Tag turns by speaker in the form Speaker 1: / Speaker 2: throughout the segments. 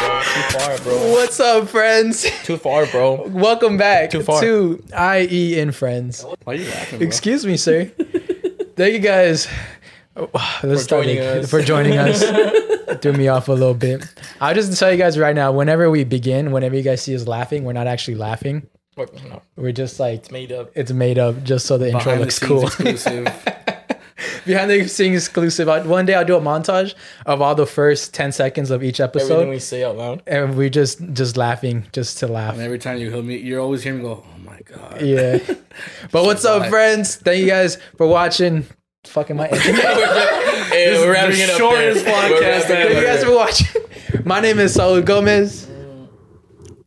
Speaker 1: far, bro.
Speaker 2: What's up, friends?
Speaker 1: Too far, bro.
Speaker 2: Welcome back
Speaker 1: Too far.
Speaker 2: to IE and Friends.
Speaker 1: Why are you laughing, bro?
Speaker 2: Excuse me, sir. Thank you guys for,
Speaker 1: joining us.
Speaker 2: for joining us. Threw me off a little bit. I'll just tell you guys right now whenever we begin, whenever you guys see us laughing, we're not actually laughing.
Speaker 1: What? No,
Speaker 2: We're just like,
Speaker 1: it's made up.
Speaker 2: it's made up just so the intro
Speaker 1: Behind the
Speaker 2: looks
Speaker 1: scenes
Speaker 2: cool.
Speaker 1: exclusive.
Speaker 2: Behind the scenes exclusive. I- One day I'll do a montage of all the first 10 seconds of each
Speaker 1: Everything
Speaker 2: episode.
Speaker 1: we say out loud.
Speaker 2: and we just just laughing just to laugh.
Speaker 3: And every time you hear me, you're always hearing me go, "Oh my god!"
Speaker 2: Yeah. But what's up,
Speaker 1: Right.
Speaker 2: friends? Thank you guys for watching. Fucking my internet.
Speaker 1: Hey, we're wrapping
Speaker 3: the
Speaker 1: it up.
Speaker 3: shortest
Speaker 1: there.
Speaker 3: podcast
Speaker 1: We're wrapping
Speaker 3: ever.
Speaker 2: Thank you
Speaker 1: it up
Speaker 2: guys
Speaker 1: there.
Speaker 2: for watching. My name is Saul Gomez.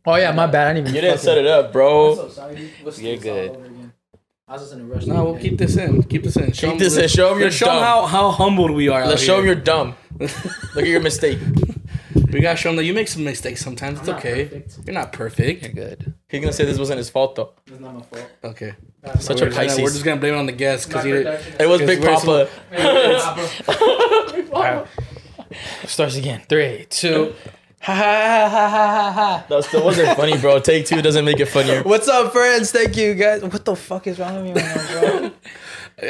Speaker 2: Oh yeah, my bad. I didn't even.
Speaker 1: You didn't
Speaker 2: fucking-
Speaker 1: set it up, bro.
Speaker 2: sorry.
Speaker 1: You're this all good. over
Speaker 2: I was just in a rush.
Speaker 3: No, we'll keep this in. Keep this in. Show
Speaker 1: Keep this in. Show 'em you're
Speaker 3: Show 'em
Speaker 1: dumb.
Speaker 3: how, how humbled we are.
Speaker 1: Let's
Speaker 3: out
Speaker 1: show them
Speaker 3: here.
Speaker 1: you're dumb. Look at your mistake.
Speaker 3: We gotta show them that you make some mistakes sometimes. It's okay. You're not perfect.
Speaker 1: Good. He's gonna say this wasn't his fault though.
Speaker 2: It's not my fault.
Speaker 3: Okay.
Speaker 1: Such
Speaker 3: We're just, gonna,
Speaker 1: a
Speaker 3: we're
Speaker 1: Pisces.
Speaker 3: just gonna blame it on the guest because
Speaker 1: It was Big
Speaker 3: It's very
Speaker 1: Papa.
Speaker 2: Starts again. Three, two. Ha ha ha ha ha ha.
Speaker 1: That still wasn't funny, bro. Take two doesn't make it funnier.
Speaker 2: What's up, friends? Thank you, guys. What the fuck is wrong with me right now, bro?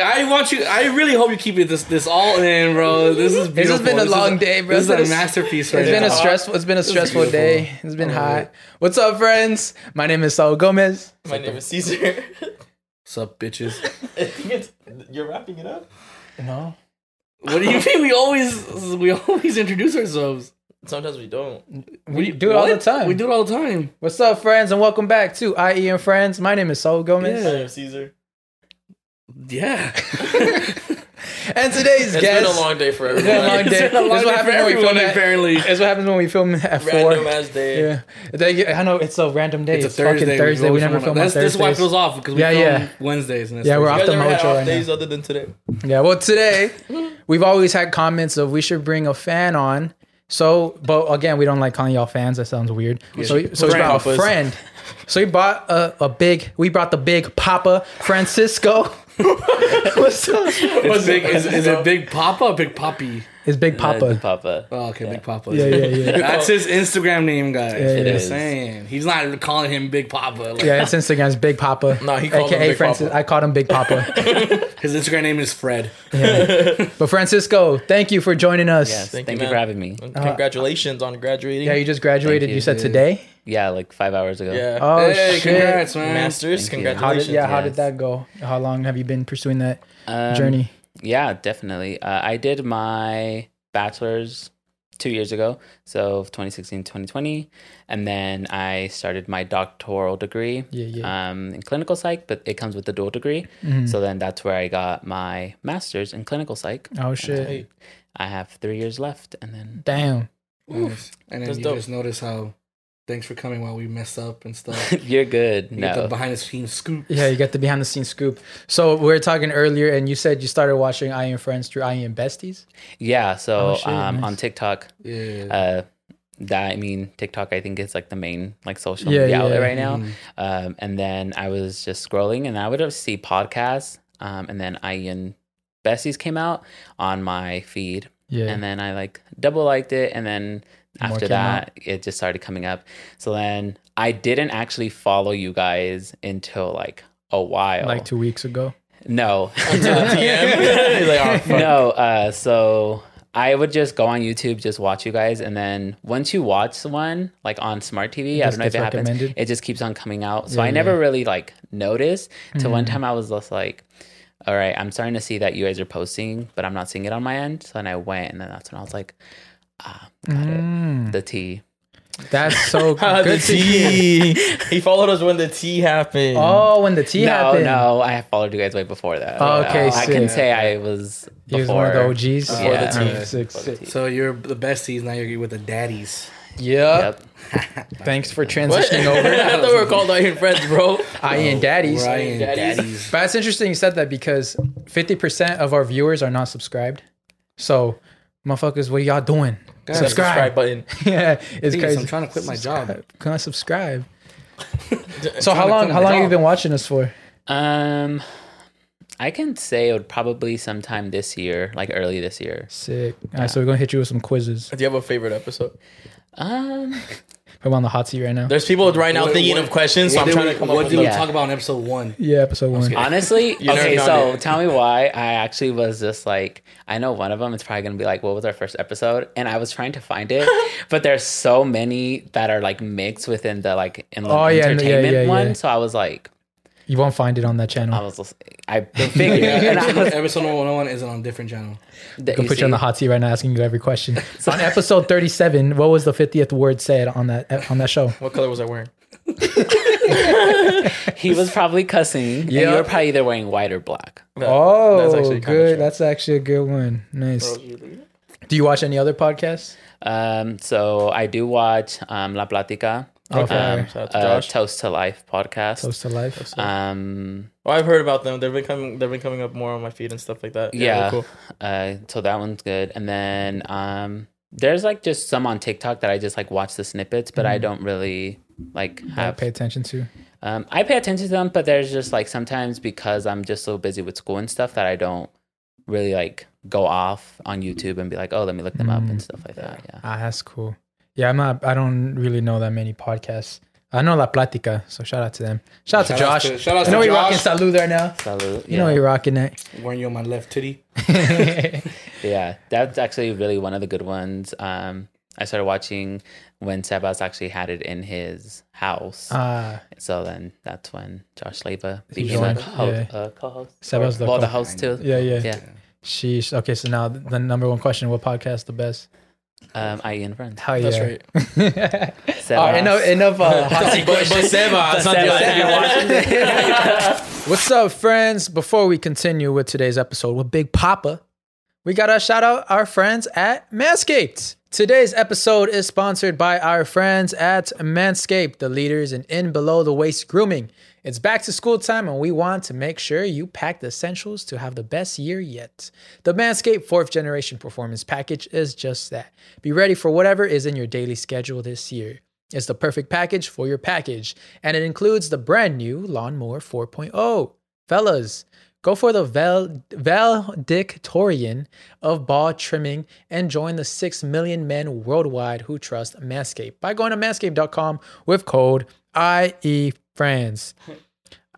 Speaker 3: I want you. I really hope you keep it this this all in, bro. This is beautiful.
Speaker 2: has been
Speaker 3: This
Speaker 2: a
Speaker 3: is
Speaker 2: long day, bro.
Speaker 3: This is
Speaker 2: It's been
Speaker 3: a
Speaker 2: a-
Speaker 3: masterpiece right
Speaker 2: It's been a
Speaker 3: now.
Speaker 2: stressful. It's been a stressful
Speaker 3: beautiful.
Speaker 2: day. It's been hot. What's up, friends? My name is Saul Gomez.
Speaker 1: My name is Caesar.
Speaker 3: What's up, bitches?
Speaker 1: I think it's you're wrapping it up.
Speaker 2: No,
Speaker 3: What do you mean? We always we always introduce ourselves.
Speaker 1: Sometimes we don't.
Speaker 2: we do it all the
Speaker 3: What?
Speaker 2: time.
Speaker 3: We do it all the time.
Speaker 2: What's up, friends, and welcome back to IE and Friends. My name is Saul Gomez,
Speaker 1: My name is Caesar.
Speaker 3: Yeah.
Speaker 2: and today's
Speaker 1: It's
Speaker 2: guest.
Speaker 1: been a long day for everyone.
Speaker 2: been a long
Speaker 3: It's
Speaker 2: day.
Speaker 3: been a
Speaker 2: This
Speaker 3: long
Speaker 2: is what
Speaker 3: day for
Speaker 2: happened when we
Speaker 3: everyone,
Speaker 2: filmed that.
Speaker 3: apparently.
Speaker 2: It's what happens when we film at
Speaker 1: Random
Speaker 2: four.
Speaker 1: ass day.
Speaker 2: Yeah, They- I know it's a random day.
Speaker 3: It's
Speaker 2: It's,
Speaker 3: a Thursday.
Speaker 2: fucking Thursday. We, never film on
Speaker 3: That's,
Speaker 2: Thursdays.
Speaker 3: This is why it feels off because we
Speaker 2: Yeah,
Speaker 3: film
Speaker 2: yeah.
Speaker 3: Wednesdays and it's
Speaker 2: Yeah, we're
Speaker 3: Thursdays.
Speaker 1: You
Speaker 2: Off
Speaker 1: guys
Speaker 2: the
Speaker 1: ever had
Speaker 2: mojo
Speaker 1: off
Speaker 2: right now.
Speaker 1: days other than today?
Speaker 2: Yeah, well, today we've always had comments of we should bring a fan on. So, but again, we don't like calling y'all fans. That sounds weird. So, we- so we
Speaker 3: Friend.
Speaker 2: brought a friend. So we bought a, a big. We brought the big Papa Francisco. What's up?
Speaker 3: It's big. Is, is it big Papa? Or big Poppy.
Speaker 2: It's Big Papa. Uh,
Speaker 1: Papa.
Speaker 3: Oh, okay, Big Papa.
Speaker 2: Yeah, yeah, yeah.
Speaker 3: That's his Instagram name, guys.
Speaker 2: It
Speaker 3: Just
Speaker 1: is.
Speaker 3: saying he's not calling him Big Papa. Like,
Speaker 2: Yeah, it's Instagram's Big Papa.
Speaker 1: No, he called him Big
Speaker 2: Francis.
Speaker 1: Papa.
Speaker 2: I called him Big Papa.
Speaker 3: His Instagram name is Fred.
Speaker 2: but Francisco, thank you for joining us.
Speaker 4: Yes,
Speaker 1: Thank
Speaker 4: thank,
Speaker 1: you,
Speaker 4: you, for
Speaker 1: man.
Speaker 4: having me.
Speaker 1: Congratulations on graduating.
Speaker 2: uh, Yeah, you just graduated.
Speaker 4: Thank
Speaker 2: You,
Speaker 4: you,
Speaker 2: said
Speaker 3: dude.
Speaker 2: today.
Speaker 4: Yeah, like five hours ago.
Speaker 1: Yeah.
Speaker 2: Oh
Speaker 3: hey,
Speaker 2: shit!
Speaker 3: congrats, man.
Speaker 1: Masters,
Speaker 4: Thank you.
Speaker 2: How did,
Speaker 1: congratulations.
Speaker 2: yeah, how did
Speaker 4: yes.
Speaker 2: that go? How long have you been pursuing that
Speaker 4: Um,
Speaker 2: journey?
Speaker 4: Yeah, definitely. Uh, I did my bachelor's two years ago, so 2016, 2020. And then I started my doctoral degree
Speaker 2: Yeah, yeah. Mm-hmm.
Speaker 4: um, in clinical psych, but it comes with a dual degree. So then that's where I got my master's in clinical psych.
Speaker 2: Oh shit!
Speaker 4: I have three years left. And then,
Speaker 2: Damn.
Speaker 3: Nice. And then
Speaker 1: That's
Speaker 3: you
Speaker 1: dope.
Speaker 3: just notice how thanks for coming while we mess up and stuff. You
Speaker 4: you're good.
Speaker 3: get the
Speaker 4: No.
Speaker 3: behind the scenes scoop.
Speaker 2: Yeah, you got the behind the scenes scoop. So we were talking earlier, and you said you started watching I Am Friends through I Am Besties.
Speaker 4: Yeah, so
Speaker 2: Oh, shit,
Speaker 4: um,
Speaker 2: nice.
Speaker 4: on TikTok,
Speaker 3: Yeah.
Speaker 4: uh that I mean TikTok I think is like the main like social
Speaker 2: Yeah,
Speaker 4: media outlet
Speaker 2: yeah. Mm-hmm.
Speaker 4: right now. Um and then I was just scrolling and I would have see podcasts um and then I and Bessie's came out on my feed
Speaker 2: Yeah.
Speaker 4: and then I like double liked it and then
Speaker 2: More
Speaker 4: after
Speaker 2: came
Speaker 4: that it just started coming up. So then I didn't actually follow you guys until like a while.
Speaker 2: like two weeks ago.
Speaker 4: no.
Speaker 1: DM. He's like, "Oh, fuck."
Speaker 4: no uh so i would just go on youtube just watch you guys and then once you watch one like on smart tv i
Speaker 2: just
Speaker 4: don't know if it
Speaker 2: gets
Speaker 4: happens
Speaker 2: recommended?
Speaker 4: it just keeps on coming out so
Speaker 2: Yeah, Mm.
Speaker 4: i never really like noticed till one time i was just like all right i'm starting to see that you guys are posting but i'm not seeing it on my end so then i went and then that's when i was like ah got
Speaker 2: Mm.
Speaker 4: it the t
Speaker 2: That's so
Speaker 1: Ah, the
Speaker 2: good to hear.
Speaker 1: tea. he followed us when the tea happened.
Speaker 2: Oh, when the tea
Speaker 4: no
Speaker 2: happened. Oh,
Speaker 4: no i have followed you guys way before that
Speaker 2: Okay,
Speaker 4: i can
Speaker 2: sick.
Speaker 4: say i was
Speaker 2: He was one of the
Speaker 4: before.
Speaker 2: OGs.
Speaker 4: Before the
Speaker 2: Yeah.
Speaker 4: tea.
Speaker 2: Sick, sick.
Speaker 3: So you're the besties now. You're with the daddies.
Speaker 1: yeah.
Speaker 4: Yep.
Speaker 2: Thanks for
Speaker 1: What?
Speaker 2: transitioning over.
Speaker 1: I thought we were called out here friends, bro.
Speaker 2: I Am Daddies.
Speaker 3: Ryan
Speaker 1: Daddies.
Speaker 3: daddies.
Speaker 2: But that's interesting you said that because 50% of our viewers are not subscribed. So, motherfuckers, what are y'all doing?
Speaker 3: Guys,
Speaker 2: subscribe.
Speaker 1: button.
Speaker 2: yeah, it's
Speaker 3: Jeez,
Speaker 2: crazy.
Speaker 3: I'm trying to quit my job.
Speaker 2: Can I subscribe? so how
Speaker 3: to
Speaker 2: long
Speaker 3: quit
Speaker 2: how
Speaker 3: my
Speaker 2: long have you
Speaker 3: job.
Speaker 2: been watching us for?
Speaker 4: Um, I can say it would probably sometime this year, like early this year.
Speaker 2: Sick. All right, so we're gonna hit you with some quizzes.
Speaker 1: Do you have a favorite episode?
Speaker 4: Um,
Speaker 2: I'm on the hot seat right now.
Speaker 1: There's people right now
Speaker 3: What-
Speaker 1: thinking
Speaker 3: what-
Speaker 1: of questions, so
Speaker 3: what
Speaker 1: I'm
Speaker 3: did
Speaker 1: trying
Speaker 3: we-
Speaker 1: to come up
Speaker 3: What
Speaker 1: with
Speaker 3: did we
Speaker 4: Yeah.
Speaker 3: talk about in episode one?
Speaker 2: yeah, episode one.
Speaker 4: Honestly,
Speaker 1: You never
Speaker 4: okay,
Speaker 1: found
Speaker 4: so
Speaker 1: it.
Speaker 4: tell me why I actually was just like, I know one of them, it's probably gonna be like, what was our first episode? And I was trying to find it, but there's so many that are like mixed within the like inland
Speaker 2: Oh, yeah, yeah,
Speaker 4: entertainment
Speaker 2: yeah, yeah.
Speaker 4: one. So I was like,
Speaker 2: You won't find it on that
Speaker 4: I
Speaker 2: channel.
Speaker 4: was, just- I figured, and I was,
Speaker 3: episode one one is on a different channel.
Speaker 4: that,
Speaker 2: I'll
Speaker 4: you
Speaker 2: put you on
Speaker 4: see,
Speaker 2: the hot seat right now, asking you every question. on episode 37, what was the 50th word said on that on that show?
Speaker 1: What color was I wearing?
Speaker 4: he was probably cussing, and
Speaker 2: Yeah.
Speaker 4: you were probably either wearing white or black.
Speaker 1: That-
Speaker 2: Oh,
Speaker 1: that's actually kinda
Speaker 2: good.
Speaker 1: true.
Speaker 2: That's actually a good one. Nice. Do you watch any other podcasts?
Speaker 4: Um, so I do watch um, La Platica,
Speaker 2: Oh, fire.
Speaker 4: um,
Speaker 1: Shout out to
Speaker 3: Uh,
Speaker 4: a
Speaker 1: Josh.
Speaker 4: Toast to Life podcast.
Speaker 2: Close to life.
Speaker 4: Um,
Speaker 1: Oh, I've heard about them. They've been coming. They've been coming up more on my feed and stuff like that.
Speaker 4: yeah,
Speaker 1: they're cool.
Speaker 4: uh, so that one's good and then um there's like just some on tiktok that i just like watch the snippets but i don't really like
Speaker 2: I
Speaker 4: have
Speaker 2: Mm-hmm. pay attention to.
Speaker 4: um i pay attention to them but there's just like sometimes because i'm just so busy with school and stuff that i don't really like go off on youtube and be like oh let me look them up
Speaker 2: Mm.
Speaker 4: and stuff like that yeah
Speaker 2: Ah, that's cool. Yeah, I'm not. I don't really know that many podcasts. I know La Platica, so shout out to them. Shout out
Speaker 3: Shout out
Speaker 2: to
Speaker 3: to-
Speaker 2: Josh.
Speaker 3: shout out
Speaker 2: I know
Speaker 3: to
Speaker 2: you're
Speaker 3: Josh.
Speaker 2: rocking Salud right now.
Speaker 4: Salute.
Speaker 2: You know
Speaker 4: yeah.
Speaker 2: you're rocking it.
Speaker 3: Wearing you on my left titty.
Speaker 4: yeah that's actually really one of the good ones um i started watching when sebas actually had it in his house
Speaker 2: Ah,
Speaker 4: So then that's when Josh Leba
Speaker 2: He
Speaker 4: became a
Speaker 2: joined,
Speaker 4: co-
Speaker 2: yeah.
Speaker 4: uh, co-host.
Speaker 2: Sebas
Speaker 4: Well,
Speaker 2: Loco.
Speaker 4: the host too.
Speaker 2: yeah, yeah,
Speaker 4: Yeah.
Speaker 2: Sheesh. Okay, so now the number one question: What podcast the best?
Speaker 4: Um, I and friends.
Speaker 2: Hell yeah!
Speaker 1: That's right.
Speaker 4: Sebas.
Speaker 2: All right, enough, enough uh, hot
Speaker 1: But, but Seba, it's not the other thing.
Speaker 2: What's up, friends? Before we continue with today's episode with Big Papa, we got to shout out our friends at Manscaped. Today's episode is sponsored by our friends at Manscaped, the leaders in in below the waist grooming. It's back to school time, and we want to make sure you pack the essentials to have the best year yet. The Manscaped fourth generation performance package is just that. Be ready for whatever is in your daily schedule this year. It's the perfect package for your package, and it includes the brand new Lawnmower 4.0. Fellas, go for the val- valedictorian of ball trimming and join the 6 million men worldwide who trust Manscaped by going to manscaped.com with code E IEFRIENDS.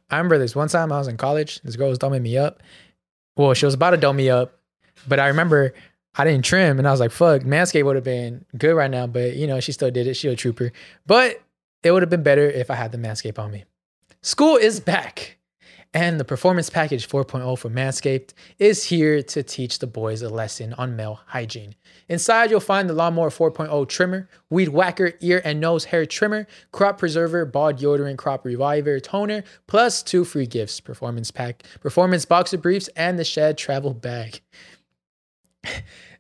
Speaker 2: I remember this one time I was in college, this girl was dumbing me up. Well, she was about to dumb me up, but I remember I didn't trim and I was like, fuck, Manscaped would have been good right now, but you know, she still did it. She a trooper. But it would have been better if I had the Manscaped on me. School is back. And the Performance Package 4.0 for Manscaped is here to teach the boys a lesson on male hygiene. Inside, you'll find the Lawnmower 4.0 trimmer, weed whacker, ear and nose hair trimmer, crop preserver, ball deodorant, crop reviver, toner, plus two free gifts: performance pack, performance boxer briefs, and the shed travel bag.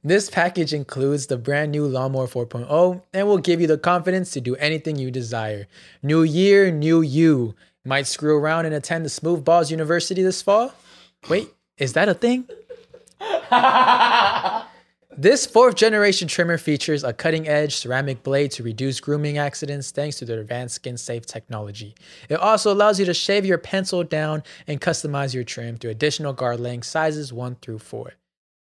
Speaker 2: This package includes the brand new Lawnmower 4.0 and will give you the confidence to do anything you desire. New year, new you. Might screw around and attend the Smooth Balls University this fall? Wait, is that a thing? This fourth generation trimmer features a cutting edge ceramic blade to reduce grooming accidents thanks to their advanced skin safe technology. It also allows you to shave your pencil down and customize your trim through additional guard lengths, sizes 1 through 4.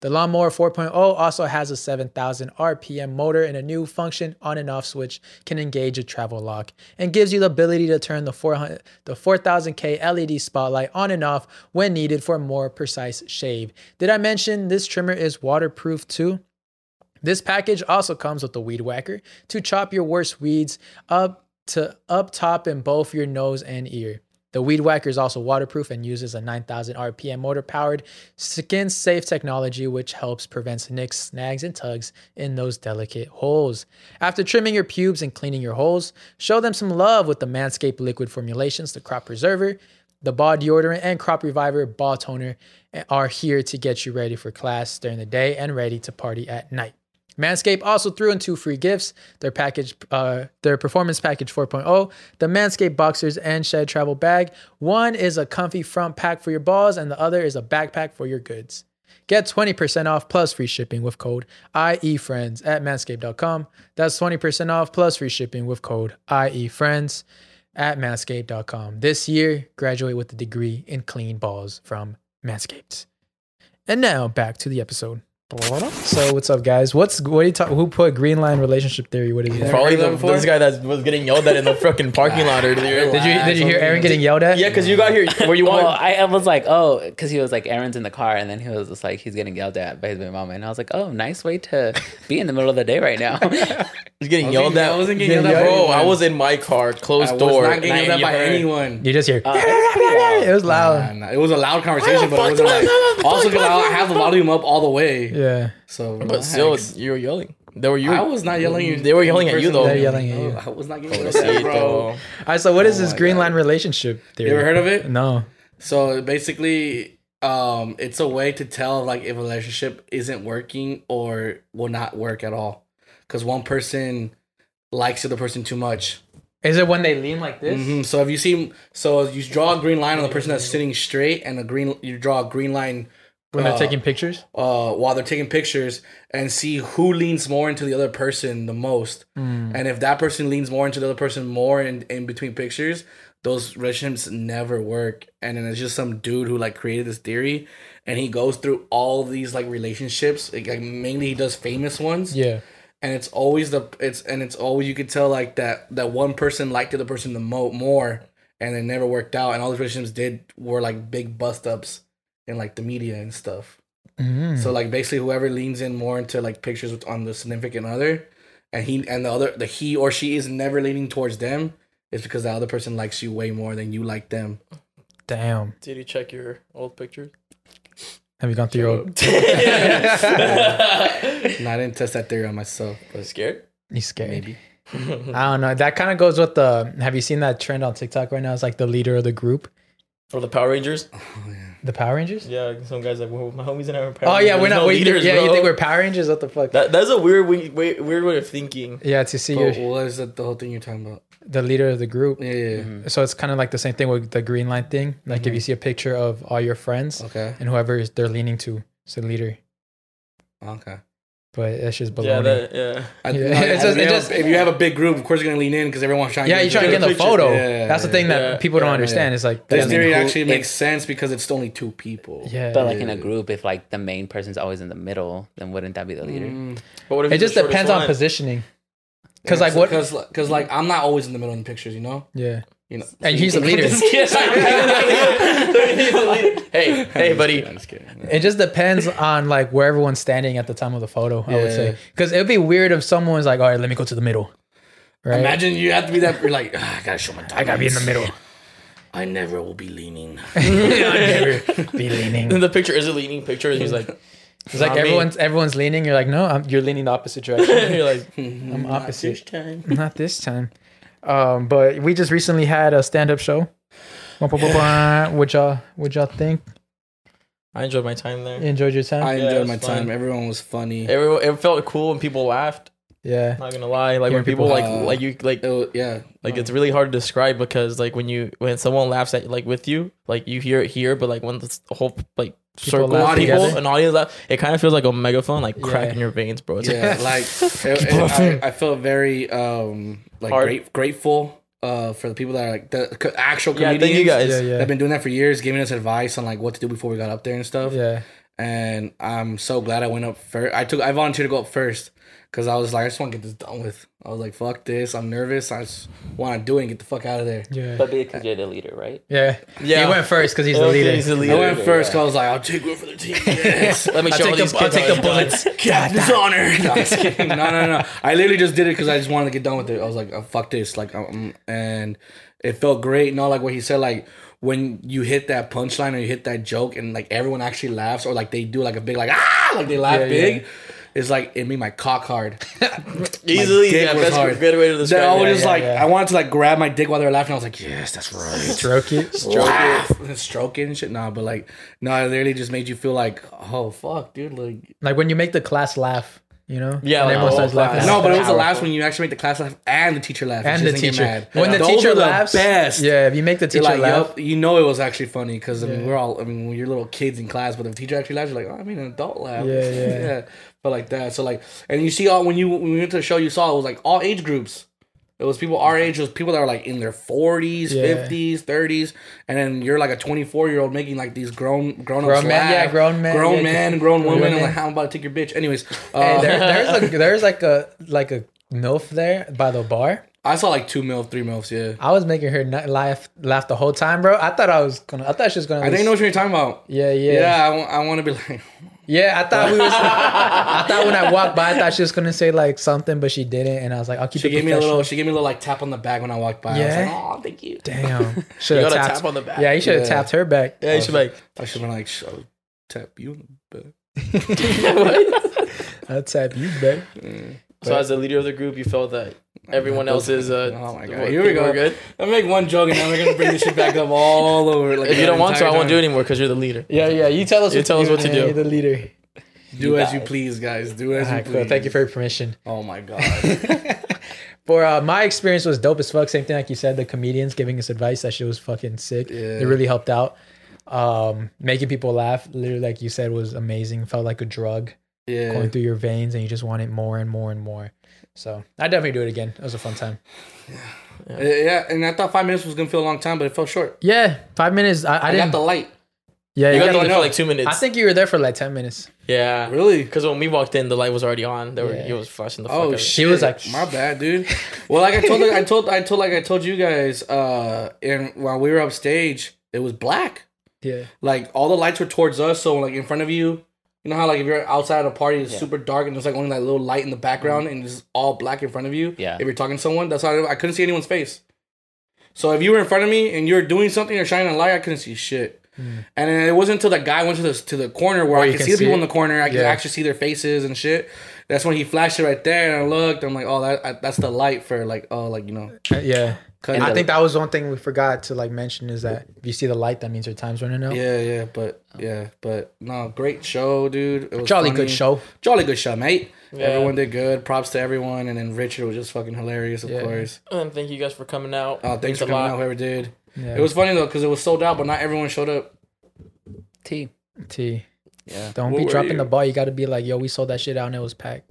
Speaker 2: The Lawnmower 4.0 also has a 7,000 RPM motor and a new function on and off switch can engage a travel lock and gives you the ability to turn the 400 the 4000K LED E spotlight on and off when needed for a more precise shave. Did I mention this trimmer is waterproof too? This package also comes with the weed whacker to chop your worst weeds up to up top in both your nose and ear. The weed whacker is also waterproof and uses a 9000 RPM motor powered skin safe technology which helps prevent nicks, snags and tugs in those delicate holes. After trimming your pubes and cleaning your holes, show them some love with the Manscaped liquid formulations, the crop preserver, the ball deodorant and crop reviver ball toner are here to get you ready for class during the day and ready to party at night. Manscaped also threw in two free gifts: their package, uh, their performance package 4.0, the Manscaped boxers and shed travel bag. One is a comfy front pack for your balls, and the other is a backpack for your goods. Get 20% off plus free shipping with code IEFriends at manscaped.com. That's 20% off plus free shipping with code IEFriends at manscaped.com. This year, graduate with a degree in clean balls from Manscaped. And now back to the episode. So what's up, guys? What's what do you talk? Who put Green Line relationship theory? What is it?
Speaker 1: Probably
Speaker 3: heard of
Speaker 1: the,
Speaker 3: that before?
Speaker 1: this guy that was getting yelled at in the fucking parking lot earlier.
Speaker 2: Did you did you hear Aaron getting yelled at?
Speaker 1: Yeah, because you got here. Were you
Speaker 4: Well,
Speaker 1: on?
Speaker 4: I, I was like, oh, because he was like, Aaron's in the car, and then he was just like, he's getting yelled at by his big mama, and I was like, oh, nice way to be in the middle of the day right now.
Speaker 1: was getting
Speaker 3: I wasn't-
Speaker 1: yelled at.
Speaker 3: I wasn't getting
Speaker 2: Yeah,
Speaker 3: yelled at.
Speaker 2: yeah,
Speaker 3: by
Speaker 1: Bro, I
Speaker 3: anyone.
Speaker 1: was in my car,
Speaker 3: I
Speaker 1: closed
Speaker 3: was
Speaker 1: door.
Speaker 3: not getting
Speaker 1: and
Speaker 3: yelled at
Speaker 1: you
Speaker 3: by
Speaker 1: heard-
Speaker 3: anyone.
Speaker 2: You just hear.
Speaker 4: Uh,
Speaker 2: it was
Speaker 3: Nah,
Speaker 2: loud.
Speaker 3: nah, It was a loud conversation, but it wasn't like. Also, because I have the volume up all the way.
Speaker 2: Yeah.
Speaker 3: So,
Speaker 1: But
Speaker 3: relax.
Speaker 1: still, you were yelling. They were you.
Speaker 3: I was not yelling.
Speaker 1: They were yelling at you, though.
Speaker 2: They're yelling at you.
Speaker 3: No, I was not getting yelled
Speaker 1: See,
Speaker 3: at, bro.
Speaker 1: though.
Speaker 2: All right. So what is this
Speaker 3: my
Speaker 2: Green
Speaker 3: God.
Speaker 2: Line relationship theory?
Speaker 3: You ever heard of it?
Speaker 2: No.
Speaker 3: So basically, um, it's a way to tell like if a relationship isn't working or will not work at all, because one person likes the other person too much.
Speaker 2: Is it when they lean like this?
Speaker 3: Mhm. So if you see, so you draw a green line on the person that's sitting straight, and a green you draw a green line
Speaker 2: When they're
Speaker 3: Uh,
Speaker 2: taking pictures?
Speaker 3: uh, while they're taking pictures, and see who leans more into the other person the most.
Speaker 2: Mm.
Speaker 3: And if that person leans more into the other person more in, in between pictures, those relationships never work. And then it's just some dude who like created this theory and he goes through all these like relationships. Like, like, mainly he does famous ones.
Speaker 2: Yeah.
Speaker 3: And it's always the it's and it's always you could tell like that that one person liked the other person the mo- more and it never worked out. And all these relationships did were like big bust ups in like the media and stuff.
Speaker 2: Mm.
Speaker 3: So like basically whoever leans in more into like pictures with, on the significant other, and he and the other the he or she is never leaning towards them, is because the other person likes you way more than you like them.
Speaker 2: Damn.
Speaker 1: Did you check your old pictures?
Speaker 2: Have you gone through your old?
Speaker 3: And I didn't test that theory on myself.
Speaker 1: Was scared?
Speaker 2: You scared?
Speaker 3: Maybe.
Speaker 2: I don't know. That kind of goes with the. Have you seen that trend on TikTok right now? It's like the leader of the group,
Speaker 1: For the Power Rangers?
Speaker 2: the Power Rangers.
Speaker 1: Yeah, some guys like well, my homies and I were Power
Speaker 2: Oh yeah, we're
Speaker 1: Rangers. There's
Speaker 2: not.
Speaker 1: no
Speaker 2: we,
Speaker 1: leaders,
Speaker 2: yeah, you
Speaker 1: bro.
Speaker 2: think we're Power Rangers? What the fuck?
Speaker 1: That, that's a weird, we- we- weird way of thinking.
Speaker 2: yeah, to see
Speaker 3: But
Speaker 2: you
Speaker 3: what is that the whole thing you're talking about?
Speaker 2: the leader of the group.
Speaker 3: Yeah. yeah, yeah.
Speaker 2: So it's kind of like the same thing with the green line thing. Like if you see a picture of all your friends
Speaker 3: Okay.
Speaker 2: and whoever is- they're leaning to, it's the leader.
Speaker 3: Okay.
Speaker 2: But that's just baloney.
Speaker 1: Yeah, that, yeah.
Speaker 3: I,
Speaker 2: Yeah.
Speaker 3: no,
Speaker 2: It's
Speaker 3: I-
Speaker 2: just- it
Speaker 3: if,
Speaker 2: just-
Speaker 3: if you have a big group, of course you're gonna lean in because everyone's trying.
Speaker 2: yeah, you're trying to get in
Speaker 1: a
Speaker 2: the
Speaker 1: picture.
Speaker 2: photo.
Speaker 3: Yeah,
Speaker 2: That's the thing that
Speaker 1: yeah,
Speaker 2: people don't
Speaker 1: yeah,
Speaker 2: understand. It's like
Speaker 3: This
Speaker 2: I mean,
Speaker 3: theory
Speaker 2: who-
Speaker 3: actually
Speaker 4: if-
Speaker 3: makes sense because it's only two people.
Speaker 2: Yeah,
Speaker 4: but like in a group, if like the main person's always in the middle, then wouldn't that be the leader?
Speaker 3: Mm.
Speaker 1: But what if
Speaker 2: it
Speaker 1: he's the
Speaker 2: just depends
Speaker 1: shortest
Speaker 2: on
Speaker 1: one?
Speaker 2: positioning. Because like what?
Speaker 3: Because because like I'm not always in the middle in pictures, you know.
Speaker 2: Yeah,
Speaker 3: You know.
Speaker 2: and he's the leader.
Speaker 1: Hey, hey, buddy.
Speaker 3: I'm just kidding.
Speaker 2: It just depends on like where everyone's standing at the time of the photo. I would say
Speaker 3: Yeah.
Speaker 2: because it would be weird if someone's like, "All right, let me go to the middle." Right?
Speaker 3: Imagine you have to be that. You're like, "Ah, I gotta show my. Dominance.
Speaker 2: I gotta be in the middle.
Speaker 3: I never will be leaning.
Speaker 2: be leaning.
Speaker 1: Then the picture is a leaning picture, and he's like,
Speaker 2: It's like
Speaker 1: Not me.
Speaker 2: everyone's everyone's leaning. You're like, no, I'm, you're leaning the opposite direction.
Speaker 1: you're like,
Speaker 2: I'm opposite.
Speaker 1: time.
Speaker 2: Not this time. Um, but we just recently had a stand-up show. Wah, bah, bah, bah. What y'all? What y'all think?
Speaker 1: I enjoyed my time there.
Speaker 2: You enjoyed your time?
Speaker 3: I
Speaker 1: Yeah,
Speaker 3: enjoyed
Speaker 1: it's
Speaker 3: my
Speaker 1: fun.
Speaker 3: time. Everyone was funny. It
Speaker 1: Everyone, it felt cool when people laughed.
Speaker 2: yeah.
Speaker 1: Not gonna lie, like
Speaker 2: Hearing
Speaker 1: when people,
Speaker 2: people
Speaker 1: like
Speaker 3: laugh.
Speaker 1: like you like
Speaker 3: was, yeah, Um,
Speaker 1: like it's really hard to describe because like when you when someone laughs at like with you, like you hear it here, but like when the s- whole like circle
Speaker 2: laugh
Speaker 1: of people,
Speaker 2: together.
Speaker 1: an audience laugh, it kind of feels like a megaphone like
Speaker 2: Yeah.
Speaker 1: cracking your veins, bro. It's
Speaker 3: yeah. Like it- it-
Speaker 1: laughing.
Speaker 3: I, I felt very um like
Speaker 1: Hard.
Speaker 3: grate, grateful uh for the people that are like the co- actual
Speaker 1: yeah.
Speaker 3: comedians.
Speaker 1: Thank you guys.
Speaker 2: Yeah,
Speaker 3: that
Speaker 2: yeah,
Speaker 3: have been doing that for years, giving us advice on like what to do before we got up there and stuff.
Speaker 2: yeah.
Speaker 3: And I'm so glad I went up first. I took I volunteered to go up first because I was like I just want to get this done with. I was like fuck this. I'm nervous. I just want to do it and get the fuck out of there.
Speaker 2: Yeah.
Speaker 4: But because you're the leader, right?
Speaker 2: Yeah.
Speaker 1: Yeah.
Speaker 2: He went first because he's the
Speaker 1: Okay,
Speaker 2: leader.
Speaker 1: he's the
Speaker 3: I
Speaker 1: leader.
Speaker 3: went first because I was like, I'll take one for the team. Yes.
Speaker 1: Let me
Speaker 2: I'll
Speaker 1: show
Speaker 2: take
Speaker 1: all
Speaker 2: the-
Speaker 1: these
Speaker 2: I'll
Speaker 1: kids
Speaker 2: take
Speaker 1: how
Speaker 2: the
Speaker 1: it's done.
Speaker 2: bullets.
Speaker 3: God, dishonor. No, I'm just kidding. no, no, no. I literally just did it because I just wanted to get done with it. I was like, oh, fuck this. Like, um, and it felt great. You know, like what he said, like when you hit that punchline or you hit that joke and like everyone actually laughs or like they do like a big like ah like they laugh
Speaker 2: Yeah,
Speaker 3: big.
Speaker 2: yeah.
Speaker 3: It's like it made my cock hard.
Speaker 1: Easily,
Speaker 3: dick
Speaker 1: yeah.
Speaker 3: was
Speaker 1: That's a
Speaker 3: hard.
Speaker 1: good way to describe
Speaker 3: Then I was
Speaker 1: it.
Speaker 3: just
Speaker 2: yeah,
Speaker 3: like,
Speaker 2: yeah.
Speaker 3: I wanted to like grab my dick while they were laughing. I was like, yes, that's right
Speaker 2: Stroke it.
Speaker 1: Stroke
Speaker 3: laugh and stroke it and shit. Nah, but like, no, it literally just made you feel like, oh fuck, dude. Like,
Speaker 2: Like when you make the class laugh, you know?
Speaker 1: Yeah,
Speaker 2: And everyone
Speaker 1: like the whole
Speaker 2: starts laughing.
Speaker 1: class.
Speaker 3: no, but it was the
Speaker 2: Powerful.
Speaker 3: last when you actually make the class laugh and the teacher laugh
Speaker 2: And
Speaker 3: she
Speaker 2: the
Speaker 3: doesn't get
Speaker 2: teacher.
Speaker 3: mad.
Speaker 2: When the
Speaker 3: Those
Speaker 2: teacher
Speaker 3: are the
Speaker 2: laughs,
Speaker 3: best.
Speaker 2: yeah, if you make the
Speaker 3: You're
Speaker 2: teacher
Speaker 3: like,
Speaker 2: laugh,
Speaker 3: yup, you know it was actually funny because I mean
Speaker 2: Yeah.
Speaker 3: we're all I mean you're little kids in class, but if the teacher actually laughs, you're like, oh, I mean an adult laugh,
Speaker 2: Yeah, yeah.
Speaker 3: but like that. So like, and you see all when you when we went to the show, you saw it was like all age groups. It was people our age. It was people that were like in their forties,
Speaker 2: Yeah.
Speaker 3: fifties, thirties, and then you're like a twenty four year old making like these grown grown,
Speaker 2: Grown men, yeah, grown men,
Speaker 3: grown
Speaker 2: yeah,
Speaker 3: men, grown
Speaker 2: grown
Speaker 3: women. I'm
Speaker 2: men.
Speaker 3: like, how am I about to take your bitch? Anyways,
Speaker 2: Hey,
Speaker 3: uh,
Speaker 2: there, there's a, there's like a like a milf there by the bar.
Speaker 3: I saw like two mil, three mils. Yeah,
Speaker 2: I was making her not laugh laugh the whole time, bro. I thought I was gonna. I thought she was gonna.
Speaker 3: I didn't know what you're talking about.
Speaker 2: Yeah, yeah, yeah.
Speaker 3: Yeah, I want, I want to be like,
Speaker 2: I thought we was. I thought when I walked by, I thought she was gonna say like something, but she didn't, and I was like, I'll keep
Speaker 3: she
Speaker 2: it
Speaker 3: gave me a little,
Speaker 2: professional.
Speaker 3: she gave me a little like tap on the back when I walked by. I was
Speaker 2: Yeah?
Speaker 3: like, oh, thank you.
Speaker 2: Damn, should have
Speaker 1: gotta
Speaker 2: tapped.
Speaker 1: tap on the back.
Speaker 2: Yeah, you should have
Speaker 3: Yeah.
Speaker 2: tapped her back.
Speaker 1: Yeah, you should like
Speaker 3: I should have been like, "Sh- I'll tap you on the back.
Speaker 2: I'll tap you back.
Speaker 1: so as the leader of the group, you felt that everyone else is uh
Speaker 3: Oh my God.
Speaker 1: what,
Speaker 3: Here we
Speaker 1: people
Speaker 3: go.
Speaker 1: are good.
Speaker 3: I make one joke and now we're gonna bring this shit back up all over. Like,
Speaker 1: If you
Speaker 3: the
Speaker 1: don't want to,
Speaker 3: entire
Speaker 1: I won't
Speaker 3: time.
Speaker 1: do it anymore because you're the leader.
Speaker 2: Yeah, yeah. You tell us.
Speaker 1: You tell us what to
Speaker 2: yeah,
Speaker 1: do.
Speaker 2: You're the leader.
Speaker 3: Do as you please, guys. Do as
Speaker 2: All
Speaker 3: you
Speaker 2: right,
Speaker 3: please.
Speaker 2: cool. Thank you for your permission.
Speaker 3: Oh my god.
Speaker 2: For uh, my experience was dope as fuck. Same thing like you said, the comedians giving us advice. That shit was fucking sick.
Speaker 3: Yeah.
Speaker 2: It really helped out. Um, making people laugh, literally like you said, was amazing. Felt like a drug
Speaker 3: Yeah.
Speaker 2: going through your veins, and you just want it more and more and more. So I definitely do it again. It was a fun time.
Speaker 3: Uh, Yeah, and I thought five minutes was gonna feel a long time, but it felt short.
Speaker 2: Yeah, five minutes. I, I,
Speaker 3: I,
Speaker 2: didn't.
Speaker 3: got the light.
Speaker 2: yeah,
Speaker 1: You
Speaker 2: you
Speaker 1: got
Speaker 2: got
Speaker 1: there
Speaker 3: know.
Speaker 1: for like two minutes.
Speaker 2: the- I think you were there for like ten minutes.
Speaker 1: yeah,
Speaker 3: Really?
Speaker 1: Because when we walked in, the light was already on. They were,
Speaker 2: Yeah.
Speaker 1: It was flashing the fuck. out
Speaker 3: Oh
Speaker 1: of it.
Speaker 3: shit.
Speaker 2: She was like,
Speaker 3: my bad, dude. Well, like I told, I told, I told, like I told you guys, uh, and while we were upstage, it was black.
Speaker 2: Yeah,
Speaker 3: Like all the lights were towards us, so like in front of you. You know how like if you're outside at a party, it's super dark and there's like only like little light in the background
Speaker 2: Mm-hmm.
Speaker 3: and it's all black in front of you.
Speaker 4: Yeah.
Speaker 3: If you're talking to someone, that's how I, I couldn't see anyone's face. So if you were in front of me and you were doing something or shining a light, I couldn't see shit. And then it wasn't until that guy went to the to the corner where I
Speaker 2: Mm. you
Speaker 3: could
Speaker 2: can
Speaker 3: see the
Speaker 2: see
Speaker 3: people
Speaker 2: it.
Speaker 3: in the corner. I could
Speaker 2: Yeah.
Speaker 3: actually see their faces and shit. That's when he flashed it right there, and I looked. I'm like, oh, that I, that's the light for like, oh, like you know,
Speaker 2: Uh, yeah.
Speaker 3: cutting
Speaker 2: I
Speaker 3: the-
Speaker 2: think that was one thing we forgot to like mention is that if you see the light, that means your time's running out.
Speaker 3: Yeah, yeah, but yeah, but no, great show, dude. It was
Speaker 2: Jolly
Speaker 3: funny.
Speaker 2: good show.
Speaker 3: Jolly good show, mate. Everyone did good. Props to everyone, and then Richard was just fucking hilarious, of
Speaker 2: Yeah.
Speaker 3: course.
Speaker 1: And thank you guys for coming out.
Speaker 3: Oh, thanks for
Speaker 1: a
Speaker 3: coming
Speaker 1: lot.
Speaker 3: out, whoever did.
Speaker 2: Yeah.
Speaker 3: It was funny though, because it was sold out, but not everyone showed up.
Speaker 4: T.
Speaker 2: T.
Speaker 4: Yeah.
Speaker 2: Don't
Speaker 3: What
Speaker 2: be
Speaker 3: were
Speaker 2: dropping
Speaker 3: you?
Speaker 2: the ball. You got to be like, yo, we sold that shit out and it was packed.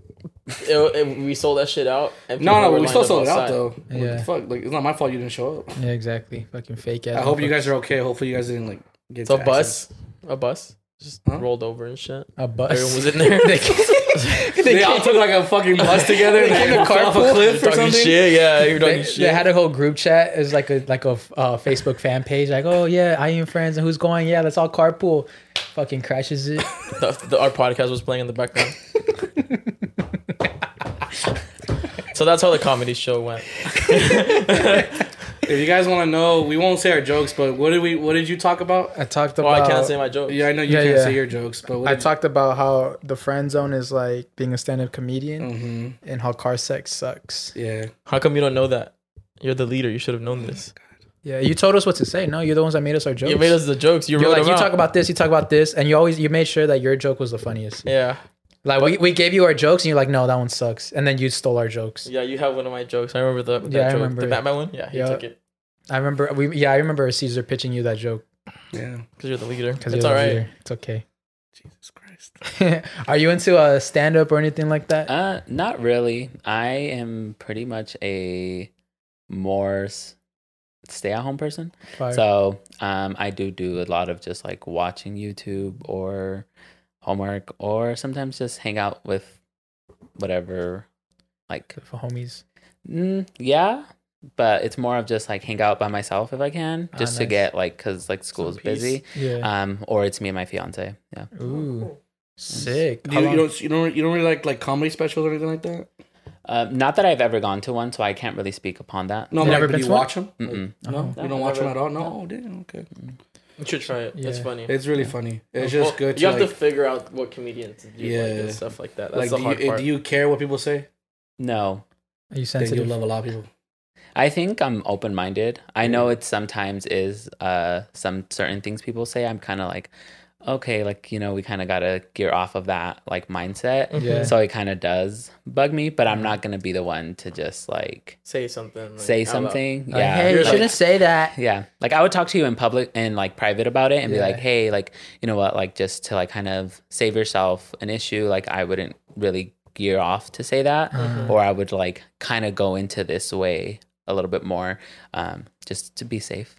Speaker 1: It- it- we sold that shit out. and
Speaker 3: No,
Speaker 1: people
Speaker 3: no,
Speaker 1: were
Speaker 3: but we
Speaker 1: lined
Speaker 3: still
Speaker 1: up
Speaker 3: sold it out
Speaker 1: outside.
Speaker 3: though. What the
Speaker 2: Yeah.
Speaker 3: fuck, like it's not my fault you didn't show up.
Speaker 2: Yeah, exactly. Fucking fake ass.
Speaker 3: I hope you guys are okay. Hopefully you guys didn't like get
Speaker 1: It's a
Speaker 3: taxes.
Speaker 1: bus. A bus. Just
Speaker 3: Huh?
Speaker 1: rolled over and shit.
Speaker 2: a bus.
Speaker 1: Everyone was in there.
Speaker 2: they they,
Speaker 3: They all took like a fucking bus together and
Speaker 2: came
Speaker 3: they
Speaker 2: to
Speaker 3: fell off a
Speaker 2: carpool.
Speaker 3: cliff or
Speaker 1: Talking
Speaker 3: something.
Speaker 1: shit. Yeah, you're
Speaker 2: they-
Speaker 1: talking
Speaker 2: they
Speaker 1: shit.
Speaker 2: had a whole group chat. It was like a like a uh, Facebook fan page. Like, oh yeah, I am friends and who's going? Yeah, let's all carpool. Fucking crashes it.
Speaker 1: The- the- our podcast was playing in the background. so that's how the comedy show went.
Speaker 3: If you guys want to know, we won't say our jokes, but what did we? What did you talk about?
Speaker 2: I talked
Speaker 1: Oh,
Speaker 2: about.
Speaker 1: I can't say my joke.
Speaker 3: Uh, Yeah, I know you
Speaker 2: Yeah,
Speaker 3: can't
Speaker 2: yeah.
Speaker 3: say your jokes, but what
Speaker 2: I
Speaker 3: did-
Speaker 2: talked about how the friend zone is like being a stand-up comedian
Speaker 3: Mm-hmm.
Speaker 2: and how car sex sucks.
Speaker 3: yeah.
Speaker 1: How come you don't know that? You're the leader. You should have known this.
Speaker 2: Yeah, you told us what to say. No, you're the ones that made us our jokes.
Speaker 1: You made us the jokes. You
Speaker 2: You're
Speaker 1: wrote
Speaker 2: like,
Speaker 1: them
Speaker 2: you
Speaker 1: out.
Speaker 2: talk about this, you talk about this, and you always you made sure that your joke was the funniest.
Speaker 1: Yeah,
Speaker 2: Like we, we gave you our jokes, and you're like, no, that one sucks, and then you stole our jokes.
Speaker 1: yeah. You have one of my jokes. I remember the that
Speaker 2: Yeah, I
Speaker 1: joke.
Speaker 2: remember
Speaker 1: the
Speaker 2: it.
Speaker 1: Batman one. Yeah, he
Speaker 2: Yeah.
Speaker 1: took it
Speaker 2: I remember we yeah I remember Caesar pitching you that joke
Speaker 3: Yeah.
Speaker 1: because you're the leader.
Speaker 2: because
Speaker 1: It's all right.
Speaker 2: It's okay.
Speaker 3: Jesus Christ.
Speaker 2: Are you into uh, stand up or anything like that?
Speaker 4: Uh, not really. I am pretty much a more stay at home person.
Speaker 2: Fire.
Speaker 4: So um, I do do a lot of just like watching YouTube or homework, or sometimes just hang out with whatever. Like,
Speaker 2: for homies.
Speaker 4: mm, yeah, but it's more of just like hang out by myself if I can,
Speaker 2: Ah,
Speaker 4: just to
Speaker 2: nice.
Speaker 4: get like because like school's
Speaker 1: peace.
Speaker 4: busy.
Speaker 2: Yeah.
Speaker 1: Uh,
Speaker 4: Um, or it's me and my fiance. Yeah.
Speaker 2: Ooh, sick.
Speaker 3: Do
Speaker 2: How
Speaker 3: you, you
Speaker 2: long-
Speaker 3: don't you don't you don't really like like comedy specials or anything like that?
Speaker 4: Um, not that I've ever gone to one, so I can't really speak upon that.
Speaker 3: No,
Speaker 2: You
Speaker 3: like,
Speaker 2: never
Speaker 3: do
Speaker 2: been
Speaker 3: you
Speaker 2: to one?
Speaker 3: watch them?
Speaker 4: Mm-mm.
Speaker 3: No, you
Speaker 1: No,
Speaker 3: don't watch them
Speaker 1: never.
Speaker 3: at all. No, oh, damn, okay.
Speaker 1: You should try it. It's
Speaker 2: Yeah.
Speaker 1: funny.
Speaker 3: It's really funny. It's
Speaker 1: Well,
Speaker 3: just good.
Speaker 1: You
Speaker 3: to,
Speaker 1: have
Speaker 3: like,
Speaker 1: to figure out what comedians do like
Speaker 3: Yeah.
Speaker 1: and stuff like that.
Speaker 3: like
Speaker 1: That's
Speaker 3: do
Speaker 1: the hard
Speaker 3: you,
Speaker 1: part.
Speaker 3: do you care what people say?
Speaker 4: No,
Speaker 2: Are you
Speaker 3: Then you
Speaker 2: sensitive?
Speaker 3: love a lot of people.
Speaker 4: I think I'm open minded. I know
Speaker 2: Mm.
Speaker 4: it sometimes is uh some certain things people say. I'm kind of like, okay, like you know, we kind of gotta gear off of that like mindset.
Speaker 2: Yeah.
Speaker 4: So it kind of does bug me, but
Speaker 2: Mm-hmm.
Speaker 4: I'm not gonna be the one to just like
Speaker 1: say something. like,
Speaker 4: say
Speaker 1: out loud.
Speaker 4: something.
Speaker 2: Like,
Speaker 4: yeah.
Speaker 2: hey, you
Speaker 1: You're like-
Speaker 2: shouldn't say that.
Speaker 4: Yeah. Like I would talk to you in public and like private about it and be
Speaker 2: Yeah.
Speaker 4: like, hey, like, you know what, like just to like kind of save yourself an issue, like I wouldn't really gear off to say that,
Speaker 3: Mm-hmm.
Speaker 4: or I would like kind of go into this way a little bit more, um, just to be safe.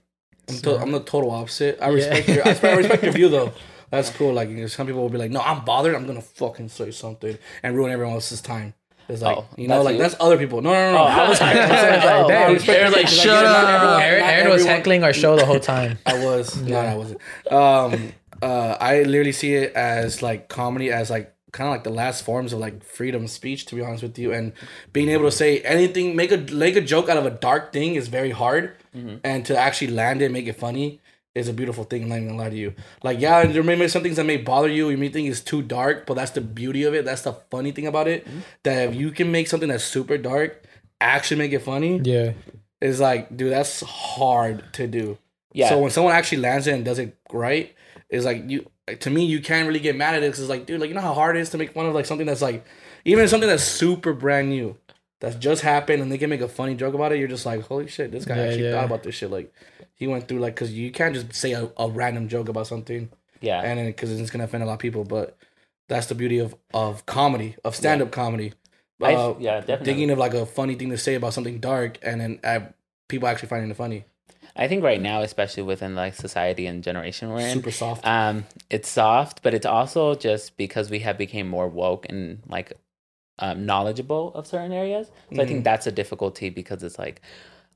Speaker 3: I'm, to, I'm the total opposite. I respect your. I respect, I respect your view though. That's cool. Like you know, some people will be like, "No, I'm bothered. I'm gonna fucking say something and ruin everyone else's time." It's like
Speaker 4: Oh,
Speaker 3: you know,
Speaker 4: that's
Speaker 3: like
Speaker 4: you?
Speaker 3: that's other people. No, no, no. no.
Speaker 4: I was like-
Speaker 3: no, I
Speaker 2: Damn.
Speaker 3: respect-
Speaker 1: Aaron's like,
Speaker 3: yeah,
Speaker 1: "Shut
Speaker 3: not
Speaker 1: up."
Speaker 3: everyone-
Speaker 2: Oh, Aaron,
Speaker 3: not
Speaker 2: Aaron was
Speaker 3: everyone-
Speaker 2: heckling our show the whole time.
Speaker 3: I was. No, I wasn't. Um, uh, I literally see it as like comedy, as like kind of like the last forms of like freedom of speech. To be honest with you, and being able to say anything, make a make a joke out of a dark thing is very hard, and to actually land it, and make it funny. Is a beautiful thing. I'm not even gonna lie to you. Like, yeah, there may be some things that may bother you. You may think it's too dark, but that's the beauty of it. That's the funny thing about it. That if you can make something that's super dark, actually make it funny.
Speaker 2: Yeah.
Speaker 3: It's like, dude, that's hard to do.
Speaker 4: Yeah.
Speaker 3: So when someone actually lands it and does it right, it's like you. Like, to me, you can't really get mad at it because it's like, dude, like you know how hard it is to make fun of like something that's like, even something that's super brand new, that's just happened, and they can make a funny joke about it. You're just like, holy shit, this guy
Speaker 2: Yeah,
Speaker 3: actually
Speaker 2: yeah.
Speaker 3: thought about this shit. Like, he went through like, because you can't just say a, a random joke about something
Speaker 4: Yeah.
Speaker 3: and then because it's gonna offend a lot of people. But that's the beauty of of comedy, of stand up comedy.
Speaker 4: I-
Speaker 3: Uh,
Speaker 4: yeah, definitely.
Speaker 3: Thinking of like a funny thing to say about something dark, and then uh people actually finding it funny.
Speaker 4: I think right now, especially within like society and generation we're in,
Speaker 3: Super soft.
Speaker 4: Um, it's soft, but it's also just because we have become more woke and like um, knowledgeable of certain areas. So I think that's a difficulty because it's like,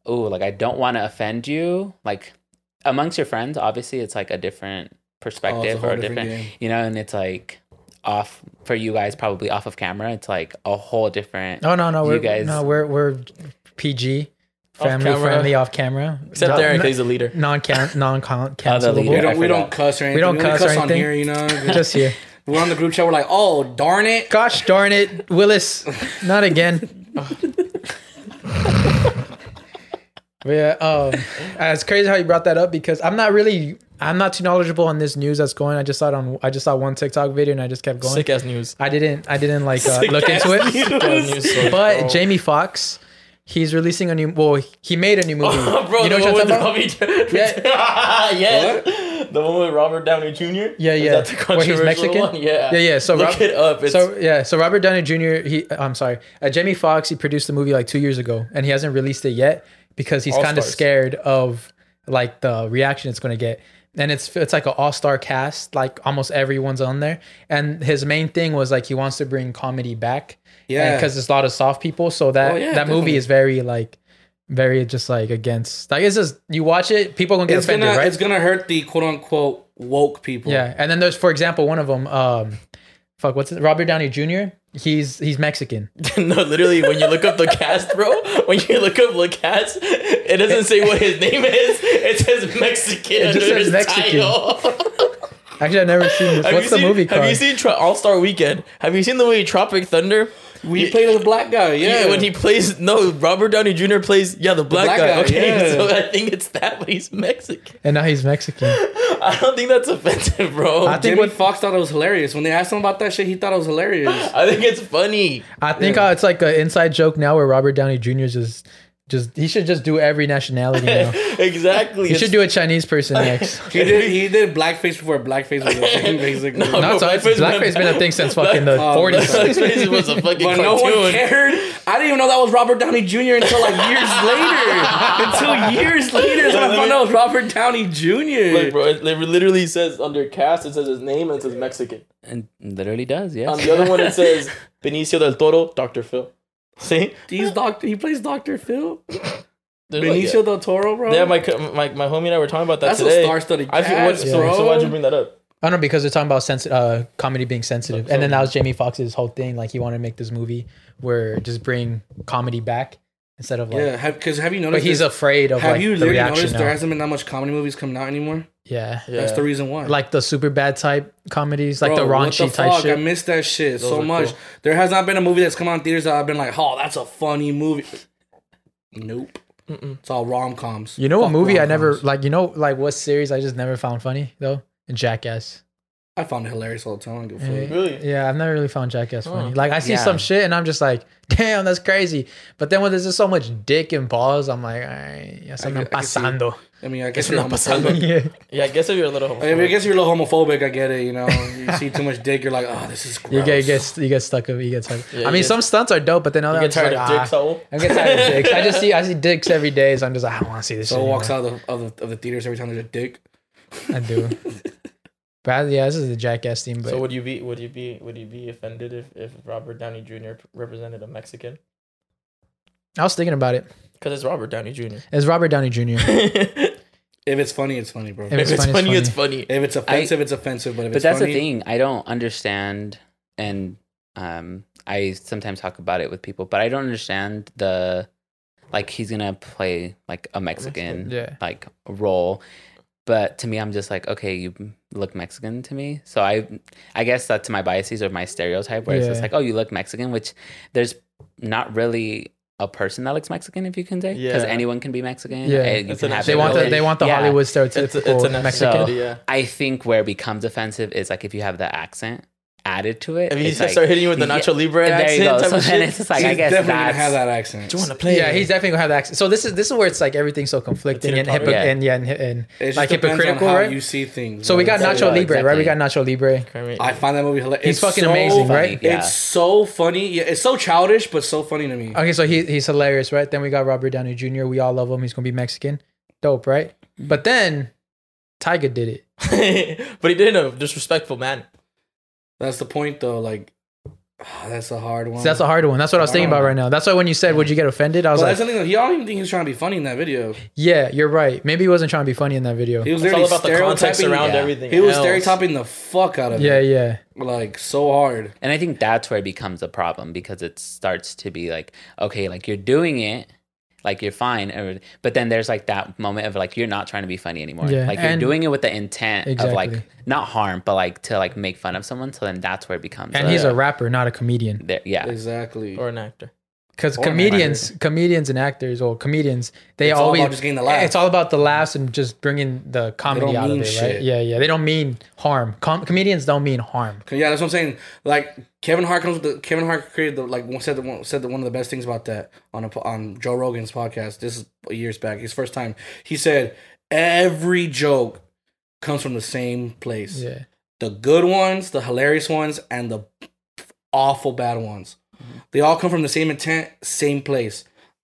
Speaker 4: oh, like I don't want to offend you. Like amongst your friends, obviously, it's like a different perspective
Speaker 3: whole
Speaker 4: or a
Speaker 3: different
Speaker 4: different,
Speaker 3: game.
Speaker 4: you know, and it's like off for you guys probably off of camera. It's like a whole different.
Speaker 2: Oh no, no,
Speaker 4: You
Speaker 2: we're
Speaker 4: guys-
Speaker 2: no, we're we're PG, family
Speaker 1: camera.
Speaker 2: friendly, off camera.
Speaker 1: Except
Speaker 2: No-
Speaker 1: Aaron, 'cause he's the leader.
Speaker 2: non can
Speaker 3: we
Speaker 2: non
Speaker 4: leader.
Speaker 2: cancelable.
Speaker 4: I
Speaker 3: don't, we don't
Speaker 4: forgot.
Speaker 3: cuss or anything.
Speaker 2: don't
Speaker 3: only
Speaker 2: cuss or
Speaker 3: on
Speaker 2: anything.
Speaker 3: here, you know.
Speaker 2: Just here.
Speaker 3: we're on the group chat. We're like, oh darn it.
Speaker 2: Gosh darn it, Willis, not again. But yeah, um, uh, it's crazy how you brought that up because I'm not really, I'm not too knowledgeable on this news that's going. I just saw it on, I just saw one TikTok video and I just kept going.
Speaker 1: Sick ass news.
Speaker 2: I didn't, I didn't like uh, look into it. But Jamie Foxx, he's releasing a new. Well, he made a new movie.
Speaker 1: bro,
Speaker 2: you know
Speaker 1: the
Speaker 2: what I'm
Speaker 1: one
Speaker 2: talking
Speaker 1: with
Speaker 2: about?
Speaker 1: Robbie. yes. The one with Robert Downey Jr.
Speaker 2: Yeah,
Speaker 1: Is
Speaker 2: yeah.
Speaker 1: that the
Speaker 2: Where he's
Speaker 1: controversial
Speaker 2: Mexican?
Speaker 1: one? Yeah,
Speaker 2: yeah, yeah. So
Speaker 1: look
Speaker 2: Rob-
Speaker 1: it up. It's,
Speaker 2: So yeah, so Robert Downey Jr. He, I'm sorry, uh, Jamie Foxx. He produced the movie like two years ago, and he hasn't released it yet because he's
Speaker 1: All
Speaker 2: kind of
Speaker 1: stars.
Speaker 2: scared of like the reaction it's going to get. And it's it's like an all star cast, like almost everyone's on there. And his main thing was like he wants to bring comedy back,
Speaker 3: Yeah.
Speaker 2: because there's a lot of soft people. So that
Speaker 3: Oh, yeah,
Speaker 2: that
Speaker 3: definitely.
Speaker 2: movie is very like very just like against like it's just you watch it, people gonna get
Speaker 3: It's
Speaker 2: offended,
Speaker 3: gonna
Speaker 2: right?
Speaker 3: it's gonna hurt the quote unquote woke people.
Speaker 2: Yeah, and then there's for example one of them. Um, fuck, what's it? Robert Downey Jr. He's he's Mexican.
Speaker 1: no, literally, when you look up the cast, bro, when you look up the cast, it doesn't say what his name is. It says Mexican
Speaker 2: just
Speaker 1: under
Speaker 2: says
Speaker 1: his
Speaker 2: Mexican.
Speaker 1: title.
Speaker 2: Actually, I've never seen this.
Speaker 1: Have
Speaker 2: what's
Speaker 1: you
Speaker 2: the
Speaker 1: seen-
Speaker 2: movie called?
Speaker 1: Have you seen Tro- All Star Weekend? Have you seen the movie Tropic Thunder?
Speaker 3: We played with a black guy. Yeah,
Speaker 1: When he plays, no, Robert Downey Jr. plays, yeah, the black,
Speaker 3: black
Speaker 1: guy.
Speaker 3: guy,
Speaker 1: Okay,
Speaker 3: yeah.
Speaker 1: so I think it's that, but he's Mexican.
Speaker 2: and now he's Mexican.
Speaker 1: I don't think that's offensive, bro.
Speaker 2: I
Speaker 1: I
Speaker 2: think
Speaker 1: think,
Speaker 3: Jamie
Speaker 2: what-
Speaker 3: Foxx thought it was hilarious. When they asked him about that shit, he thought it was hilarious.
Speaker 1: it's funny.
Speaker 2: I think uh, it's like an inside joke now where Robert Downey Jr. is just just he should just do every nationality now.
Speaker 1: Exactly.
Speaker 2: He should do a Chinese person next.
Speaker 3: He did he did blackface before blackface was a thing, basically.
Speaker 2: Not so
Speaker 1: blackface
Speaker 2: blackface, blackface been a thing since fucking the
Speaker 3: Oh,
Speaker 2: forties.
Speaker 1: Blackface was a fucking
Speaker 3: But
Speaker 1: cartoon.
Speaker 3: no one cared. I didn't even know that was Robert Downey Jr. until like years later. until years later is when I found out it was Robert Downey Jr.
Speaker 1: Like, bro, it it literally says under cast, it says his name and it says Mexican.
Speaker 4: And literally does,
Speaker 1: On
Speaker 4: yes.
Speaker 1: the other one, it says Benicio del Toro, Dr. Phil. See?
Speaker 3: He's doctor. He plays Doctor Phil.
Speaker 1: They're like
Speaker 3: Benicio
Speaker 1: that.
Speaker 3: del Toro, bro.
Speaker 1: yeah, my, co- my my homie and I were talking about that
Speaker 3: That's a
Speaker 1: today.
Speaker 3: star-studded
Speaker 1: I feel, what,
Speaker 3: cast,
Speaker 1: so,
Speaker 3: bro.
Speaker 1: so why'd you bring that up?
Speaker 2: I don't know because they're talking about sensi- uh, comedy being sensitive, and then that was Jamie Foxx's whole thing. Like he wanted to make this movie where just bring comedy back instead of like.
Speaker 3: yeah, because have you
Speaker 2: But
Speaker 3: noticed?
Speaker 2: he's
Speaker 3: this-
Speaker 2: afraid of
Speaker 3: have
Speaker 2: like
Speaker 3: you
Speaker 2: the
Speaker 3: literally
Speaker 2: reaction.
Speaker 3: noticed there
Speaker 2: now.
Speaker 3: hasn't been that much comedy movies coming out anymore?
Speaker 2: yeah.
Speaker 3: That's the reason why.
Speaker 2: like the super bad type comedies, like
Speaker 3: Bro,
Speaker 2: the
Speaker 3: what
Speaker 2: raunchy type
Speaker 3: fuck? I
Speaker 2: shit.
Speaker 3: miss that shit so
Speaker 1: are
Speaker 3: much.
Speaker 1: cool.
Speaker 3: There has not been a movie that's come out in theaters that I've been like, oh, that's a funny movie. Nope. It's all rom coms.
Speaker 2: You know what movie I never like? You know, like what series I just never found funny though? Jackass.
Speaker 3: I found it hilarious all the time. I don't give a fuck.
Speaker 2: Yeah.
Speaker 1: Really?
Speaker 2: Yeah, I've never really found Jackass
Speaker 1: Huh.
Speaker 3: Oh,
Speaker 2: funny. Like I see
Speaker 4: Yeah.
Speaker 2: some shit and I'm just like, damn, that's crazy. But then when there's just so much dick and balls, I'm like, "Ay, ya se
Speaker 3: I
Speaker 2: me
Speaker 3: could- I could see-
Speaker 2: pasando.
Speaker 3: I mean, I guess you're homophobic.
Speaker 2: Yeah.
Speaker 1: Yeah, I guess if you're a little.
Speaker 3: I, mean, I guess you're a little homophobic. I get it. You know, you see too much dick, you're like, oh, this is gross.
Speaker 2: You get, you get you get stuck of you get tired.
Speaker 1: Yeah,
Speaker 2: I
Speaker 1: you
Speaker 2: mean,
Speaker 1: get-
Speaker 2: some stunts are dope, but then other
Speaker 1: you get
Speaker 2: ones
Speaker 1: tired
Speaker 2: like,
Speaker 1: of dicks,
Speaker 2: ah,
Speaker 1: Saul?
Speaker 2: I get tired of dicks. I just see I see dicks every day, so I'm just like, I don't want to see this.
Speaker 3: so
Speaker 2: shit
Speaker 3: walks
Speaker 2: anymore."
Speaker 3: out of the, of the of the theaters every time there's a dick.
Speaker 2: I do. But I- yeah, this is the Jackass theme. But
Speaker 1: So would you be would you be would you be offended if, if Robert Downey Jr. represented a Mexican?
Speaker 2: I was thinking about it.
Speaker 1: Because it's Robert Downey Jr.
Speaker 2: It's Robert Downey Jr. If
Speaker 1: if
Speaker 3: If it's funny, it's funny, bro. If,
Speaker 2: If-
Speaker 1: it's,
Speaker 2: it's funny,
Speaker 1: funny,
Speaker 2: it's
Speaker 1: it's funny.
Speaker 3: it's offensive, it's offensive. But if
Speaker 4: but
Speaker 3: it's
Speaker 4: that's
Speaker 3: funny,
Speaker 4: the thing i don't understand and um i sometimes talk about it with people but i don't understand the like he's gonna play like a mexican
Speaker 2: Yeah.
Speaker 4: like role but to me i'm just like okay you look mexican to me so i i guess that's my biases or my stereotype where it's just
Speaker 2: Yeah.
Speaker 4: like oh you look mexican which there's not really a person that looks mexican if you can say because
Speaker 1: Yeah.
Speaker 4: anyone can be mexican
Speaker 2: Yeah.
Speaker 4: eh, you
Speaker 1: It's
Speaker 4: can
Speaker 1: an
Speaker 4: have
Speaker 2: They
Speaker 4: it
Speaker 2: want the
Speaker 4: really-
Speaker 2: they want the
Speaker 4: Yeah.
Speaker 2: Hollywood
Speaker 1: It's,
Speaker 2: stereotypical
Speaker 1: it's an
Speaker 2: Mexican.
Speaker 1: Mexican. yeah.
Speaker 4: I think where it becomes offensive is like if you have the accent added to it.
Speaker 1: If you
Speaker 4: it's
Speaker 1: start
Speaker 4: like,
Speaker 1: hitting you with the
Speaker 4: yeah,
Speaker 1: Nacho Libre
Speaker 4: there you
Speaker 1: accent,
Speaker 4: go.
Speaker 1: type
Speaker 4: So
Speaker 1: of
Speaker 4: then
Speaker 1: shit.
Speaker 4: it's just like
Speaker 3: he's
Speaker 4: I guess
Speaker 3: definitely gonna
Speaker 4: that's
Speaker 3: have that accent.
Speaker 1: Do you want to play?
Speaker 2: Yeah, he's definitely gonna have the accent. So this is this is where it's like everything's so conflicting and, hypo-
Speaker 1: Teeter-totter.
Speaker 4: Yeah.
Speaker 2: and yeah and, and
Speaker 3: It just
Speaker 2: like
Speaker 3: depends on
Speaker 2: hypocritical,
Speaker 3: how
Speaker 2: right?
Speaker 3: You see things.
Speaker 2: so we got
Speaker 3: bro.
Speaker 4: Yeah,
Speaker 2: Nacho Libre, right? We got Nacho Libre.
Speaker 3: I find that movie hilarious.
Speaker 2: He's
Speaker 3: It's
Speaker 2: fucking
Speaker 3: so-
Speaker 2: amazing, right?
Speaker 4: Yeah.
Speaker 3: It's so funny. Yeah, it's so childish, but so funny to me.
Speaker 2: Okay, so he he's hilarious, right? Then we got Robert Downey Jr. We all love him. He's gonna be Mexican, dope, right? But then Tiger did it.
Speaker 1: but he did it in a disrespectful manner.
Speaker 3: That's the point, though. Like, ah, that's a hard one.
Speaker 2: So that's a hard one. That's what I was thinking about right now. That's why when you said, "Would you get offended?" I was
Speaker 3: Well,
Speaker 2: like,
Speaker 3: that's something. He I don't even think he was trying to be funny in that video.
Speaker 2: "Yeah, you're right. Maybe he wasn't trying to be funny in that video."
Speaker 3: He was
Speaker 1: It's
Speaker 3: literally
Speaker 1: all about the context
Speaker 3: stereotyping-
Speaker 1: around
Speaker 4: Yeah.
Speaker 1: everything.
Speaker 3: He was
Speaker 1: else.
Speaker 3: stereotyping the fuck out of
Speaker 2: Yeah,
Speaker 3: it,
Speaker 2: yeah.
Speaker 3: like so hard.
Speaker 4: And I think that's where it becomes a problem because it starts to be like, okay, like you're doing it, like you're fine, or- but then there's like that moment of like you're not trying to be funny anymore.
Speaker 2: Yeah,
Speaker 4: Like you're
Speaker 2: and-
Speaker 4: doing it with the intent of like
Speaker 2: Exactly.
Speaker 4: not harm, but like to like make fun of someone. So then that's where it becomes.
Speaker 2: And he's a rapper, not a comedian.
Speaker 4: there- yeah.
Speaker 3: Exactly.
Speaker 1: Or an actor.
Speaker 2: Because
Speaker 3: Or an
Speaker 2: comedians, comedians and actors, or comedians, they
Speaker 3: It's all
Speaker 2: always
Speaker 3: about just getting the laugh.
Speaker 2: It's all about the laughs and just bringing the comedy
Speaker 3: don't
Speaker 2: out of
Speaker 3: mean
Speaker 2: it, right?
Speaker 3: shit.
Speaker 2: Yeah, yeah. They don't mean harm. Com- comedians don't mean harm.
Speaker 3: 'Cause, Yeah, that's what I'm saying. Like Kevin Hart comes with the Kevin Hart created the like one- said the one said the, one of the best things about that on a, po- on Joe Rogan's podcast. This is years back, his first time. He said every joke comes from the same place:
Speaker 2: Yeah,
Speaker 3: the good ones, the hilarious ones, and the awful bad ones.
Speaker 2: Mm-hmm.
Speaker 3: They all come from the same intent, same place.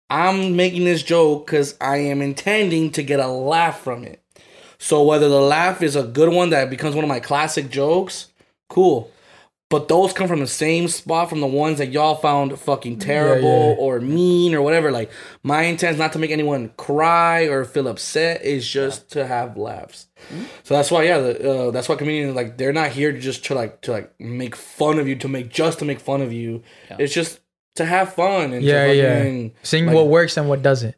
Speaker 3: I'm making this joke because I am intending to get a laugh from it. So whether the laugh is a good one that becomes one of my classic jokes, cool. But those come from the same spot from the ones that y'all found fucking terrible
Speaker 2: yeah.
Speaker 3: or mean or whatever. Like my intent is not to make anyone cry or feel upset. It's just to have laughs. So that's why, yeah, the, uh, that's why comedians like they're not here to just to like to like make fun of you to make just to make fun of you. It's just to have fun and
Speaker 2: yeah,
Speaker 3: to
Speaker 2: yeah.
Speaker 3: fucking-
Speaker 2: Seeing
Speaker 3: like,
Speaker 2: what works and what doesn't.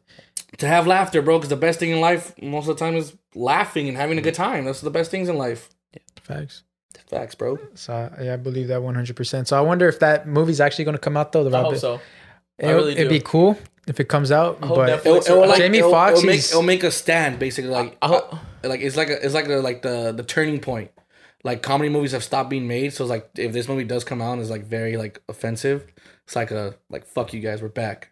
Speaker 3: to have laughter, bro. Because the best thing in life most of the time is laughing and having a good time. That's the best things in life.
Speaker 2: Facts.
Speaker 3: Facts, bro.
Speaker 2: So I- yeah, I believe that 100. percent So I wonder if that movie's actually going to come out though. The
Speaker 1: I
Speaker 2: Robert,
Speaker 1: hope so.
Speaker 2: it,
Speaker 1: I really
Speaker 2: would
Speaker 1: do.
Speaker 2: be cool if it comes out.
Speaker 1: hope
Speaker 2: But
Speaker 1: Netflix- It'll- it'll, like,
Speaker 2: Jamie
Speaker 3: it'll-
Speaker 2: Foxx
Speaker 3: It'll make,
Speaker 2: is-
Speaker 3: it'll make a stand, basically. Like, uh,
Speaker 1: I hope-
Speaker 3: like it's like a, it's like the like the the turning point. Like comedy movies have stopped being made, so it's like if this movie does come out, and is like very like offensive. It's like a like fuck you guys, we're back.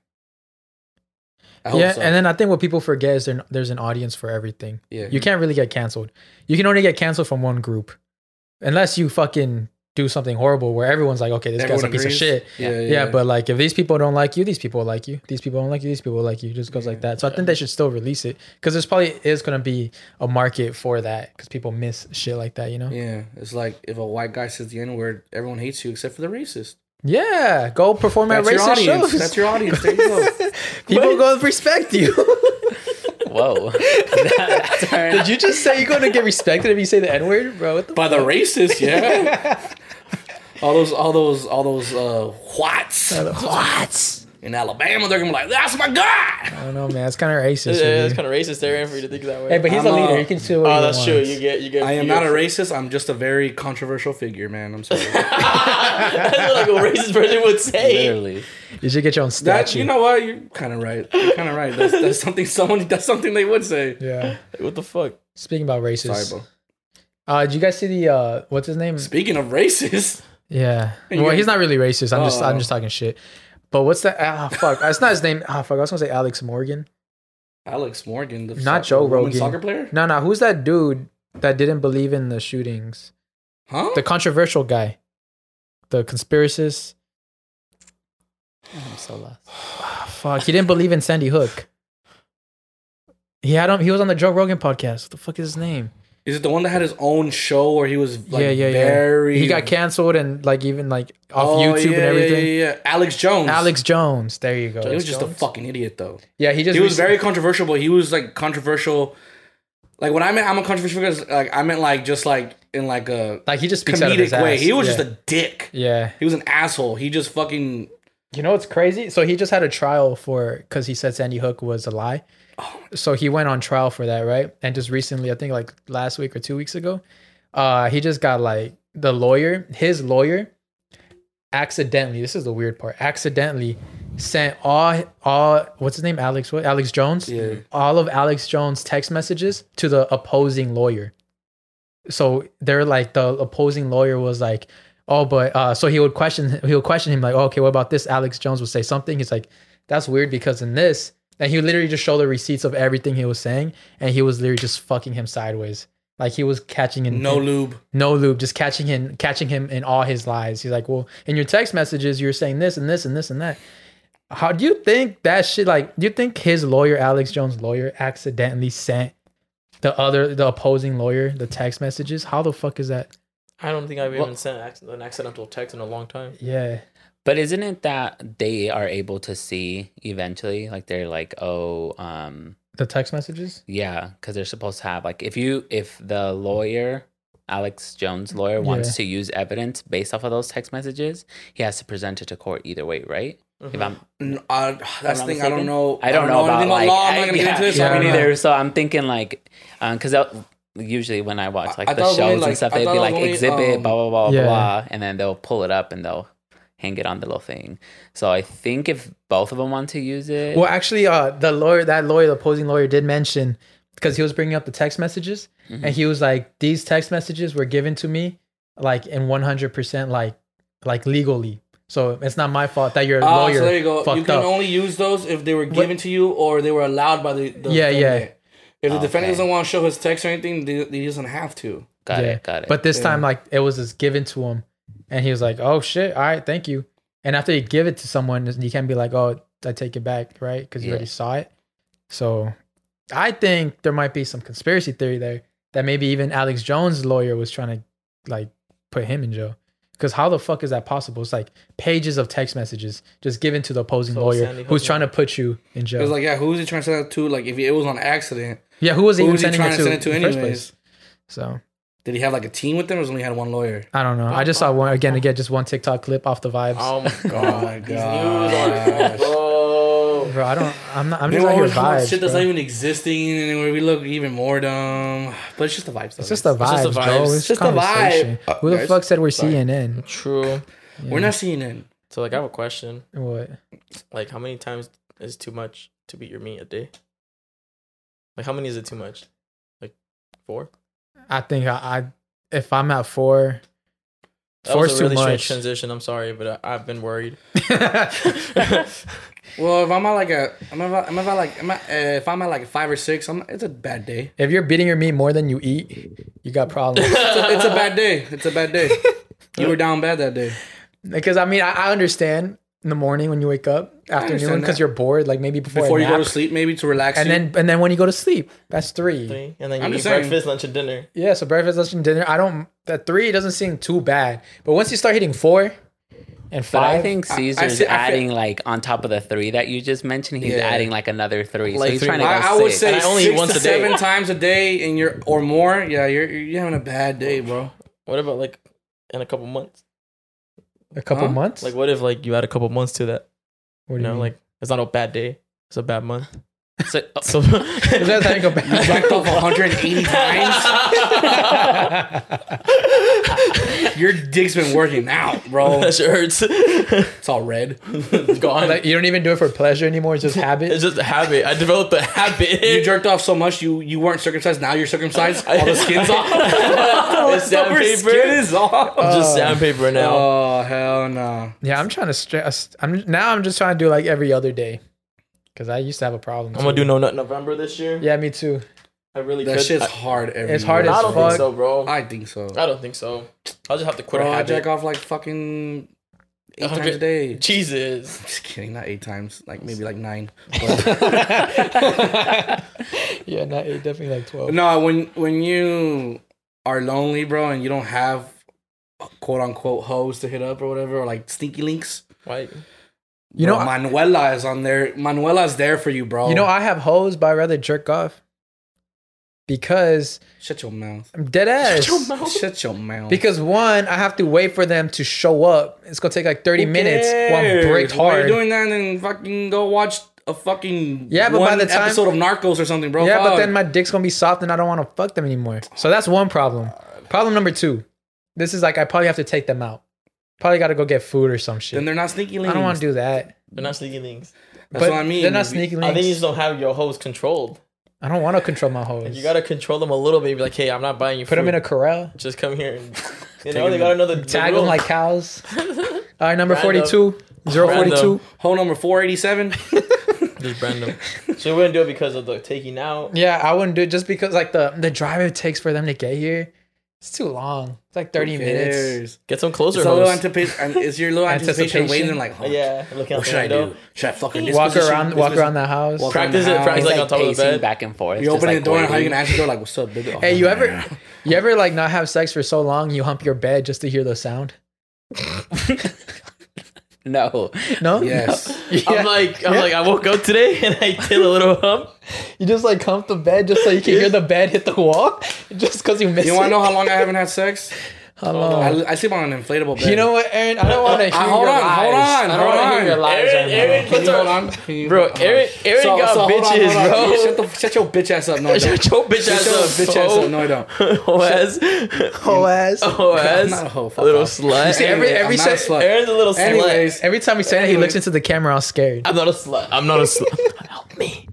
Speaker 3: I hope
Speaker 2: yeah,
Speaker 3: so.
Speaker 2: and then I think what people forget is there, there's an audience for everything.
Speaker 3: yeah,
Speaker 2: You can't really get canceled. You can only get canceled from one group, unless you fucking do something horrible where everyone's like, okay, this guy's a
Speaker 3: Everyone
Speaker 2: piece of
Speaker 3: agrees?
Speaker 2: shit.
Speaker 3: Yeah,
Speaker 2: Yeah,
Speaker 3: yeah, yeah.
Speaker 2: but like if these people don't like you, these people like you. These people don't like you, these people like you. It just goes like that. So I think they should still release it because there's probably is gonna be a market for that because people miss shit like that. You know.
Speaker 3: yeah, it's like if a white guy says the n word, everyone hates you except for the racist.
Speaker 2: Yeah, go perform
Speaker 3: That's
Speaker 2: at
Speaker 3: your
Speaker 2: racist
Speaker 3: audience.
Speaker 2: shows.
Speaker 3: That's your audience. There you go.
Speaker 2: People gonna respect you.
Speaker 4: Whoa. That's our-
Speaker 2: Did you just say you're gonna get respected if you say the N word, bro? What the
Speaker 3: By the racists, yeah. all those, all those, all those uh, whites
Speaker 2: what?
Speaker 3: in Alabama, they're gonna be like, "That's my guy."
Speaker 2: I don't know, man. It's kind of racist.
Speaker 1: Yeah,
Speaker 2: really.
Speaker 1: it's kind of racist there for you to think that way.
Speaker 2: Hey, but
Speaker 3: I'm,
Speaker 2: he's a leader.
Speaker 3: uh,
Speaker 2: You can do what
Speaker 1: oh,
Speaker 2: he
Speaker 1: that's true.
Speaker 2: wants.
Speaker 1: You get you get.
Speaker 3: I am
Speaker 1: you
Speaker 3: not a
Speaker 1: get-
Speaker 3: racist. I'm just a very controversial figure, man. I'm sorry.
Speaker 1: That's what like a racist person would say.
Speaker 4: Literally.
Speaker 2: You should get your own
Speaker 3: that
Speaker 2: statue.
Speaker 3: you know what? You're kind of right. You're kind of right. That's, that's something someone. That's something they would say.
Speaker 2: yeah.
Speaker 1: What the fuck?
Speaker 2: Speaking about racists,
Speaker 3: Sorry, bro.
Speaker 2: Uh, did you guys see the uh, what's his name?
Speaker 3: Speaking of racist,
Speaker 2: Yeah.
Speaker 3: You
Speaker 2: Well,
Speaker 3: guys-
Speaker 2: he's not really racist. I'm just I'm
Speaker 3: Oh.
Speaker 2: just talking shit. But what's that? Ah, fuck. It's not his name. Ah, fuck. I was gonna say Alex Morgan.
Speaker 3: Alex Morgan, the
Speaker 2: Not
Speaker 3: soccer-
Speaker 2: Joe
Speaker 3: woman
Speaker 2: Rogan.
Speaker 3: soccer player,
Speaker 2: No, no. Who's that dude that didn't believe in the shootings?
Speaker 3: huh?
Speaker 2: The controversial guy, the conspiracist.
Speaker 4: I'm so lost.
Speaker 2: Ah, fuck. He didn't believe in Sandy Hook. He had him. He was on the Joe Rogan podcast. What the fuck is his name?
Speaker 3: Is it the one that had his own show where he was like
Speaker 2: yeah, yeah, yeah.
Speaker 3: very
Speaker 2: He got canceled and like even like off
Speaker 3: Oh, yeah,
Speaker 2: YouTube and
Speaker 3: yeah,
Speaker 2: everything.
Speaker 3: Yeah, yeah, Alex Jones.
Speaker 2: Alex Jones. There you go.
Speaker 3: He was just
Speaker 1: Jones?
Speaker 3: a fucking idiot though.
Speaker 2: Yeah, he just
Speaker 3: He was
Speaker 2: recent-
Speaker 3: very controversial, but he was like controversial. Like when I meant I'm a controversial because like I meant like just like in like a
Speaker 2: like he just speaks out of his
Speaker 3: comedic way.
Speaker 2: ass.
Speaker 3: He was
Speaker 2: yeah.
Speaker 3: just a dick.
Speaker 2: yeah.
Speaker 3: He was an asshole. He just fucking
Speaker 2: You know what's crazy? So he just had a trial for because he said Sandy Hook was a lie. So he went on trial for that, right? And just recently, I think like last week or two weeks ago, uh, he just got like the lawyer, his lawyer, accidentally. This is the weird part. Accidentally sent all all what's his name? Alex what? Alex Jones.
Speaker 3: Yeah.
Speaker 2: All of Alex Jones' text messages to the opposing lawyer. So they're like the opposing lawyer was like, oh, but uh, so he would question he would question him like, oh, okay, what about this? Alex Jones would say something. He's like, that's weird because in this, and he would literally just show the receipts of everything he was saying, and he was literally just fucking him sideways. Like he was catching in
Speaker 3: no
Speaker 2: in-
Speaker 3: lube.
Speaker 2: no loop, just catching him, catching him in all his lies. He's like, well, in your text messages, you're saying this and this and this and that. How do you think that shit? Like, do you think his lawyer, Alex Jones' lawyer, accidentally sent the other, the opposing lawyer, the text messages? How the fuck is that?
Speaker 1: I don't think I've
Speaker 4: Well-
Speaker 1: even sent acc- an accidental text in a long time.
Speaker 2: Yeah,
Speaker 4: But isn't it that they are able to see eventually? Like they're like, oh, um,
Speaker 2: the text messages.
Speaker 4: yeah, because they're supposed to have like if you if the lawyer Alex Jones lawyer wants
Speaker 2: Yeah.
Speaker 4: to use evidence based off of those text messages, he has to present it to court either way, right?
Speaker 1: Mm-hmm.
Speaker 4: If I'm
Speaker 3: N- Uh, that's the
Speaker 4: not
Speaker 3: thing. I
Speaker 4: mistaken?
Speaker 3: don't know.
Speaker 4: I don't, know, about
Speaker 3: anything
Speaker 4: like,
Speaker 3: law. I'm not gonna
Speaker 4: I-
Speaker 3: get into this.
Speaker 2: yeah,
Speaker 3: I
Speaker 4: me
Speaker 3: don't
Speaker 2: don't
Speaker 3: know.
Speaker 4: neither. So I'm thinking like, because usually when I watch
Speaker 3: I-
Speaker 4: like
Speaker 3: I
Speaker 4: the
Speaker 3: thought it was
Speaker 4: shows
Speaker 3: only, like-
Speaker 4: and stuff,
Speaker 3: I
Speaker 4: they'd
Speaker 3: thought
Speaker 4: be
Speaker 3: it was
Speaker 4: like
Speaker 3: only,
Speaker 4: exhibit
Speaker 3: um,
Speaker 4: blah blah blah
Speaker 2: Yeah.
Speaker 4: blah, and then they'll pull it up and they'll hang it on the little thing. So I think if both of them want to use it,
Speaker 2: Well, actually, uh, the lawyer, that lawyer, the opposing lawyer, did mention because he was bringing up the text messages,
Speaker 3: Mm-hmm.
Speaker 2: and he was like, "These text messages were given to me, like in one hundred percent, like, like legally. So it's not my fault that your
Speaker 3: Ah,
Speaker 2: lawyer
Speaker 3: so there you go.
Speaker 2: fucked
Speaker 3: You can
Speaker 2: up."
Speaker 3: only use those if they were given to you or they were allowed by the, the
Speaker 2: Yeah, yeah.
Speaker 3: defendant. If the
Speaker 4: Okay.
Speaker 3: defendant doesn't want to show his text or anything, they, he doesn't have to.
Speaker 4: got
Speaker 2: Yeah.
Speaker 4: it, got it.
Speaker 2: But this
Speaker 3: Yeah.
Speaker 2: time, like, it was just given to him, and he was like, "Oh shit, all right, thank you." And after you give it to someone, you can't be like, "Oh, I take it back," right? Because you
Speaker 4: Yeah.
Speaker 2: already saw it. So, I think there might be some conspiracy theory there that maybe even Alex Jones' lawyer was trying to like put him in jail. Because how the fuck is that possible? It's like pages of text messages just given to the opposing
Speaker 1: So
Speaker 2: lawyer
Speaker 1: Sandy Hook
Speaker 2: who's
Speaker 1: one.
Speaker 2: trying to put you in
Speaker 3: It was
Speaker 2: jail.
Speaker 3: like, yeah, who is he trying to send it to? Like, if it was on accident,
Speaker 2: yeah, who was he
Speaker 3: who
Speaker 2: even
Speaker 3: was he
Speaker 2: sending
Speaker 3: trying to
Speaker 2: it to,
Speaker 3: send it to
Speaker 2: in the first
Speaker 3: anyways?
Speaker 2: place? So
Speaker 3: Did he have like a team with him, or was he only had one lawyer?
Speaker 2: I don't know. I just saw one again again just one TikTok clip off the vibes.
Speaker 1: Oh my
Speaker 3: Oh
Speaker 1: god.
Speaker 3: my
Speaker 1: These news articles,
Speaker 3: gosh.
Speaker 1: bro.
Speaker 2: Bro, I don't. I'm not. I'm
Speaker 3: They
Speaker 2: just
Speaker 3: were
Speaker 2: out here
Speaker 3: always calling
Speaker 2: vibes.
Speaker 3: shit that's
Speaker 2: bro.
Speaker 3: not even existing, and then where we look even more dumb. But it's just the vibes. Though.
Speaker 2: it's just the
Speaker 1: just
Speaker 2: vibes,
Speaker 1: the
Speaker 2: Joe.
Speaker 1: vibes.
Speaker 2: It's,
Speaker 1: It's
Speaker 3: just the vibe.
Speaker 2: conversation.
Speaker 3: Uh,
Speaker 2: Who the
Speaker 3: guys,
Speaker 2: fuck said we're
Speaker 3: sorry.
Speaker 2: CNN?
Speaker 1: True.
Speaker 3: We're not seeing it.
Speaker 1: So like I have a question.
Speaker 2: What?
Speaker 1: Like how many times is too much to beat your meat a day? Like how many is it too much? Like four?
Speaker 2: I think I, I if I'm at four,
Speaker 1: That
Speaker 2: four's
Speaker 1: was a really
Speaker 2: too
Speaker 1: strange
Speaker 2: much.
Speaker 1: transition. I'm sorry, but I, I've been worried.
Speaker 3: Well, if I'm at like a, I'm at, I'm at like, I'm at, uh, if I'm at like five or six, I'm, it's a bad day.
Speaker 2: if you're beating your meat more than you eat, you got problems.
Speaker 3: It's a, it's a bad day. It's a bad day. You were down bad that day.
Speaker 2: because I mean, I, I understand in the morning when you wake up, afternoon
Speaker 3: understand
Speaker 2: because
Speaker 3: that.
Speaker 2: you're bored, like maybe before,
Speaker 3: Before
Speaker 2: a
Speaker 3: you
Speaker 2: nap,
Speaker 3: go to sleep, maybe to relax.
Speaker 2: and
Speaker 3: you.
Speaker 2: then and then when you go to sleep, that's three.
Speaker 1: Three, and then you
Speaker 3: I'm
Speaker 1: eat
Speaker 3: just saying.
Speaker 1: breakfast, lunch, and dinner.
Speaker 2: Yeah, so breakfast, lunch, and dinner. I don't. That three doesn't seem too bad, but once you start hitting four and
Speaker 4: But
Speaker 2: five,
Speaker 4: I think Caesar's
Speaker 3: see- I feel-
Speaker 4: adding like on top of the three that you just mentioned, he's
Speaker 3: Yeah.
Speaker 4: adding like another three.
Speaker 1: Like
Speaker 4: so he's
Speaker 1: three
Speaker 4: trying to go
Speaker 1: more.
Speaker 3: I, I would
Speaker 4: six.
Speaker 3: say
Speaker 1: And I only eat
Speaker 3: six
Speaker 1: once
Speaker 3: to
Speaker 1: a day.
Speaker 3: seven times a day, and you're or more. Yeah, you're you're having a bad day, bro.
Speaker 1: What about like in a couple months?
Speaker 2: a couple
Speaker 3: Huh?
Speaker 2: months.
Speaker 1: Like what if like you add a couple months to that?
Speaker 2: what do
Speaker 1: You know,
Speaker 3: Mm-hmm.
Speaker 2: mean?
Speaker 1: like it's not a bad day. It's a bad month.
Speaker 4: So- oh,
Speaker 1: So
Speaker 2: That's how you go back.
Speaker 3: Jacked off 180 times. Your dick's been working out, bro.
Speaker 1: that shit hurts. it's
Speaker 3: It's all red.
Speaker 1: gone.
Speaker 2: Like you don't even do it for pleasure anymore. It's just habit.
Speaker 1: it's just a habit. I developed a
Speaker 3: You
Speaker 1: habit.
Speaker 3: jerked off so much you you weren't circumcised. Now you're circumcised. All the skin's off.
Speaker 1: it's
Speaker 3: Your skin
Speaker 1: sandpaper.
Speaker 3: is off.
Speaker 1: It's just sandpaper now.
Speaker 3: Oh hell no!
Speaker 2: yeah, I'm trying to stress. I'm now. I'm just trying to do like every other day, because I used to have a problem.
Speaker 1: I'm gonna
Speaker 2: too.
Speaker 1: do no nut November this year.
Speaker 2: Yeah, me too.
Speaker 1: I really
Speaker 3: That
Speaker 1: could.
Speaker 3: shit's
Speaker 1: I,
Speaker 3: hard. Every
Speaker 2: It's hard
Speaker 3: year.
Speaker 1: I
Speaker 2: as
Speaker 1: don't
Speaker 2: fuck.
Speaker 1: think so, bro. I,
Speaker 3: I think so.
Speaker 1: don't think so. I'll just have to quit
Speaker 3: Bro,
Speaker 1: a
Speaker 3: I
Speaker 1: habit.
Speaker 3: jack off like fucking eight times a
Speaker 1: 100
Speaker 3: day.
Speaker 1: Jesus.
Speaker 3: Just kidding, not eight times. Like maybe like nine. But-
Speaker 2: Yeah, not eight, definitely like twelve.
Speaker 3: No, when when you are lonely, bro, and you don't have quote unquote hoes to hit up or whatever, or like stinky links,
Speaker 1: Why?
Speaker 2: you
Speaker 3: bro,
Speaker 2: know,
Speaker 3: Manuela is on there. Manuela's there for you, bro.
Speaker 2: you know, I have hoes, but I would rather jerk off because
Speaker 3: shut your mouth.
Speaker 2: I'm dead ass.
Speaker 3: Shut your mouth.
Speaker 2: Because one, I have to wait for them to show up. It's gonna take like thirty
Speaker 3: Who
Speaker 2: minutes. While I'm
Speaker 3: cares?
Speaker 2: bricked
Speaker 3: Why are you
Speaker 2: hard.
Speaker 3: doing that and fucking go watch a fucking
Speaker 2: Yeah, but by
Speaker 3: one
Speaker 2: the time-
Speaker 3: episode of Narcos or something, bro.
Speaker 2: yeah, but
Speaker 3: Fuck.
Speaker 2: then my dick's gonna be soft and I don't want to fuck them anymore. So that's one problem. Problem number two. This is like I probably have to take them out. Probably got to go get food or some shit.
Speaker 3: Then they're not sneaky
Speaker 2: I
Speaker 3: links.
Speaker 2: don't want to do that.
Speaker 1: They're not sneaky links.
Speaker 3: That's
Speaker 2: but
Speaker 3: what I mean.
Speaker 2: They're not
Speaker 3: We-
Speaker 2: sneaky
Speaker 1: I
Speaker 2: links. I,
Speaker 1: think you just don't have your hoes controlled.
Speaker 2: don't want to control my hoes.
Speaker 1: You gotta control them a little bit. Be like, hey, I'm not buying you.
Speaker 2: put them in a corral.
Speaker 1: Just come here and you
Speaker 3: Take
Speaker 1: know they
Speaker 3: them
Speaker 1: got
Speaker 3: in.
Speaker 1: another the
Speaker 2: Tag them
Speaker 1: room.
Speaker 2: like cows. All right, number
Speaker 1: Random.
Speaker 2: 42. 042.
Speaker 1: Random.
Speaker 3: Hole number four eighty seven.
Speaker 1: just random. so we wouldn't do it because of the taking out.
Speaker 2: Yeah, I wouldn't do it just because like the the drive it takes for them to get here. It's too long. It's like 30 minutes.
Speaker 1: Get some closer.
Speaker 3: It's a little
Speaker 1: hoes.
Speaker 3: antipa- and it's your little anticipation,
Speaker 2: Anticipation.
Speaker 3: waiting like, oh,
Speaker 1: yeah, looking out
Speaker 3: what
Speaker 1: the
Speaker 3: should I
Speaker 1: window.
Speaker 3: do? Should I fucking
Speaker 2: Walk around walk around the house.
Speaker 3: Walk
Speaker 1: Practice
Speaker 3: around
Speaker 1: it.
Speaker 3: the
Speaker 1: Practice
Speaker 3: house.
Speaker 1: like on top of the
Speaker 4: pacing
Speaker 1: bed.
Speaker 4: back and forth.
Speaker 3: You're
Speaker 4: just,
Speaker 3: opening
Speaker 4: like,
Speaker 3: the door and how you
Speaker 4: waiting.
Speaker 3: gonna answer the door like, what's up, baby? Oh,
Speaker 2: Hey, you ever you ever like not have sex for so long you hump your bed just to hear the sound?
Speaker 4: No,
Speaker 2: No?
Speaker 3: Yes.
Speaker 2: Yeah.
Speaker 1: I'm like, I'm like, I woke up today and I did a little hump.
Speaker 2: you just like hump the bed just so you can hear the bed hit the wall just because you miss
Speaker 3: You
Speaker 2: it.
Speaker 3: want to know how long I haven't had sex?
Speaker 2: How long?
Speaker 3: I, I sleep on an inflatable bed.
Speaker 2: you know what, Aaron? I don't want to hear
Speaker 3: Uh, hold
Speaker 2: your
Speaker 3: on,
Speaker 2: lies.
Speaker 3: hold on,
Speaker 2: I don't
Speaker 3: hold
Speaker 2: wanna
Speaker 3: on.
Speaker 2: hear your lies
Speaker 1: Aaron,
Speaker 2: right
Speaker 1: Aaron,
Speaker 2: now.
Speaker 3: Can
Speaker 1: what's
Speaker 3: you
Speaker 1: our-
Speaker 3: hold on? Can you-
Speaker 1: bro?
Speaker 3: hold on.
Speaker 1: Aaron, Aaron
Speaker 3: So-
Speaker 1: got
Speaker 3: so hold on, hold
Speaker 1: bitches,
Speaker 3: on.
Speaker 1: bro.
Speaker 3: Shut, the, shut your bitch ass up. No, I don't.
Speaker 1: Shut your bitch
Speaker 3: Shut your
Speaker 1: ass
Speaker 3: bitch ass up. No,
Speaker 1: up,
Speaker 3: I don't.
Speaker 1: ho ass, Oh,
Speaker 2: Whole Oh, ass.
Speaker 1: ho
Speaker 3: I'm not a
Speaker 1: ass,
Speaker 3: hoe. Fuck
Speaker 1: little
Speaker 3: off.
Speaker 1: slut.
Speaker 2: every-
Speaker 3: Anyway,
Speaker 2: every
Speaker 3: I'm not a
Speaker 2: se-
Speaker 3: slut.
Speaker 1: Aaron's a little slut.
Speaker 3: Anyways,
Speaker 2: Every time he said it, he looks into the camera all scared.
Speaker 1: I'm not a slut. I'm not a slut. Help me.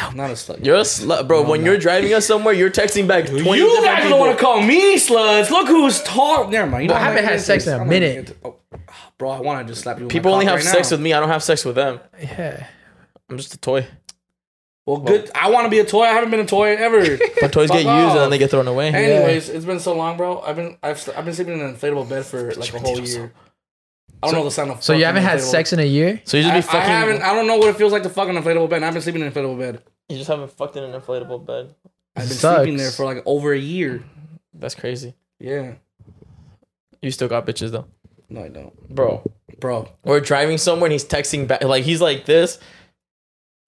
Speaker 3: I'm not a slut.
Speaker 1: You're a slut, bro. when you're driving us somewhere, you're texting back 20
Speaker 3: You
Speaker 1: different
Speaker 3: guys
Speaker 1: people.
Speaker 3: don't want to call me sluts. Look who's tall. Never mind. You know
Speaker 2: I
Speaker 3: what?
Speaker 2: haven't
Speaker 3: I'm
Speaker 2: had
Speaker 3: not
Speaker 2: sex in a
Speaker 3: gonna get
Speaker 2: minute.
Speaker 3: to- oh, Bro, I want to just slap you. with my
Speaker 1: People only
Speaker 3: cock
Speaker 1: have
Speaker 3: right
Speaker 1: sex
Speaker 3: now.
Speaker 1: with me. I don't have sex with them.
Speaker 2: Yeah.
Speaker 1: I'm just a toy.
Speaker 3: Well, good.
Speaker 1: Oh.
Speaker 3: I want to be a toy. I haven't been a toy ever.
Speaker 1: My toys
Speaker 3: Fuck
Speaker 1: get used and
Speaker 3: off.
Speaker 1: then they get thrown away.
Speaker 3: Anyways, it's been so long, bro. I've been I've I've been sleeping in an inflatable bed for like a whole year. I don't know the sound of.
Speaker 2: So you haven't had
Speaker 3: fucking inflatable-
Speaker 2: sex in a year?
Speaker 1: So you just
Speaker 3: I,
Speaker 1: be
Speaker 3: I
Speaker 1: fucking.
Speaker 3: haven't. I don't know what it feels like to fuck an inflatable bed. and I've been sleeping in an inflatable bed.
Speaker 1: You just haven't fucked in an inflatable bed.
Speaker 3: I've been
Speaker 2: Sucks.
Speaker 3: sleeping there for like over a year.
Speaker 1: That's crazy.
Speaker 3: Yeah.
Speaker 1: You still got bitches though,
Speaker 3: No, I don't,
Speaker 1: bro.
Speaker 3: bro.
Speaker 1: Or driving somewhere and he's texting back. Like he's like this.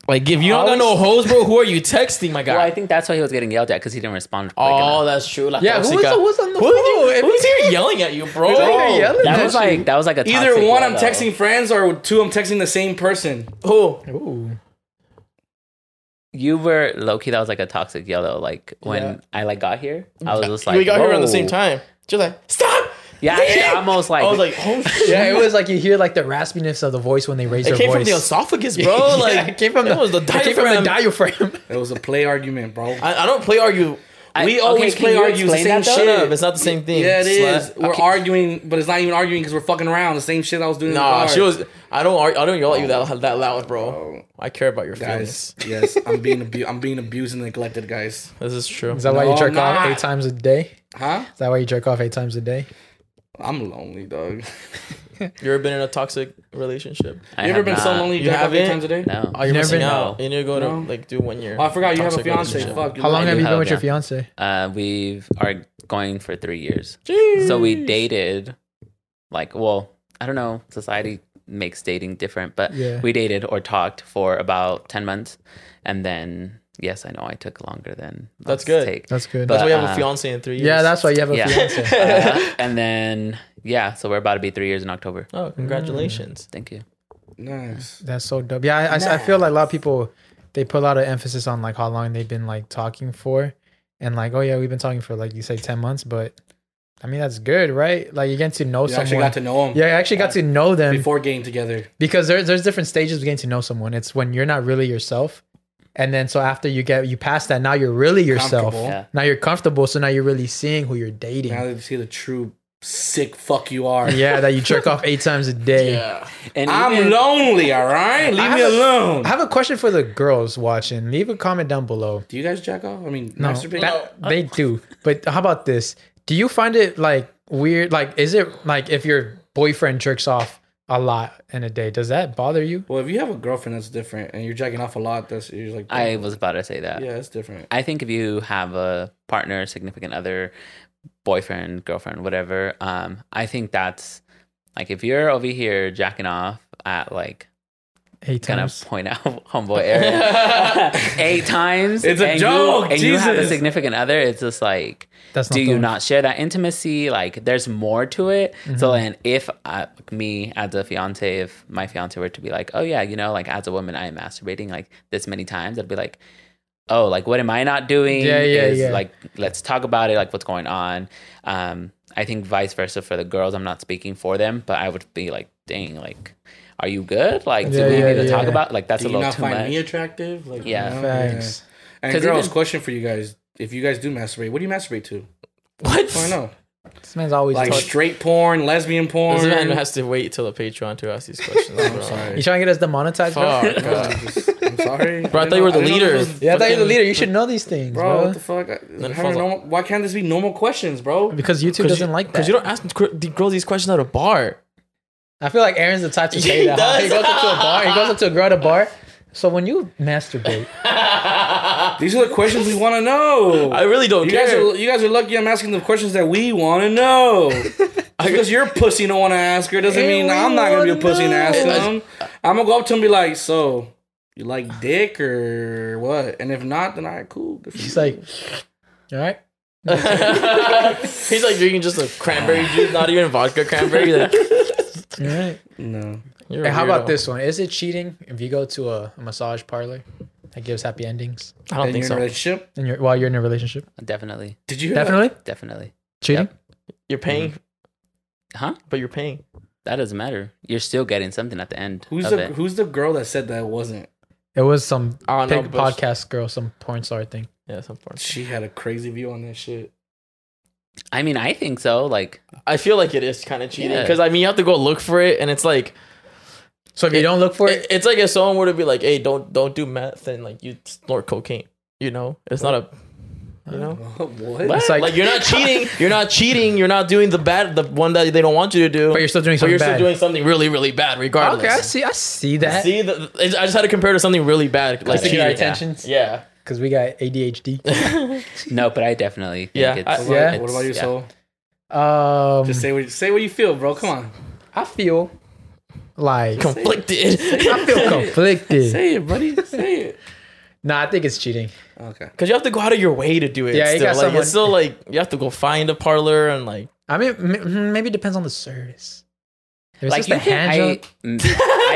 Speaker 1: Like if you don't got
Speaker 4: Alex-
Speaker 1: no hoes, bro, who are you texting, my guy?
Speaker 4: well, I think that's why he was getting yelled at because he didn't respond. quick
Speaker 1: oh,
Speaker 4: enough.
Speaker 1: that's true. Like,
Speaker 2: Yeah, who
Speaker 1: toxica.
Speaker 2: was the- who's on the
Speaker 1: Who is
Speaker 2: phone?
Speaker 1: he- who's here yelling at you, bro?
Speaker 2: Who's over here yelling
Speaker 4: that
Speaker 2: at
Speaker 4: was
Speaker 2: you?
Speaker 4: like that was like a
Speaker 3: Either
Speaker 4: toxic
Speaker 3: one,
Speaker 4: yell,
Speaker 3: I'm
Speaker 4: though.
Speaker 3: texting friends, or two, I'm texting the same person.
Speaker 1: Who?
Speaker 2: Ooh.
Speaker 4: You were low key. That was like a toxic yellow. Like when I like got here, I was just like
Speaker 1: we got here around the same
Speaker 4: "Whoa."
Speaker 1: time. Just like stop.
Speaker 4: Yeah, actually, almost like
Speaker 1: I was like, oh shit.
Speaker 2: Yeah, it was like you hear like the raspiness of the voice when they raise
Speaker 1: It
Speaker 2: their
Speaker 1: came
Speaker 2: voice.
Speaker 1: from the esophagus, bro. Like
Speaker 2: yeah, it came from
Speaker 1: it
Speaker 2: the,
Speaker 1: was the
Speaker 2: it came from the
Speaker 1: diaphragm.
Speaker 2: diaphragm.
Speaker 3: It was a play argument, bro.
Speaker 1: I, I don't play argue.
Speaker 3: we
Speaker 4: okay,
Speaker 3: always
Speaker 4: can
Speaker 3: play
Speaker 4: you
Speaker 3: argues the
Speaker 4: explain
Speaker 3: same
Speaker 4: that, though?
Speaker 3: shit.
Speaker 1: Shut up. It's not the same thing.
Speaker 3: yeah, it
Speaker 1: slut.
Speaker 3: is. We're arguing, but it's not even arguing because we're fucking around. The same shit I was doing. in the
Speaker 1: Nah,
Speaker 3: car.
Speaker 1: she was. I don't. argue- I don't yell at you that that loud, bro. I care about your
Speaker 3: Guys,
Speaker 1: feelings.
Speaker 3: yes, I'm being abu- I'm being abused and neglected, guys.
Speaker 1: This is true.
Speaker 2: Is that why you
Speaker 3: No,
Speaker 2: jerk off
Speaker 3: not.
Speaker 2: eight times a day?
Speaker 3: Huh?
Speaker 2: Is that why you jerk off eight times a day?
Speaker 3: I'm lonely, dog.
Speaker 1: You ever been in a toxic relationship?
Speaker 4: I
Speaker 3: You ever
Speaker 4: have
Speaker 3: been so
Speaker 4: not-
Speaker 3: lonely you
Speaker 1: You
Speaker 3: jack off eight
Speaker 1: haven't?
Speaker 3: times a day?
Speaker 4: No,
Speaker 1: Oh, you're
Speaker 2: Never
Speaker 1: missing
Speaker 2: been.
Speaker 1: out. You need to go to
Speaker 3: No.
Speaker 1: like do one year.
Speaker 3: Oh, I forgot you have a
Speaker 1: Toxic
Speaker 3: fiance.
Speaker 1: relationship.
Speaker 3: Fuck. you're
Speaker 2: How long
Speaker 3: right.
Speaker 2: have you been
Speaker 4: have,
Speaker 2: with your
Speaker 4: yeah.
Speaker 2: fiance?
Speaker 4: uh, we are going for three years.
Speaker 1: Jeez.
Speaker 4: So we dated, like, well, I don't know. Society makes dating different, but
Speaker 2: Yeah.
Speaker 4: we dated or talked for about ten months, and then yes, I know I took longer than
Speaker 1: That's
Speaker 4: let's
Speaker 1: good.
Speaker 4: Take.
Speaker 2: That's good.
Speaker 1: That's why you
Speaker 4: uh,
Speaker 1: have a fiance in three years.
Speaker 2: yeah, that's why you have a
Speaker 4: yeah.
Speaker 2: fiance.
Speaker 4: Uh, and then yeah, so we're about to be three years in October.
Speaker 1: Oh, congratulations.
Speaker 4: Thank you.
Speaker 3: Nice.
Speaker 2: That's so dope. Yeah, I, I, I feel like a lot of people they put a lot of emphasis on like how long they've been like talking for, and like oh yeah, we've been talking for like you say ten months, but I mean, that's good, right? Like you get to know
Speaker 3: You
Speaker 2: someone.
Speaker 3: actually got to know him
Speaker 2: yeah, I actually got to know them
Speaker 3: before getting together.
Speaker 2: because there's there's different stages of getting to know someone. It's when you're not really yourself, and then so after you get you pass that, now you're really yourself.
Speaker 3: Comfortable.
Speaker 4: Yeah.
Speaker 2: Now you're comfortable, so now you're really seeing who you're dating.
Speaker 3: Now that you see the true sick fuck you are.
Speaker 2: yeah, that you jerk off eight times a day.
Speaker 4: And
Speaker 3: I'm
Speaker 4: even-
Speaker 3: lonely, all right? Leave me
Speaker 2: have a-
Speaker 3: alone.
Speaker 2: I have a question for the girls watching. Leave a comment down below.
Speaker 3: Do you guys jack off? I mean,
Speaker 2: No,
Speaker 3: masturbate?
Speaker 2: that- they do. But how about this? Do you find it like weird? Like, is it like if your boyfriend jerks off a lot in a day, does that bother you?
Speaker 3: Well, if you have a girlfriend, that's different, and you're jacking off a lot. That's you're just like,
Speaker 4: I was about to say that.
Speaker 3: yeah, it's different.
Speaker 4: I think if you have a partner, significant other, boyfriend, girlfriend, whatever, um, I think that's like if you're over here jacking off at like
Speaker 2: Eight
Speaker 4: gonna
Speaker 2: times.
Speaker 4: point out homeboy Aaron eight times.
Speaker 3: It's a
Speaker 4: and
Speaker 3: joke,
Speaker 4: You, and you have a
Speaker 3: Jesus.
Speaker 4: significant other. It's just like,
Speaker 2: That's
Speaker 4: do
Speaker 2: the
Speaker 4: you
Speaker 2: one.
Speaker 4: not share that intimacy? Like, there's more to it.
Speaker 2: Mm-hmm.
Speaker 4: So, and if I, me as a fiance, if my fiance were to be like, oh yeah, you know, like as a woman, I am masturbating like this many times, I'd be like. Oh, like what am I not doing?
Speaker 2: Yeah, yeah,
Speaker 4: Is,
Speaker 2: yeah.
Speaker 4: Like, let's talk about it. Like, what's going on? Um, I think vice versa for the girls. I'm not speaking for them, but I would be like, dang, like, are you good? Like,
Speaker 2: Yeah,
Speaker 4: do we
Speaker 2: yeah,
Speaker 4: need to talk
Speaker 2: yeah.
Speaker 4: about? Like, that's
Speaker 3: Do
Speaker 4: a
Speaker 3: you
Speaker 4: little
Speaker 3: not
Speaker 4: too
Speaker 3: find
Speaker 4: much.
Speaker 3: me attractive? Like,
Speaker 4: Yeah.
Speaker 3: you know?
Speaker 2: Facts.
Speaker 3: Oh, Yeah. And
Speaker 4: 'Cause
Speaker 3: girls,
Speaker 4: even-
Speaker 3: question for you guys: If you guys do masturbate, what do you masturbate to?
Speaker 1: What?
Speaker 3: Mm. Oh, I know,
Speaker 2: This man's always
Speaker 3: like
Speaker 2: talk-
Speaker 3: straight porn, lesbian porn.
Speaker 1: This man has to wait till the Patreon to ask these questions.
Speaker 3: I'm
Speaker 1: bro.
Speaker 2: You
Speaker 3: sorry.
Speaker 2: trying to get us demonetized, bro?
Speaker 1: Fuck,
Speaker 3: No,
Speaker 1: bro.
Speaker 3: I'm, just, I'm sorry.
Speaker 1: Bro, I thought you were the leader.
Speaker 2: Yeah, I thought you were the
Speaker 1: Fucking-
Speaker 2: leader. You should know these things,
Speaker 3: Bro,
Speaker 2: bro.
Speaker 3: what the fuck? I-
Speaker 1: it
Speaker 3: how
Speaker 1: falls
Speaker 3: do normal- why can't this be normal questions, bro?
Speaker 2: Because YouTube doesn't like that.
Speaker 1: Because you don't ask gr- the girls these questions at a bar.
Speaker 2: I feel like Aaron's the type to say
Speaker 1: He
Speaker 2: that. huh? He
Speaker 1: does.
Speaker 2: goes up to a bar. He goes up to a girl at a bar. So when you masturbate,
Speaker 3: These are the questions we want to know.
Speaker 1: I really don't
Speaker 3: you guys,
Speaker 1: care.
Speaker 3: are, you guys are lucky I'm asking the questions that we want to know. Because your pussy don't want to ask her doesn't
Speaker 2: And
Speaker 3: mean
Speaker 2: we
Speaker 3: I'm not going to be a
Speaker 2: wanna
Speaker 3: pussy and ask
Speaker 1: know.
Speaker 3: them. I'm going to go up to him and be like, so, you like dick or what? And if not, then I cool. Good for
Speaker 2: she's
Speaker 3: you.
Speaker 2: like, all right.
Speaker 1: He's like drinking just a cranberry juice, not even vodka cranberry. Like,
Speaker 2: All right.
Speaker 3: no.
Speaker 1: you're a
Speaker 2: Hey, how about
Speaker 1: weirdo.
Speaker 2: this one? Is it cheating if you go to a, a massage parlor that gives happy endings
Speaker 1: I
Speaker 3: And
Speaker 1: don't
Speaker 3: you're
Speaker 1: think
Speaker 3: in a
Speaker 1: so.
Speaker 3: relationship?
Speaker 2: and you're, while you're in a relationship?
Speaker 4: Definitely,
Speaker 3: Did you hear that?
Speaker 2: Definitely
Speaker 4: definitely.
Speaker 2: cheating.
Speaker 1: You're paying,
Speaker 2: Mm-hmm.
Speaker 4: Huh?
Speaker 1: but you're paying.
Speaker 4: That doesn't matter. You're still getting something at the end
Speaker 3: Who's
Speaker 4: of
Speaker 3: the
Speaker 4: it.
Speaker 3: Who's the girl that said that wasn't?
Speaker 2: It was some
Speaker 1: I don't know,
Speaker 2: big
Speaker 1: Oh, but-
Speaker 2: podcast girl, some porn star thing.
Speaker 1: Yeah, some part.
Speaker 3: She had a crazy view on that shit.
Speaker 4: I mean, I think so. Like,
Speaker 1: I feel like it is kind of cheating
Speaker 4: Yeah.
Speaker 1: because I mean you have to go look for it, and it's like
Speaker 2: So if you
Speaker 1: It-
Speaker 2: don't look for it,
Speaker 1: it- it's like if someone were to be like, "Hey, don't don't do meth," and like you snort cocaine, you know, it's not a, you know,
Speaker 3: what?
Speaker 2: it's like,
Speaker 1: like you're not cheating, you're not cheating, you're not doing the bad, the one that they don't want you to do,
Speaker 2: but you're still doing
Speaker 1: but
Speaker 2: something
Speaker 1: you're
Speaker 2: bad.
Speaker 1: still doing something really really bad regardless.
Speaker 2: okay, I see. I see that.
Speaker 1: See, the, it's- I just had to compare it to something really bad, like
Speaker 2: Let's get our
Speaker 1: cheating.
Speaker 4: yeah.
Speaker 2: attentions
Speaker 1: Yeah,
Speaker 2: because we got ADHD.
Speaker 4: no, but I definitely think
Speaker 1: Yeah,
Speaker 4: it's,
Speaker 1: I-
Speaker 3: What about-
Speaker 2: Yeah.
Speaker 3: What about
Speaker 4: it's-
Speaker 3: your soul?
Speaker 2: Um,
Speaker 3: Just say what, say what you feel, bro. Come on.
Speaker 2: I feel like
Speaker 1: conflicted.
Speaker 2: I feel conflicted.
Speaker 3: Say it, buddy. Say it.
Speaker 2: nah, I think it's cheating.
Speaker 3: Okay.
Speaker 1: Because you have to go out of your way to do it.
Speaker 2: Yeah, you
Speaker 1: still.
Speaker 2: got
Speaker 1: like,
Speaker 2: someone-
Speaker 1: it's still like you have to go find a parlor and like
Speaker 2: I mean, m- m- maybe it depends on the service. If it's
Speaker 4: Like
Speaker 2: just
Speaker 4: you
Speaker 2: a
Speaker 4: can,
Speaker 2: hand
Speaker 4: I,
Speaker 2: job,
Speaker 4: mm,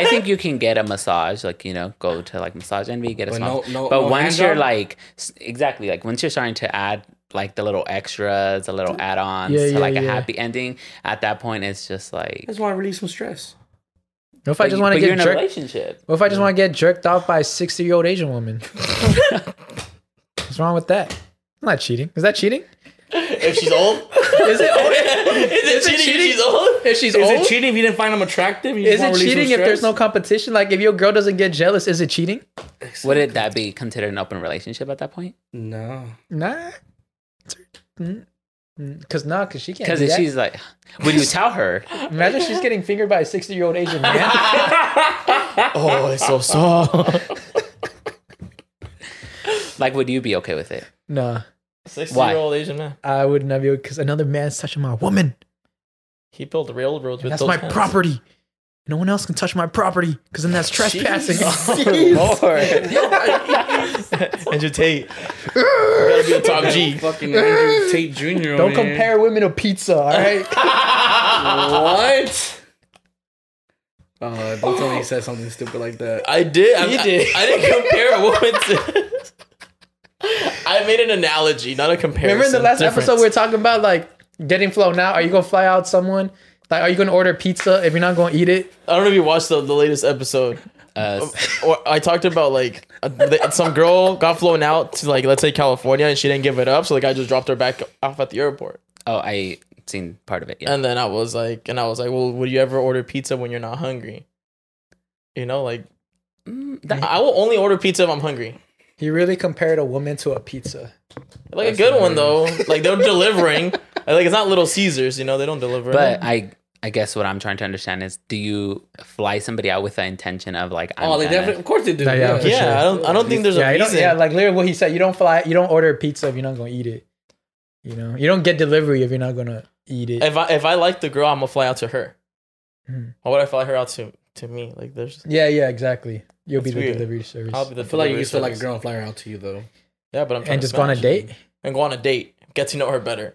Speaker 4: I think you can get a massage, like you know, go to like massage envy, get a
Speaker 3: But
Speaker 4: small.
Speaker 3: no- no-
Speaker 4: but
Speaker 3: no hand
Speaker 4: once you're
Speaker 3: job?
Speaker 4: like s- exactly like once you're starting to add like the little extras, the little add-ons
Speaker 2: Yeah,
Speaker 4: to
Speaker 2: yeah,
Speaker 4: like a
Speaker 2: yeah.
Speaker 4: happy ending, at that point it's just like.
Speaker 3: I just want to release some stress.
Speaker 2: what if I
Speaker 4: but
Speaker 2: just
Speaker 4: you-
Speaker 2: want to
Speaker 4: but you're
Speaker 2: get
Speaker 4: in a
Speaker 2: jerked?
Speaker 4: relationship.
Speaker 2: What if I just want to get jerked off by a sixty-year-old Asian woman? What's wrong with that? I'm not cheating. Is that cheating?
Speaker 1: if she's old,
Speaker 2: Is it?
Speaker 1: is it
Speaker 2: Is it
Speaker 1: cheating?
Speaker 2: cheating?
Speaker 1: If she's old,
Speaker 2: If she's
Speaker 3: Is
Speaker 2: old,
Speaker 3: it cheating if you didn't find him attractive? You just
Speaker 2: Oh. is
Speaker 3: wanna
Speaker 2: it
Speaker 3: release some
Speaker 2: cheating if there's no
Speaker 3: stress?
Speaker 2: competition? Like if your girl doesn't get jealous, is it cheating?
Speaker 4: Wouldn't that be considered an open relationship at that point?
Speaker 3: No.
Speaker 2: Nah. Because mm, nah, because she can't.
Speaker 4: Because
Speaker 2: do
Speaker 4: if
Speaker 2: that.
Speaker 4: she's like, would you tell her?
Speaker 2: Imagine she's getting fingered by a 60 year old Asian man.
Speaker 1: oh, it's so soft.
Speaker 4: Like, would you be okay with it?
Speaker 2: nah,
Speaker 1: Sixty-year-old Asian man.
Speaker 2: I would not be because another man's touching my woman.
Speaker 1: He built railroads with
Speaker 2: That's
Speaker 1: those
Speaker 2: my
Speaker 1: hands.
Speaker 2: property. No one else can touch my property because then that's trespassing.
Speaker 1: Oh, Andrew Tate. Gotta be a top G.
Speaker 3: Fucking Andrew Tate Jr.
Speaker 2: Don't
Speaker 3: over here.
Speaker 2: compare women to pizza, all right?
Speaker 3: What? Uh, don't tell me he said something stupid like that.
Speaker 1: I did. I,
Speaker 2: You
Speaker 1: I-
Speaker 2: did.
Speaker 1: I, didn't compare a woman to. I made an analogy, not a comparison.
Speaker 2: Remember in the last
Speaker 1: Difference.
Speaker 2: episode we were talking about like Getting flow now. Are you gonna fly out someone? Like, are you gonna order pizza if you're not gonna eat it?
Speaker 1: I don't know if you watched the, the latest episode.
Speaker 4: Uh,
Speaker 1: Or I talked about like uh, the, some girl got flown out to like let's say California and she didn't give it up, so the guy just dropped her back off at the airport.
Speaker 4: oh, I seen part of it. Yeah.
Speaker 1: And then I was like, and I was like, well, would you ever order pizza when you're not hungry? You know, like
Speaker 4: Mm,
Speaker 1: I
Speaker 4: that-
Speaker 1: I will only order pizza if I'm hungry.
Speaker 2: He really compared a woman to a pizza.
Speaker 1: Like a good one though. Like they're delivering. Like it's not Little Caesars, you know, they don't deliver.
Speaker 4: but I, I guess what I'm trying to understand is, do you fly somebody out with the intention of like, I'm
Speaker 3: Oh, they
Speaker 4: gonna-
Speaker 3: definitely. Of course they do.
Speaker 2: No, yeah, for
Speaker 1: yeah,
Speaker 2: sure.
Speaker 1: I don't I don't think there's
Speaker 2: yeah,
Speaker 1: a
Speaker 2: you don't,
Speaker 1: reason.
Speaker 2: yeah, like literally what he said. You don't fly. You don't order pizza if you're not gonna eat it. You know, you don't get delivery if you're not gonna eat it.
Speaker 1: if I if I like the girl, I'm gonna fly out to her.
Speaker 2: Mhm.
Speaker 1: Why would I fly her out to to me? Like there's
Speaker 2: yeah, yeah, exactly. You'll be
Speaker 1: That's
Speaker 2: the
Speaker 1: weird.
Speaker 2: delivery service.
Speaker 1: I'll be the
Speaker 3: I feel like you
Speaker 1: delivery
Speaker 3: can still like a
Speaker 1: service.
Speaker 3: girl and fly her out to you though.
Speaker 1: Yeah, but I'm trying
Speaker 2: and
Speaker 1: to
Speaker 2: just go on a
Speaker 1: smash.
Speaker 2: date.
Speaker 1: and go on a date, get to know her better.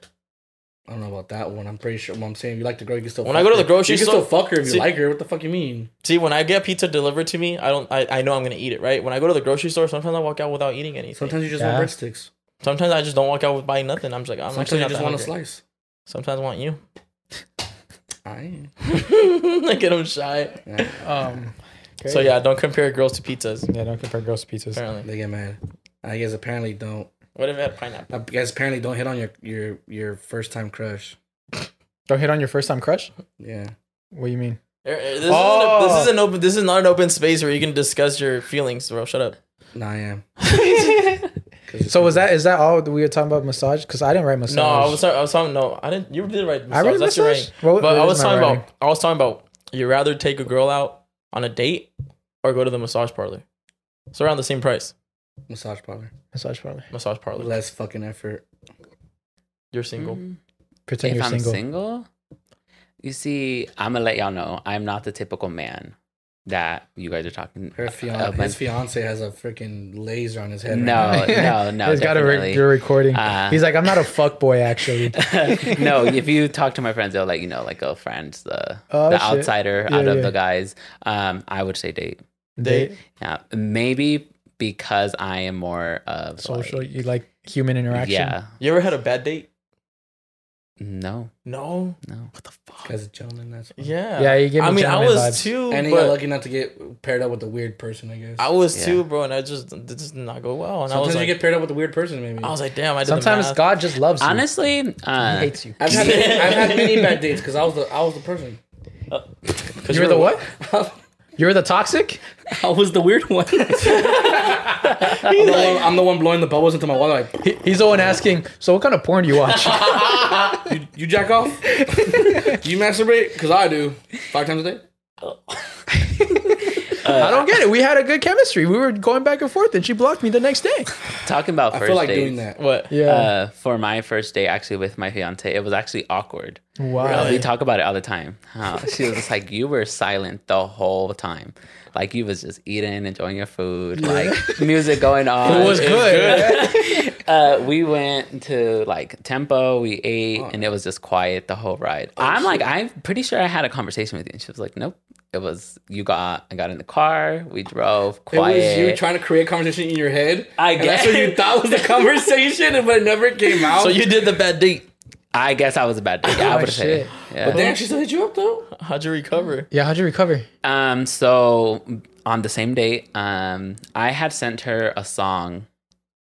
Speaker 3: I don't know about that one. I'm pretty sure. Well, I'm saying if you like the girl, you can still.
Speaker 1: When
Speaker 3: fuck
Speaker 1: I go to the
Speaker 3: her.
Speaker 1: grocery
Speaker 3: you can
Speaker 1: store-
Speaker 3: still fuck her if you
Speaker 1: See-
Speaker 3: like her. What the fuck you mean?
Speaker 1: See, when I get pizza delivered to me, I don't I, I know I'm gonna eat it, right? When I go to the grocery store, sometimes I walk out without eating anything. Sometimes,
Speaker 3: Sometimes you just
Speaker 2: Yeah.
Speaker 3: want breadsticks.
Speaker 1: I just don't walk out with buying nothing. I'm just like, "Oh, I'm
Speaker 3: Sometimes
Speaker 1: actually
Speaker 3: you
Speaker 1: not
Speaker 3: just
Speaker 1: that
Speaker 3: want a
Speaker 1: hungry.
Speaker 3: slice.
Speaker 1: Sometimes I want you.
Speaker 3: Aye.
Speaker 1: Look at him shy.
Speaker 3: Yeah,
Speaker 2: Um.
Speaker 1: So yeah, don't compare girls to pizzas.
Speaker 2: Yeah, don't compare girls to pizzas.
Speaker 1: Apparently,
Speaker 3: they get mad. I guess apparently don't.
Speaker 1: what if it had pineapple?
Speaker 3: I guess apparently don't hit on your your your first time crush.
Speaker 2: Don't hit on your first time crush.
Speaker 3: Yeah.
Speaker 2: What do you mean?
Speaker 1: Er, er, This,
Speaker 2: Oh.
Speaker 1: isn't a, this is an open. This is not an open space where you can discuss your feelings, bro. Shut up.
Speaker 3: Nah, I am.
Speaker 2: So was that is that all that we were talking about massage? Because I didn't write massage.
Speaker 1: No, I was sorry. I was talking. No, I didn't. You did right.
Speaker 2: I read
Speaker 1: That's your
Speaker 2: massage.
Speaker 1: right.
Speaker 2: What-
Speaker 1: But
Speaker 2: what
Speaker 1: I
Speaker 2: is
Speaker 1: was
Speaker 2: my
Speaker 1: talking
Speaker 2: writing?
Speaker 1: about. I was talking about. You rather take a girl out on a date or go to the massage parlor. It's around the same price.
Speaker 3: massage parlor?
Speaker 2: massage parlor.
Speaker 1: Massage parlor.
Speaker 3: Less fucking effort.
Speaker 1: You're single.
Speaker 4: Mm.
Speaker 2: Pretend
Speaker 4: if
Speaker 2: you're
Speaker 4: I'm
Speaker 2: single.
Speaker 4: single. you see, I'm gonna let y'all know I'm not the typical man that you guys are talking.
Speaker 1: Uh,
Speaker 3: Her fian-
Speaker 4: about.
Speaker 3: his fiance has a freaking laser on his head.
Speaker 4: no,
Speaker 3: right now.
Speaker 4: no, no.
Speaker 2: He's got a re-
Speaker 4: definitely.
Speaker 2: you're recording.
Speaker 4: Uh,
Speaker 2: He's like, I'm not a fuck boy actually.
Speaker 4: no, if you talk to my friends, they'll let you know, like, oh, friends, the
Speaker 2: Oh,
Speaker 4: the
Speaker 2: shit.
Speaker 4: outsider
Speaker 2: Yeah,
Speaker 4: out of
Speaker 2: yeah.
Speaker 4: the guys. Um, I would say date.
Speaker 1: Date.
Speaker 4: Yeah, maybe because I am more of
Speaker 2: social.
Speaker 4: like-
Speaker 2: You like human interaction.
Speaker 4: yeah,
Speaker 1: You ever had a bad date?
Speaker 4: no,
Speaker 1: No.
Speaker 4: no.
Speaker 1: What the fuck?
Speaker 3: Because gentleman, that's
Speaker 1: Yeah.
Speaker 2: Yeah, you give me
Speaker 1: I mean, I
Speaker 2: gentleman
Speaker 1: was
Speaker 2: vibes.
Speaker 1: too.
Speaker 3: And you're
Speaker 1: but
Speaker 3: lucky not to get paired up with a weird person, I guess.
Speaker 1: I was
Speaker 4: Yeah.
Speaker 1: too, bro, and I just it just did not go well. And
Speaker 3: Sometimes
Speaker 1: I
Speaker 3: you
Speaker 1: was like,
Speaker 3: get paired up with a weird person, maybe.
Speaker 1: I was like, damn. I did
Speaker 2: Sometimes
Speaker 1: the math.
Speaker 2: God just loves you.
Speaker 4: Honestly,
Speaker 2: he
Speaker 4: uh,
Speaker 2: hates you.
Speaker 3: I've had, many, I've had many bad dates because I was the I was the person.
Speaker 2: You were the what? You were the toxic.
Speaker 3: I was the weird one. I'm, the one I'm the one blowing the bubbles into my water. Like
Speaker 2: He- He's the one asking. So what kind of porn do you watch?
Speaker 4: Uh,
Speaker 3: you, you jack off? do you masturbate? Because I do five times a day.
Speaker 2: I don't get it. We had a good chemistry. We were going back and forth, and she blocked me the next day.
Speaker 4: talking about
Speaker 3: I
Speaker 4: first
Speaker 3: feel like
Speaker 4: dates,
Speaker 3: doing that.
Speaker 1: What?
Speaker 2: Yeah.
Speaker 4: Uh, for my first day, actually, with my fiance, it was actually awkward.
Speaker 2: wow.
Speaker 3: Oh,
Speaker 4: We talk about it all the time. How she was just like, "You were silent the whole time, like you was just eating, enjoying your food, like music going on."
Speaker 2: It was good.
Speaker 4: Uh, we went to like Tempo, we ate,
Speaker 3: Oh.
Speaker 4: and it was just quiet the whole ride. I'm like, I'm pretty sure I had a conversation with you, and she was like, "Nope." It was you got. I got in the car. We drove quiet.
Speaker 3: It was you trying to create conversation in your head.
Speaker 4: I
Speaker 3: and that's
Speaker 4: guess.
Speaker 3: what you thought was the conversation, but it never came out.
Speaker 1: So you did the bad date.
Speaker 4: I guess I was a bad date. I
Speaker 2: Oh,
Speaker 4: would
Speaker 2: shit.
Speaker 4: say. Yeah.
Speaker 3: But damn, she still hit you up though.
Speaker 1: How'd you recover?
Speaker 2: yeah. How'd you recover?
Speaker 4: Um, so on the same date, um, I had sent her a song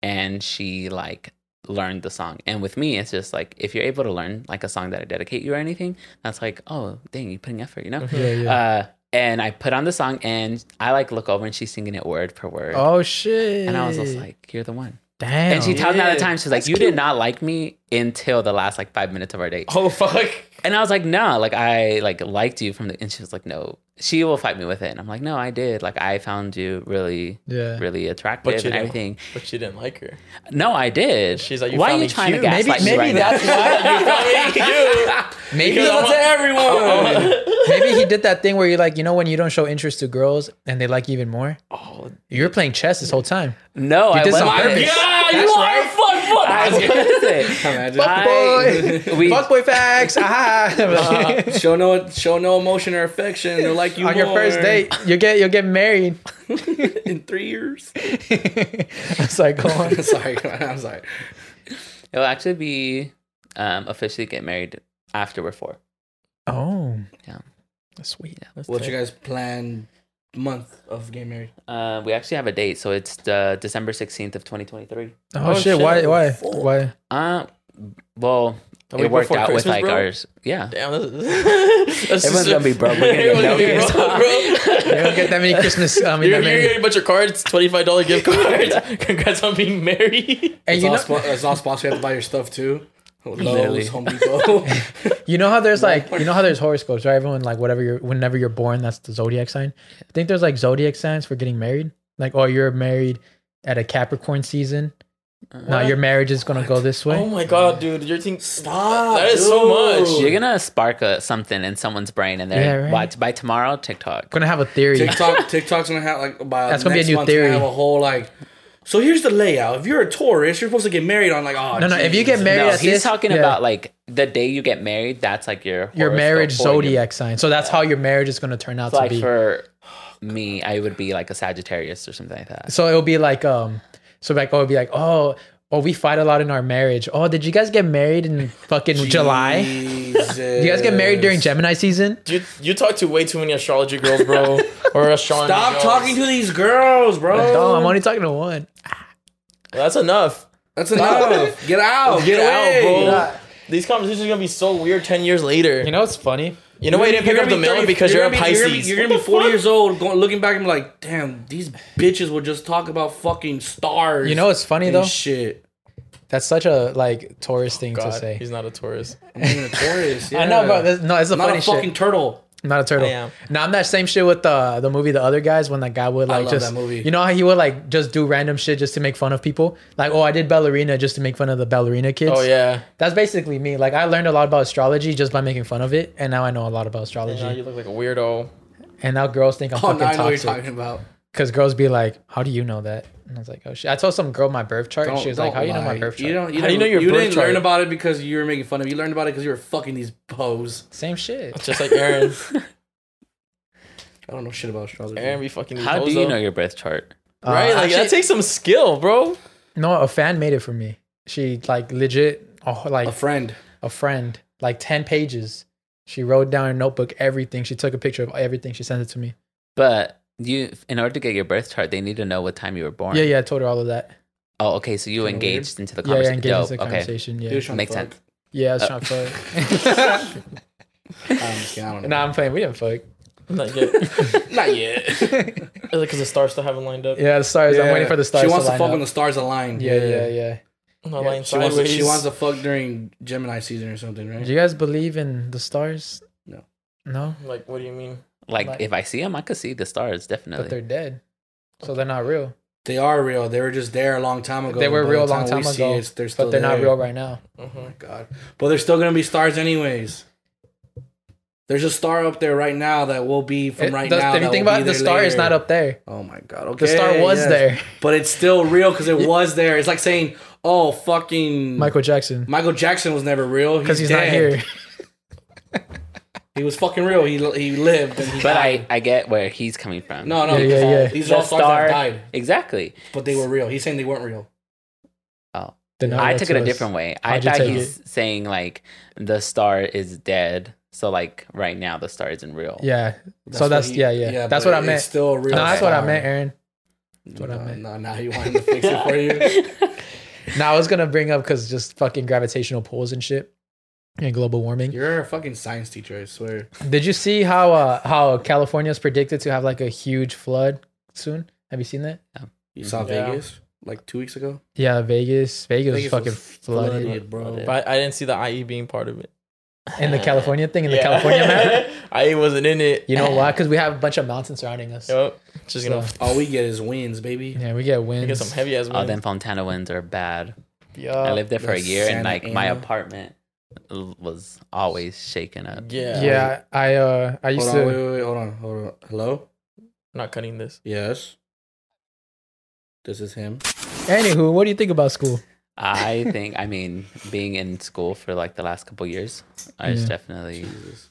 Speaker 4: and she like learned the song. And with me, it's just like if you're able to learn like a song that I dedicate you or anything, that's like, oh dang, you're putting effort, you know?
Speaker 2: Yeah. Yeah.
Speaker 4: Uh and I put on the song and I like look over and she's singing it word for word.
Speaker 2: oh shit.
Speaker 4: And I was just like, You're the one.
Speaker 2: damn.
Speaker 4: And she tells me all the time, she's like,
Speaker 1: That's
Speaker 4: You
Speaker 1: cute.
Speaker 4: did not like me until the last like five minutes of our date.
Speaker 1: Oh fuck.
Speaker 4: And I was like, no, like I like liked you from the. And she was like, no, she will fight me with it. And I'm like, no, I did. Like I found you really,
Speaker 2: yeah.
Speaker 4: really attractive
Speaker 1: you
Speaker 4: and
Speaker 1: don't.
Speaker 4: everything.
Speaker 1: But you didn't like her.
Speaker 4: No, I did.
Speaker 1: She's like, you
Speaker 4: why
Speaker 1: found
Speaker 4: are you
Speaker 1: me
Speaker 4: trying
Speaker 1: cute?
Speaker 4: to
Speaker 2: Maybe-
Speaker 4: gaslight me
Speaker 2: maybe
Speaker 4: right
Speaker 2: that's
Speaker 4: now?
Speaker 2: Maybe
Speaker 1: Because
Speaker 3: That's
Speaker 1: I'm-
Speaker 3: Oh, everyone.
Speaker 2: maybe he did that thing where you're like, you know, when you don't show interest to girls and they like you even more.
Speaker 1: Oh,
Speaker 2: You were playing chess this whole time.
Speaker 4: no, I
Speaker 2: did
Speaker 4: wasn't.
Speaker 2: some purpose.
Speaker 4: Yeah,
Speaker 2: That's
Speaker 4: you are
Speaker 2: right.
Speaker 4: a fuck, fuck. I wasn't. I-
Speaker 2: Fuckboy.
Speaker 4: we-
Speaker 2: Fuckboy facts. Ah.
Speaker 4: Uh,
Speaker 2: Aha.
Speaker 3: show no show no emotion or affection. They're like you
Speaker 2: On your
Speaker 3: more
Speaker 2: first date, you get you'll get married.
Speaker 3: in three years.
Speaker 2: It's like, go on.
Speaker 3: sorry, I'm sorry.
Speaker 4: It'll actually be um, officially get married after we're four.
Speaker 2: Oh.
Speaker 1: That's sweet.
Speaker 4: Yeah.
Speaker 1: That's
Speaker 3: What's
Speaker 1: tight.
Speaker 3: your guys' plan month of getting married?
Speaker 4: Uh, we actually have a date, so it's the December sixteenth of twenty twenty three.
Speaker 2: Oh,
Speaker 1: Oh,
Speaker 2: shit.
Speaker 1: shit.
Speaker 2: Why? Why?
Speaker 3: Fuck.
Speaker 2: Why?
Speaker 4: Uh, well,
Speaker 1: The
Speaker 4: it
Speaker 1: week
Speaker 4: worked
Speaker 1: before
Speaker 4: out with
Speaker 1: Christmas,
Speaker 4: like
Speaker 1: bro?
Speaker 4: ours. Yeah,
Speaker 1: Damn, that's, that's
Speaker 4: Everyone's gonna be broke. We're
Speaker 1: Everyone's gonna
Speaker 4: gonna get
Speaker 1: be broke,
Speaker 4: no
Speaker 1: bro.
Speaker 2: You don't get that many Christmas. I mean,
Speaker 1: You're,
Speaker 2: that
Speaker 1: you're
Speaker 2: many.
Speaker 1: getting a bunch of cards, twenty five dollar gift cards. Congrats on being married.
Speaker 2: And
Speaker 3: It's
Speaker 2: you
Speaker 3: all,
Speaker 2: know,
Speaker 3: spo- it's all sponsored. You have to buy your stuff too.
Speaker 4: Literally.
Speaker 3: Lowe's, Home Depot.
Speaker 2: you know how there's like, you know how there's horoscopes, right? Everyone like whatever you're, whenever you're born, that's the zodiac sign. I think there's like zodiac signs for getting married. Like, oh, you're married at a Capricorn season. Now
Speaker 1: What?
Speaker 2: your marriage is gonna go this way.
Speaker 1: Oh my god, dude, your thing.
Speaker 3: Stop.
Speaker 1: That is so much.
Speaker 3: dude.
Speaker 4: you're gonna spark a, something in someone's brain, and they're
Speaker 2: Yeah, right.
Speaker 4: watch by tomorrow TikTok.
Speaker 2: gonna have a theory.
Speaker 3: TikTok, TikTok's gonna have like by That's
Speaker 2: That's gonna
Speaker 3: gonna
Speaker 2: be
Speaker 3: next
Speaker 2: a new
Speaker 3: month, it's gonna
Speaker 2: theory.
Speaker 3: Have a whole like. So here's the layout. If you're a Taurus, you're supposed to get married on like oh
Speaker 2: No, no, if you
Speaker 3: geez.
Speaker 2: get married
Speaker 4: No,
Speaker 2: at
Speaker 4: he's
Speaker 2: this-
Speaker 4: talking
Speaker 2: yeah.
Speaker 4: about like the day you get married. That's like your
Speaker 2: your
Speaker 4: horoscope
Speaker 2: marriage
Speaker 4: for your-
Speaker 2: zodiac sign. So that's how your marriage is gonna turn out
Speaker 4: So,
Speaker 2: to
Speaker 4: like
Speaker 2: be.
Speaker 4: for me, I would be like a Sagittarius or something like that.
Speaker 2: so it'll be like um so like oh it'll be like oh oh we fight a lot in our marriage oh did you guys get married in fucking july
Speaker 3: Jesus.
Speaker 2: you guys get married during gemini season
Speaker 1: You you talk to way too many astrology girls, bro, or astrology.
Speaker 3: Stop
Speaker 1: girls.
Speaker 3: talking to these girls, bro.
Speaker 2: oh i'm only talking to one
Speaker 1: That's enough.
Speaker 3: That's enough. get out. Get,
Speaker 1: Get out,
Speaker 3: away.
Speaker 1: bro. These conversations are gonna be so weird ten years later.
Speaker 2: know what's funny
Speaker 1: You know why you didn't pick
Speaker 3: You're
Speaker 1: up the
Speaker 3: gonna be
Speaker 1: mail
Speaker 3: 30
Speaker 1: because you're, a
Speaker 3: gonna be-
Speaker 1: Pisces.
Speaker 3: You're gonna be, you're gonna be 40 years old, going, looking back and be like, damn, these bitches will just talk about fucking stars.
Speaker 2: you know what's funny
Speaker 3: and
Speaker 2: though
Speaker 3: shit.
Speaker 2: that's such a like taurus thing to
Speaker 1: God,
Speaker 2: say
Speaker 1: he's not a Taurus.
Speaker 3: I'm even a Taurus.
Speaker 2: i know
Speaker 3: yeah.
Speaker 2: but that's- no it's a
Speaker 3: I'm not
Speaker 2: funny
Speaker 3: a fucking
Speaker 2: shit
Speaker 3: turtle.
Speaker 2: I'm not a turtle
Speaker 1: I am.
Speaker 2: now i'm that same shit with the the movie the other guys when that guy would like
Speaker 3: love
Speaker 2: just
Speaker 3: that movie.
Speaker 2: you know how he would like just do random shit just to make fun of people like oh i did ballerina just to make fun of the ballerina kids
Speaker 1: Oh yeah.
Speaker 2: That's basically me. Like I learned a lot about astrology just by making fun of it, and now I know a lot about astrology.
Speaker 1: Now you look like a weirdo.
Speaker 2: and now girls think I'm
Speaker 3: Oh, now I
Speaker 2: fucking
Speaker 3: know what you're
Speaker 2: toxic
Speaker 3: talking about.
Speaker 2: because girls be like, "How do you know that?" And I was like, "Oh shit!" I told some girl my birth chart, and she was like,
Speaker 3: don't
Speaker 2: "How do you know my
Speaker 3: lie.
Speaker 2: birth chart?"
Speaker 3: You don't. You
Speaker 1: How do you
Speaker 3: don't-
Speaker 1: know your
Speaker 3: you
Speaker 1: birth
Speaker 3: didn't
Speaker 1: chart?
Speaker 3: learn about it because you were making fun of. it. You learned about it because you were fucking these hoes.
Speaker 2: Same shit.
Speaker 1: Just like Aaron.
Speaker 3: I don't know shit about astrology.
Speaker 1: Aaron be fucking. these
Speaker 4: How
Speaker 1: hoes
Speaker 4: do you
Speaker 1: up.
Speaker 4: know your birth chart?
Speaker 2: Uh,
Speaker 1: right? like
Speaker 2: actually-
Speaker 1: that takes some skill, bro.
Speaker 2: no, a fan made it for me. She like legit, oh, like
Speaker 3: a friend.
Speaker 2: a friend, like ten pages. She wrote down in a notebook everything. She took a picture of everything. She sent it to me.
Speaker 4: But you, in order to get your birth chart, they need to know what time you were born.
Speaker 2: Yeah, yeah. I told her all of that.
Speaker 4: Oh, okay. So you
Speaker 3: Kinda weird.
Speaker 4: engaged into the
Speaker 2: Yeah, yeah.
Speaker 4: conversation.
Speaker 2: Engaged in the
Speaker 4: Dope, okay.
Speaker 2: conversation.
Speaker 3: He
Speaker 2: Yeah,
Speaker 3: was trying to
Speaker 4: Makes
Speaker 3: fuck.
Speaker 4: sense.
Speaker 2: yeah. I was
Speaker 4: Uh,
Speaker 2: trying to fuck.
Speaker 3: I'm just kidding, I don't know.
Speaker 2: nah, I'm playing. We didn't fuck.
Speaker 1: Like because
Speaker 3: Not yet.
Speaker 1: the stars still haven't lined up.
Speaker 2: Yeah, the stars. I'm waiting for the stars.
Speaker 3: She wants to,
Speaker 2: line
Speaker 3: fuck
Speaker 2: up.
Speaker 3: when the stars align.
Speaker 2: Yeah, yeah, yeah.
Speaker 1: Not
Speaker 2: Yeah,
Speaker 1: lined
Speaker 3: She wants, to, she
Speaker 1: sideways.
Speaker 3: wants to fuck during Gemini season or something, right?
Speaker 2: Do you guys believe in the stars?
Speaker 3: No.
Speaker 2: No?
Speaker 1: Like, what do you mean?
Speaker 4: Like,
Speaker 2: Like-
Speaker 4: if I see them, I could see the stars
Speaker 2: But
Speaker 4: definitely.
Speaker 2: they're dead. So they're not real.
Speaker 3: They are real. They were just there a long time ago.
Speaker 2: They were
Speaker 3: By the
Speaker 2: real a long
Speaker 3: we
Speaker 2: time
Speaker 3: see
Speaker 2: ago,
Speaker 3: it's- they're still
Speaker 2: But they're not
Speaker 3: there.
Speaker 2: real right now.
Speaker 1: hmm
Speaker 3: my god. But there's still gonna be stars anyways. There's a star up there right now that will be from
Speaker 2: It-
Speaker 3: right
Speaker 2: the-
Speaker 3: now.
Speaker 2: if you
Speaker 3: that
Speaker 2: think
Speaker 3: will
Speaker 2: about
Speaker 3: be
Speaker 2: it, the
Speaker 3: there
Speaker 2: star is
Speaker 3: later.
Speaker 2: not up there.
Speaker 3: Oh my god. Okay.
Speaker 2: The star was
Speaker 3: yes.
Speaker 2: there.
Speaker 3: But it's still real because it was there. It's like saying, "Oh, fucking Michael,
Speaker 2: Michael Jackson.
Speaker 3: Jackson was never real
Speaker 2: Because he's, not
Speaker 3: dead.
Speaker 2: here.
Speaker 3: He was fucking real. He he lived." And he
Speaker 4: But
Speaker 3: died.
Speaker 4: I, I get where he's coming from.
Speaker 3: no no
Speaker 2: Yeah,
Speaker 3: because
Speaker 2: yeah, yeah.
Speaker 3: these
Speaker 4: The
Speaker 3: are all stars
Speaker 4: star-
Speaker 3: that died,
Speaker 4: Exactly.
Speaker 3: but they were real. He's saying they weren't real.
Speaker 2: Then
Speaker 4: I
Speaker 2: that's
Speaker 4: took it a
Speaker 2: us.
Speaker 4: different way. I
Speaker 2: How'd you
Speaker 4: thought
Speaker 2: take
Speaker 4: he's saying like the star is dead. So like right now the star isn't real.
Speaker 2: Yeah. so
Speaker 3: what
Speaker 2: that's,
Speaker 3: he-
Speaker 2: yeah, yeah, That's
Speaker 3: but
Speaker 2: what I
Speaker 3: it's
Speaker 2: meant.
Speaker 3: Still a real.
Speaker 2: No, that's what I
Speaker 3: star.
Speaker 2: meant, Aaron. what I
Speaker 3: No,
Speaker 2: meant.
Speaker 3: no, now you wanted to fix it for you.
Speaker 2: Now I was going to bring up because just fucking gravitational pulls and shit and global warming.
Speaker 3: You're a fucking science teacher, I swear.
Speaker 2: Did you see how uh, how California's predicted to have like a huge flood soon? Have you seen that?
Speaker 3: You saw
Speaker 1: Yeah.
Speaker 3: Vegas like two weeks ago.
Speaker 2: Yeah, Vegas. Vegas,
Speaker 3: Vegas
Speaker 2: was fucking
Speaker 3: was
Speaker 2: flooded.
Speaker 3: bro.
Speaker 4: Flooded.
Speaker 1: But I didn't see the IE being part of it.
Speaker 2: In the California thing, in the
Speaker 1: Yeah.
Speaker 2: California map.
Speaker 1: IE wasn't in it.
Speaker 2: You know why? Because we have a bunch of mountains surrounding us.
Speaker 1: Yup. Just gonna
Speaker 2: So-
Speaker 3: All we get is wins, baby.
Speaker 2: Yeah, we get winds.
Speaker 1: get some uh, heavy ass
Speaker 4: All
Speaker 1: winds.
Speaker 4: them Fontana winds are bad.
Speaker 2: Yeah.
Speaker 4: I lived there for a
Speaker 3: that's
Speaker 4: year and
Speaker 3: Santa
Speaker 4: like my
Speaker 3: Ana.
Speaker 4: apartment l- was always shaken up.
Speaker 1: yeah.
Speaker 2: yeah, I uh, I used
Speaker 3: Hold on, wait,
Speaker 2: to.
Speaker 3: wait, wait, hold on, hold on. Hello?
Speaker 1: I'm not cutting this.
Speaker 3: Yes. This is him.
Speaker 2: Anywho, what do you think about school?
Speaker 4: I think I mean being in school for like the last couple years, I was
Speaker 2: Yeah.
Speaker 4: definitely
Speaker 3: Jesus.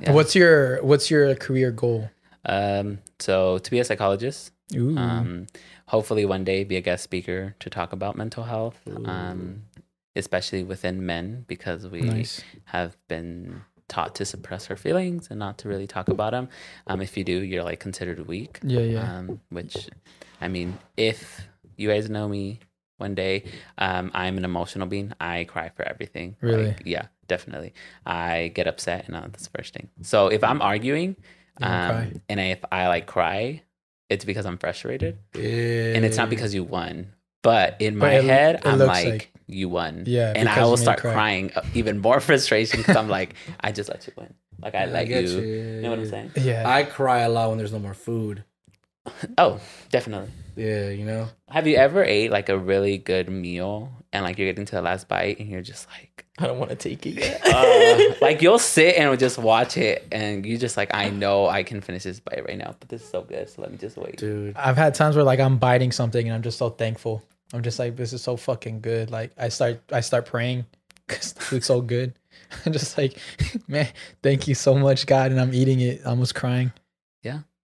Speaker 4: Yeah.
Speaker 2: What's your What's your career goal?
Speaker 4: um so to be a psychologist,
Speaker 2: Ooh,
Speaker 4: um hopefully one day be a guest speaker to talk about mental health. Um especially within men, because we
Speaker 2: Nice.
Speaker 4: have been taught to suppress our feelings and not to really talk about them. Um, if you do, you're like considered weak.
Speaker 2: Yeah, yeah.
Speaker 4: Um, which, I mean, if you guys know me, one day, um, I'm an emotional being. I cry for everything.
Speaker 2: Really?
Speaker 4: Like, yeah, definitely. I get upset, and uh, that's the first thing. So if I'm arguing,
Speaker 2: You don't cry.
Speaker 4: um, and if I like cry, it's because I'm frustrated, and it's not because you won. But in my
Speaker 2: it-
Speaker 4: head,
Speaker 2: it
Speaker 4: I'm
Speaker 2: looks
Speaker 4: like,
Speaker 2: like-
Speaker 4: you won.
Speaker 2: Yeah,
Speaker 4: and I
Speaker 2: because you
Speaker 4: will
Speaker 2: made
Speaker 4: start
Speaker 2: cry.
Speaker 4: crying uh, even more frustration because I'm like, I just let you win. Like I let
Speaker 3: get
Speaker 4: you. You know what I'm
Speaker 3: you.
Speaker 4: saying?
Speaker 2: yeah.
Speaker 3: I cry a lot when there's no more food.
Speaker 4: Oh, definitely.
Speaker 3: Yeah, you know.
Speaker 4: Have you ever ate like a really good meal and like you're getting to the last bite and you're just like,
Speaker 1: I don't want to take it yet.
Speaker 4: uh, like you'll sit and just watch it and you just like, I know I can finish this bite right now, but this is so good, so let me just wait.
Speaker 3: Dude.
Speaker 2: I've had times where like I'm biting something and I'm just so thankful. I'm just like, this is so fucking good. Like I start, I start praying because the food's so good. I'm just like, man, thank you so much, God. And I'm eating it, almost crying.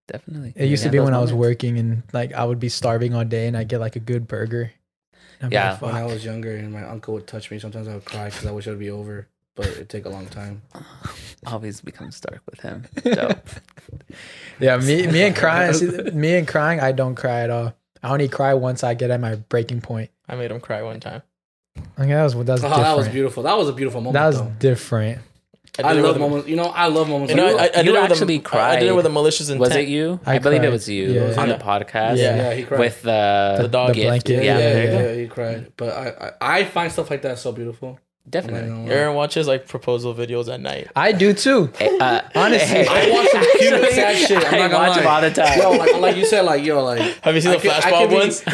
Speaker 4: Definitely.
Speaker 2: It used to
Speaker 4: Yeah,
Speaker 2: be
Speaker 4: those
Speaker 2: when I was
Speaker 4: moments.
Speaker 2: working and like I would be starving all day and I get like a good burger. And I'd be
Speaker 4: Yeah.
Speaker 2: like,
Speaker 3: When I
Speaker 2: fuck.
Speaker 3: was younger and my uncle would touch me, sometimes I would cry because I wish it would be over, but it'd take a long time.
Speaker 4: Always becomes dark with him. Dope.
Speaker 2: Yeah, me, me and crying, see, me and crying, I don't cry at all. I only cry once I get at my breaking point.
Speaker 1: I made him cry one time.
Speaker 2: Okay, that was that was
Speaker 3: Oh,
Speaker 2: different.
Speaker 3: that was beautiful. That was a beautiful moment.
Speaker 2: That was
Speaker 3: though.
Speaker 2: different.
Speaker 3: I
Speaker 1: did it
Speaker 3: love
Speaker 1: with a-
Speaker 3: moments. You know, I love moments.
Speaker 1: You
Speaker 3: like
Speaker 1: know, I, I
Speaker 3: that.
Speaker 1: did
Speaker 4: You
Speaker 1: it with
Speaker 4: actually
Speaker 1: a, I did
Speaker 4: cried.
Speaker 1: it with a malicious intent.
Speaker 4: was it you?
Speaker 2: I
Speaker 4: I, believe
Speaker 2: cried.
Speaker 4: it was you
Speaker 2: Yeah.
Speaker 4: on
Speaker 1: Yeah.
Speaker 4: the podcast
Speaker 1: Yeah.
Speaker 3: yeah, he cried.
Speaker 4: with uh, the,
Speaker 1: The dog.
Speaker 2: the blanket.
Speaker 3: yeah,
Speaker 4: Yeah, there you
Speaker 3: yeah,
Speaker 4: go.
Speaker 3: yeah, he cried. But I, I, I find stuff like that so beautiful. I'm not
Speaker 4: Definitely.
Speaker 3: gonna lie.
Speaker 1: Aaron watches like proposal videos at night.
Speaker 2: I do too.
Speaker 4: Eh, uh,
Speaker 2: Honestly,
Speaker 3: I watch some cute ass shit. I'm
Speaker 4: I
Speaker 3: not gonna
Speaker 4: watch
Speaker 3: lie.
Speaker 4: them all the time.
Speaker 3: Yo, like, like you said, like yo, like
Speaker 1: Have you seen
Speaker 3: I
Speaker 1: the
Speaker 3: could- I could
Speaker 1: flashbulb
Speaker 3: be-
Speaker 1: ones?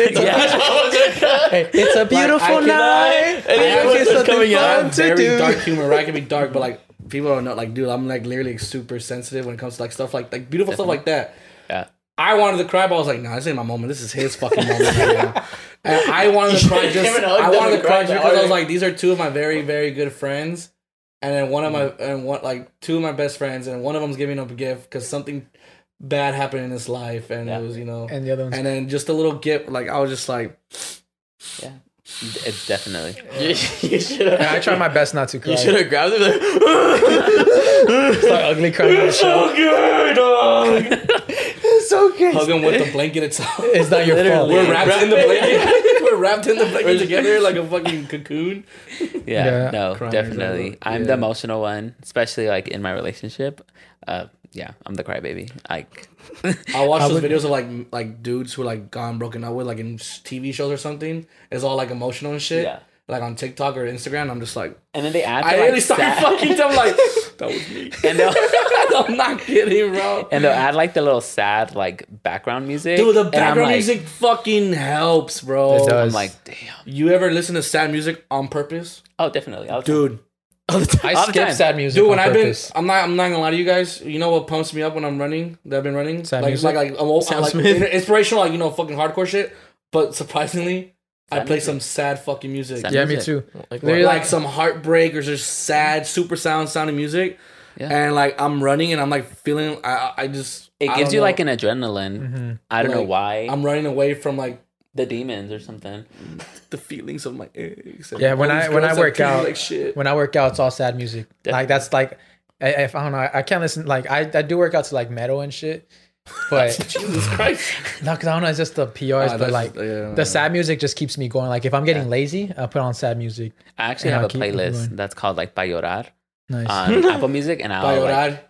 Speaker 2: It's a beautiful
Speaker 3: could-
Speaker 2: night.
Speaker 1: And then
Speaker 2: I
Speaker 1: you
Speaker 2: have
Speaker 1: what's
Speaker 2: something
Speaker 1: coming
Speaker 2: fun
Speaker 1: out.
Speaker 3: I'm
Speaker 2: to
Speaker 3: very
Speaker 2: do.
Speaker 3: dark humor. Right? I can be dark, but like people don't know. Like, dude, I'm like literally super sensitive when it comes to like stuff like like beautiful stuff like that.
Speaker 4: Yeah.
Speaker 3: I wanted to cry, but I was like, nah, this ain't my moment. This is his fucking moment right now. And I wanted to cry
Speaker 1: Give
Speaker 3: just
Speaker 1: it a hug,
Speaker 3: I wanted
Speaker 1: then
Speaker 3: to cry
Speaker 1: cry,
Speaker 3: because I was
Speaker 1: alright.
Speaker 3: like, these are two of my very very good friends. And then one of my
Speaker 2: Mm-hmm.
Speaker 3: and one like two of my best friends, and one of them's giving up a gift because something bad happened in his life, and
Speaker 4: Yeah.
Speaker 3: it was you know,
Speaker 2: And the other one's
Speaker 3: and then just a little gift. Like I was just like,
Speaker 4: It's definitely.
Speaker 1: You, you should have.
Speaker 2: I try my best not to cry.
Speaker 1: You should have grabbed him. Like,
Speaker 2: Start ugly crying on the
Speaker 1: it's
Speaker 2: show.
Speaker 1: so good, dog. it's so good.
Speaker 3: hug him with the blanket itself.
Speaker 2: It's not your fault.
Speaker 4: Literally.
Speaker 3: We're wrapped in the blanket. We're wrapped in the blanket together like a fucking cocoon.
Speaker 4: Yeah,
Speaker 2: Yeah.
Speaker 4: no,
Speaker 3: Crying
Speaker 4: definitely.
Speaker 3: is over.
Speaker 4: I'm
Speaker 3: Yeah.
Speaker 4: the emotional one, especially like in my relationship. Uh, yeah, I'm the crybaby. Like,
Speaker 3: I watch
Speaker 2: I
Speaker 3: those
Speaker 2: would-
Speaker 3: videos of like m- like dudes who are like gone broken up with like in s- TV shows or something. It's all like emotional and shit.
Speaker 4: Yeah.
Speaker 3: Like on TikTok or Instagram, I'm just like,
Speaker 4: and then they add.
Speaker 3: I
Speaker 4: to,
Speaker 3: really
Speaker 4: like,
Speaker 3: started
Speaker 4: sad-
Speaker 3: fucking. I'm like, that was me.
Speaker 4: And they'll,
Speaker 3: I'm not kidding, bro.
Speaker 4: and they'll add like the little sad like background music.
Speaker 3: Dude, the
Speaker 4: and I'm
Speaker 3: background
Speaker 4: like-
Speaker 3: music fucking helps, bro.
Speaker 2: It does.
Speaker 4: I'm like, damn.
Speaker 3: You ever listen to sad music on purpose,
Speaker 4: Oh, definitely. I'll
Speaker 3: dude?
Speaker 2: I
Speaker 4: All the
Speaker 2: skip
Speaker 4: time.
Speaker 2: sad music.
Speaker 3: Dude, when
Speaker 2: on
Speaker 3: I've been,
Speaker 2: purpose.
Speaker 3: I'm not, I'm not gonna lie to you guys. You know what pumps me up when I'm running? That I've been running,
Speaker 2: Sad
Speaker 3: like,
Speaker 2: music?
Speaker 3: like, like, I'm, all-
Speaker 1: Sam
Speaker 3: like
Speaker 1: Smith?
Speaker 3: in- inspirational, like you know, fucking hardcore shit. But surprisingly, I
Speaker 4: Sad
Speaker 3: play
Speaker 4: music.
Speaker 3: some sad fucking music,
Speaker 4: Sad
Speaker 2: yeah, me
Speaker 4: music.
Speaker 2: too.
Speaker 1: Like,
Speaker 2: Literally,
Speaker 1: what?
Speaker 3: like some heartbreak or just sad, super sound sounding music.
Speaker 4: Yeah.
Speaker 3: And like I'm running and I'm like feeling, I, I- I just
Speaker 4: It
Speaker 3: I
Speaker 4: gives
Speaker 3: don't
Speaker 4: you
Speaker 3: know. Mm-hmm.
Speaker 4: like an adrenaline. I don't know
Speaker 3: Like,
Speaker 4: why.
Speaker 3: I'm running away from like
Speaker 4: the demons or something.
Speaker 3: the feelings of my ex. and
Speaker 2: Yeah, when
Speaker 3: all
Speaker 2: I-
Speaker 3: these
Speaker 2: when I
Speaker 3: girls that
Speaker 2: work
Speaker 3: treat me
Speaker 2: out-
Speaker 3: like shit.
Speaker 2: When I work out, it's all sad music. Like
Speaker 4: Definitely.
Speaker 2: that's like, I- if I don't know, I I can't listen. Like I, I do work out to like metal and shit, but
Speaker 3: Jesus Christ,
Speaker 2: no, because I don't know. It's just the
Speaker 3: Ah,
Speaker 2: PRs, but
Speaker 3: that's- uh,
Speaker 2: like
Speaker 3: yeah,
Speaker 2: the sad music just keeps me going. Like if I'm getting lazy, I'll put on sad music.
Speaker 4: I actually
Speaker 2: Yeah,
Speaker 4: have a
Speaker 2: keep- keep
Speaker 4: playlist
Speaker 2: going.
Speaker 4: that's called like Pa Llorar
Speaker 2: Nice.
Speaker 4: on Apple Music, and
Speaker 3: By
Speaker 4: I'll
Speaker 3: your
Speaker 4: Oh, like,
Speaker 3: eye.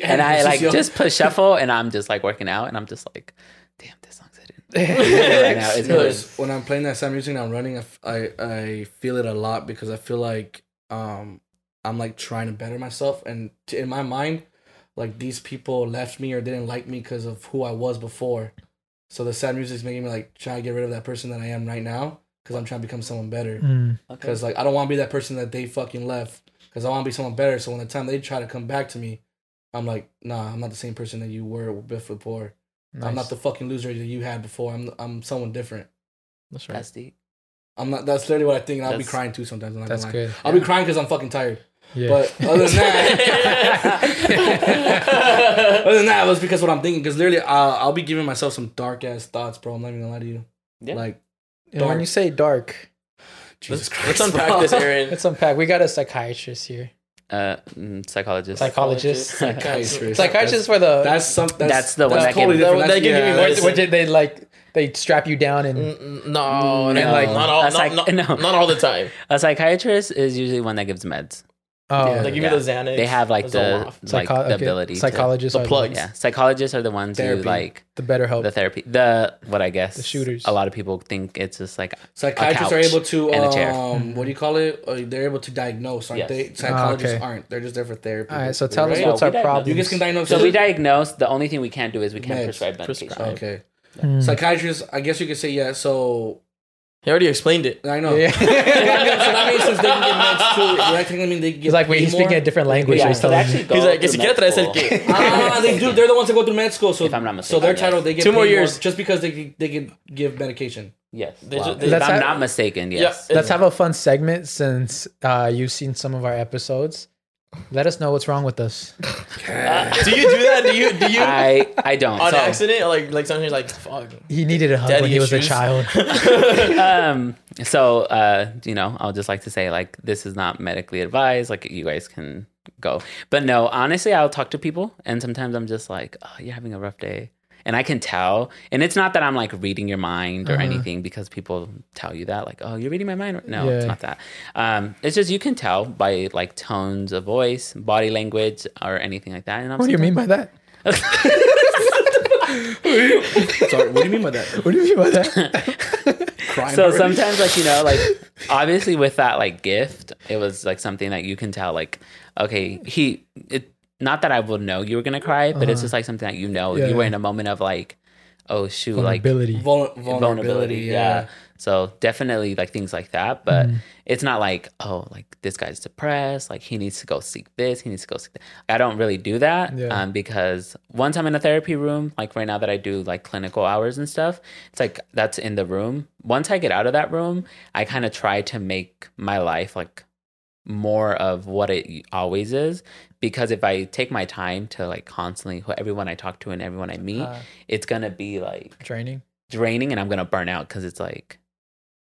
Speaker 3: Yeah,
Speaker 4: and I
Speaker 3: this is
Speaker 4: like
Speaker 3: your-
Speaker 4: just push shuffle, and I'm just like working out, and I'm just like, damn, this song's hidden. right now. It's
Speaker 3: No,
Speaker 4: hidden.
Speaker 3: it's- when I'm playing that sad music and I'm running, I, f- I- I feel it a lot because I feel like um I'm like trying to better myself, and t- in my mind, like these people left me or didn't like me because of who I was before. So the sad music is making me like try to get rid of that person that I am right now because I'm trying to become someone better.
Speaker 2: Mm.
Speaker 4: Okay.
Speaker 3: Because like I don't want to be that person that they fucking left. Because I want to be someone better. So when the time they try to come back to me, I'm like, nah, I'm not the same person that you were before. I'm not
Speaker 2: Nice.
Speaker 3: the fucking loser that you had before. I'm I'm someone different.
Speaker 1: That's right.
Speaker 4: That's deep.
Speaker 3: I'm not. That's literally what I think. And I'll be
Speaker 4: That's-
Speaker 3: crying too sometimes. I'm not
Speaker 2: That's
Speaker 3: gonna lie.
Speaker 2: good.
Speaker 3: I'll be crying because I'm fucking tired.
Speaker 2: Yeah.
Speaker 3: But other than that, other than that, it was because what I'm thinking. Because literally, I'll, I'll be giving myself some dark ass thoughts, bro. I'm not even gonna lie to you.
Speaker 4: Yeah.
Speaker 3: Like
Speaker 2: And when
Speaker 3: dark.
Speaker 2: you say dark,
Speaker 3: Jesus Christ.
Speaker 1: Let's unpack this, Aaron.
Speaker 2: Let's unpack. We got a psychiatrist here.
Speaker 4: Uh, mm, psychologist.
Speaker 2: Psychologist.
Speaker 3: Psychiatrist.
Speaker 2: Psychiatrist for the.
Speaker 3: That's, that's something.
Speaker 4: That's the one that
Speaker 3: totally
Speaker 4: can-
Speaker 3: different.
Speaker 1: that
Speaker 3: That's,
Speaker 1: can give
Speaker 3: yeah,
Speaker 1: you
Speaker 3: that's-
Speaker 1: more-
Speaker 2: what did they like? They strap you down and.
Speaker 1: Mm, No,
Speaker 4: No.
Speaker 1: and like not all,
Speaker 4: That's
Speaker 1: not,
Speaker 4: like-
Speaker 1: not,
Speaker 4: no.
Speaker 1: not all the time.
Speaker 4: a psychiatrist is usually one that gives meds.
Speaker 2: Oh,
Speaker 1: They give
Speaker 4: Yeah.
Speaker 1: you the Xanax.
Speaker 4: They have like
Speaker 1: Zoloft.
Speaker 4: the like
Speaker 2: psycho-
Speaker 4: the
Speaker 2: okay,
Speaker 4: ability. to-
Speaker 2: Psychologists
Speaker 1: the
Speaker 2: are
Speaker 1: plug.
Speaker 4: yeah, psychologists are the ones
Speaker 3: Therapy.
Speaker 4: who like
Speaker 2: the better help.
Speaker 4: the therapy. The what I guess
Speaker 2: The shooters.
Speaker 4: A lot of people think it's just like
Speaker 3: Psychiatrists are
Speaker 4: couch
Speaker 3: able to,
Speaker 4: and a chair.
Speaker 3: um, what do you call it? Uh, they're able to diagnose, aren't
Speaker 4: Yes.
Speaker 3: they? Psychologists
Speaker 2: Ah, okay.
Speaker 3: aren't. They're just there for therapy.
Speaker 2: All right, so
Speaker 3: basically,
Speaker 2: tell us
Speaker 3: right?
Speaker 4: Yeah,
Speaker 2: what's
Speaker 4: we
Speaker 2: our
Speaker 4: diagnose.
Speaker 2: problem.
Speaker 3: You guys can diagnose.
Speaker 4: so we diagnose. The only thing we can't do is we can't
Speaker 3: Meds.
Speaker 4: prescribe medication.
Speaker 1: Prescribe.
Speaker 3: Okay.
Speaker 2: Mm.
Speaker 3: Psychiatrists, I guess you could say yeah. So
Speaker 1: He already explained it.
Speaker 3: I know. I mean, so
Speaker 2: Yeah.
Speaker 3: that means since they can get meds too, that technically mean they can get
Speaker 2: He's like, wait, he's
Speaker 3: paid more?
Speaker 2: speaking a different language.
Speaker 4: Yeah,
Speaker 2: he's
Speaker 4: so
Speaker 2: telling
Speaker 4: they
Speaker 2: me.
Speaker 4: actually go
Speaker 1: He's like, "Yes,
Speaker 4: through med
Speaker 1: get it, I said
Speaker 4: school."
Speaker 1: get it."
Speaker 3: Ah, they do. They're the ones that go through med school. So
Speaker 4: If I'm not
Speaker 3: so they're
Speaker 4: mistaken, yes.
Speaker 3: titled. They get
Speaker 1: Two more
Speaker 3: paid
Speaker 1: years.
Speaker 3: just because they can- they can give medication.
Speaker 4: Yes.
Speaker 1: They
Speaker 4: Wow.
Speaker 1: ju- they-
Speaker 4: if
Speaker 2: That's
Speaker 4: I'm
Speaker 2: how-
Speaker 4: not mistaken, yes.
Speaker 1: Yeah,
Speaker 2: Let's have a fun segment since uh, you've seen some of our episodes. Let us know what's wrong with us.
Speaker 1: do you do that? Do you do you
Speaker 4: I I don't.
Speaker 1: on
Speaker 4: So,
Speaker 1: accident? Like like sometimes like fuck.
Speaker 2: He needed a hug
Speaker 1: Daddy
Speaker 2: when he was a
Speaker 1: issues.
Speaker 2: child.
Speaker 4: um so uh you know, I'll just like to say like this is not medically advised, like you guys can go. But no, honestly, I'll talk to people and sometimes I'm just like, "Oh, you're having a rough day." And I can tell. And it's not that I'm like reading your mind or
Speaker 2: Uh-huh.
Speaker 4: anything because people tell you that like, "Oh, you're reading my mind." right-" No, it's
Speaker 2: Yeah.
Speaker 4: not that. Um it's just you can tell by like tones of voice, body language or anything like that. And I'm
Speaker 2: What do you mean by that?
Speaker 3: Sorry, what do you mean by that?
Speaker 2: What do you mean by that?
Speaker 3: Crime
Speaker 4: so
Speaker 3: already?
Speaker 4: sometimes like you know like obviously with that like gift it was like something that you can tell like okay he it not that i would know you were gonna cry but it's just like something that you know
Speaker 2: Yeah.
Speaker 4: you were in a moment of like oh shoot like
Speaker 2: Vulnerability.
Speaker 3: Vul- vulnerability. yeah.
Speaker 4: so definitely like things like that but
Speaker 2: Mm-hmm.
Speaker 4: it's not like oh like this guy's depressed like he needs to go seek this he needs to go seek that i don't really do that
Speaker 2: Yeah.
Speaker 4: um, because once i'm in a therapy room like right now that i do like clinical hours and stuff it's like that's in the room once i get out of that room i kind of try to make my life like more of what it always is because if i take my time to like constantly who everyone i talk to and everyone i meet
Speaker 2: Uh,
Speaker 4: it's gonna be like
Speaker 2: training.
Speaker 4: draining and I'm gonna burn out because it's like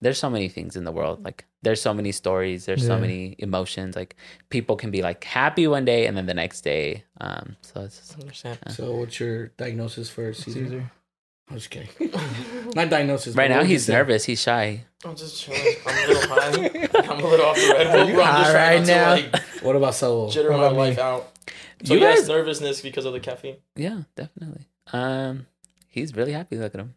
Speaker 4: there's so many things in the world. Like there's so many stories, there's so
Speaker 2: Yeah.
Speaker 4: many emotions. Like people can be like happy one day and then the next day. Um so it's just,
Speaker 1: Understand.
Speaker 3: So what's your diagnosis for Caesar? I'm just kidding. Not diagnosis.
Speaker 4: right
Speaker 3: but what
Speaker 4: now
Speaker 3: would you
Speaker 4: he's
Speaker 3: say?
Speaker 4: nervous, he's shy.
Speaker 1: I'm just chilling. I'm a little high. I'm a little off the Red Bull.
Speaker 2: you
Speaker 1: bro. I'm
Speaker 2: high
Speaker 1: just trying
Speaker 2: right now?
Speaker 1: not to like
Speaker 3: What about Saul?
Speaker 1: jitter
Speaker 2: What
Speaker 1: my
Speaker 2: about me?
Speaker 1: life out. So
Speaker 4: You
Speaker 1: you yes,
Speaker 4: guys-
Speaker 1: nervousness because of the caffeine.
Speaker 4: Yeah, definitely. Um he's really happy. Look at him.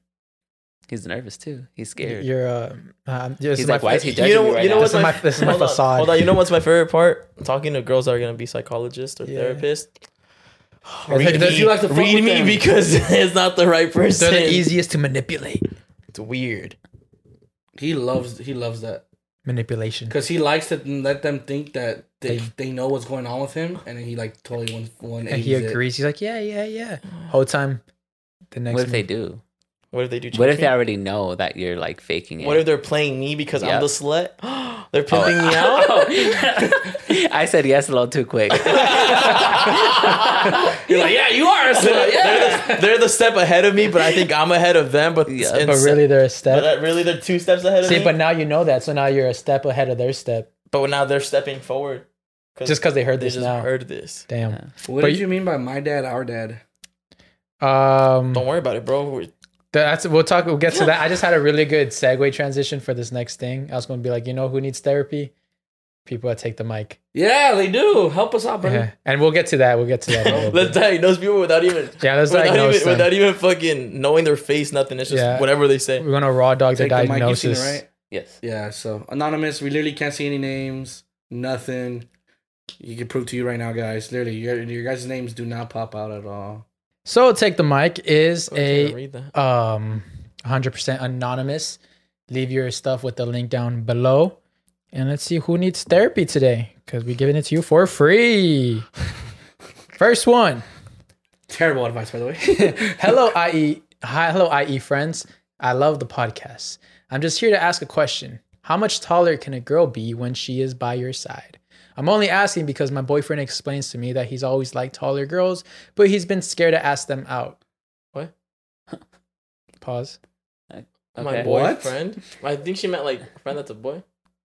Speaker 4: He's nervous too. He's scared.
Speaker 2: You're. Uh, um, this
Speaker 4: he's
Speaker 2: is
Speaker 4: like,
Speaker 2: my
Speaker 4: why is
Speaker 2: fa-
Speaker 4: he judging
Speaker 1: know-
Speaker 4: me right
Speaker 1: you know
Speaker 4: now?
Speaker 2: This is
Speaker 1: my-
Speaker 2: my. This is my
Speaker 1: hold on,
Speaker 2: facade.
Speaker 1: hold on. You know what's my favorite part? Talking to girls that are gonna be psychologists or
Speaker 2: Yeah.
Speaker 1: therapists.
Speaker 2: They're
Speaker 1: Read
Speaker 2: the-
Speaker 1: me,
Speaker 3: you like to fuck
Speaker 1: read
Speaker 3: with
Speaker 1: me
Speaker 3: them.
Speaker 1: because it's not the right person.
Speaker 2: They're the easiest to manipulate.
Speaker 1: It's weird.
Speaker 3: He loves he loves that
Speaker 2: Manipulation.
Speaker 3: because he likes to let them think that they,
Speaker 2: They-
Speaker 3: they know what's going on with him, and then he like totally one one.
Speaker 2: And he agrees. He's like, yeah, yeah, yeah. Whole time. The next.
Speaker 4: What if they
Speaker 2: minute-
Speaker 4: do?
Speaker 1: What if they do?
Speaker 4: What if
Speaker 1: cheat
Speaker 4: they
Speaker 1: me?
Speaker 4: already know that you're like faking it?
Speaker 1: What if they're playing me because
Speaker 4: Yeah.
Speaker 1: I'm the slut? they're pimping me out.
Speaker 4: Oh. I said yes a little too quick.
Speaker 3: You're like, yeah, you are a slut. Yeah.
Speaker 1: they're, the, they're the step ahead of me, but I think I'm ahead of them. But
Speaker 4: Yeah,
Speaker 1: and
Speaker 2: But
Speaker 1: se-
Speaker 2: Oh, really, they're a
Speaker 1: but
Speaker 2: step.
Speaker 1: that- really, they're two steps ahead of
Speaker 2: See,
Speaker 1: me.
Speaker 2: but now you know that, so now you're a step ahead of their step,
Speaker 1: but now they're stepping forward.
Speaker 2: just because they heard
Speaker 1: they
Speaker 2: this
Speaker 1: just
Speaker 2: now.
Speaker 1: heard this.
Speaker 2: Damn.
Speaker 4: Yeah.
Speaker 3: What
Speaker 2: But
Speaker 3: did
Speaker 2: you-
Speaker 3: you mean by my dad, our dad?
Speaker 2: Um,
Speaker 1: Don't worry about it, bro. We're-
Speaker 2: that's we'll talk. We'll get to that. I just had a really good segue transition for this next thing. I was going to be like, you know, who needs therapy? People that take the mic.
Speaker 3: Yeah, they do. Help us out, brother.
Speaker 2: Yeah, and we'll get to that. We'll get to that. in a little
Speaker 1: Let's
Speaker 2: bit.
Speaker 1: diagnose people without even
Speaker 2: yeah, let's
Speaker 1: without
Speaker 2: diagnose
Speaker 1: even,
Speaker 2: them.
Speaker 1: without even fucking knowing their face, nothing. It's just
Speaker 2: Yeah.
Speaker 1: whatever they say.
Speaker 2: We're gonna raw dog the
Speaker 3: Take the mic. You seen it,
Speaker 2: diagnosis.
Speaker 3: right?
Speaker 4: yes.
Speaker 3: Yeah. So anonymous. We literally can't see any names. Nothing. You can prove to you right now, guys. Literally, your your guys' names do not pop out at all.
Speaker 2: So take the mic is
Speaker 1: Okay,
Speaker 2: a
Speaker 1: read that.
Speaker 2: um 100% anonymous. Leave your stuff with the link down below, and let's see who needs therapy today because we're giving it to you for free. First one.
Speaker 3: Terrible advice, by the way.
Speaker 2: hello IE hi hello IE friends. I love the podcast. I'm just here to ask a question. How much taller can a girl be when she is by your side? I'm only asking because my boyfriend explains to me that he's always liked taller girls, but he's been scared to ask them out.
Speaker 1: What?
Speaker 2: Pause.
Speaker 1: My
Speaker 4: Okay.
Speaker 3: What?
Speaker 1: boyfriend. I think she meant like friend that's a boy.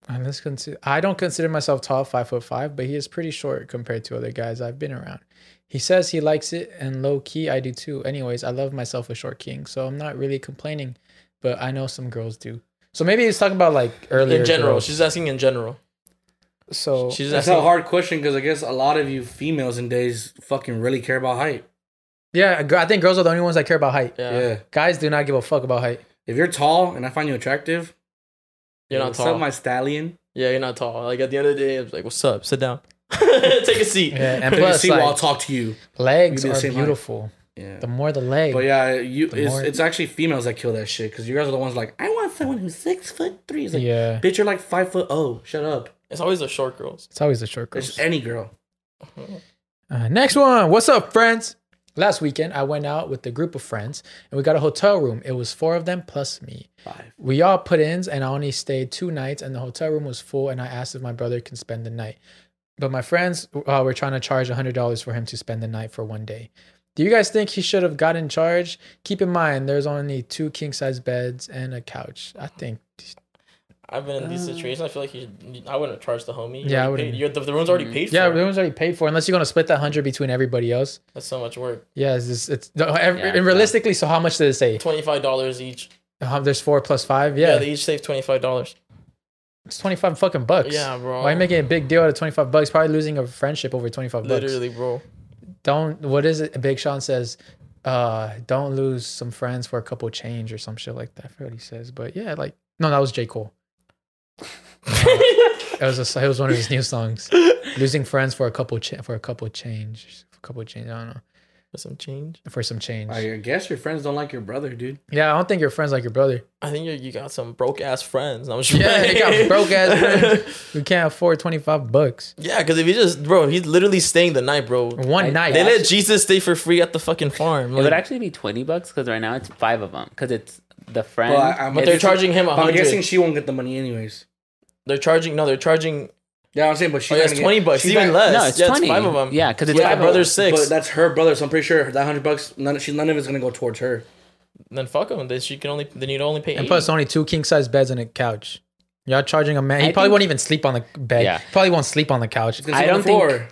Speaker 2: I just consider, I don't consider myself tall, five foot five, but he is pretty short compared to other guys I've been around. He says he likes it, and low key, I do too. Anyways, I love myself a short king, so I'm not really complaining, but I know some girls do. So maybe he's talking about like earlier
Speaker 1: in general,
Speaker 2: girls.
Speaker 1: she's asking in general.
Speaker 2: So
Speaker 1: She's
Speaker 3: That's
Speaker 1: asking.
Speaker 3: a hard question because I guess a lot of you females in days fucking really care about height.
Speaker 2: yeah, gr- I think girls are the only ones that care about height.
Speaker 1: Yeah.
Speaker 3: Yeah.
Speaker 2: Guys do not give a fuck about height.
Speaker 3: If you're tall and I find you attractive,
Speaker 1: You're not
Speaker 3: what's
Speaker 1: tall.
Speaker 3: up, my stallion?
Speaker 1: yeah, you're not tall. Like at the end of the day, it's like, what's up? Sit down. Take a seat.
Speaker 2: Yeah, and
Speaker 3: If you
Speaker 2: plus
Speaker 3: see,
Speaker 2: like,
Speaker 3: well, I'll talk to you.
Speaker 2: legs
Speaker 3: You'd be the
Speaker 2: are
Speaker 3: same height.
Speaker 2: beautiful.
Speaker 3: Yeah.
Speaker 2: The more the leg,
Speaker 3: But yeah, you
Speaker 2: The
Speaker 3: it's,
Speaker 2: more-
Speaker 3: it's actually females that kill that shit because you guys are the ones like, I want someone who's six foot three. It's like,
Speaker 2: yeah,
Speaker 3: bitch, you're like five foot. Oh, shut up.
Speaker 1: It's always the short girls.
Speaker 2: it's always the short
Speaker 3: It's
Speaker 2: girls.
Speaker 3: just any girl.
Speaker 2: Uh, next one. What's up, friends? Last weekend, I went out with a group of friends and we got a hotel room. It was four of them plus me.
Speaker 3: Five.
Speaker 2: We all put ins and I only stayed two nights, and the hotel room was full. And I asked if my brother can spend the night. But my friends uh, were trying to charge $100 for him to spend the night for one day. Do you guys think he should have gotten charged? Keep in mind, there's only two king size beds and a couch. I think
Speaker 1: I've been in
Speaker 3: Uh.
Speaker 1: these situations. I feel like you should, I wouldn't charge the homie. You
Speaker 2: Yeah, I
Speaker 1: already
Speaker 2: wouldn't.
Speaker 1: paid- you're- the, the room's
Speaker 3: Mm.
Speaker 1: already paid for.
Speaker 2: Yeah, everyone's already paid for. Unless you're gonna split that hundred between everybody else.
Speaker 1: That's so much work.
Speaker 2: Yeah, it's just, it's no, ev-
Speaker 4: Yeah,
Speaker 2: and
Speaker 4: no.
Speaker 2: realistically. So how much did it say?
Speaker 1: Twenty five dollars each.
Speaker 2: Uh, there's four plus five.
Speaker 1: Yeah.
Speaker 2: Yeah,
Speaker 1: they each save twenty five dollars.
Speaker 2: it's twenty five fucking bucks.
Speaker 1: Yeah, bro.
Speaker 2: Why making a big deal out of twenty five bucks? Probably losing a friendship over twenty five bucks.
Speaker 1: Literally, bro.
Speaker 2: Don't. What is it? Big Sean says, uh, "Don't lose some friends for a couple change or some shit like that." I forget what he says, but yeah, like no, that was J Cole. It was a, it was one of his new songs. losing friends for a couple cha- for a couple change, for a couple change. I don't know
Speaker 1: For some change.
Speaker 2: for some change.
Speaker 3: I guess your friends don't like your brother, dude.
Speaker 2: Yeah, I don't think your friends like your brother.
Speaker 1: I think you you got some broke ass friends. I'm sure.
Speaker 2: Yeah, they got broke ass friends. We can't afford twenty five bucks
Speaker 1: yeah, because if you just bro, he's literally staying the night, bro.
Speaker 2: one
Speaker 4: I-
Speaker 2: night.
Speaker 1: They let Jesus stay for free at the fucking farm.
Speaker 4: It
Speaker 1: like-
Speaker 4: would actually be twenty bucks because right now it's five of them because it's the friend.
Speaker 3: Well, I- I'm
Speaker 1: but they're
Speaker 3: guessing-
Speaker 1: charging him a
Speaker 3: but I'm guessing
Speaker 1: hundred.
Speaker 3: she won't get the money anyways.
Speaker 1: They're charging no, they're charging.
Speaker 3: Yeah, I'm saying, but
Speaker 1: Oh,
Speaker 3: she's
Speaker 1: yeah,
Speaker 3: not
Speaker 1: it's
Speaker 3: gonna
Speaker 1: twenty
Speaker 3: get-
Speaker 1: bucks,
Speaker 3: she's
Speaker 1: even
Speaker 3: not-
Speaker 1: less.
Speaker 4: no, it's
Speaker 1: yeah,
Speaker 4: twenty.
Speaker 1: It's five of them.
Speaker 4: Yeah, because it's
Speaker 1: Yeah,
Speaker 4: five
Speaker 1: my
Speaker 4: of them.
Speaker 1: brother's six.
Speaker 3: But that's her brother, so I'm pretty sure that hundred bucks, none, she, none of it's gonna go towards her.
Speaker 1: then fuck them. Then she can only then you'd only pay.
Speaker 2: and
Speaker 1: 80.
Speaker 2: plus only two king size beds and a couch. Y'all charging a man? He
Speaker 4: I
Speaker 2: probably
Speaker 4: think-
Speaker 2: won't even sleep on the bed.
Speaker 4: Yeah.
Speaker 2: Probably won't sleep on the couch.
Speaker 3: It's gonna
Speaker 4: I
Speaker 3: sit on the
Speaker 4: don't
Speaker 3: floor.
Speaker 4: think-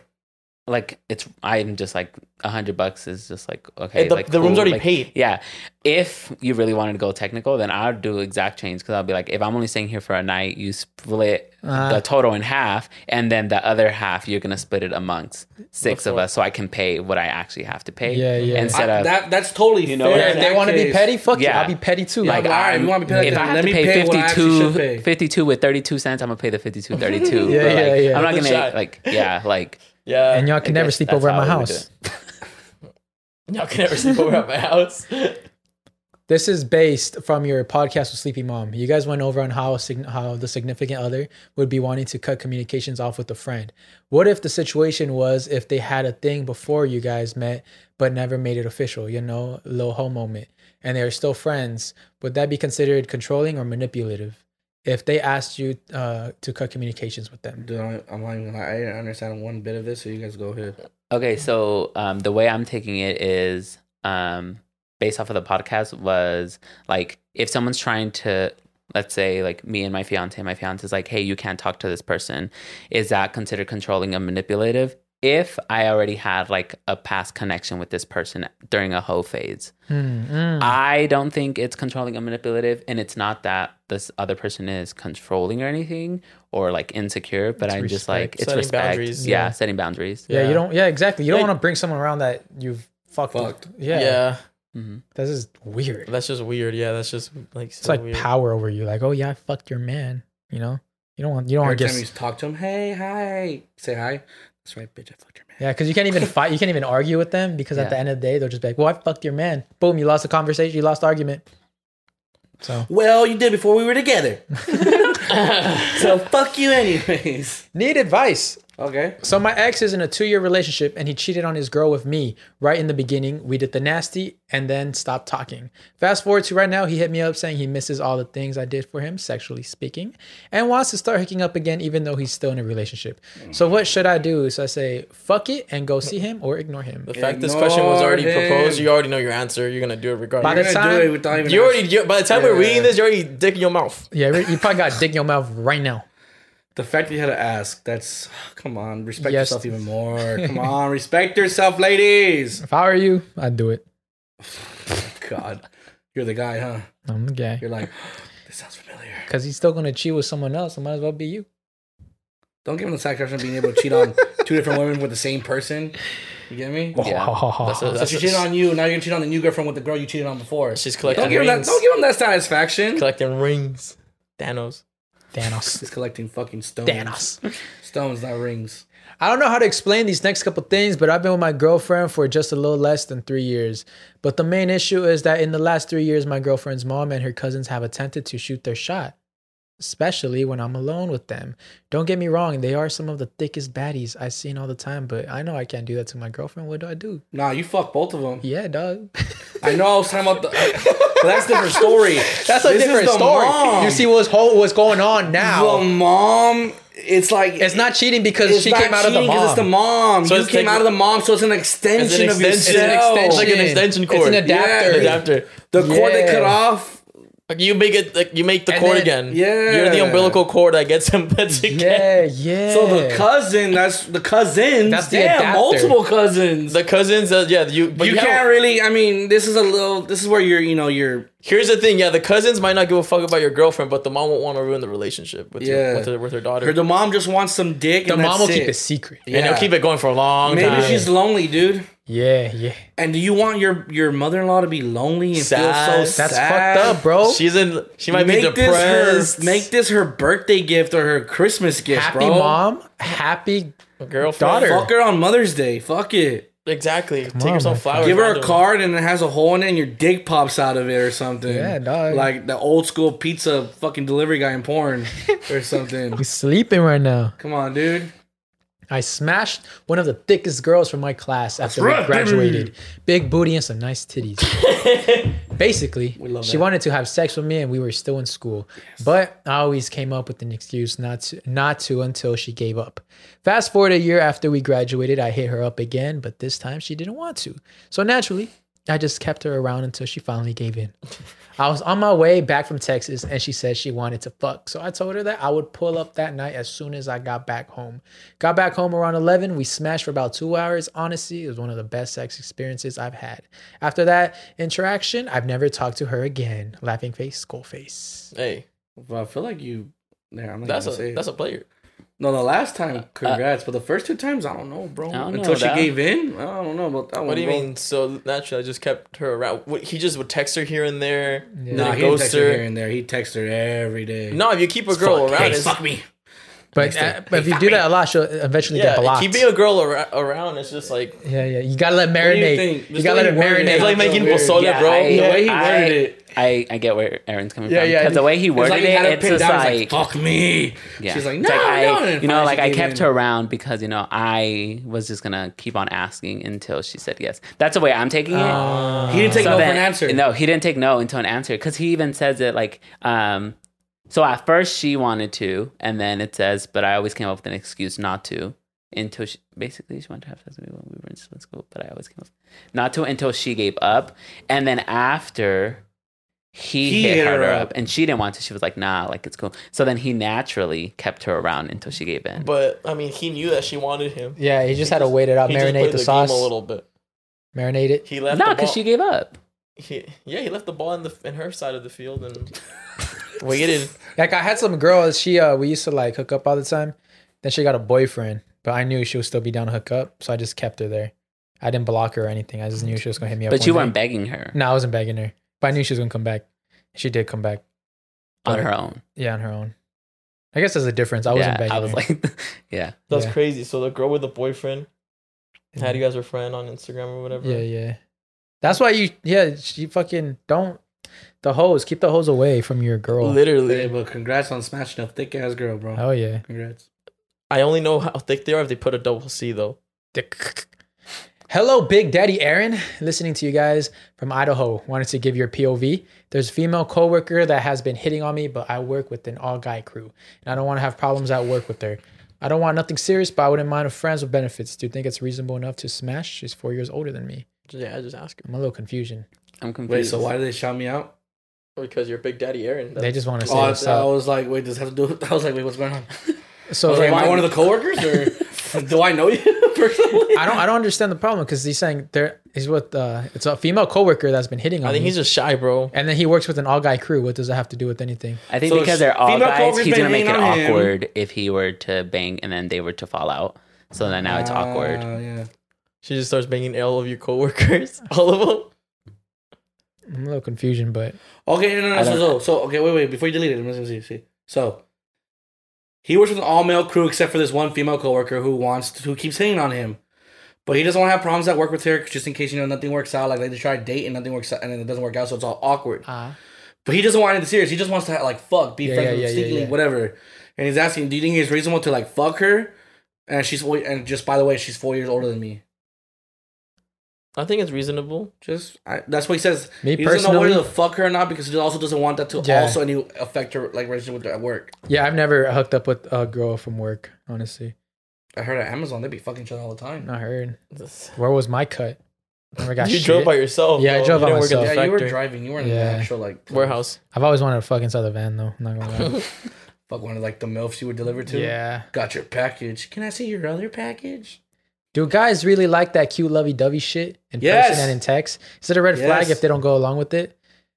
Speaker 4: like it's I'm just like a hundred bucks is just like okay.
Speaker 1: And the,
Speaker 4: like,
Speaker 1: the room's
Speaker 4: cool,
Speaker 1: already
Speaker 4: like-
Speaker 1: paid.
Speaker 4: Yeah, if you really wanted to go technical, then I'd do exact change because I'll be like, if I'm only staying here for a night, you split
Speaker 2: Ah.
Speaker 4: the total in half, and then the other half you're gonna split it amongst six of
Speaker 1: Before.
Speaker 4: us, so I can pay what I actually have to pay.
Speaker 2: Yeah, yeah.
Speaker 4: Instead
Speaker 3: I-
Speaker 4: of
Speaker 3: that, that's totally
Speaker 4: You know,
Speaker 3: fair.
Speaker 4: Yeah,
Speaker 2: If
Speaker 3: in
Speaker 2: they
Speaker 3: that
Speaker 2: want to be
Speaker 3: case.
Speaker 2: petty, fuck yeah.
Speaker 4: Yeah.
Speaker 2: I'll be petty too.
Speaker 4: like
Speaker 3: but all right,
Speaker 4: I'm-
Speaker 3: you wanna be petty,
Speaker 4: if
Speaker 3: then
Speaker 4: I have
Speaker 3: let
Speaker 4: to
Speaker 3: me
Speaker 4: pay,
Speaker 3: pay what I actually
Speaker 4: 52,
Speaker 3: should pay.
Speaker 4: 52 with 32 cents, I'm going to pay the 52, 32.
Speaker 2: Yeah,
Speaker 4: but,
Speaker 2: yeah,
Speaker 4: like,
Speaker 2: yeah.
Speaker 4: I'm not
Speaker 1: Good
Speaker 4: going
Speaker 1: shot.
Speaker 4: to, like, yeah, like,
Speaker 1: Yeah,
Speaker 2: and y'all can
Speaker 4: I
Speaker 2: never
Speaker 4: guess
Speaker 2: sleep
Speaker 4: that's
Speaker 2: over at
Speaker 4: how
Speaker 2: my
Speaker 4: we would do
Speaker 2: house.
Speaker 4: it.
Speaker 1: y'all can never sleep over at my house.
Speaker 2: This is based from your podcast with Sleepy Mom. You guys went over on how sign- how the significant other would be wanting to cut communications off with a friend. What if the situation was if they had a thing before you guys met but never made it official, you know, low home moment, and they are still friends? Would that be considered controlling or manipulative? If they asked you uh, to cut communications with them,
Speaker 3: Dude, I'm I'm not even gonna lie, I didn't understand one bit of this, so you guys go ahead.
Speaker 1: Oh,
Speaker 4: Okay, so um, the way I'm taking it is um, based off of the podcast was like if someone's trying to let's say like me and my fiance, my fiance is like, hey, you can't talk to this person. Is that considered controlling and manipulative? If I already had like a past connection with this person during a hoe phase,
Speaker 2: Hmm, mm.
Speaker 4: I don't think it's controlling and manipulative, and it's not that this other person is controlling or anything or like insecure, but
Speaker 2: It's
Speaker 4: I'm just like
Speaker 2: respect.
Speaker 4: it's
Speaker 1: Setting
Speaker 4: respect.
Speaker 1: boundaries.
Speaker 4: yeah,
Speaker 2: Yeah.
Speaker 4: setting boundaries.
Speaker 2: yeah,
Speaker 1: Yeah.
Speaker 2: you don't. Yeah, exactly. You don't
Speaker 1: Like-
Speaker 2: want to bring someone around that you've fucked. with.
Speaker 3: Fucked.
Speaker 2: Yeah, yeah,
Speaker 1: yeah,
Speaker 4: hmm
Speaker 2: this is weird.
Speaker 1: that's just weird. Yeah, that's just like
Speaker 2: it's like
Speaker 1: weird.
Speaker 2: power over you. Like, oh yeah, I fucked your man. You know, you don't want you don't
Speaker 3: Every
Speaker 2: want to
Speaker 3: time
Speaker 2: just
Speaker 3: you talk to him, hey, hi, say hi. That's right, bitch. I fucked your man.
Speaker 2: yeah, because you can't even fight. You can't even argue with them because at
Speaker 4: Yeah.
Speaker 2: the end of the day, they'll just be like, well, I fucked your man. Boom, you lost the conversation. You lost the argument. So
Speaker 3: Well, you did before we were together. so fuck you, anyways.
Speaker 2: need advice.
Speaker 3: Okay.
Speaker 2: So my ex is in a two-year relationship and he cheated on his girl with me right in the beginning. We did the nasty and then stopped talking. Fast forward to right now, he hit me up saying he misses all the things I did for him, sexually speaking, and wants to start hooking up again even though he's still in a relationship. So what should I do? So I say, fuck it and go see him or ignore him.
Speaker 1: The fact this question was already
Speaker 3: Ignore
Speaker 1: proposed,
Speaker 3: him.
Speaker 1: you already know your answer. You're gonna do it
Speaker 2: By
Speaker 1: regardless.
Speaker 3: You're
Speaker 2: the
Speaker 3: gonna do
Speaker 2: time-
Speaker 3: it without even
Speaker 1: You already
Speaker 3: asking.
Speaker 1: you, by the time we're
Speaker 3: Yeah.
Speaker 1: reading this, you're already dick in your mouth.
Speaker 2: Yeah, you probably got dick in your mouth right now.
Speaker 3: The fact that you had to ask, that's come on, respect
Speaker 2: Yes.
Speaker 3: yourself even more. Come on, respect yourself, ladies. Oh,
Speaker 2: If I were you, I'd do it.
Speaker 3: God, you're the guy, huh?
Speaker 2: I'm the guy.
Speaker 3: You're like, this sounds familiar.
Speaker 2: Because he's still gonna cheat with someone else. It might as well be you.
Speaker 3: Don't give him the satisfaction of being able to cheat on two different women with the same person. You get me?
Speaker 4: Yeah.
Speaker 1: That's a,
Speaker 3: Oh, So
Speaker 1: that's
Speaker 3: she
Speaker 1: a,
Speaker 3: cheated on you. Now you're gonna cheat on the new girlfriend with the girl you cheated on before.
Speaker 1: She's
Speaker 3: Don't
Speaker 1: collecting
Speaker 3: give, him that,
Speaker 1: rings.
Speaker 3: don't give him that satisfaction.
Speaker 1: collecting rings. Thanos.
Speaker 2: Thanos.
Speaker 3: He's collecting fucking stones.
Speaker 2: Thanos.
Speaker 3: Stones, not rings.
Speaker 2: I don't know how to explain these next couple things, but I've been with my girlfriend for just a little less than three years. But the main issue is that in the last three years, my girlfriend's mom and her cousins have attempted to shoot their shot, especially when I'm alone with them. Don't get me wrong, they are some of the thickest baddies I've seen all the time, but I know I can't do that to my girlfriend. What do I do?
Speaker 3: Nah, you fuck both of them.
Speaker 2: Yeah, dog.
Speaker 3: I know I was talking about the. uh, but that's a different story.
Speaker 2: That's a
Speaker 3: This is
Speaker 2: different
Speaker 3: the
Speaker 2: story.
Speaker 3: mom.
Speaker 2: You see what's whole, what's going on now.
Speaker 3: the mom. It's like
Speaker 2: it's not cheating because
Speaker 3: it's
Speaker 2: she
Speaker 3: not
Speaker 2: came out of the
Speaker 3: cheating 'cause It's
Speaker 2: mom.
Speaker 3: the mom.
Speaker 1: So
Speaker 3: you
Speaker 1: it's
Speaker 3: came
Speaker 1: like-
Speaker 3: out of the mom, so it's an extension, of
Speaker 1: extension. It's
Speaker 3: yourself.
Speaker 1: an
Speaker 2: It's
Speaker 1: like an extension
Speaker 2: It's
Speaker 1: cord.
Speaker 2: an adapter.
Speaker 3: Yeah.
Speaker 1: Adapter.
Speaker 3: The cord they
Speaker 2: Yeah.
Speaker 3: cut off.
Speaker 1: Like, You make it. Like, you make the
Speaker 2: And
Speaker 1: cord
Speaker 2: then-
Speaker 1: again.
Speaker 3: yeah.
Speaker 1: You're the umbilical cord that gets him put together.
Speaker 2: Yeah, yeah.
Speaker 3: So the cousin. That's the cousins.
Speaker 2: That's the
Speaker 3: damn
Speaker 2: adapter.
Speaker 3: multiple cousins.
Speaker 1: The cousins. Uh, yeah. You. But
Speaker 3: you
Speaker 1: you, have-
Speaker 3: can't really. I mean, this is a little. This is where you're. You know, you're.
Speaker 1: Here's the thing. Yeah. The cousins might not give a fuck about your girlfriend, but the mom won't want to ruin the relationship with,
Speaker 3: Yeah.
Speaker 1: her, with, her, with her daughter.
Speaker 3: Her, the mom just wants some dick.
Speaker 2: the
Speaker 3: and
Speaker 2: mom
Speaker 3: that's
Speaker 2: will keep it
Speaker 3: it.
Speaker 2: secret.
Speaker 3: Yeah.
Speaker 1: And they'll keep it going for a long
Speaker 3: Maybe
Speaker 1: time.
Speaker 3: she's lonely, dude.
Speaker 2: Yeah, yeah.
Speaker 3: And do you want your your mother in law to be lonely and feel
Speaker 1: Sad.
Speaker 3: so
Speaker 2: That's
Speaker 3: sad?
Speaker 2: fucked up, bro.
Speaker 1: She's in. She might be
Speaker 3: make this
Speaker 1: depressed.
Speaker 3: her make this her birthday gift or her Christmas gift,
Speaker 2: happy
Speaker 3: bro.
Speaker 2: mom, happy.
Speaker 1: girlfriend.
Speaker 2: daughter.
Speaker 3: Fuck her on Mother's Day. Fuck it.
Speaker 1: Exactly. Take
Speaker 2: on,
Speaker 1: her some
Speaker 2: my
Speaker 1: flowers.
Speaker 3: Give her a
Speaker 1: randomly.
Speaker 3: card and it has a hole in it and your dick pops out of it or something.
Speaker 2: Yeah, dog.
Speaker 3: Like the old school pizza fucking delivery guy in porn or something.
Speaker 2: He's sleeping right now.
Speaker 3: Come on, dude.
Speaker 2: I smashed one of the thickest girls from my class after
Speaker 3: right,
Speaker 2: we graduated. Big booty and some nice titties. Basically,
Speaker 3: love
Speaker 2: she
Speaker 3: that.
Speaker 2: wanted to have sex with me, and we were still in school. But I always came up with an excuse not to, not to until she gave up. Fast forward a year after we graduated, I hit her up again, but this time she didn't want to. So naturally, I just kept her around until she finally gave in. I was on my way back from Texas and she said she wanted to fuck. So I told her that I would pull up that night as soon as I got back home. Got back home around 11. We smashed for about two hours. Honestly, it was one of the best sex experiences I've had. After that interaction, I've never talked to her again. Laughing face, skull face.
Speaker 1: Hey,
Speaker 3: Well, I feel like you. There, I'm not
Speaker 1: that's
Speaker 3: gonna say
Speaker 1: a
Speaker 3: it.
Speaker 1: that's a player.
Speaker 3: No, the last time, congrats. but the first two times, I don't know, bro.
Speaker 4: I don't
Speaker 3: Until
Speaker 4: know
Speaker 3: she
Speaker 4: that.
Speaker 3: gave in, I don't know about that one.
Speaker 1: What do you
Speaker 3: bro.
Speaker 1: mean? So naturally, I just kept her around. What, he just would text her here and there.
Speaker 2: Yeah.
Speaker 1: then
Speaker 3: Nah,
Speaker 1: he
Speaker 3: he didn't
Speaker 1: ghosts
Speaker 3: text her
Speaker 1: her.
Speaker 3: here and there. He texts her every day.
Speaker 1: No, if you keep a girl around,
Speaker 3: hey,
Speaker 1: it's,
Speaker 3: fuck me.
Speaker 2: But, uh, but if you do that a lot, she'll eventually get
Speaker 1: yeah,
Speaker 2: blocked.
Speaker 1: keeping a girl ar- around, it's just like
Speaker 2: yeah, yeah. You gotta let
Speaker 3: do you
Speaker 2: marinate.
Speaker 3: think?
Speaker 2: You,
Speaker 3: Just
Speaker 2: gotta
Speaker 3: the
Speaker 2: let it
Speaker 3: way you word it.
Speaker 2: marinate.
Speaker 1: it's like
Speaker 3: that's
Speaker 1: making
Speaker 3: so weird.
Speaker 1: pozole, bro.
Speaker 4: I,
Speaker 3: The way he
Speaker 4: I-
Speaker 3: worded it.
Speaker 4: I, I get where Aaron's coming
Speaker 2: Yeah,
Speaker 4: from.
Speaker 2: yeah.
Speaker 4: Because the way he
Speaker 3: It's
Speaker 4: worded
Speaker 3: like you had
Speaker 4: it,
Speaker 3: her
Speaker 4: it's
Speaker 3: pinned
Speaker 4: just
Speaker 3: down. He's
Speaker 4: like,
Speaker 3: fuck me.
Speaker 4: yeah.
Speaker 3: She's like,
Speaker 4: It's
Speaker 3: no, no.
Speaker 4: I,
Speaker 3: and
Speaker 4: you know,
Speaker 3: finally
Speaker 4: like
Speaker 3: she
Speaker 4: I
Speaker 3: gave
Speaker 4: kept
Speaker 3: in.
Speaker 4: her around because you know I was just gonna keep on asking until she said yes. That's the way I'm taking it.
Speaker 3: He didn't take
Speaker 4: Uh, So
Speaker 3: no for
Speaker 4: then-
Speaker 3: an answer.
Speaker 4: No, he didn't take no until an answer because he even says it like, um, so at first she wanted to, and then it says, but I always came up with an excuse not to until she basically she wanted to have sex with me when we were in school, but I always came up not to until she gave up, and then after. He, hit, her, up. and she didn't want to. She was like, "Nah, like it's cool." So then he naturally kept her around until she gave in.
Speaker 1: But I mean, he knew that she wanted him.
Speaker 2: Yeah, he just had to wait it out,
Speaker 1: he just played
Speaker 2: marinate the sauce,
Speaker 1: game a little bit.
Speaker 2: marinate it.
Speaker 1: He left.
Speaker 4: no,
Speaker 1: the ball.
Speaker 4: because she gave up.
Speaker 1: he, yeah, he left the ball in the in her side of the field and waited.
Speaker 2: Like I had some girls, she uh we used to like hook up all the time. Then she got a boyfriend, but I knew she would still be down to hook up, so I just kept her there. I didn't block her or anything. I just knew she was gonna hit me up.
Speaker 4: But you
Speaker 2: one
Speaker 4: weren't
Speaker 2: day.
Speaker 4: begging her
Speaker 2: No, I wasn't begging her. But I knew she was gonna come back. She did come back.
Speaker 4: on her own.
Speaker 2: Yeah, on her own. I guess there's a difference. I wasn't
Speaker 4: yeah,
Speaker 2: begging.
Speaker 4: I was
Speaker 2: her.
Speaker 4: like, yeah.
Speaker 1: That's
Speaker 2: Yeah.
Speaker 1: crazy. So the girl with the boyfriend had you as her friend on Instagram or whatever.
Speaker 2: Yeah, yeah. That's why you yeah, she fucking don't the hoes, keep the hoes away from your girl.
Speaker 3: Hey,
Speaker 1: Literally,
Speaker 3: but congrats on smashing a thick ass girl, bro.
Speaker 2: Oh yeah.
Speaker 3: Congrats.
Speaker 1: I only know how thick they are if they put a double C though.
Speaker 2: Dick. Hello, Big Daddy Aaron. Listening to you guys from Idaho. Wanted to give your POV. There's a female coworker that has been hitting on me, but I work with an all-guy crew, and I don't want to have problems at work with her. I don't want nothing serious, but I wouldn't mind if friends with benefits. Do you think it's reasonable enough to smash? She's four years older than me.
Speaker 1: Yeah, I just ask her
Speaker 2: I'm a little confusion.
Speaker 4: I'm confused.
Speaker 3: Wait, so why did they shout me out?
Speaker 1: because you're Big Daddy Aaron.
Speaker 2: They just want to say
Speaker 3: Oh, I,
Speaker 2: what's
Speaker 3: I
Speaker 2: up.
Speaker 3: was like, wait, this has to do. I was like, wait, what's going on?
Speaker 2: So
Speaker 3: Am I one of the coworkers, or do I know you personally?
Speaker 2: I don't I don't understand the problem because he's saying there he's with uh it's a female coworker that's been hitting on
Speaker 1: I think
Speaker 2: me.
Speaker 1: he's just shy, bro.
Speaker 2: and then he works with an all guy crew. What does that have to do with anything?
Speaker 4: I think
Speaker 3: So
Speaker 4: because they're all
Speaker 3: female
Speaker 4: guys,
Speaker 3: coworkers
Speaker 4: he's gonna
Speaker 3: been
Speaker 4: make it
Speaker 3: hating on him.
Speaker 4: awkward if he were to bang and then they were to fall out. So then now it's awkward.
Speaker 3: Ah, yeah.
Speaker 1: She just starts banging all of your coworkers, all of them.
Speaker 2: I'm a little confusion, but
Speaker 3: Okay, no, no, no.
Speaker 4: I
Speaker 3: So, so,
Speaker 4: don't-
Speaker 3: so, okay, wait, wait. Before you delete it, let me see, see. So, he works with an all male crew except for this one female coworker who wants to, who keeps hitting on him. But he doesn't want to have problems at work with her just in case, you know, nothing works out. Like, they try to date and nothing works out and then it doesn't work out, so it's all awkward.
Speaker 2: uh,
Speaker 3: But he doesn't want anything serious. He just wants to, like, fuck, be
Speaker 2: Yeah,
Speaker 3: friends
Speaker 2: yeah,
Speaker 3: with
Speaker 2: yeah, yeah,
Speaker 3: secretly,
Speaker 2: yeah.
Speaker 3: whatever. And he's asking, do you think it's reasonable to, like, fuck her? And she's, four- and just by the way, she's four years older than me.
Speaker 1: I think it's reasonable.
Speaker 3: Just, I, that's what he says.
Speaker 2: me
Speaker 3: He doesn't know
Speaker 2: personally,
Speaker 3: whether to fuck her or not because he also doesn't want that to
Speaker 2: Yeah.
Speaker 3: also any affect her like relationship with her at work.
Speaker 2: yeah, I've never hooked up with a girl from work. Honestly,
Speaker 3: I heard at Amazon they be fucking each other all the time.
Speaker 2: not heard.
Speaker 1: This-
Speaker 2: Where was my cut? Never got
Speaker 1: you
Speaker 2: shit.
Speaker 1: drove by yourself.
Speaker 2: Yeah, I
Speaker 1: bro.
Speaker 2: drove by
Speaker 1: You didn't work at the
Speaker 2: myself.
Speaker 3: yeah, you were
Speaker 1: factory.
Speaker 3: driving. You were in
Speaker 2: Yeah.
Speaker 3: the actual like
Speaker 1: warehouse.
Speaker 2: I've always wanted to fuck inside the van though. I'm not gonna lie.
Speaker 3: Fuck one of like the milfs you were delivered to.
Speaker 2: yeah,
Speaker 3: Got your package. Can I see your other package?
Speaker 2: do guys really like that cute lovey dovey shit in
Speaker 3: Yes.
Speaker 2: person and in text? Is it a red flag
Speaker 3: Yes.
Speaker 2: if they don't go along with it?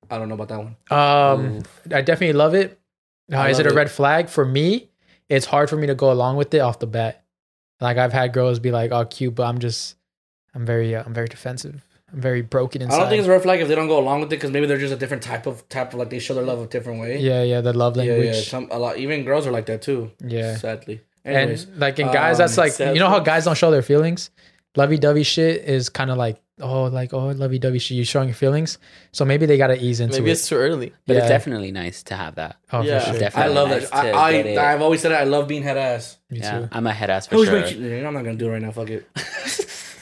Speaker 3: I don't know about that one.
Speaker 2: Um, I definitely love it. Uh,
Speaker 3: I
Speaker 2: is it
Speaker 3: love
Speaker 2: a
Speaker 3: it.
Speaker 2: red flag for me? It's hard for me to go along with it off the bat. Like I've had girls be like, "Oh, cute," but I'm just, I'm very, uh, I'm very defensive. I'm very broken inside.
Speaker 3: I don't think it's a red flag if they don't go along with it because maybe they're just a different type of type of like they show their love a different way.
Speaker 2: yeah, yeah, the love
Speaker 3: yeah, yeah.
Speaker 2: language. Yeah,
Speaker 3: Some a lot even girls are like that too. sadly. Anyways,
Speaker 2: and like in guys, that's
Speaker 3: um,
Speaker 2: like you know how guys don't show their feelings. Lovey dovey shit is kind of like, oh, like oh, lovey dovey shit. You showing your feelings, so maybe they gotta ease into
Speaker 1: Maybe
Speaker 2: it.
Speaker 1: it's too early.
Speaker 4: But
Speaker 2: Yeah.
Speaker 4: it's definitely nice to have that.
Speaker 2: oh,
Speaker 1: yeah.
Speaker 2: for sure.
Speaker 4: Definitely.
Speaker 3: I love
Speaker 4: nice
Speaker 3: that.
Speaker 4: to
Speaker 3: I, I
Speaker 4: get it.
Speaker 3: I've always said it, I love being head ass.
Speaker 2: Me
Speaker 4: yeah,
Speaker 2: too.
Speaker 4: I'm a head ass for
Speaker 3: Who's
Speaker 4: sure.
Speaker 3: making- I'm not gonna do it right now. Fuck it.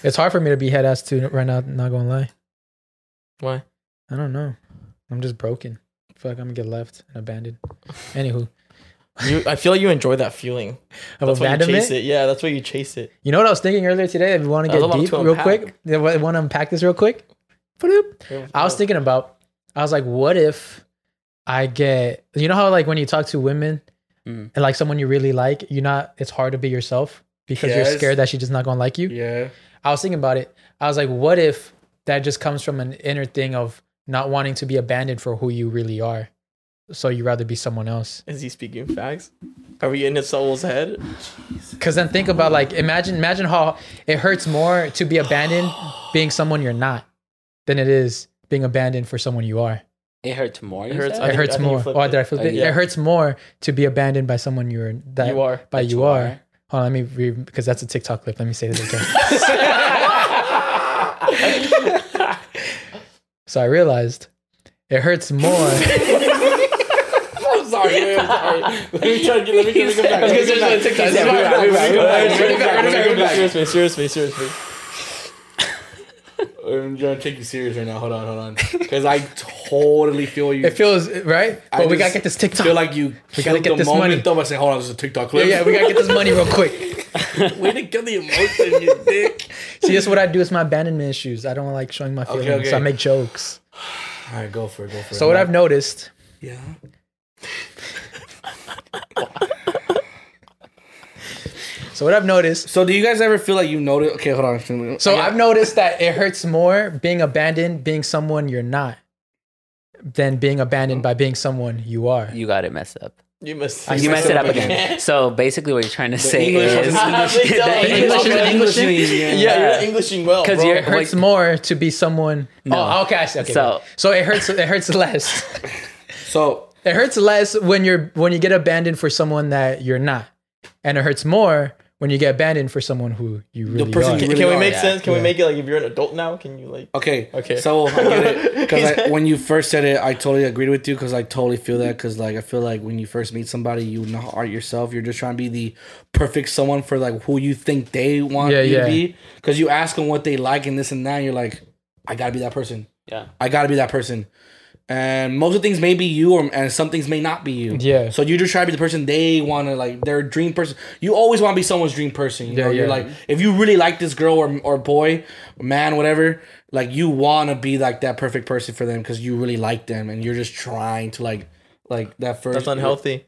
Speaker 2: It's hard for me to be head ass too right now. Not gonna lie.
Speaker 1: Why?
Speaker 2: I don't know. I'm just broken. I feel like I'm gonna get left and abandoned. Anywho,
Speaker 1: You, I feel like you enjoy that feeling.
Speaker 2: of
Speaker 1: That's why you
Speaker 2: abandonment.
Speaker 1: chase it. Yeah, that's why you chase it.
Speaker 2: You know what I was thinking earlier today? If you want to
Speaker 1: That was a
Speaker 2: get
Speaker 1: lot
Speaker 2: deep
Speaker 1: to
Speaker 2: real
Speaker 1: unpack.
Speaker 2: quick, want to unpack this real quick. Bloop. I
Speaker 3: Oh.
Speaker 2: was thinking about. I was like, what if I get? You know how like when you talk to women
Speaker 4: Mm.
Speaker 2: and like someone you really like, you're not. It's hard to be yourself because you're
Speaker 3: Yes.
Speaker 2: scared that she's just not gonna like you.
Speaker 3: Yeah.
Speaker 2: I was thinking about it. I was like, what if that just comes from an inner thing of not wanting to be abandoned for who you really are? So you'd rather be someone else.
Speaker 1: Is he speaking facts? Are we in his soul's head?
Speaker 2: Cause then think about like imagine imagine how it hurts more to be abandoned being someone you're not than it is being abandoned for someone you are.
Speaker 4: It hurts more.
Speaker 1: It
Speaker 4: you
Speaker 1: hurts-
Speaker 4: said?
Speaker 1: I
Speaker 2: It
Speaker 1: think-
Speaker 2: hurts
Speaker 1: think you
Speaker 2: more.
Speaker 1: flipped
Speaker 2: Oh,
Speaker 1: it.
Speaker 2: did I flip
Speaker 4: Uh,
Speaker 2: it?
Speaker 4: yeah.
Speaker 2: It hurts more to be abandoned by someone you're that
Speaker 1: you are.
Speaker 2: by
Speaker 4: That
Speaker 2: you are. Hold on, let me re- because that's a TikTok clip. Let me say this again. so I realized it hurts more.
Speaker 3: I'm sorry. wait, I'm sorry.
Speaker 1: Let me try to get. Let me
Speaker 4: He
Speaker 3: Let's
Speaker 4: said-
Speaker 3: get back. Let's get back. Let's get back. Let's get back. Let's get back.
Speaker 1: Seriously, seriously, seriously.
Speaker 3: I'm trying to take you serious right now. Hold on, hold on. Because I totally feel you.
Speaker 2: It feels right, but
Speaker 3: I
Speaker 2: we
Speaker 3: just
Speaker 2: gotta get this TikTok.
Speaker 3: feel like you
Speaker 2: We
Speaker 3: we
Speaker 2: gotta
Speaker 3: gotta
Speaker 2: get
Speaker 3: the
Speaker 2: this
Speaker 3: moment
Speaker 2: money.
Speaker 3: though by saying, hold on, this is a TikTok
Speaker 2: yeah,
Speaker 3: clip.
Speaker 2: yeah, we gotta get this money real quick.
Speaker 3: Way to kill the emotion, you dick.
Speaker 2: See, that's what I do. It's my abandonment issues. I don't like showing my feelings,
Speaker 3: okay.
Speaker 2: so I make jokes.
Speaker 3: All right, go for it, go for it.
Speaker 2: So what I've noticed,
Speaker 3: Yeah.
Speaker 2: so what I've noticed,
Speaker 3: So do you guys ever feel like you noticed? Okay, hold on.
Speaker 2: so I've noticed that it hurts more being abandoned, being someone you're not, than being abandoned
Speaker 3: Mm.
Speaker 2: by being someone you are.
Speaker 4: You got it messed up.
Speaker 1: You must.
Speaker 4: You messed it up
Speaker 3: again.
Speaker 4: again. So basically, what you're trying to say
Speaker 3: English
Speaker 4: is
Speaker 3: wasn't
Speaker 2: English,
Speaker 1: English, English,
Speaker 3: English.
Speaker 1: Yeah, you're not Englishing well,
Speaker 4: 'Cause
Speaker 1: bro.
Speaker 4: you're-
Speaker 2: It hurts more to be someone.
Speaker 4: No.
Speaker 2: Oh, okay, I see. Okay,
Speaker 4: So-
Speaker 2: so so it hurts. It hurts less.
Speaker 3: So
Speaker 2: It hurts less when you're when you get abandoned for someone that you're not, and it hurts more when you get abandoned for someone who you really
Speaker 3: person
Speaker 2: are.
Speaker 3: you
Speaker 1: Can,
Speaker 3: really
Speaker 1: can we
Speaker 3: are,
Speaker 1: make
Speaker 4: yeah.
Speaker 1: sense? Can we make it like if you're an adult now? Can you like?
Speaker 3: Okay.
Speaker 1: Okay.
Speaker 3: So I get it because when you first said it, I totally agreed with you because I totally feel that because like I feel like when you first meet somebody, you not are yourself. You're just trying to be the perfect someone for like who you think they want
Speaker 2: Yeah,
Speaker 3: you
Speaker 2: yeah.
Speaker 3: to be. Because you ask them what they like and this and that, and you're like, I gotta be that person.
Speaker 4: yeah.
Speaker 3: I gotta be that person. And most of the things may be you, or, and some things may not be you.
Speaker 2: Yeah.
Speaker 3: So you just try to be the person they want to like their dream person. You always want to be someone's dream person. You know,
Speaker 2: Oh, Yeah,
Speaker 3: you're like
Speaker 2: yeah.
Speaker 3: if you really like this girl or or boy, man, whatever. Like you want to be like that perfect person for them because you really like them, and you're just trying to like like that first.
Speaker 1: That's unhealthy.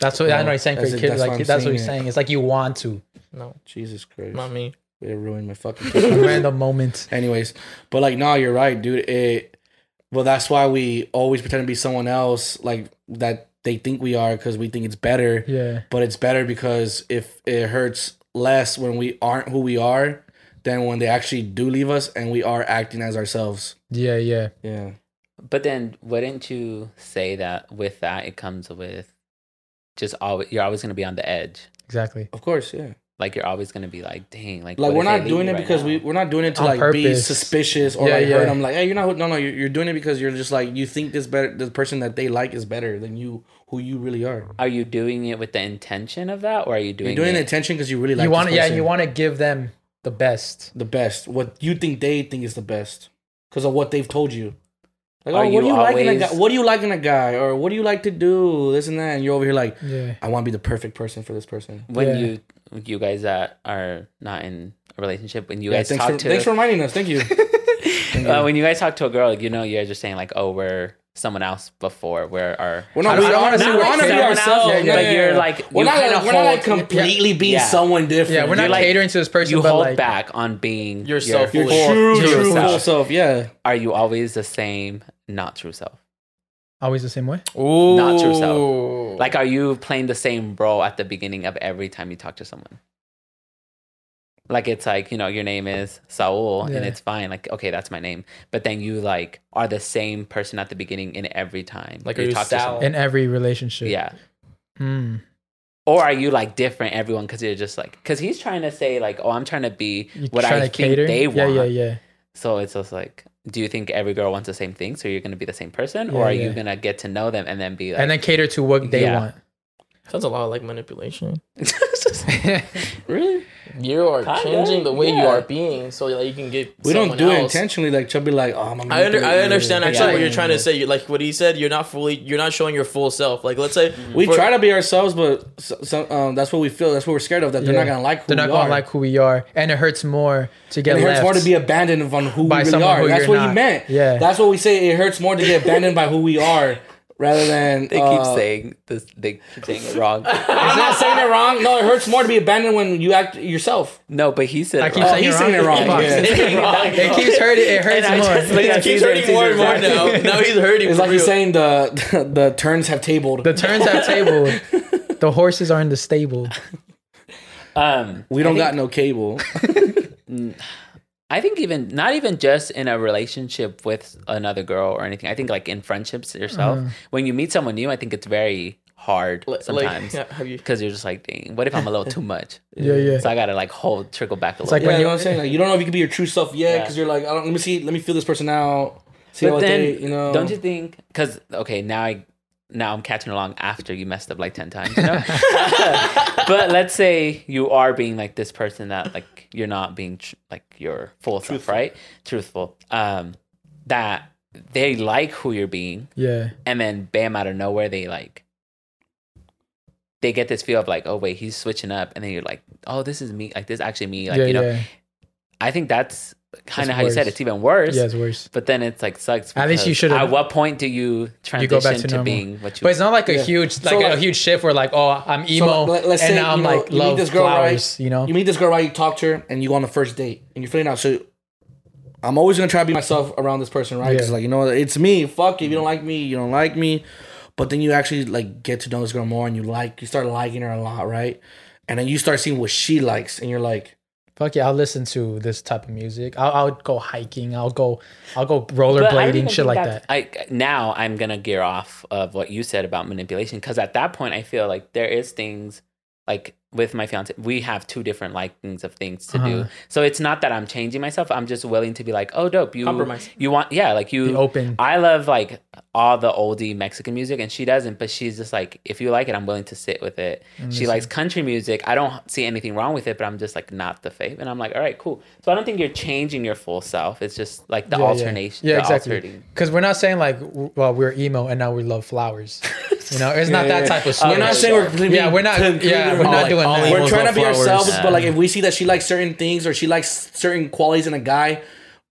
Speaker 2: That's what I know.
Speaker 3: No,
Speaker 2: He's saying for
Speaker 3: that's
Speaker 2: your
Speaker 3: it-
Speaker 2: kids,
Speaker 3: that's
Speaker 2: like
Speaker 3: why I'm
Speaker 2: that's what
Speaker 3: saying
Speaker 2: he's
Speaker 3: it.
Speaker 2: saying. It's like you want to
Speaker 1: No,
Speaker 3: Jesus Christ.
Speaker 1: not me.
Speaker 3: It ruined my fucking
Speaker 2: a random moment.
Speaker 3: Anyways, but like, no, you're right, dude. It. Well, that's why we always pretend to be someone else, like that they think we are, because we think it's better.
Speaker 2: Yeah,
Speaker 3: But it's better because if it hurts less when we aren't who we are, than when they actually do leave us and we are acting as ourselves.
Speaker 2: yeah, yeah.
Speaker 3: Yeah.
Speaker 4: But then, wouldn't you say that with that it comes with just always you're always gonna be on the edge.
Speaker 2: Exactly.
Speaker 3: Of course. Yeah.
Speaker 4: Like you're always gonna be like, dang, like
Speaker 3: Like
Speaker 4: what
Speaker 3: we're
Speaker 4: if they
Speaker 3: not
Speaker 4: leave
Speaker 3: doing
Speaker 4: me
Speaker 3: it
Speaker 4: right
Speaker 3: because
Speaker 4: now?
Speaker 3: we we're not doing it to
Speaker 2: On
Speaker 3: like be
Speaker 2: purpose.
Speaker 3: suspicious or
Speaker 2: Yeah,
Speaker 3: like
Speaker 2: yeah.
Speaker 3: hurt. I'm like, hey, you're not. No, no, you're, you're doing it because you're just like you think this better. The person that they like is better than you, who you really are.
Speaker 4: Are you doing it with the intention of that, or are you doing,
Speaker 3: You're doing
Speaker 4: it?
Speaker 3: attention because you really like.
Speaker 2: you
Speaker 3: this
Speaker 2: want, yeah,
Speaker 3: person.
Speaker 2: you want to give them the best.
Speaker 3: the best. What you think they think is the best because of what they've told you. Like,
Speaker 4: Are
Speaker 3: oh, what do
Speaker 4: you
Speaker 3: you like in a
Speaker 4: always-
Speaker 3: guy? What do you like in a guy? Or what do you like to do? This and that. And you're over here like,
Speaker 2: Yeah,
Speaker 3: I want to be the perfect person for this person.
Speaker 4: when
Speaker 2: Yeah.
Speaker 4: you you guys that are not in a relationship when you
Speaker 3: Yeah,
Speaker 4: guys
Speaker 3: thanks
Speaker 4: talk
Speaker 3: for
Speaker 4: to
Speaker 3: thanks for reminding us. Thank you.
Speaker 4: uh, when you guys talk to a girl, like, you know, you guys are saying like, oh, we're someone else before we're our.
Speaker 3: We're not.
Speaker 2: I don't-
Speaker 3: we
Speaker 2: I don't wanna
Speaker 3: honestly,
Speaker 2: say
Speaker 3: we're
Speaker 2: like
Speaker 3: honestly
Speaker 2: someone
Speaker 3: ourselves.
Speaker 4: else,
Speaker 3: yeah,
Speaker 4: but
Speaker 3: yeah,
Speaker 4: you're
Speaker 3: yeah.
Speaker 4: like,
Speaker 3: we're
Speaker 4: you
Speaker 3: not.
Speaker 4: kinda
Speaker 3: Like, we're not like
Speaker 4: hold-
Speaker 3: completely being
Speaker 4: Yeah.
Speaker 3: someone different.
Speaker 2: yeah. We're
Speaker 4: You're
Speaker 2: not
Speaker 4: like-
Speaker 2: catering to this person,
Speaker 4: You
Speaker 2: but
Speaker 4: hold
Speaker 2: like,
Speaker 4: back on being
Speaker 1: Yourself
Speaker 4: your
Speaker 3: Your
Speaker 1: fully.
Speaker 4: full-
Speaker 3: true,
Speaker 4: true
Speaker 3: true,
Speaker 4: self.
Speaker 3: full self. Yeah.
Speaker 4: Are you always the same, not true self?
Speaker 2: always the same way.
Speaker 1: Ooh.
Speaker 4: Not yourself. Like, are you playing the same role at the beginning of every time you talk to someone? Like, it's like, you know, your name is Saul and
Speaker 2: Yeah.
Speaker 4: it's fine. Like, okay, that's my name. But then you, like, are the same person at the beginning in every time.
Speaker 1: Like, are you Sal?
Speaker 4: someone.
Speaker 2: In every relationship.
Speaker 4: Yeah.
Speaker 2: Hmm.
Speaker 4: Or are you, like, different everyone because you're just like, because he's trying to say, like, oh, I'm trying to be
Speaker 2: You
Speaker 4: what
Speaker 2: try
Speaker 4: I
Speaker 2: to
Speaker 4: think
Speaker 2: cater.
Speaker 4: they
Speaker 2: yeah,
Speaker 4: want.
Speaker 2: yeah, yeah.
Speaker 4: So it's just like, do you think every girl wants the same thing? So you're going to be the same person? or
Speaker 2: Yeah,
Speaker 4: are
Speaker 2: yeah.
Speaker 4: you going to get to know them and then be like,
Speaker 2: And then cater to what they
Speaker 4: Yeah.
Speaker 2: want.
Speaker 1: Sounds a lot like manipulation.
Speaker 4: really?
Speaker 1: You are
Speaker 4: Kinda,
Speaker 1: changing the way you
Speaker 4: yeah.
Speaker 1: are being, so like you can get.
Speaker 3: We don't
Speaker 1: someone
Speaker 3: do it
Speaker 1: else.
Speaker 3: intentionally. Like chubby, like oh, I'm. a
Speaker 1: I, under, I
Speaker 3: manipulator.
Speaker 1: understand actually
Speaker 4: Yeah.
Speaker 1: what you're trying to say. You- Like what he said, you're not fully, you're not showing your full self. Like let's say
Speaker 3: We
Speaker 1: for-
Speaker 3: try to be ourselves, but so, so, um, that's what we feel. That's what we're scared of. That they're
Speaker 2: Yeah.
Speaker 3: not gonna like. Who
Speaker 2: They're not
Speaker 3: we
Speaker 2: gonna
Speaker 3: are.
Speaker 2: like who we are, and it hurts more to get
Speaker 3: And it
Speaker 2: left.
Speaker 3: hurts more to be abandoned on who
Speaker 2: By
Speaker 3: we really
Speaker 2: someone
Speaker 3: are.
Speaker 2: who
Speaker 3: That's
Speaker 2: you're
Speaker 3: what
Speaker 2: not.
Speaker 3: he meant.
Speaker 2: Yeah.
Speaker 3: That's what we say. It hurts more to get abandoned by who we are rather than.
Speaker 4: They
Speaker 3: uh,
Speaker 4: keep saying this, they keep saying it wrong.
Speaker 3: I'm not saying it wrong. No, it hurts more to be abandoned when you act yourself.
Speaker 4: No, but he said.
Speaker 2: I
Speaker 4: it
Speaker 2: keep
Speaker 4: wrong.
Speaker 2: saying
Speaker 3: Oh, he's
Speaker 2: it
Speaker 3: saying it
Speaker 2: wrong.
Speaker 3: wrong,
Speaker 2: Fuck.
Speaker 3: yeah.
Speaker 2: It keeps hurting. It hurts
Speaker 4: And I
Speaker 2: more.
Speaker 4: just looked
Speaker 1: He
Speaker 4: at
Speaker 1: keeps
Speaker 4: Caesar,
Speaker 1: hurting more and
Speaker 4: Caesar's
Speaker 1: more now.
Speaker 4: like-
Speaker 1: Now he's hurting.
Speaker 3: It's
Speaker 1: for
Speaker 3: like he's
Speaker 1: real.
Speaker 3: saying the the turns have tabled.
Speaker 2: the turns have tabled. The horses are in the stable.
Speaker 4: Um,
Speaker 3: we don't got no cable.
Speaker 4: I think even not even just in a relationship with another girl or anything. I think like in friendships yourself,
Speaker 2: Uh-huh.
Speaker 4: when you meet someone new, I think it's very hard
Speaker 1: Like-
Speaker 4: sometimes
Speaker 1: Like, have you?
Speaker 4: because you're just like, dang, what if I'm a little too much?
Speaker 2: Yeah, yeah.
Speaker 4: So I gotta like hold trickle back a little.
Speaker 2: like
Speaker 4: bit.
Speaker 3: yeah,
Speaker 2: when
Speaker 3: you
Speaker 2: you-
Speaker 3: know what I'm saying? Like you don't know if you can be your true self yet
Speaker 4: Yeah.
Speaker 3: because you're like, I don't, let me see, let me feel this person out. See
Speaker 4: But
Speaker 3: what
Speaker 4: then,
Speaker 3: they, you know.
Speaker 4: don't you think? Because okay, now I now I'm catching along after you messed up like ten times. You know? but let's say you are being like this person that like you're not being tr- like your full self, right? Truthful. Um, that they like who you're being,
Speaker 2: Yeah.
Speaker 4: and then bam, out of nowhere, they like. They get this feel of like, oh wait, he's switching up, and then you're like, oh, this is me. Like this is actually me. Like
Speaker 2: yeah,
Speaker 4: you know,
Speaker 2: yeah.
Speaker 4: I think that's kind
Speaker 2: It's
Speaker 4: of how you said
Speaker 2: worse.
Speaker 4: it's even worse.
Speaker 2: Yeah, it's worse.
Speaker 4: But then it's like sucks.
Speaker 2: At least you
Speaker 4: because
Speaker 2: should've-
Speaker 4: At what point do you
Speaker 2: back
Speaker 4: transition
Speaker 2: to
Speaker 4: to,
Speaker 2: normal.
Speaker 4: being what you?
Speaker 2: But it's not like a
Speaker 3: Yeah.
Speaker 2: huge,
Speaker 3: So,
Speaker 2: like a
Speaker 3: like-
Speaker 2: huge shift where like, oh, I'm emo,
Speaker 3: let- let's say,
Speaker 2: and now I'm
Speaker 3: you know,
Speaker 2: like
Speaker 3: you meet
Speaker 2: love
Speaker 3: this girl, right?
Speaker 2: flowers. You know,
Speaker 3: You meet this girl, right? You talk to her, and you go on the first date, and you're feeling out. So I'm always gonna try to be myself around this person, right? Because
Speaker 2: Yeah.
Speaker 3: like you know, it's me. Fuck if you don't like me, you don't like me. But then you actually like get to know this girl more, and you like you start liking her a lot, right? And then you start seeing what she likes, and you're like,
Speaker 2: fuck yeah, I'll listen to this type of music. I'll, I'll go hiking. I'll go, I'll go
Speaker 4: But I don't
Speaker 2: rollerblading,
Speaker 4: even
Speaker 2: shit
Speaker 4: think
Speaker 2: like
Speaker 4: that's-
Speaker 2: that.
Speaker 4: I, now I'm gonna gear off of what you said about manipulation because at that point I feel like there is things like with my fiance we have two different likings of things to do.
Speaker 2: Uh-huh.
Speaker 4: So it's not that I'm changing myself. I'm just willing to be like, oh dope, you
Speaker 1: Compromise.
Speaker 4: You want yeah, like
Speaker 2: Be
Speaker 4: you
Speaker 2: open.
Speaker 4: I love like all the oldie Mexican music, and she doesn't. But she's just like, if you like it, I'm willing to sit with it. She likes country music. I don't see anything wrong with it, but I'm just like not the fave. And I'm like, all right, cool. So I don't think you're changing your full self. It's just like the
Speaker 2: Yeah, yeah.
Speaker 4: alternation.
Speaker 2: Yeah,
Speaker 4: the
Speaker 2: exactly.
Speaker 4: alternating.
Speaker 2: Because we're not saying like, w- well, we're emo and now we love flowers. You know, it's not
Speaker 3: Yeah,
Speaker 2: that
Speaker 3: Oh, yeah.
Speaker 2: type of.
Speaker 3: We're not
Speaker 2: switch.
Speaker 3: saying we're completely-
Speaker 2: Yeah, we're not-
Speaker 3: completely
Speaker 2: yeah, we're
Speaker 3: wrong.
Speaker 2: not
Speaker 3: Like,
Speaker 2: doing
Speaker 1: all
Speaker 2: that.
Speaker 1: emos
Speaker 3: we're trying to
Speaker 1: love
Speaker 3: be
Speaker 1: flowers.
Speaker 3: ourselves,
Speaker 4: Yeah.
Speaker 3: but like if we see that she likes certain things or she likes certain qualities in a guy,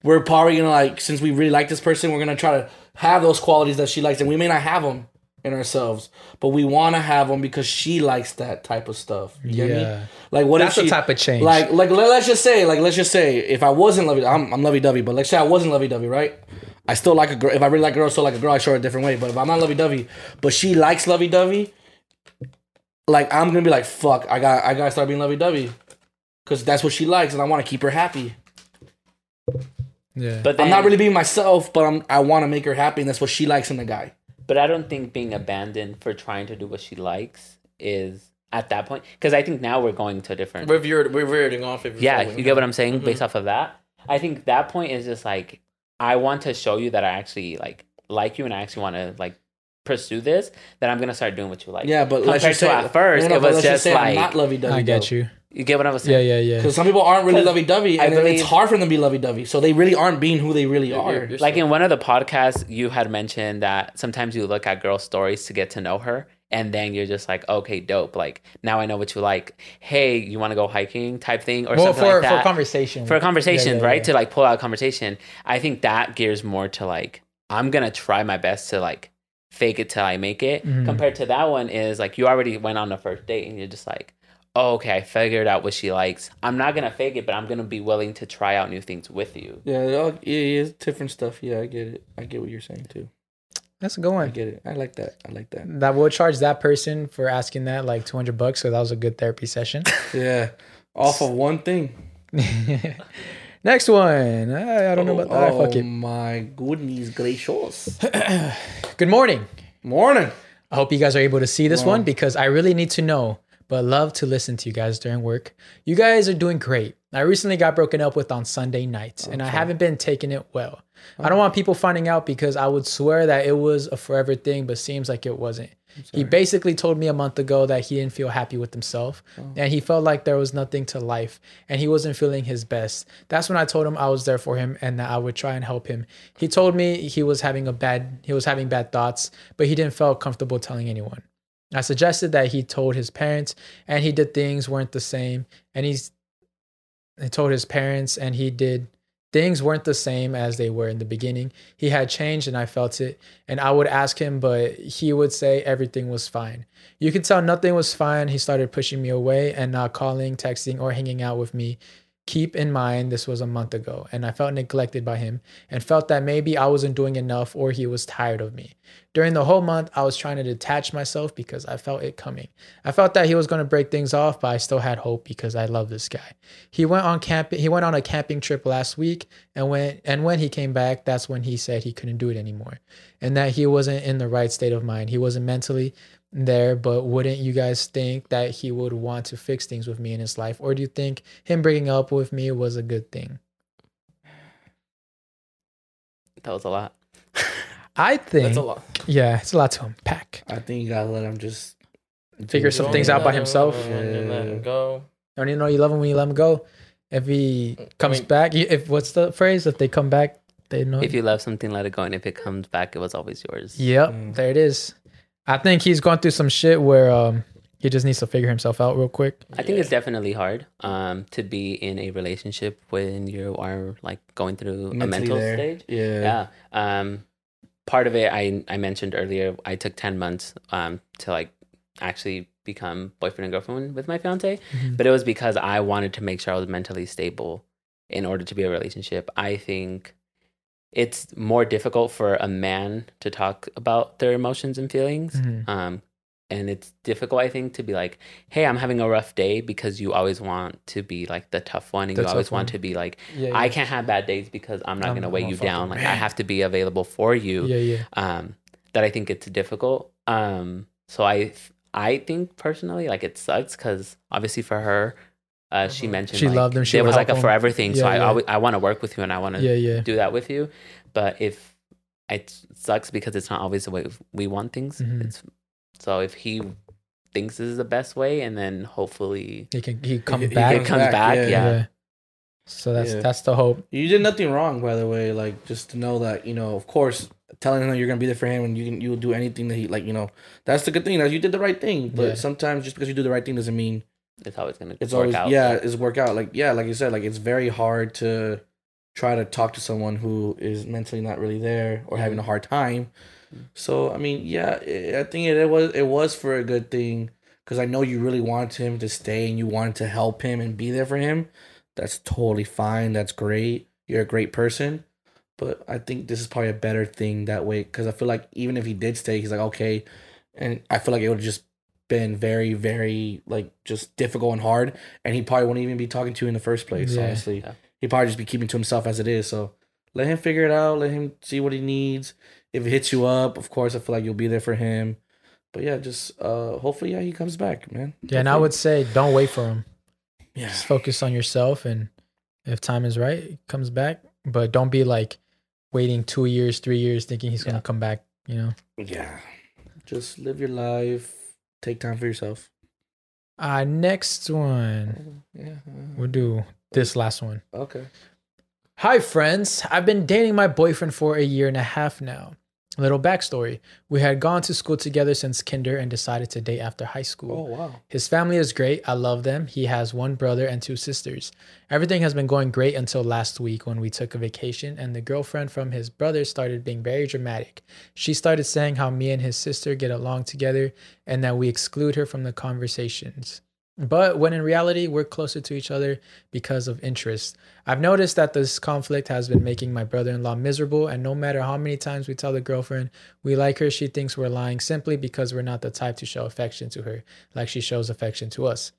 Speaker 3: we're probably gonna like since we really like this person, we're gonna try to have those qualities that she likes, and we may not have them. in ourselves, but we want to have one because she likes that type of stuff. You yeah. Get
Speaker 2: Yeah.
Speaker 3: me? Like what
Speaker 2: That's
Speaker 3: if
Speaker 2: the
Speaker 3: she
Speaker 2: type of change.
Speaker 3: like like let, us just say like let's just say if I wasn't lovey I'm I'm lovey dovey, but let's say I wasn't lovey dovey, right? I still like a girl. If I really like a girl, I still like a girl. I show her a different way. But if I'm not lovey dovey, but she likes lovey dovey, like I'm gonna be like fuck. I got I gotta start being lovey dovey, because that's what she likes, and I want to keep her happy.
Speaker 2: yeah.
Speaker 4: But
Speaker 3: I'm
Speaker 4: then,
Speaker 3: not really being myself, but I'm I want to make her happy, and that's what she likes in the guy.
Speaker 4: But I don't think being abandoned for trying to do what she likes is at that point because I think now we're going to a different.
Speaker 1: We're veered, we're veering off. If
Speaker 4: yeah, you get what I'm saying. Based off of that, I think that point is just like I want to show you that I actually like like you and I actually want to like pursue this. That I'm gonna start doing what you like.
Speaker 3: Yeah, but let's
Speaker 4: compared to
Speaker 3: just say
Speaker 4: at first,
Speaker 3: no, no,
Speaker 4: it
Speaker 3: but
Speaker 4: was
Speaker 3: let's
Speaker 4: just
Speaker 3: say
Speaker 4: like
Speaker 3: I'm not lovey dovey.
Speaker 2: I get you.
Speaker 4: you get what I was
Speaker 2: Yeah,
Speaker 4: saying.
Speaker 2: yeah, yeah.
Speaker 3: Because some people aren't really
Speaker 4: 'Cause
Speaker 3: lovey dovey,
Speaker 4: I
Speaker 3: and then it's
Speaker 4: believe-
Speaker 3: hard for them to be lovey dovey. So they really aren't being who they really are.
Speaker 1: you're
Speaker 4: Like in one of the podcasts, you had mentioned that sometimes you look at girls' stories to get to know her, and then you're just like, okay, dope. Like now I know what you like. Hey, you want to go hiking type thing or
Speaker 2: Well,
Speaker 4: something
Speaker 2: for
Speaker 4: like that
Speaker 2: for conversation.
Speaker 4: for a conversation,
Speaker 2: Yeah, yeah,
Speaker 4: right?
Speaker 2: yeah.
Speaker 4: To like pull out a conversation. I think that gears more to like I'm gonna try my best to like fake it till I make it.
Speaker 2: Mhm.
Speaker 4: Compared to that one is like you already went on the first date and you're just like, oh, okay, I figured out what she likes. I'm not gonna fake it, but I'm gonna be willing to try out new things with you.
Speaker 3: Yeah, it all, yeah, yeah, it's different stuff. Yeah, I get it. I get what you're saying too.
Speaker 2: That's a good
Speaker 3: I
Speaker 2: one.
Speaker 3: get it. I like that. I like that.
Speaker 2: That will charge that person for asking that like 200 bucks. So that was a good therapy session.
Speaker 3: Yeah, off of one thing.
Speaker 2: Next one. I, I don't know about that.
Speaker 3: Oh
Speaker 2: Fuck it.
Speaker 3: my goodness gracious!
Speaker 2: Good morning.
Speaker 3: Morning.
Speaker 2: I hope you guys are able to see this
Speaker 3: Wow.
Speaker 2: one because I really need to know, but love to listen to you guys during work. You guys are doing great. I recently got broken up with on Sunday night, and I haven't been taking it well. I don't want people finding out because I would swear that it was a forever thing, but seems like it wasn't. He basically told me a month ago that he didn't feel happy with himself and he felt like there was nothing to life and he wasn't feeling his best. That's when I told him I was there for him and that I would try and help him. He told me he was having a bad he was having bad thoughts, but he didn't feel comfortable telling anyone. I suggested that he told his parents and he did things weren't the same and he's he told his parents and he did things weren't the same as they were in the beginning. He had changed and I felt it and I would ask him but he would say everything was fine. You could tell nothing was fine. He started pushing me away and not calling, texting or hanging out with me. Keep in mind this was a month ago and I felt neglected by him and felt that maybe I wasn't doing enough or he was tired of me. During the whole month, I was trying to detach myself because I felt it coming. I felt that he was going to break things off, but I still had hope because I love this guy. He went on camp he went on a camping trip last week and when and when he came back, that's when he said he couldn't do it anymore and that he wasn't in the right state of mind. He wasn't mentally there, but wouldn't you guys think that he would want to fix things with me in his life or do you think him breaking up with me was a good thing?
Speaker 4: That was a lot.
Speaker 2: I think
Speaker 1: That's a lot.
Speaker 2: Yeah, it's a lot to unpack.
Speaker 3: I think you gotta let him just
Speaker 2: Figure
Speaker 3: do
Speaker 2: some
Speaker 3: his
Speaker 2: things
Speaker 3: own
Speaker 2: out by
Speaker 3: thing.
Speaker 2: himself.
Speaker 1: And let him
Speaker 3: Yeah.
Speaker 1: go.
Speaker 2: Don't you know you love him when you let him go? If he comes
Speaker 1: mean-
Speaker 2: back, you- if what's the phrase? If they come back, they know.
Speaker 4: If you love something, let it go, and if it comes back, it was always yours.
Speaker 2: yep,
Speaker 3: Mm.
Speaker 2: there it is. I think he's gone through some shit where um he just needs to figure himself out real quick.
Speaker 4: I think it's definitely hard um, to be in a relationship when you are like going through a
Speaker 3: mentally
Speaker 4: mental
Speaker 3: there.
Speaker 4: stage.
Speaker 3: Yeah.
Speaker 4: yeah um part of it i i mentioned earlier i took 10 months um to like actually become boyfriend and girlfriend with my fiance but it was because i wanted to make sure i was mentally stable in order to be in a relationship i think it's more difficult for a man to talk about their emotions and feelings
Speaker 2: Mhm.
Speaker 4: um and it's difficult i think to be like hey i'm having a rough day because you always want to be like the tough one and
Speaker 2: The
Speaker 4: you always
Speaker 2: tough
Speaker 4: want
Speaker 2: one.
Speaker 4: to be like
Speaker 2: Yeah,
Speaker 4: I can't have bad days because I'm not
Speaker 2: I'm
Speaker 4: going to
Speaker 2: a
Speaker 4: weigh you
Speaker 2: motherfucking
Speaker 4: down. Like I
Speaker 2: man.
Speaker 4: have to be available for you.
Speaker 2: yeah, yeah.
Speaker 4: Um, that I think it's difficult. Um, so I, I think personally, like it sucks because obviously for her, uh, she
Speaker 1: Mhm.
Speaker 4: mentioned
Speaker 2: Uh-huh. She
Speaker 4: like,
Speaker 2: loved him, she
Speaker 4: It
Speaker 2: would
Speaker 4: was like
Speaker 2: help
Speaker 4: a
Speaker 2: him.
Speaker 4: forever thing. so
Speaker 2: Yeah,
Speaker 4: I,
Speaker 2: yeah.
Speaker 4: always, I want to work with you and I want to
Speaker 2: Yeah, yeah.
Speaker 4: do that with you. But if it sucks because it's not always the way we want things.
Speaker 2: Mhm.
Speaker 4: It's so if he thinks this is the best way, and then hopefully
Speaker 2: He can he come
Speaker 3: he
Speaker 2: back.
Speaker 4: it comes back.
Speaker 3: back,
Speaker 4: yeah.
Speaker 3: yeah.
Speaker 2: So that's
Speaker 3: Yeah.
Speaker 2: that's the hope.
Speaker 3: You did nothing wrong, by the way. Like just to know that you know, of course, telling him that you're gonna be there for him and you can you will do anything that he like. You know, that's the good thing. That you did the right thing. But
Speaker 2: Yeah.
Speaker 3: sometimes just because you do the right thing doesn't mean
Speaker 4: it's always going to
Speaker 3: it's
Speaker 4: work
Speaker 3: always
Speaker 4: out.
Speaker 3: yeah, it's work out. Like yeah, like you said, like it's very hard to try to talk to someone who is mentally not really there or having a hard time
Speaker 4: Mm.
Speaker 3: So I mean, yeah, i I think it, it was it was for a good thing because I know you really wanted him to stay and you wanted to help him and be there for him. That's totally fine. That's great. You're a great person. But I think this is probably a better thing that way because I feel like even if he did stay, he's like okay, and I feel like it would have just been very, very like just difficult and hard, and he probably wouldn't even be talking to you in the first place.
Speaker 2: Yeah.
Speaker 3: Honestly,
Speaker 4: Yeah.
Speaker 3: he'd probably just be keeping to himself as it is. So let him figure it out. Let him see what he needs. If it hits you up, of course, I feel like you'll be there for him. But yeah, just uh hopefully, yeah, he comes back, man.
Speaker 2: Yeah, and I would say don't wait for him.
Speaker 3: Yeah.
Speaker 2: Just focus on yourself, and if time is right, it comes back. But don't be like waiting two years, three years, thinking he's gonna
Speaker 4: Yeah.
Speaker 2: come back. You know,
Speaker 3: Yeah. Just live your life. Take time for yourself.
Speaker 2: uh, next one
Speaker 1: Mm-hmm.
Speaker 3: Yeah.
Speaker 2: we'll do this last one.
Speaker 3: Okay.
Speaker 2: Hi, friends. I've been dating my boyfriend for a year and a half now. Little backstory we had gone to school together since kinder and decided to date after high
Speaker 3: Oh
Speaker 2: school.
Speaker 3: wow.
Speaker 2: His family is great. I love them. He has one brother and two sisters. Everything has been going great until last week when we took a vacation and the girlfriend from his brother started being very dramatic. She started saying how me and his sister get along together and that we exclude her from the conversations. But when in reality, we're closer to each other because of interest. I've noticed that this conflict has been making my brother in law miserable, and no matter how many times we tell the girlfriend we like her, she thinks we're lying simply because we're not the type to show affection to her like she shows affection to us.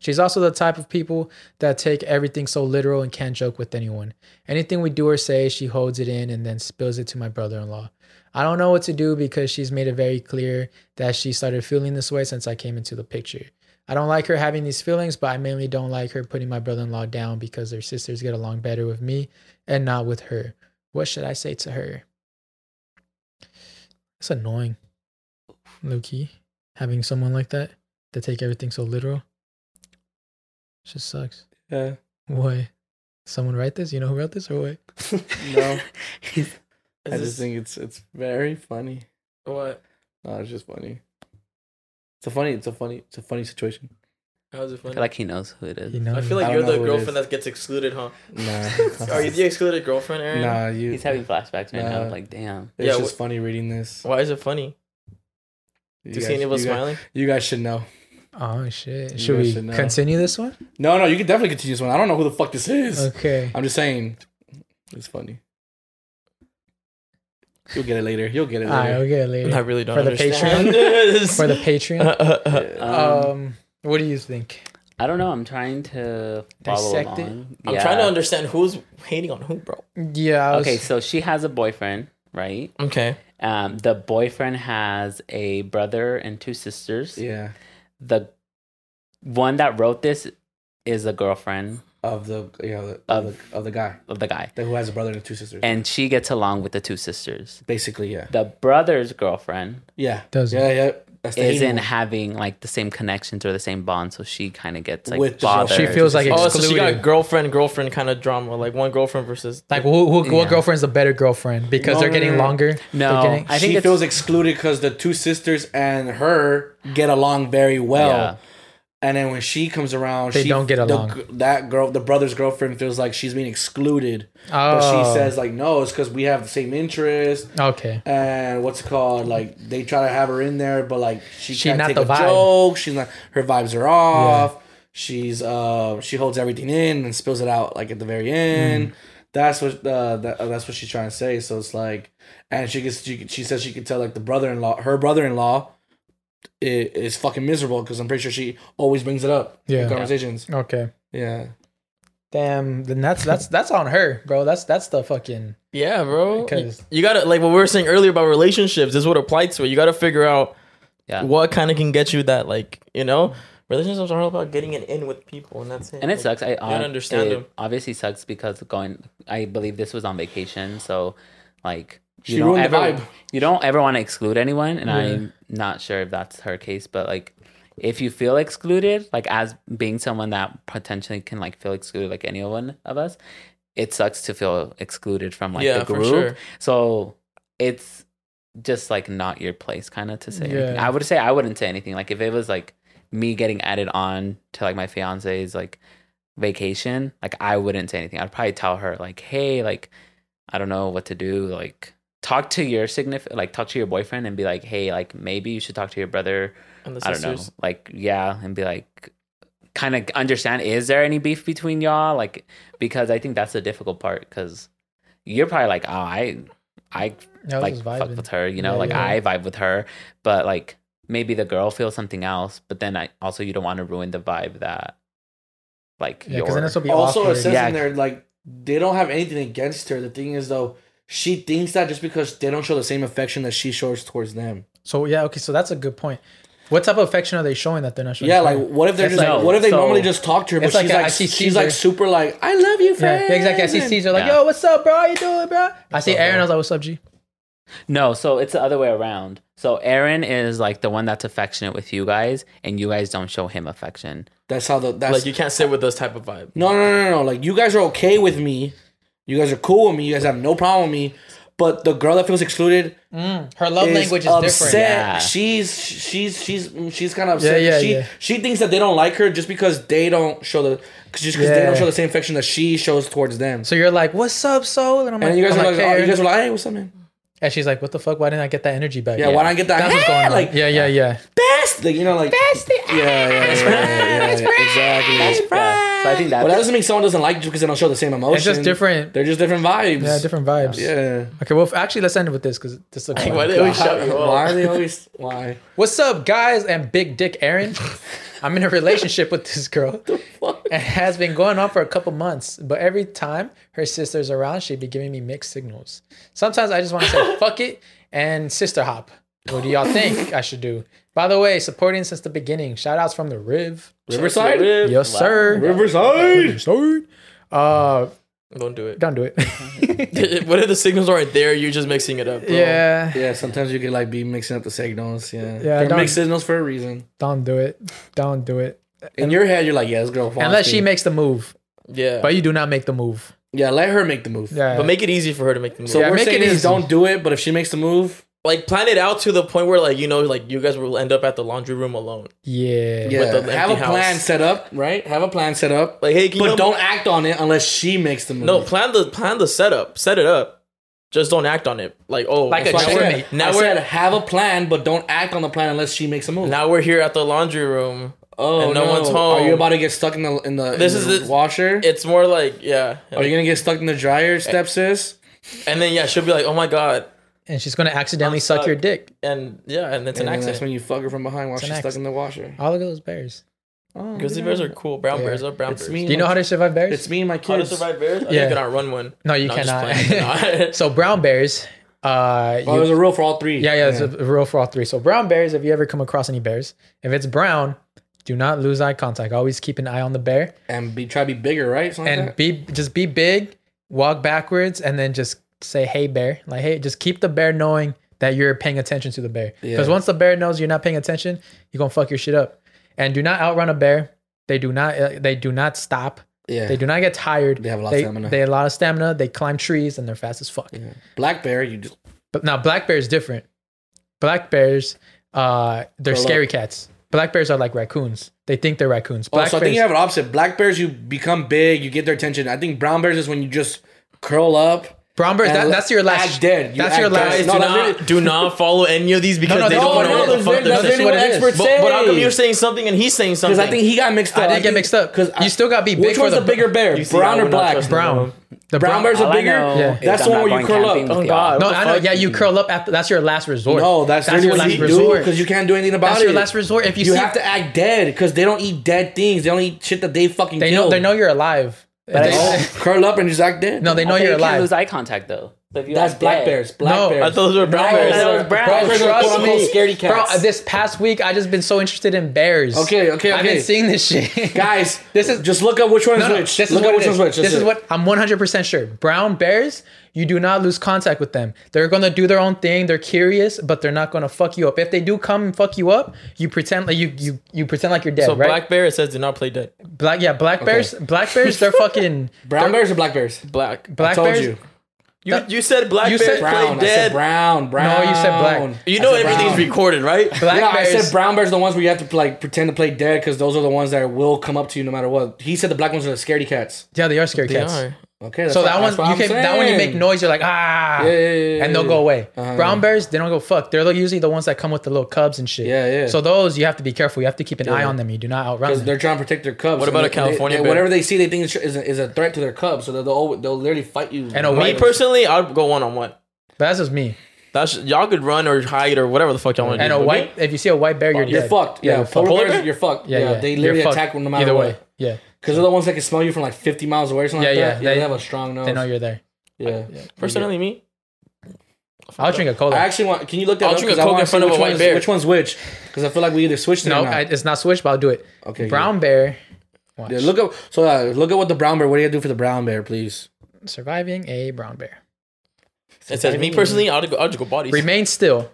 Speaker 2: She's also the type of people that take everything so literal and can't joke with anyone. Anything we do or say, she holds it in and then spills it to my brother in law. I don't know what to do because she's made it very clear that she started feeling this way since I came into the picture. I don't like her having these feelings, but I mainly don't like her putting my brother in law down because their sisters get along better with me and not with her. What should I say to her? It's annoying, low key, having someone like that that take everything so literal. Just sucks.
Speaker 3: Yeah.
Speaker 2: Why? Someone write this? You know who wrote this or what?
Speaker 3: No.
Speaker 1: Is
Speaker 3: I
Speaker 1: this-
Speaker 3: just think it's it's very funny.
Speaker 1: what?
Speaker 3: No, it's just funny. It's a funny. It's a funny. It's a funny situation.
Speaker 1: How's it
Speaker 4: I
Speaker 1: funny?
Speaker 4: feel like he knows who it is.
Speaker 2: You know.
Speaker 1: I feel
Speaker 3: I
Speaker 1: like
Speaker 3: don't
Speaker 1: you're
Speaker 3: know
Speaker 1: the
Speaker 3: who it
Speaker 1: girlfriend
Speaker 3: is.
Speaker 1: that gets excluded, huh?
Speaker 3: Nah.
Speaker 1: Are you the excluded girlfriend, Aaron?
Speaker 3: Nah. You.
Speaker 4: He's having flashbacks right now.
Speaker 3: Nah.
Speaker 4: I'm like, damn.
Speaker 1: Yeah,
Speaker 3: It's just
Speaker 1: wh-
Speaker 3: funny reading this.
Speaker 1: Why is it funny?
Speaker 3: You
Speaker 1: Do you see any of us
Speaker 3: you guys,
Speaker 1: smiling?
Speaker 3: you guys should know.
Speaker 2: Oh shit.
Speaker 3: You
Speaker 2: Should
Speaker 3: guys
Speaker 2: we
Speaker 3: should know.
Speaker 2: continue this one?
Speaker 3: No, no, you can definitely continue this one. I don't know who the fuck this is.
Speaker 1: Uh.
Speaker 2: Okay.
Speaker 3: I'm just saying, it's funny. You'll get it later. You'll get it
Speaker 2: All right,
Speaker 3: later.
Speaker 2: okay,
Speaker 1: I
Speaker 2: later.
Speaker 1: really don't
Speaker 2: For the
Speaker 1: understand
Speaker 2: Patreon?
Speaker 1: this.
Speaker 2: For the Patreon.
Speaker 1: Patreon.
Speaker 3: Yeah.
Speaker 4: Um,
Speaker 2: Um, what do you think?
Speaker 4: I don't know. I'm trying to follow
Speaker 2: Dissect it?
Speaker 4: along.
Speaker 1: I'm
Speaker 4: Yeah.
Speaker 1: trying to understand who's hating on who, bro.
Speaker 2: Yeah. I was,
Speaker 4: Okay, so she has a boyfriend, right?
Speaker 1: Okay.
Speaker 4: Um, the boyfriend has a brother and two sisters.
Speaker 3: Yeah,
Speaker 4: The one that wrote this is a girlfriend
Speaker 3: of the yeah the,
Speaker 4: Of-
Speaker 3: of the, of the guy
Speaker 4: of the guy,
Speaker 3: that who has a brother and two sisters.
Speaker 4: and she gets along with the two sisters.
Speaker 3: basically, yeah,
Speaker 4: The brother's girlfriend
Speaker 3: yeah,
Speaker 2: Does
Speaker 3: yeah, yeah. That's the hating
Speaker 4: isn't
Speaker 3: one.
Speaker 4: having like the same connections or the same bond, so she kind of gets like
Speaker 3: With the girl-
Speaker 4: bothered.
Speaker 2: she feels like
Speaker 1: Oh,
Speaker 2: excluded.
Speaker 1: so she got girlfriend girlfriend kind of drama, like one girlfriend versus
Speaker 2: like who, who what
Speaker 4: Yeah.
Speaker 2: girlfriend's the better girlfriend because
Speaker 3: No,
Speaker 2: they're
Speaker 3: no,
Speaker 2: getting
Speaker 3: no, no.
Speaker 2: longer.
Speaker 4: no.
Speaker 2: They're getting-
Speaker 4: I think
Speaker 3: she
Speaker 4: it's,
Speaker 3: feels excluded because the two sisters and her get along very well.
Speaker 4: Yeah.
Speaker 3: And then when she comes around,
Speaker 2: They
Speaker 3: she,
Speaker 2: don't get
Speaker 3: the
Speaker 2: along.
Speaker 3: gr- that girl, the brother's girlfriend, feels like she's being excluded. But she
Speaker 2: Oh.
Speaker 3: says like, no, it's because we have the same interests.
Speaker 2: Okay.
Speaker 3: and what's it called like they try to have her in there but like she,
Speaker 2: She
Speaker 3: can't
Speaker 2: not
Speaker 3: take
Speaker 2: the
Speaker 3: a
Speaker 2: vibe.
Speaker 3: joke she's not her vibes are off she's uh she holds everything in and spills it out like at the very
Speaker 2: Mm.
Speaker 3: end that's what uh, that, uh, that's what she's trying to say so it's like and she gets she, she says she could tell like the brother-in-law her brother-in-law i- is fucking miserable because i'm pretty sure she always brings it up
Speaker 2: Yeah.
Speaker 3: in conversations
Speaker 2: Okay.
Speaker 3: yeah
Speaker 2: Damn. Then that's that's that's on her, bro. That's that's the fucking
Speaker 1: yeah, bro. You,
Speaker 2: Because-
Speaker 1: you gotta like what we were saying earlier about relationships. This would apply to it. You gotta figure out
Speaker 4: Yeah.
Speaker 1: what kind of can get you that, like you know, relationships are all about getting it in with people, and that's it.
Speaker 4: and it
Speaker 1: Like,
Speaker 4: sucks. I
Speaker 1: don't understand
Speaker 4: it
Speaker 1: him.
Speaker 4: Obviously, sucks because going. I believe this was on vacation, so like you
Speaker 3: She
Speaker 4: don't
Speaker 3: ruined
Speaker 4: ever
Speaker 3: the vibe.
Speaker 4: you don't ever want to exclude anyone, and
Speaker 2: Yeah.
Speaker 4: I'm not sure if that's her case, but like if you feel excluded, like as being someone that potentially can like feel excluded, like any one of us, it sucks to feel excluded from like
Speaker 1: yeah,
Speaker 4: the
Speaker 1: for
Speaker 4: group.
Speaker 1: sure.
Speaker 4: So it's just like not your place, kind of to say. anything.
Speaker 2: Yeah.
Speaker 4: I would say I wouldn't say anything. Like if it was like me getting added on to like my fiance's like vacation, like I wouldn't say anything. I'd probably tell her like, hey, like I don't know what to do. Like talk to your significant, like talk to your boyfriend and be like, hey, like maybe you should talk to your brother.
Speaker 1: And the
Speaker 4: I don't know,
Speaker 1: sisters.
Speaker 4: like yeah, and be like, kind of understand is there any beef between y'all? Like because I think that's the difficult part because you're probably like, oh, I, I
Speaker 2: No,
Speaker 4: like
Speaker 2: this is
Speaker 4: fuck
Speaker 2: vibing.
Speaker 4: with her, you know,
Speaker 2: Yeah,
Speaker 4: like
Speaker 2: yeah.
Speaker 4: I vibe with her, but like maybe the girl feels something else, but then I also you don't want to ruin the vibe that like
Speaker 2: Yeah,
Speaker 4: your
Speaker 2: because then this will be
Speaker 3: also, it
Speaker 2: awkward.
Speaker 3: says
Speaker 4: Yeah.
Speaker 3: in there like they don't have anything against her. The thing is though, she thinks that just because they don't show the same affection that she shows towards them.
Speaker 2: So yeah, okay, so that's a good point. What type of affection are they showing that they're not showing?
Speaker 3: Yeah,
Speaker 2: to
Speaker 3: like
Speaker 2: you?
Speaker 3: what if they're
Speaker 4: It's
Speaker 3: just
Speaker 4: like-
Speaker 3: what if they
Speaker 4: so-
Speaker 3: normally just talk to her, but
Speaker 2: It's like
Speaker 3: she's
Speaker 2: a-
Speaker 3: like
Speaker 2: I see
Speaker 3: she's like
Speaker 2: Caesar.
Speaker 3: super like I love you,
Speaker 2: yeah,
Speaker 3: friend.
Speaker 2: yeah, exactly. I see
Speaker 3: and-
Speaker 2: Caesar like,
Speaker 4: Yeah.
Speaker 2: yo, what's up, bro? How you doing, bro? I see Aaron. I was like, what's up, G?
Speaker 4: No, so it's the other way around. So Aaron is like the one that's affectionate with you guys, and you guys don't show him affection.
Speaker 3: That's how the that's
Speaker 1: Like you can't sit with this type of vibe.
Speaker 3: No, no, no, no, no. Like you guys are okay with me. You guys are cool with me. You guys have no problem with me. But the girl that feels excluded
Speaker 2: Mm. Her love
Speaker 3: is
Speaker 2: language is
Speaker 3: upset.
Speaker 2: different.
Speaker 4: Yeah.
Speaker 3: She's she's she's mm, she's kind of upset.
Speaker 2: Yeah, yeah,
Speaker 3: she
Speaker 2: yeah.
Speaker 3: she thinks that they don't like her just because they don't show the 'cause just because they don't
Speaker 2: Yeah.
Speaker 3: show the same affection that she shows towards them.
Speaker 2: So you're like, what's up, soul? And I'm like,
Speaker 3: and you guys
Speaker 2: I'm
Speaker 3: are like,
Speaker 2: "Hey,
Speaker 3: oh, you
Speaker 2: Aaron."
Speaker 3: guys were like, hey, what's up, man?
Speaker 2: and she's like, what the fuck? Why didn't I get that energy back?
Speaker 3: Yeah, why don't I get that?
Speaker 2: That's what's going on.
Speaker 3: Like,
Speaker 2: yeah, yeah, yeah.
Speaker 3: best, like you know, like best. Yeah, yeah, yeah, yeah, yeah, yeah, exactly.
Speaker 4: Yeah. So I think that's
Speaker 3: But that doesn't mean someone doesn't like you because they don't show the same emotion.
Speaker 2: It's just different.
Speaker 3: They're just different vibes.
Speaker 2: Yeah, different vibes.
Speaker 3: Yeah.
Speaker 2: Okay, well, f- actually, let's end it with this because this looks.
Speaker 1: Like,
Speaker 2: fun.
Speaker 1: why did we shut you up?
Speaker 3: Why are they always why?
Speaker 2: What's up, guys? And Big Dick Aaron. I'm in a relationship with this girl. It has been going on for a couple months, but every time her sister's around, she'd be giving me mixed signals. Sometimes I just want to say, fuck it, and sister hop. What do y'all think I should do? By the way, supporting since the beginning. Shout outs from the Riv.
Speaker 3: Riverside?
Speaker 2: Yes, sir.
Speaker 3: Riverside.
Speaker 2: Uh,
Speaker 1: Don't do it.
Speaker 2: don't do it.
Speaker 1: what if the signals aren't there? You're just mixing it up. Bro.
Speaker 2: yeah.
Speaker 3: Yeah, sometimes you could like be mixing up the signals. Yeah,
Speaker 2: Yeah,
Speaker 3: They're
Speaker 2: don't-
Speaker 3: mixed signals for a reason.
Speaker 2: Don't do it. Don't do it.
Speaker 3: In your head, you're like, yeah, this girl. wants
Speaker 2: Unless she
Speaker 3: me.
Speaker 2: makes the move,
Speaker 1: yeah. But,
Speaker 2: but you do not make the move.
Speaker 3: yeah, let her make the move.
Speaker 2: Yeah.
Speaker 1: make it easy for her to make the move.
Speaker 3: So
Speaker 2: Yeah,
Speaker 3: we're
Speaker 2: make
Speaker 3: saying
Speaker 2: it
Speaker 3: is
Speaker 2: easy.
Speaker 3: don't do it, but if she makes the move,
Speaker 1: Like plan it out to the point where like you know like you guys will end up at the laundry room alone.
Speaker 2: yeah.
Speaker 3: yeah,
Speaker 1: the
Speaker 3: have a
Speaker 1: empty
Speaker 3: plan
Speaker 1: house.
Speaker 3: set up, right? Have a plan set up,
Speaker 1: Like hey, can you
Speaker 3: but
Speaker 1: help me-
Speaker 3: don't act on it unless she makes the move.
Speaker 1: No, plan the plan the setup. Set it up. Just don't act on it. Like oh,
Speaker 2: Like
Speaker 1: so
Speaker 2: a
Speaker 3: So I
Speaker 1: now,
Speaker 3: said,
Speaker 1: we're,
Speaker 3: now I
Speaker 1: now
Speaker 3: said
Speaker 1: we're
Speaker 3: have a plan, but don't act on the plan unless she makes a move.
Speaker 1: now we're here at the laundry room.
Speaker 3: oh
Speaker 1: and no
Speaker 3: no,
Speaker 1: one's
Speaker 3: Are you
Speaker 1: home.
Speaker 3: about to get stuck in the in the,
Speaker 1: This
Speaker 3: in
Speaker 1: is
Speaker 3: the
Speaker 1: the-
Speaker 3: washer?
Speaker 1: It's more like yeah,
Speaker 3: Are you gonna get stuck in the dryer, stepsis?
Speaker 1: and then yeah, she'll be like oh my god,
Speaker 2: And she's gonna accidentally suck
Speaker 1: suck.
Speaker 2: your dick.
Speaker 1: and yeah,
Speaker 3: And
Speaker 1: and it's
Speaker 3: then
Speaker 1: an
Speaker 3: that's
Speaker 1: accident.
Speaker 3: when you fuck her from behind while
Speaker 2: an
Speaker 3: she's stuck in
Speaker 2: accident.
Speaker 3: the washer.
Speaker 2: All of those bears.
Speaker 3: Oh,
Speaker 1: Grizzly
Speaker 3: yeah.
Speaker 1: bears are cool. Brown
Speaker 2: Yeah.
Speaker 1: bears are brown
Speaker 3: It's
Speaker 1: bears.
Speaker 3: me.
Speaker 2: Do you know how to survive bears?
Speaker 3: It's me and my
Speaker 1: How to
Speaker 3: kids.
Speaker 1: survive bears? I
Speaker 2: Yeah.
Speaker 1: think I can run one.
Speaker 2: no, you
Speaker 1: No, I'm just
Speaker 2: cannot.
Speaker 1: playing. I cannot.
Speaker 2: so brown bears. Uh,
Speaker 3: Oh,
Speaker 2: you-
Speaker 3: there's a rule for all three.
Speaker 2: yeah, yeah, it's a rule for all three. So brown bears. If you ever come across any bears, if it's brown, do not lose eye contact. Always keep an eye on the bear
Speaker 3: And be try to be bigger, right? Something
Speaker 2: and
Speaker 3: like that.
Speaker 2: be just be big. Walk backwards and then just say hey bear. Like hey, just keep the bear knowing that you're paying attention to the bear. Because
Speaker 3: Yeah.
Speaker 2: once the bear knows you're not paying attention, you're gonna fuck your shit up. And do not outrun a bear. They do not. Uh, they do not stop.
Speaker 3: yeah.
Speaker 2: They do not get tired.
Speaker 3: They have a lot of
Speaker 2: they,
Speaker 3: stamina.
Speaker 2: They have a lot of stamina. They climb trees and they're fast as fuck.
Speaker 3: Black bear, you just
Speaker 2: But now black bear is different. Black bears, uh, they're
Speaker 3: Grow
Speaker 2: scary cats. Black bears are like raccoons. They think they're raccoons.
Speaker 3: oh,
Speaker 2: Black
Speaker 3: so I
Speaker 2: bears,
Speaker 3: think you have an opposite. Black bears, you become big, you get their attention. I think brown bears is when you just curl up.
Speaker 2: brown bears. That,
Speaker 3: and
Speaker 2: that's your last.
Speaker 3: act dead. You
Speaker 2: that's your
Speaker 3: act
Speaker 2: last.
Speaker 3: dead.
Speaker 1: Guys,
Speaker 3: No,
Speaker 1: do
Speaker 3: that's
Speaker 1: not
Speaker 3: really-
Speaker 1: do not follow any of these because
Speaker 2: no,
Speaker 1: they
Speaker 2: no,
Speaker 1: don't
Speaker 2: no,
Speaker 1: know
Speaker 2: no,
Speaker 1: what the
Speaker 2: there's
Speaker 1: fuck
Speaker 2: really-
Speaker 1: this
Speaker 2: there's
Speaker 1: is.
Speaker 2: really- what
Speaker 1: But,
Speaker 3: what
Speaker 2: it is.
Speaker 3: experts
Speaker 1: but
Speaker 3: say.
Speaker 1: how come you're saying something and he's saying something?
Speaker 3: Because I think he got mixed up.
Speaker 2: I didn't get mixed up.
Speaker 3: Because
Speaker 2: You still got beat big
Speaker 3: Which
Speaker 2: for
Speaker 3: one's
Speaker 2: the
Speaker 3: the bigger bear,
Speaker 1: You see, I
Speaker 3: brown or
Speaker 1: would not
Speaker 3: black?
Speaker 1: trust
Speaker 2: brown. The
Speaker 3: Brown bears
Speaker 4: All
Speaker 3: are
Speaker 4: I
Speaker 3: bigger.
Speaker 4: know
Speaker 2: Yeah.
Speaker 4: is
Speaker 3: That's
Speaker 4: I'm
Speaker 3: the one
Speaker 4: not
Speaker 3: where you
Speaker 4: going
Speaker 3: curl up.
Speaker 4: camping with
Speaker 1: Oh,
Speaker 4: y'all.
Speaker 1: God.
Speaker 2: No,
Speaker 1: the
Speaker 2: I know.
Speaker 1: fuck?
Speaker 2: Yeah, you curl up after. That's your last resort.
Speaker 3: No, that's, literally
Speaker 2: your
Speaker 3: what
Speaker 2: last
Speaker 3: you do
Speaker 2: resort.
Speaker 3: because you can't do anything about
Speaker 2: That's
Speaker 3: it.
Speaker 2: your last resort. If you,
Speaker 3: You
Speaker 2: see,
Speaker 3: have to act dead because they don't eat dead things. They don't eat shit that they fucking
Speaker 2: they know
Speaker 3: killed.
Speaker 2: they know you're alive. They-
Speaker 3: No, curl up and just act dead.
Speaker 2: no, they know
Speaker 4: Okay,
Speaker 2: you're
Speaker 4: you can't lose
Speaker 2: alive.
Speaker 4: eye contact though. So if you
Speaker 3: that's
Speaker 4: act
Speaker 3: black
Speaker 4: dead-
Speaker 3: bears. Black
Speaker 2: No,
Speaker 3: bears.
Speaker 1: I thought those were brown
Speaker 3: Black
Speaker 1: bears.
Speaker 4: That was brown.
Speaker 3: Black
Speaker 4: Bro,
Speaker 3: bears are
Speaker 2: trust
Speaker 3: quote
Speaker 2: me.
Speaker 3: unquote scary
Speaker 2: Bro,
Speaker 3: cats.
Speaker 2: this past week I just been so interested in bears.
Speaker 3: Okay, okay,
Speaker 2: I've
Speaker 3: okay.
Speaker 2: been seeing this shit,
Speaker 3: Guys,
Speaker 2: This is
Speaker 3: just look up which one's
Speaker 2: No, no,
Speaker 3: which.
Speaker 2: This is
Speaker 3: look
Speaker 2: what
Speaker 3: up
Speaker 2: it
Speaker 3: which
Speaker 2: is.
Speaker 3: one's which.
Speaker 2: This
Speaker 3: That's
Speaker 2: is
Speaker 3: it.
Speaker 2: what I'm 100% sure. Brown bears, you do not lose contact with them. They're going to do their own thing. They're curious, but they're not going to fuck you up. If they do come and fuck you up, you pretend like you you you pretend like you're dead,
Speaker 1: So
Speaker 2: right?
Speaker 1: black bear it says do not play dead.
Speaker 2: Black- yeah, black bears, black bears they're fucking
Speaker 3: brown bears or black bears.
Speaker 1: Black.
Speaker 2: black
Speaker 3: I told
Speaker 2: bears.
Speaker 3: you.
Speaker 1: You you said black
Speaker 2: You
Speaker 1: bear
Speaker 2: said
Speaker 1: play
Speaker 3: Brown. I said
Speaker 1: dead.
Speaker 3: brown. Brown.
Speaker 2: you said black.
Speaker 1: You know
Speaker 3: I said
Speaker 1: everything's
Speaker 3: brown.
Speaker 1: recorded, right?
Speaker 2: Black
Speaker 3: yeah,
Speaker 2: bears.
Speaker 3: I said brown bears are the ones where you have to like pretend to play dead because those are the ones that will come up to you no matter what. He said the black ones are the scaredy cats.
Speaker 2: yeah, they are scary cats.
Speaker 1: are.
Speaker 3: Okay, that's
Speaker 2: so
Speaker 3: what-
Speaker 2: that
Speaker 3: that's
Speaker 2: one
Speaker 3: what
Speaker 2: you
Speaker 3: I'm
Speaker 2: can that one you make
Speaker 3: saying.
Speaker 2: noise, you're like ah,
Speaker 3: Yeah, yeah, yeah,
Speaker 2: and they'll
Speaker 3: yeah.
Speaker 2: go away.
Speaker 3: Uh-huh.
Speaker 2: Brown bears, they don't go fuck. They're usually the ones that come with the little cubs and shit.
Speaker 3: Yeah, yeah.
Speaker 2: So those you have to be careful. You have to keep an eye
Speaker 3: Yeah.
Speaker 2: on them. You do not outrun
Speaker 3: Because
Speaker 2: them.
Speaker 3: they're trying to protect their cubs.
Speaker 1: What
Speaker 3: and
Speaker 1: about a
Speaker 3: they-
Speaker 1: California
Speaker 3: they-
Speaker 1: bear?
Speaker 3: Whatever they see, they think is, is, a, is a threat to their cubs, so they'll they'll, they'll literally fight you.
Speaker 2: And a
Speaker 1: Me
Speaker 2: white
Speaker 1: personally, I'd go one on one.
Speaker 2: But that's just me.
Speaker 1: That's y'all could run or hide or whatever the fuck y'all want to
Speaker 2: And
Speaker 1: do.
Speaker 2: a
Speaker 1: but me-
Speaker 2: white, if you see a white bear, you're
Speaker 3: You're
Speaker 2: dead.
Speaker 3: fucked. Yeah,
Speaker 2: you're
Speaker 3: polar,
Speaker 2: fucked.
Speaker 3: bears, you're fucked. Yeah, they
Speaker 2: You're
Speaker 3: literally
Speaker 2: fucked.
Speaker 3: attack no matter
Speaker 2: Either
Speaker 3: what.
Speaker 2: way, yeah.
Speaker 3: Because they're the ones that can smell you from like 50 miles away or something
Speaker 2: Yeah,
Speaker 3: like
Speaker 2: yeah,
Speaker 3: that. Yeah, they,
Speaker 2: they-
Speaker 3: have a strong nose.
Speaker 2: They know you're there.
Speaker 3: yeah.
Speaker 1: personally, me.
Speaker 2: I'll drink a cola.
Speaker 3: I actually want. Can you look that
Speaker 1: I'll
Speaker 3: up?
Speaker 1: drink a
Speaker 3: 'Cause I
Speaker 1: Coke
Speaker 3: wanna
Speaker 1: in
Speaker 3: see
Speaker 1: front of
Speaker 3: which
Speaker 1: a white
Speaker 3: one's-
Speaker 1: bear.
Speaker 3: Which one's which? Because I feel like we either switched it
Speaker 2: no,
Speaker 3: or not.
Speaker 2: I, it's not switch, but I'll do it.
Speaker 3: okay, good.
Speaker 2: Brown bear
Speaker 3: Yeah, look up. So uh, look up what the brown bear. What do you do for the brown bear, please?
Speaker 2: surviving a brown bear.
Speaker 1: It says me personally. I'd go. I'd go bodies.
Speaker 2: Remain still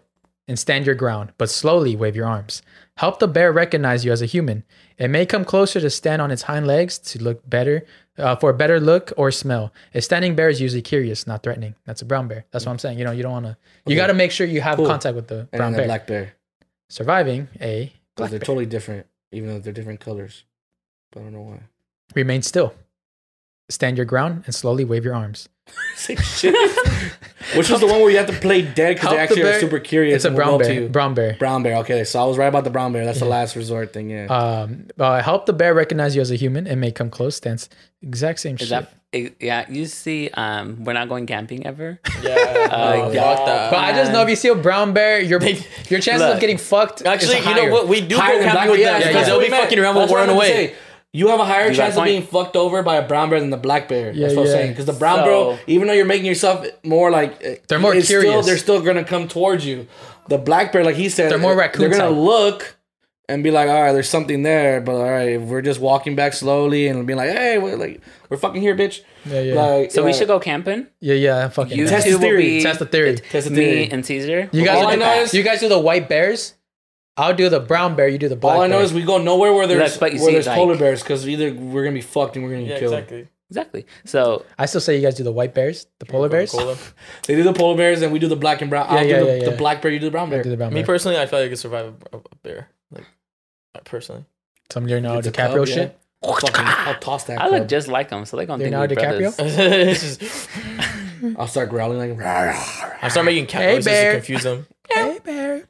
Speaker 2: and stand your ground, but slowly wave your arms. Help the bear recognize you as a human. It may come closer to stand on its hind legs to look better, uh, for a better look or smell. A standing bear is usually curious, not threatening. That's a brown bear. That's what I'm saying. You know, you don't want to. You got to make sure you have
Speaker 3: Cool.
Speaker 2: contact with the
Speaker 3: And
Speaker 2: brown
Speaker 3: then
Speaker 2: bear.
Speaker 3: the black bear.
Speaker 2: Surviving a
Speaker 3: Because
Speaker 2: black
Speaker 3: they're
Speaker 2: bear.
Speaker 3: totally different, even though they're different colors. But I don't know why.
Speaker 2: Remain still. Stand your ground and slowly wave your arms.
Speaker 3: Same shit. Which was the one where you have to play dead because
Speaker 2: Help
Speaker 3: they
Speaker 2: the
Speaker 3: actually
Speaker 2: bear-
Speaker 3: are super curious.
Speaker 2: It's a
Speaker 3: and will
Speaker 2: brown
Speaker 3: go up to
Speaker 2: bear.
Speaker 3: you.
Speaker 2: Brown bear.
Speaker 3: Brown bear. Okay, so I was right about the brown bear. That's the last resort thing. Yeah.
Speaker 2: Um, uh, help the bear recognize you as a human and may come close. Stance. Exact same
Speaker 4: Is
Speaker 2: shit.
Speaker 4: that it- yeah? You see, um, we're not going camping ever.
Speaker 1: Yeah.
Speaker 4: Uh,
Speaker 3: Oh,
Speaker 1: no,
Speaker 4: yeah.
Speaker 1: Fuck that.
Speaker 2: But I just know if you see a brown bear, your your chances of
Speaker 4: Look.
Speaker 2: getting fucked.
Speaker 1: Actually,
Speaker 2: is
Speaker 1: you know what? We do go
Speaker 3: Higher than black
Speaker 1: camping with
Speaker 3: bear.
Speaker 1: them
Speaker 3: Yeah,
Speaker 1: because
Speaker 3: yeah.
Speaker 1: they'll be fucking around when
Speaker 3: That's
Speaker 1: we're
Speaker 3: what I
Speaker 1: on the
Speaker 3: meant to
Speaker 1: way.
Speaker 3: say. You have a higher
Speaker 4: got
Speaker 3: chance
Speaker 4: a
Speaker 3: of
Speaker 4: point.
Speaker 3: being fucked over by a brown bear than the black bear. That's
Speaker 2: Yeah,
Speaker 3: what I'm
Speaker 2: yeah.
Speaker 3: saying. Because the brown
Speaker 4: So-
Speaker 3: bear, even though you're making yourself more like eh,
Speaker 2: They're more
Speaker 3: it's Still,
Speaker 2: curious.
Speaker 3: they're still gonna come towards you. The black bear, like he said,
Speaker 2: They're more raccoon
Speaker 3: They're gonna
Speaker 2: type.
Speaker 3: look and be like, all right, there's something there, but all right, if we're just walking back slowly and being like, hey, we're like we're fucking here, bitch.
Speaker 2: Yeah, yeah.
Speaker 3: Like,
Speaker 4: So we
Speaker 3: yeah.
Speaker 4: should go camping.
Speaker 2: yeah, yeah. Fucking
Speaker 4: You
Speaker 3: Test
Speaker 4: two
Speaker 3: the
Speaker 4: will
Speaker 3: theory.
Speaker 4: be
Speaker 2: Test the theory.
Speaker 3: Test the
Speaker 4: Me
Speaker 3: theory.
Speaker 4: and Caesar.
Speaker 2: you
Speaker 3: all I
Speaker 2: guys,
Speaker 3: know
Speaker 2: do,
Speaker 3: is-
Speaker 2: you guys do the white bears. I'll do the brown bear. You do the black.
Speaker 3: All I know
Speaker 2: bear.
Speaker 3: is we go nowhere where there's
Speaker 4: Look, but you
Speaker 3: where
Speaker 4: see,
Speaker 3: there's
Speaker 4: like-
Speaker 3: polar bears because either we're gonna be fucked and we're gonna get
Speaker 1: Yeah,
Speaker 3: killed.
Speaker 1: exactly.
Speaker 4: exactly. So
Speaker 2: I still say you guys do the white bears, the polar bears. Do
Speaker 1: Cola.
Speaker 3: They do the polar bears and we do the black and brown.
Speaker 2: Yeah,
Speaker 3: I'll
Speaker 2: yeah,
Speaker 3: do the,
Speaker 2: yeah, yeah.
Speaker 3: the black bear. You do the brown bear.
Speaker 2: the brown
Speaker 1: Me
Speaker 2: bear.
Speaker 1: personally, I feel like I could survive a, a bear. Like I personally,
Speaker 2: Some Leonardo
Speaker 3: It's a
Speaker 2: DiCaprio
Speaker 3: cub, yeah.
Speaker 2: shit.
Speaker 3: Fucking- I'll toss that.
Speaker 4: I look
Speaker 3: cub.
Speaker 4: just like him. So they're gonna think
Speaker 2: Leonardo
Speaker 4: we're
Speaker 2: DiCaprio?
Speaker 4: brothers.
Speaker 1: It's just-
Speaker 3: I'll start growling like. "Rah, rah, rah."
Speaker 1: I start making cat
Speaker 2: Hey,
Speaker 1: noises
Speaker 2: bear.
Speaker 1: to confuse them.
Speaker 2: Hey bear.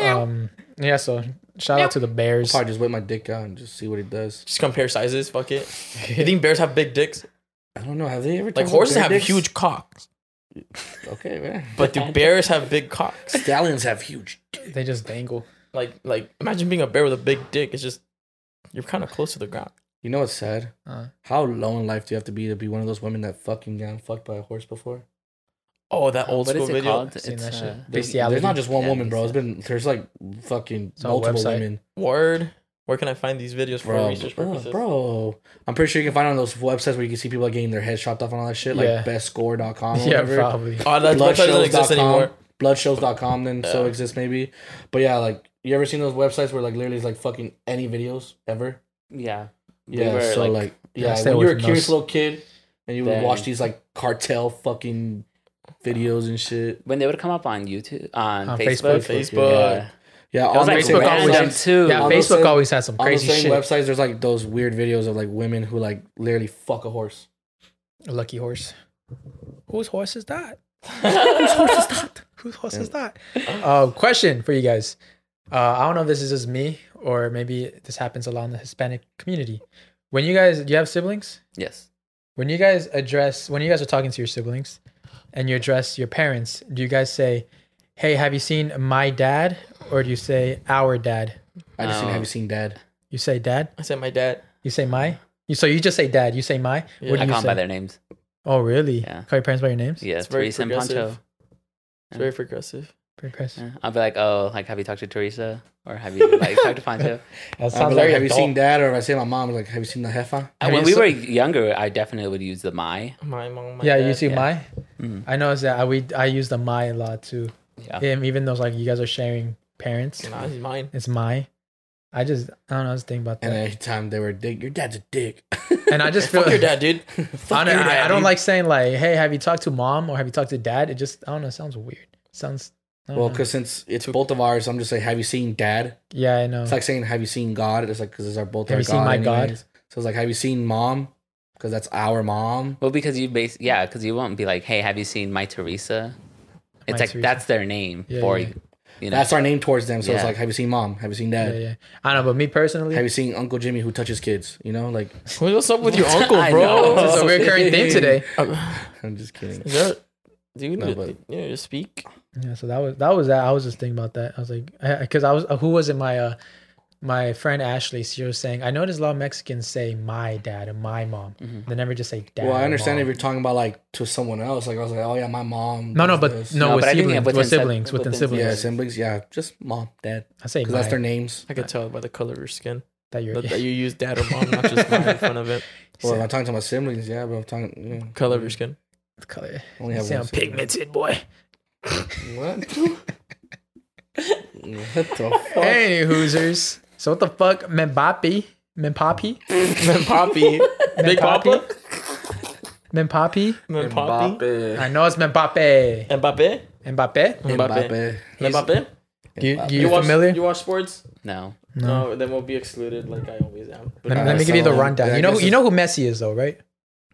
Speaker 2: Um. Yeah. So shout out to the bears.
Speaker 3: Probably just whip my dick out and just see what it does.
Speaker 1: Just compare sizes. Fuck it. You think bears have big dicks?
Speaker 3: I don't know. Have they ever talked
Speaker 1: Like
Speaker 3: about
Speaker 1: horses
Speaker 3: bear
Speaker 1: have
Speaker 3: dicks?
Speaker 1: huge cocks,
Speaker 3: Okay, man.
Speaker 1: but do bears have big cocks?
Speaker 3: Stallions have huge. dick.
Speaker 2: They just dangle.
Speaker 1: Like like imagine being a bear with a big dick. It's just you're kind of close to the ground.
Speaker 3: You know what's sad?
Speaker 2: Uh.
Speaker 3: How low in life do you have to be to be one of those women that fucking got fucked by a horse before?
Speaker 1: Oh, that old
Speaker 4: What
Speaker 1: school
Speaker 4: is it
Speaker 1: video.
Speaker 4: called?
Speaker 2: Seen
Speaker 4: It's,
Speaker 2: that shit.
Speaker 4: uh,
Speaker 3: There's,
Speaker 2: Bestiality.
Speaker 3: there's not just one
Speaker 4: Yeah,
Speaker 3: woman, bro. It's
Speaker 4: bestiality.
Speaker 3: been there's like fucking
Speaker 2: It's on a
Speaker 3: multiple
Speaker 2: website.
Speaker 3: women.
Speaker 1: Word. Where can I find these videos for
Speaker 3: Bro,
Speaker 1: research
Speaker 3: bro,
Speaker 1: purposes?
Speaker 3: bro. I'm pretty sure you can find it on those websites where you can see people like, getting their heads chopped off and all that shit, like
Speaker 2: Yeah.
Speaker 3: bestscore.com or
Speaker 2: Yeah,
Speaker 3: whatever.
Speaker 2: probably.
Speaker 1: Oh, that website doesn't exist anymore.
Speaker 3: bloodshows.com bloodshows.com then so exists maybe but yeah like you ever seen those websites where like literally it's like fucking any videos ever
Speaker 4: Yeah. We
Speaker 3: yeah
Speaker 4: were,
Speaker 3: so like,
Speaker 2: Yeah,
Speaker 3: yeah
Speaker 2: stay
Speaker 3: when
Speaker 2: away
Speaker 3: you were a
Speaker 2: from
Speaker 3: curious
Speaker 2: those.
Speaker 3: little kid and you would
Speaker 4: Dang.
Speaker 3: watch these like cartel fucking videos and shit
Speaker 4: when they would come up on YouTube, on,
Speaker 2: On
Speaker 4: Facebook,
Speaker 2: Facebook.
Speaker 1: Facebook.
Speaker 4: Yeah.
Speaker 3: yeah
Speaker 4: It was like
Speaker 2: Facebook always
Speaker 4: random
Speaker 3: websites,
Speaker 4: too.
Speaker 2: Yeah,
Speaker 3: On those
Speaker 2: Facebook
Speaker 3: same-
Speaker 2: always has some
Speaker 3: on those
Speaker 2: crazy
Speaker 3: same
Speaker 2: shit.
Speaker 3: websites there's like those weird videos of like women who like literally fuck a horse
Speaker 2: Lucky horse. Whose horse is that? Whose horse is that? Whose horse is that? Uh, question for you guys. Uh, I don't know if this is just me or maybe this happens a lot in the Hispanic community. When you guys, do you have siblings?
Speaker 4: Yes.
Speaker 2: When you guys address, when you guys are talking to your siblings and you address your parents, do you guys say, hey, have you seen my dad? Or do you say our dad?
Speaker 3: i just seen
Speaker 4: Oh.
Speaker 3: have you seen dad
Speaker 2: You say dad?
Speaker 1: I said my dad.
Speaker 2: You say my? You, so you just say dad. You say my?
Speaker 1: Yeah.
Speaker 2: What do
Speaker 4: I
Speaker 2: you
Speaker 4: call them
Speaker 2: say?
Speaker 4: by their names.
Speaker 2: Oh, really?
Speaker 4: Yeah.
Speaker 2: Call your parents by your names?
Speaker 4: Yeah,
Speaker 1: very
Speaker 4: Teresa and
Speaker 1: progressive.
Speaker 4: Pancho.
Speaker 1: It's very progressive.
Speaker 2: Pretty impressive.
Speaker 4: Yeah. I'll be like, oh, like, have you talked to Teresa or have you like talked to Pancho?
Speaker 2: That
Speaker 3: I'd
Speaker 2: sounds
Speaker 3: be like,
Speaker 2: very
Speaker 3: have you
Speaker 2: adult.
Speaker 3: seen dad or if i say my mom like have you seen the heifer
Speaker 4: And
Speaker 2: Have
Speaker 4: when
Speaker 2: you
Speaker 4: we
Speaker 2: se-
Speaker 4: were younger, I definitely would use the my.
Speaker 1: My mom. My
Speaker 2: yeah,
Speaker 1: dad.
Speaker 2: you see
Speaker 4: yeah.
Speaker 2: my.
Speaker 4: Mhm.
Speaker 2: I noticed that I we I use the my a lot too.
Speaker 4: Yeah.
Speaker 2: Him, even though it's like you guys are sharing parents,
Speaker 1: Nah, he's mine.
Speaker 2: it's my. I just I don't know. I was thinking about
Speaker 3: and
Speaker 2: that,
Speaker 3: every time they were dick your dad's a dick
Speaker 2: and I just feel.
Speaker 1: Fuck your dad, dude.
Speaker 2: I
Speaker 1: Fuck
Speaker 2: don't,
Speaker 1: your
Speaker 2: I,
Speaker 1: dad,
Speaker 2: I don't
Speaker 1: dude.
Speaker 2: like saying like, "Hey, have you talked to mom or have you talked to dad?" It just I don't know. It sounds weird. Sounds. I don't
Speaker 3: Well,
Speaker 2: know.
Speaker 3: because since it's both of ours, I'm just like, have you seen Dad?
Speaker 2: yeah, I know.
Speaker 3: It's like saying, have you seen God? It's like because it's our both.
Speaker 2: Uh-huh. Have
Speaker 3: our
Speaker 2: you seen my God?
Speaker 3: anyways. So it's like, have you seen mom? Because that's our mom.
Speaker 4: Well, because you base yeah, because you won't be like, hey, have you seen my Teresa? It's
Speaker 2: My
Speaker 4: like
Speaker 2: Teresa.
Speaker 4: that's their name
Speaker 2: Yeah,
Speaker 4: for
Speaker 2: yeah.
Speaker 4: you know.
Speaker 3: That's our name towards them. So it's
Speaker 4: Yeah.
Speaker 3: like, have you seen mom? Have you seen
Speaker 2: Yeah,
Speaker 3: dad?
Speaker 2: yeah. I don't know, but me personally,
Speaker 3: Have you seen Uncle Jimmy who touches kids? You know, like
Speaker 1: What's up with your uncle,
Speaker 4: I
Speaker 1: bro?
Speaker 4: know.
Speaker 2: it's a recurring theme today.
Speaker 3: I'm just kidding.
Speaker 1: Is that- dude,
Speaker 3: No, but-
Speaker 1: you know, just speak.
Speaker 2: Yeah, so that was that was that. I was just thinking about that. I was like, because I, was who was it? My uh, my friend Ashley. She was saying, I noticed a lot of Mexicans say my dad and my mom. They never just say dad.
Speaker 3: Well, I
Speaker 2: or
Speaker 3: understand if
Speaker 2: mom.
Speaker 3: you're talking about like to someone else. Like I was like, oh yeah, my mom.
Speaker 2: No, no,
Speaker 3: does
Speaker 2: but
Speaker 3: this.
Speaker 2: no,
Speaker 4: No,
Speaker 2: with
Speaker 4: but I think
Speaker 2: siblings, with,
Speaker 4: within sib-
Speaker 2: siblings, within
Speaker 4: within
Speaker 3: yeah,
Speaker 2: siblings.
Speaker 3: siblings. Yeah, just mom, dad,
Speaker 2: I say
Speaker 3: because
Speaker 2: my,
Speaker 3: that's their names.
Speaker 1: I could tell by the color of your skin
Speaker 2: that you're.
Speaker 1: that, that you use dad or mom, not just mom in front of it.
Speaker 3: Well, I'm talking to my siblings. Yeah, but I'm talking. Yeah,
Speaker 1: Color of your skin.
Speaker 2: color.
Speaker 3: I only
Speaker 2: You
Speaker 3: have one
Speaker 2: sound
Speaker 3: sibling.
Speaker 2: pigmented, boy.
Speaker 3: What? what the fuck?
Speaker 2: Hey, Hoosers. So what the fuck, Mbappe, Mbappe,
Speaker 1: Man, Poppy. Big Papa.
Speaker 2: Mbappe?
Speaker 1: Man, Poppy.
Speaker 2: I know it's Mbappe.
Speaker 1: Mbappe.
Speaker 2: Mbappe.
Speaker 1: Mbappe.
Speaker 3: Mbappe.
Speaker 1: Mbappe.
Speaker 2: You, you,
Speaker 1: You watch,
Speaker 2: familiar?
Speaker 1: you watch sports?
Speaker 4: no.
Speaker 2: No.
Speaker 1: No. then we'll be excluded like I always am.
Speaker 2: let me,
Speaker 3: Uh,
Speaker 2: let me give you the
Speaker 3: so,
Speaker 2: rundown.
Speaker 3: yeah, I
Speaker 2: You know,
Speaker 3: guess
Speaker 2: you know who Messi is, though, right?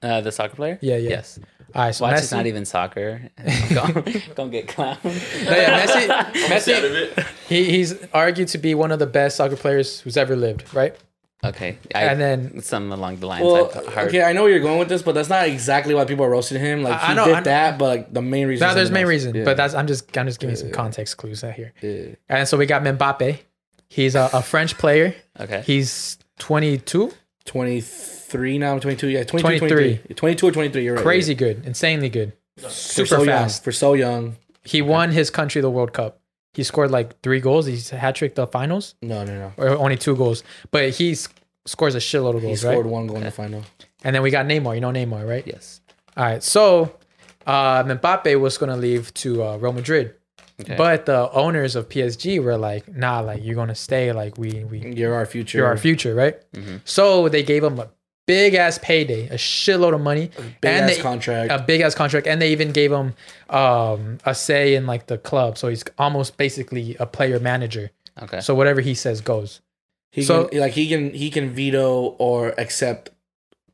Speaker 4: Uh, the soccer player?
Speaker 2: Yeah, yeah.
Speaker 4: Yes.
Speaker 2: All right, so
Speaker 4: Watch
Speaker 2: Messi.
Speaker 4: it's not even soccer. Gonna gonna get clowned.
Speaker 2: No, yeah, Messi.
Speaker 1: out
Speaker 2: Messi.
Speaker 1: of it.
Speaker 2: He, he's argued to be one of the best soccer players who's ever lived, right?
Speaker 4: Okay. I,
Speaker 2: and then
Speaker 4: something along the lines
Speaker 3: Well,
Speaker 4: I've heard.
Speaker 3: okay, I know where you're going with this, but that's not exactly why people are roasting him. Like
Speaker 2: I-
Speaker 3: he
Speaker 2: I know-
Speaker 3: did
Speaker 2: I know-
Speaker 3: that, but like the main reason.
Speaker 2: Now
Speaker 3: is
Speaker 2: there's
Speaker 3: something
Speaker 2: main
Speaker 3: else.
Speaker 2: reason,
Speaker 3: Yeah.
Speaker 2: but that's I'm just I'm just giving you some context clues out here.
Speaker 3: Yeah.
Speaker 2: And so we got Mbappe. He's a, a French player.
Speaker 4: Okay.
Speaker 2: He's 22.
Speaker 3: 23 now. I'm 22. Yeah, 22,
Speaker 2: 23.
Speaker 3: 23. 22 or 23. You're right.
Speaker 2: Crazy good, insanely good.
Speaker 3: For
Speaker 2: Super
Speaker 3: so young.
Speaker 2: fast.
Speaker 3: For so young.
Speaker 2: He won his country the World Cup. He scored like three goals. He's hat trick the finals,
Speaker 3: No, no, no.
Speaker 2: or only two goals, but he s- scores a shitload of
Speaker 3: He
Speaker 2: goals, right?
Speaker 3: scored one goal in the final.
Speaker 2: And then we got Neymar. You know Neymar, right?
Speaker 4: yes.
Speaker 2: All right. So uh, Mbappe was going to leave to uh, Real Madrid,
Speaker 4: Okay.
Speaker 2: but the owners of PSG were like, "Nah, like you're going to stay. Like we we
Speaker 3: You're our future.
Speaker 2: you're our future, right?"
Speaker 3: Mm-hmm.
Speaker 2: So they gave him a big ass payday, a shitload of money,
Speaker 3: Big
Speaker 2: and
Speaker 3: ass
Speaker 2: they-
Speaker 3: contract.
Speaker 2: a big ass contract, and they even gave him um, a say in like the club. So he's almost basically a player manager.
Speaker 4: Okay.
Speaker 2: So whatever he says goes.
Speaker 3: He
Speaker 2: So-
Speaker 3: can, like he can he can veto or accept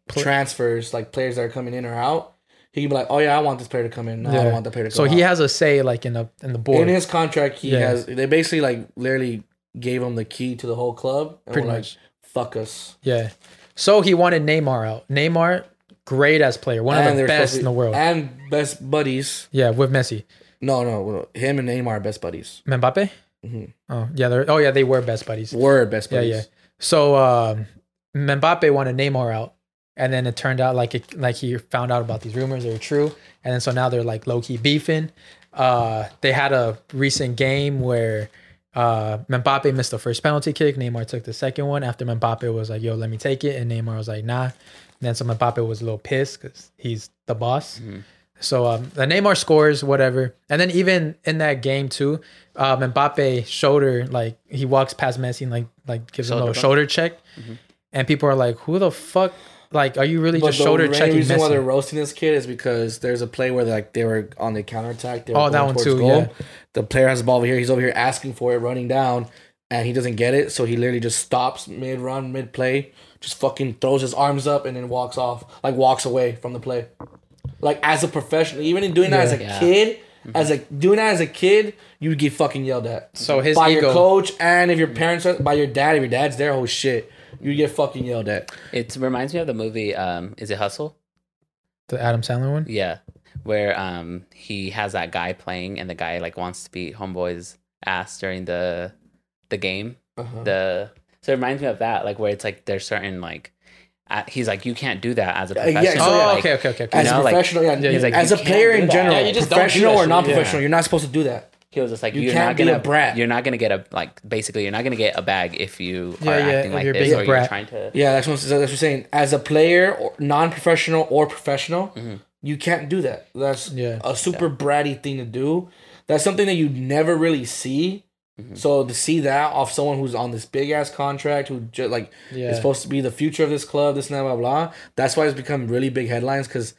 Speaker 3: transfers like players that are coming in or out. He can be like, oh yeah, I want this player to come in. No, I
Speaker 2: Yeah.
Speaker 3: don't want that player to come
Speaker 2: So he
Speaker 3: out.
Speaker 2: has a say like in the in the board.
Speaker 3: in his contract. He
Speaker 2: Yeah.
Speaker 3: has they basically like literally gave him the key to the whole club. And
Speaker 2: Pretty
Speaker 3: were
Speaker 2: much.
Speaker 3: Like, Fuck us.
Speaker 2: Yeah. So he wanted Neymar out. Neymar, great as player, one of
Speaker 3: they
Speaker 2: the
Speaker 3: were supposed
Speaker 2: best
Speaker 3: to
Speaker 2: in
Speaker 3: be-
Speaker 2: the world.
Speaker 3: and best buddies.
Speaker 2: yeah, with Messi,
Speaker 3: No, no, no, him and Neymar are best buddies.
Speaker 2: Mbappe.
Speaker 3: Mhm.
Speaker 2: Oh yeah, they're oh yeah, they were best buddies.
Speaker 3: Were best
Speaker 2: Yeah,
Speaker 3: buddies.
Speaker 2: yeah. So um, Mbappe wanted Neymar out, and then it turned out like it, like he found out about these rumors they were true, and then so now they're like low key beefing. Uh, they had a recent game where uh, Mbappe missed the first penalty kick. Neymar took the second one after Mbappe was like, "Yo, let me take it," and Neymar was like, "Nah." And then so Mbappe was a little pissed because he's the boss. So um, the Neymar scores, whatever, and then even in that game too, um, Mbappe shoulder like he walks past Messi and like like gives him a little
Speaker 4: Shoulder bump. Mm-hmm.
Speaker 2: shoulder check, and people are like, "Who the fuck? Like, are you really
Speaker 3: But
Speaker 2: just
Speaker 3: the
Speaker 2: shoulder
Speaker 3: main
Speaker 2: checking
Speaker 3: reason why they're
Speaker 2: Messi?"
Speaker 3: roasting this kid is because there's a play where like they were on the counterattack. They were
Speaker 2: Oh, that
Speaker 3: going
Speaker 2: one
Speaker 3: towards
Speaker 2: too, yeah.
Speaker 3: The player has the ball over here. He's over here asking for it, running down, and he doesn't get it. So he literally just stops mid run, mid play, just fucking throws his arms up and then walks off, like walks away from the play. Like as a professional, even in doing that as a
Speaker 4: Yeah.
Speaker 3: kid,
Speaker 2: Mm-hmm.
Speaker 3: as a doing that as a kid, you would get fucking yelled at.
Speaker 2: So his
Speaker 3: by
Speaker 2: ego-
Speaker 3: your coach and if your parents are by your dad, if your dad's there, oh shit, you get fucking yelled at.
Speaker 4: It reminds me of the movie. Um, is it Hustle?
Speaker 2: The Adam Sandler one.
Speaker 4: Yeah, where um he has that guy playing, and the guy like wants to beat homeboy's ass during the the game.
Speaker 3: Uh-huh.
Speaker 4: The so it reminds me of that, like where it's like there's certain like uh, he's like you can't do that as a
Speaker 3: Uh, yeah,
Speaker 4: professional.
Speaker 3: so, yeah,
Speaker 2: oh,
Speaker 4: like,
Speaker 2: okay, okay, okay, okay.
Speaker 3: as a
Speaker 4: know, like-
Speaker 3: professional, yeah,
Speaker 2: yeah,
Speaker 3: as
Speaker 4: like,
Speaker 3: as a
Speaker 4: you can't
Speaker 3: player
Speaker 4: do
Speaker 3: in
Speaker 4: that.
Speaker 3: general,
Speaker 4: Yeah,
Speaker 1: you just don't do
Speaker 3: professional
Speaker 1: that
Speaker 3: or
Speaker 1: shit,
Speaker 3: non-professional, you're not supposed to do that.
Speaker 4: He was just like,
Speaker 3: You
Speaker 4: you are
Speaker 3: can't
Speaker 4: not
Speaker 3: be
Speaker 4: gonna
Speaker 3: a brat."
Speaker 4: You're not gonna get a like. Basically, you're not gonna get a bag if you
Speaker 2: Yeah,
Speaker 4: are
Speaker 2: yeah,
Speaker 4: acting
Speaker 2: if
Speaker 4: like
Speaker 2: you're
Speaker 4: this
Speaker 2: being a
Speaker 4: or
Speaker 2: brat.
Speaker 4: you're trying to.
Speaker 3: Yeah, that's what, that's what I'm saying. As a player, or non-professional or professional,
Speaker 4: Mm-hmm.
Speaker 3: you can't do that. That's
Speaker 2: Yeah.
Speaker 3: a super bratty thing to do. That's something that you never really see.
Speaker 4: Mm-hmm.
Speaker 3: So to see that off someone who's on this big ass contract, who just like
Speaker 2: Yeah.
Speaker 3: is supposed to be the future of this club, this and that, blah blah. That's why it's become really big headlines because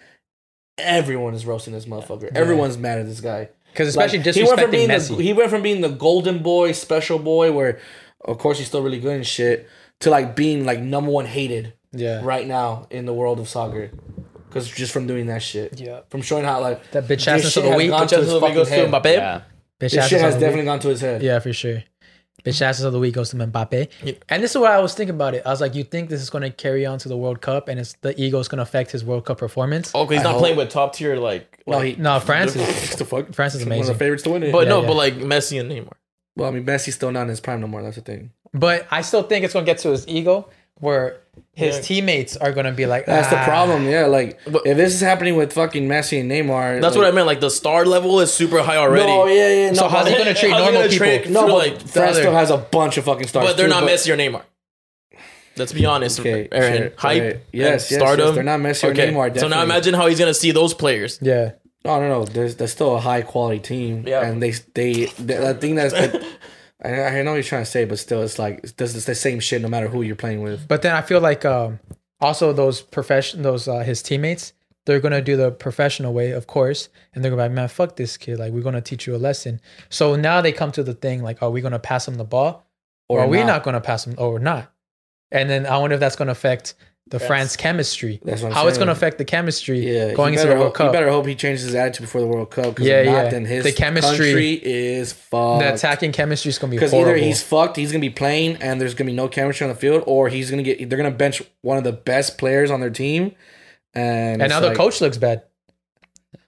Speaker 3: everyone is roasting this motherfucker. Everyone's mad at this guy.
Speaker 2: Because
Speaker 3: Like,
Speaker 2: especially
Speaker 3: he went from
Speaker 2: disrespecting
Speaker 3: being
Speaker 2: Messi.
Speaker 3: The, he went from being the golden boy, special boy, where of course he's still really good and shit, to like being like number one hated.
Speaker 2: Yeah.
Speaker 3: right now in the world of soccer, because just from doing that shit,
Speaker 2: Yeah.
Speaker 3: from showing how like
Speaker 2: That bitch
Speaker 3: this
Speaker 2: assness
Speaker 3: shit
Speaker 2: of the
Speaker 3: has
Speaker 2: week.
Speaker 3: gone
Speaker 2: Bitch
Speaker 3: to his
Speaker 1: Just
Speaker 3: fucking
Speaker 1: goes to
Speaker 3: head.
Speaker 1: Mbappe.
Speaker 4: Yeah.
Speaker 2: Bitch
Speaker 3: This
Speaker 2: assness
Speaker 3: shit has
Speaker 2: of the week.
Speaker 3: definitely gone to his head.
Speaker 2: Yeah, for sure. Bitch asses of the week goes to Mbappe.
Speaker 1: Yeah.
Speaker 2: And this is what I was thinking about it. I was like, you think this is going to carry on to the World Cup and it's the ego's going to affect his World Cup performance?
Speaker 1: Oh, 'cause he's
Speaker 3: I
Speaker 1: not
Speaker 3: hope-
Speaker 1: playing with top tier like.
Speaker 3: No,
Speaker 1: like-
Speaker 3: he
Speaker 2: No, France is.
Speaker 3: What the fuck?
Speaker 2: France is
Speaker 3: One of
Speaker 2: amazing.
Speaker 3: the favorites to win it.
Speaker 1: but
Speaker 2: Yeah,
Speaker 1: no,
Speaker 2: yeah.
Speaker 1: but like Messi and Neymar.
Speaker 3: well, I mean, Messi's still not in his prime no more. That's the thing.
Speaker 2: But I still think it's going to get to his ego where his
Speaker 1: Yeah.
Speaker 2: teammates are going to be like,
Speaker 3: That's
Speaker 2: "Ah."
Speaker 3: the problem. Yeah, like
Speaker 1: But-
Speaker 3: if this is happening with fucking Messi and Neymar,
Speaker 1: That's what I meant. Like the star level is super high already.
Speaker 3: No, yeah, yeah. No,
Speaker 2: So how's he
Speaker 3: but-
Speaker 2: going to treat
Speaker 1: How's he
Speaker 2: normal
Speaker 1: gonna
Speaker 2: people?
Speaker 1: treat-
Speaker 3: No,
Speaker 1: Through,
Speaker 3: but
Speaker 1: like,
Speaker 3: France
Speaker 2: other-
Speaker 3: still has a bunch of fucking stars.
Speaker 1: but they're
Speaker 3: too,
Speaker 1: not Messi or Neymar. Let's be honest,
Speaker 3: Okay,
Speaker 1: Aaron.
Speaker 3: sure,
Speaker 1: Hype,
Speaker 3: right.
Speaker 1: and
Speaker 3: Yes, yes, yes,
Speaker 1: stardom.
Speaker 3: they're not Messi or Neymar,
Speaker 1: So now
Speaker 3: definitely.
Speaker 1: imagine how he's gonna see those players.
Speaker 2: Yeah.
Speaker 3: No, no, no. There's there's still a high quality team.
Speaker 1: Yeah.
Speaker 3: and they they the, the thing that's. The, I I know what you're trying to say, but still, it's like it's, it's the same shit no matter who you're playing with.
Speaker 2: But then I feel like um, also those profession, those uh, his teammates, they're gonna do the professional way, of course, and they're gonna be like, man, fuck this kid. Like we're gonna teach you a lesson. So now they come to the thing like, are we gonna pass him the ball, or,
Speaker 3: Or
Speaker 2: are we
Speaker 3: not.
Speaker 2: not. gonna pass him, or not? And then I wonder if that's gonna affect the France chemistry.
Speaker 3: That's what I'm
Speaker 2: How it's gonna
Speaker 3: saying.
Speaker 2: affect the chemistry
Speaker 3: Yeah,
Speaker 2: going
Speaker 3: you
Speaker 2: into
Speaker 3: better
Speaker 2: the World
Speaker 3: hope, You better
Speaker 2: Cup.
Speaker 3: hope he changes his attitude before the World Cup. Cause
Speaker 2: Yeah,
Speaker 3: if not,
Speaker 2: yeah.
Speaker 3: Then his
Speaker 2: The chemistry-
Speaker 3: country is fucked.
Speaker 2: The attacking chemistry is gonna be
Speaker 3: Because
Speaker 2: horrible.
Speaker 3: either he's fucked, he's gonna be playing, and there's gonna be no chemistry on the field, or he's gonna get they're gonna bench one of the best players on their team, and
Speaker 2: and now
Speaker 3: it's
Speaker 2: the
Speaker 3: like-
Speaker 2: coach looks bad.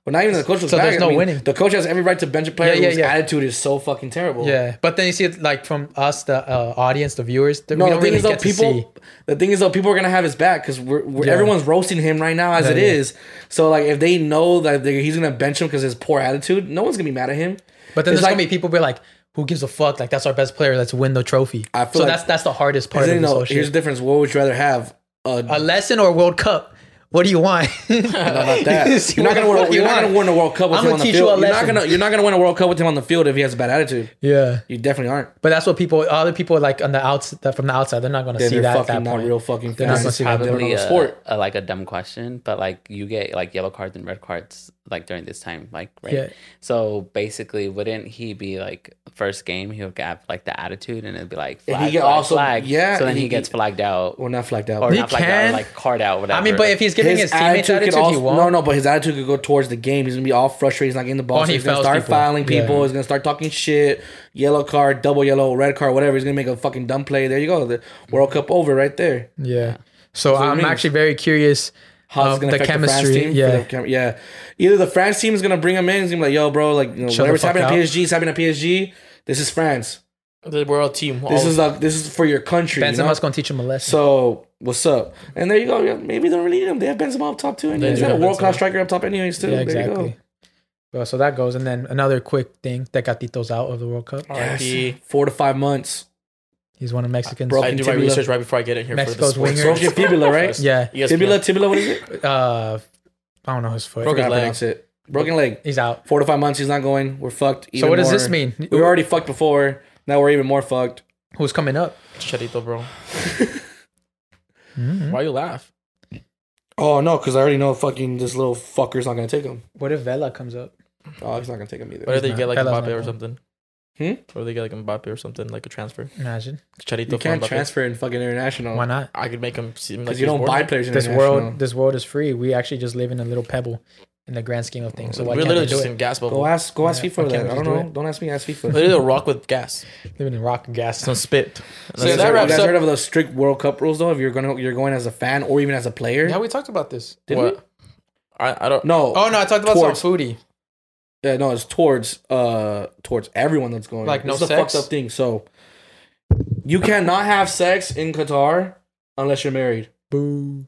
Speaker 3: Well, not even the coach. looks
Speaker 2: So there's
Speaker 3: bad.
Speaker 2: no winning.
Speaker 3: The coach has every right to bench a player
Speaker 2: Yeah, yeah,
Speaker 3: whose
Speaker 2: yeah.
Speaker 3: attitude is so fucking terrible.
Speaker 2: Yeah, but then you see it like from us, the uh, audience, the viewers. that
Speaker 3: No,
Speaker 2: we
Speaker 3: the
Speaker 2: don't
Speaker 3: thing
Speaker 2: really
Speaker 3: is though,
Speaker 2: get to see.
Speaker 3: people. The thing is though, people are gonna have his back because we're, we're
Speaker 2: Yeah.
Speaker 3: everyone's roasting him right now as
Speaker 2: Yeah,
Speaker 3: it
Speaker 2: yeah.
Speaker 3: is. So like, if they know that they, he's gonna bench him because his poor attitude, no one's gonna be mad at him.
Speaker 2: But then
Speaker 3: It's
Speaker 2: there's gonna
Speaker 3: like-
Speaker 2: be people be like, "Who gives a fuck? Like that's our best player. Let's win the trophy."
Speaker 3: I
Speaker 2: so
Speaker 3: feel like-
Speaker 2: that's that's the hardest part
Speaker 3: Because
Speaker 2: of
Speaker 3: then,
Speaker 2: this
Speaker 3: no,
Speaker 2: whole
Speaker 3: here's the
Speaker 2: shit.
Speaker 3: difference. What would you rather have? A,
Speaker 2: A lesson or a World Cup? What do you want?
Speaker 3: about that.
Speaker 2: See
Speaker 3: you're not
Speaker 2: what
Speaker 3: gonna win.
Speaker 2: the fuck
Speaker 3: A,
Speaker 2: you
Speaker 3: you're not
Speaker 2: want.
Speaker 3: gonna win a World Cup with
Speaker 2: I'm
Speaker 3: him
Speaker 2: gonna
Speaker 3: on the
Speaker 2: teach
Speaker 3: field.
Speaker 2: you a
Speaker 3: You're not
Speaker 2: lesson.
Speaker 3: gonna. You're not gonna win a World Cup with him on the field if he has a bad attitude.
Speaker 2: yeah,
Speaker 3: You definitely aren't.
Speaker 2: but that's what people, other people like on the outs that from the outside, they're not gonna
Speaker 3: Then
Speaker 2: see
Speaker 3: they're
Speaker 2: that at
Speaker 3: fucking
Speaker 2: that
Speaker 3: not
Speaker 2: point.
Speaker 3: real fucking
Speaker 2: They're not
Speaker 3: fans.
Speaker 2: gonna see that.
Speaker 3: They don't know
Speaker 4: probably
Speaker 3: the
Speaker 4: a,
Speaker 3: sport.
Speaker 4: a- like a dumb question, but like you get like yellow cards and red cards like during this time, like right.
Speaker 2: Yeah.
Speaker 4: So basically, wouldn't he be like first game he would have like the attitude and it'd be like
Speaker 3: And
Speaker 4: flag,
Speaker 3: he get
Speaker 4: flag,
Speaker 3: also-
Speaker 4: flag.
Speaker 3: yeah,
Speaker 4: So then
Speaker 3: he
Speaker 4: he
Speaker 3: get-
Speaker 4: gets flagged out
Speaker 3: Well, not flagged out.
Speaker 4: or
Speaker 2: He
Speaker 4: not flagged out,
Speaker 2: can.
Speaker 4: or, like card out. Whatever.
Speaker 2: I mean, but if he's giving his, teammates attitude,
Speaker 3: could
Speaker 2: he
Speaker 3: also,
Speaker 2: won't.
Speaker 3: no, no, but his attitude could go towards the game. He's gonna be all frustrated. He's not getting the ball.
Speaker 2: Oh,
Speaker 3: so
Speaker 2: he
Speaker 3: he's gonna
Speaker 2: fouls
Speaker 3: start
Speaker 2: people.
Speaker 3: filing people.
Speaker 2: Yeah.
Speaker 3: He's gonna start talking shit. Yellow card, double yellow, red card, whatever. He's gonna make a fucking dumb play. There you go. The World Cup over right there.
Speaker 2: Yeah. So
Speaker 3: what it
Speaker 2: I'm
Speaker 3: means.
Speaker 2: actually very curious.
Speaker 3: How's
Speaker 2: of
Speaker 3: it gonna
Speaker 2: the
Speaker 3: affect the
Speaker 2: chemistry?
Speaker 3: France team? For
Speaker 2: yeah.
Speaker 3: the chem- yeah. Either the France team is gonna bring him in. He's gonna be like, "Yo, bro, like you know,
Speaker 2: Shut the
Speaker 3: whatever's
Speaker 2: fuck
Speaker 3: happening at
Speaker 2: up.
Speaker 3: PSG, is happening at PSG. This is France.
Speaker 1: The world team.
Speaker 3: This
Speaker 1: all-
Speaker 3: is like this is for your country. you
Speaker 2: Oh. Benzema's
Speaker 3: know?
Speaker 2: gonna teach him a lesson.
Speaker 3: So what's up? And there you go. Yeah, Maybe they don't really need him. They have Benzema up top too. And he's
Speaker 1: do
Speaker 3: got a
Speaker 1: have
Speaker 3: world class
Speaker 1: Benzema.
Speaker 3: striker up top, anyways. Too.
Speaker 2: yeah,
Speaker 3: There you go.
Speaker 2: exactly. Well, so that goes, and then another quick thing that Gatito's out of the World Cup.
Speaker 3: Yes.
Speaker 1: RIP.
Speaker 3: Four to five months.
Speaker 2: He's one of Mexicans.
Speaker 3: Bro,
Speaker 1: I do my
Speaker 3: Tibula.
Speaker 1: research right before I get in here
Speaker 2: Mexico's
Speaker 1: for the
Speaker 2: winger.
Speaker 1: sports.
Speaker 3: Broken fibula, right?
Speaker 2: Yeah.
Speaker 1: Yes,
Speaker 3: Tibula, tibula, what is it?
Speaker 2: Uh, I don't know his foot.
Speaker 3: Broken
Speaker 1: leg.
Speaker 3: pronounce it. Broken leg.
Speaker 2: He's out.
Speaker 3: Four to five months. He's not going. We're fucked.
Speaker 2: So
Speaker 3: even
Speaker 2: what does
Speaker 3: more.
Speaker 2: this mean?
Speaker 3: We were already fucked before. Now we're even more fucked.
Speaker 2: Who's coming up?
Speaker 1: Charito, bro.
Speaker 2: Mm-hmm.
Speaker 1: Why you laugh?
Speaker 3: Oh no, because I already know fucking this little fucker's not gonna take him.
Speaker 2: What if Vela comes up?
Speaker 3: Oh, he's not gonna take him either.
Speaker 1: What if they
Speaker 2: not-
Speaker 1: get like
Speaker 2: Pele's not
Speaker 1: Mbappe or
Speaker 2: going.
Speaker 1: something?
Speaker 3: Hmm?
Speaker 1: What if they get like Mbappe or something like a transfer?
Speaker 2: Imagine.
Speaker 1: Charito
Speaker 3: You
Speaker 1: for
Speaker 3: can't
Speaker 1: Mbappe.
Speaker 3: transfer in fucking international
Speaker 2: Why not?
Speaker 1: I could make him seem like
Speaker 3: because you don't
Speaker 1: he's
Speaker 3: buy
Speaker 1: born.
Speaker 3: players in
Speaker 2: This
Speaker 3: international.
Speaker 2: world, this world is free. We actually just live in a little pebble in the grand scheme of things. So why
Speaker 1: We're
Speaker 2: can't
Speaker 1: literally
Speaker 2: we do
Speaker 1: just
Speaker 2: it?
Speaker 1: in gas bubble.
Speaker 3: Go ask, go ask
Speaker 2: Yeah,
Speaker 3: FIFA
Speaker 2: why can't
Speaker 3: that.
Speaker 2: we
Speaker 3: I don't
Speaker 2: just do
Speaker 3: know.
Speaker 2: it?
Speaker 3: Don't ask me. Ask FIFA.
Speaker 1: Literally a rock with gas.
Speaker 2: Living in rock and gas.
Speaker 1: Some spit.
Speaker 3: So
Speaker 1: That's
Speaker 3: that
Speaker 1: it.
Speaker 3: wraps you
Speaker 1: That's
Speaker 3: guys
Speaker 1: it.
Speaker 3: heard of those strict World Cup rules though? If you're gonna you're going as a fan or even as a player?
Speaker 2: we talked about this.
Speaker 3: Did we?
Speaker 1: What? I, I don't.
Speaker 3: No.
Speaker 2: Oh no, I talked about
Speaker 3: Towards-
Speaker 2: some foodie.
Speaker 3: Yeah, no, it's towards uh towards everyone that's going.
Speaker 2: Like, no
Speaker 3: it's a
Speaker 2: sex?
Speaker 3: fucked up thing. So you cannot have sex in Qatar unless you're married.
Speaker 2: Boo.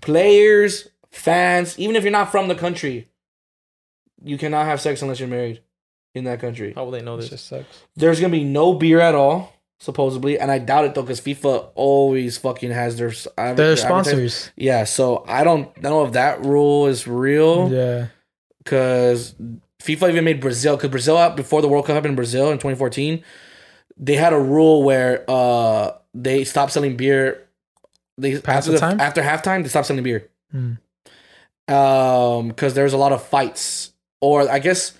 Speaker 3: Players, fans, even if you're not from the country, you cannot have sex unless you're married in that country.
Speaker 1: How will they know
Speaker 2: This
Speaker 1: this?
Speaker 2: just sucks.
Speaker 3: There's gonna be no beer at all, supposedly, and I doubt it though, because FIFA always fucking has their s- adver-
Speaker 2: They're
Speaker 3: advertise-
Speaker 2: sponsors.
Speaker 3: Yeah, so I don't know if that rule is real
Speaker 2: Yeah.
Speaker 3: because FIFA even made Brazil because Brazil out before the World Cup happened in Brazil in 2014, they had a rule where uh they stopped selling beer. They
Speaker 2: Past
Speaker 3: after
Speaker 2: the
Speaker 3: the,
Speaker 2: time?
Speaker 3: after halftime they stopped selling beer.
Speaker 2: Hmm.
Speaker 3: Um, because there's a lot of fights, or I guess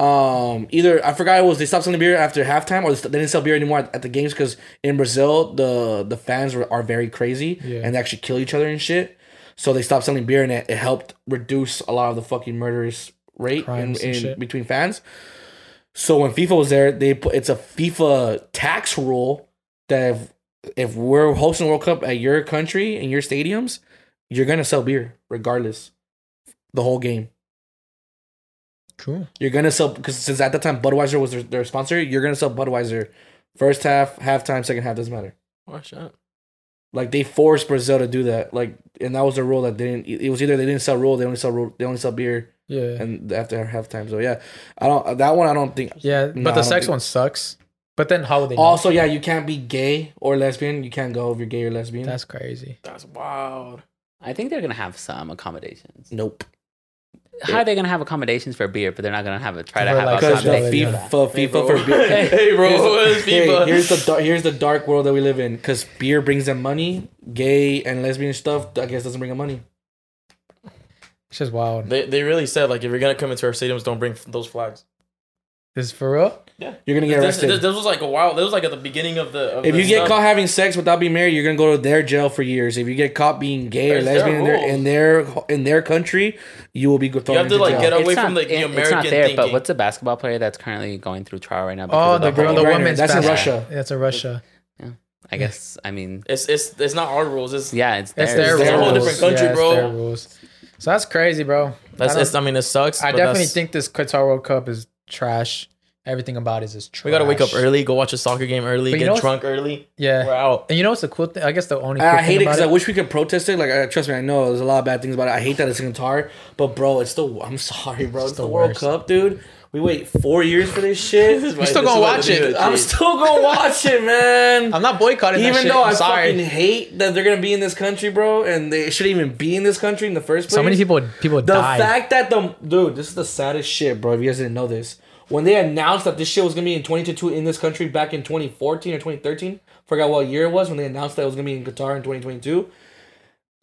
Speaker 3: um either I forgot it was they stopped selling beer after halftime or they st- they didn't sell beer anymore at, at the games because in Brazil the the fans were, are very crazy
Speaker 2: Yeah.
Speaker 3: and they actually kill each other and shit. So they stopped selling beer and it, it helped reduce a lot of the fucking murderous rate in,
Speaker 2: Crimes and
Speaker 3: in
Speaker 2: shit.
Speaker 3: between fans. So when FIFA was there, they put it's a FIFA tax rule that if, if we're hosting World Cup at your country and your stadiums, you're gonna sell beer regardless the whole game.
Speaker 2: Cool.
Speaker 3: You're gonna sell because since at that time Budweiser was their, their sponsor, you're gonna sell Budweiser first half, halftime, second half doesn't matter.
Speaker 1: Watch out.
Speaker 3: Like they forced Brazil to do that, like, and that was the rule that they didn't. It was either they didn't sell rule, they only sell rule, they only sell beer,
Speaker 2: Yeah.
Speaker 3: and after halftime. So yeah, I don't that one. I don't think. No,
Speaker 2: yeah, but
Speaker 3: I
Speaker 2: the
Speaker 3: don't
Speaker 2: sex
Speaker 3: think-
Speaker 2: one sucks. But then how would they? know?
Speaker 3: Also, yeah, you can't be gay or lesbian. You can't go if you're gay or lesbian.
Speaker 2: that's crazy.
Speaker 1: That's wild.
Speaker 4: I think they're gonna have some accommodations.
Speaker 3: nope.
Speaker 4: How are they gonna have accommodations for beer, but they're not gonna have a try to
Speaker 2: For,
Speaker 4: have
Speaker 2: like,
Speaker 3: Because
Speaker 2: Because
Speaker 3: the
Speaker 2: of
Speaker 4: accommodations?
Speaker 3: FIFA,
Speaker 2: FIFA.
Speaker 3: FIFA for beer.
Speaker 1: Hey, bro. Hey, bro, what is
Speaker 3: hey,
Speaker 1: FIFA?
Speaker 3: here's the dar- here's the dark world that we live in. Because beer brings them money. Gay and lesbian stuff, I guess, doesn't bring them money.
Speaker 2: It's just wild.
Speaker 1: They they really said like if you're gonna come into our stadiums, don't bring f- those flags.
Speaker 2: This is for real?
Speaker 3: You're gonna get
Speaker 1: This,
Speaker 3: arrested.
Speaker 1: this, this was like a while. This was like at the beginning of the. Of
Speaker 3: If
Speaker 1: the
Speaker 3: you get
Speaker 1: stuff.
Speaker 3: caught having sex without being married, you're gonna go to their jail for years. If you get caught being gay or
Speaker 1: That's their
Speaker 3: lesbian in their, in their in their country, you will be thrown
Speaker 1: You have to,
Speaker 3: into
Speaker 1: like,
Speaker 3: jail.
Speaker 1: get up-
Speaker 4: It's
Speaker 1: away
Speaker 4: not-
Speaker 1: from, like, the
Speaker 4: it- it's not
Speaker 1: American
Speaker 4: there, but
Speaker 1: thinking.
Speaker 4: what's a basketball player that's currently going through trial right now? because
Speaker 2: Oh,
Speaker 4: of
Speaker 2: the girl,
Speaker 4: whole-
Speaker 2: the
Speaker 3: Grinder.
Speaker 2: woman's
Speaker 3: That's in
Speaker 2: basket.
Speaker 3: Russia.
Speaker 2: That's in Russia.
Speaker 4: I guess I mean,
Speaker 1: It's it's it's not our rules. It's
Speaker 4: yeah, it's
Speaker 2: That's
Speaker 4: there.
Speaker 2: their,
Speaker 3: It's
Speaker 2: rules.
Speaker 3: their whole
Speaker 1: different country,
Speaker 2: Yeah, it's
Speaker 1: bro.
Speaker 2: their rules. So that's crazy, bro.
Speaker 1: that's.
Speaker 2: I,
Speaker 1: I,
Speaker 2: don't-
Speaker 1: it's, I mean, it sucks.
Speaker 2: I
Speaker 1: but
Speaker 2: definitely
Speaker 1: that's-
Speaker 2: think this Qatar World Cup is trash. Everything about it is just trash.
Speaker 1: we gotta wake up early, go watch a soccer game early,
Speaker 2: But you
Speaker 1: get
Speaker 2: know what's- Eh.
Speaker 1: drunk early.
Speaker 2: Yeah.
Speaker 1: We're out.
Speaker 2: And you know what's the cool thing? I guess the only cool
Speaker 3: I, I
Speaker 2: thing
Speaker 3: hate it
Speaker 2: about
Speaker 3: because I wish we could protest it. Like, I, trust me, I know there's a lot of bad things about it. I hate that it's in Qatar, but bro, it's the. I'm sorry, bro. It's, the,
Speaker 2: the
Speaker 3: World
Speaker 2: worst.
Speaker 3: Cup, dude. We wait four years for this shit.
Speaker 1: We're
Speaker 2: still gonna watch it.
Speaker 3: I'm still gonna watch it, man.
Speaker 2: I'm not boycotting that
Speaker 3: even
Speaker 2: shit.
Speaker 3: though
Speaker 2: I'm
Speaker 3: I
Speaker 2: sorry.
Speaker 3: fucking hate that they're gonna be in this country, bro, and they shouldn't even be in this country in the first place.
Speaker 2: so many people people
Speaker 3: The
Speaker 2: died.
Speaker 3: fact that the dude, this is the saddest shit, bro. If you guys didn't know this, when they announced that this shit was gonna be in 2022 in this country back in 2014 or 2013, forgot what year it was when they announced that it was gonna be in Qatar in 2022.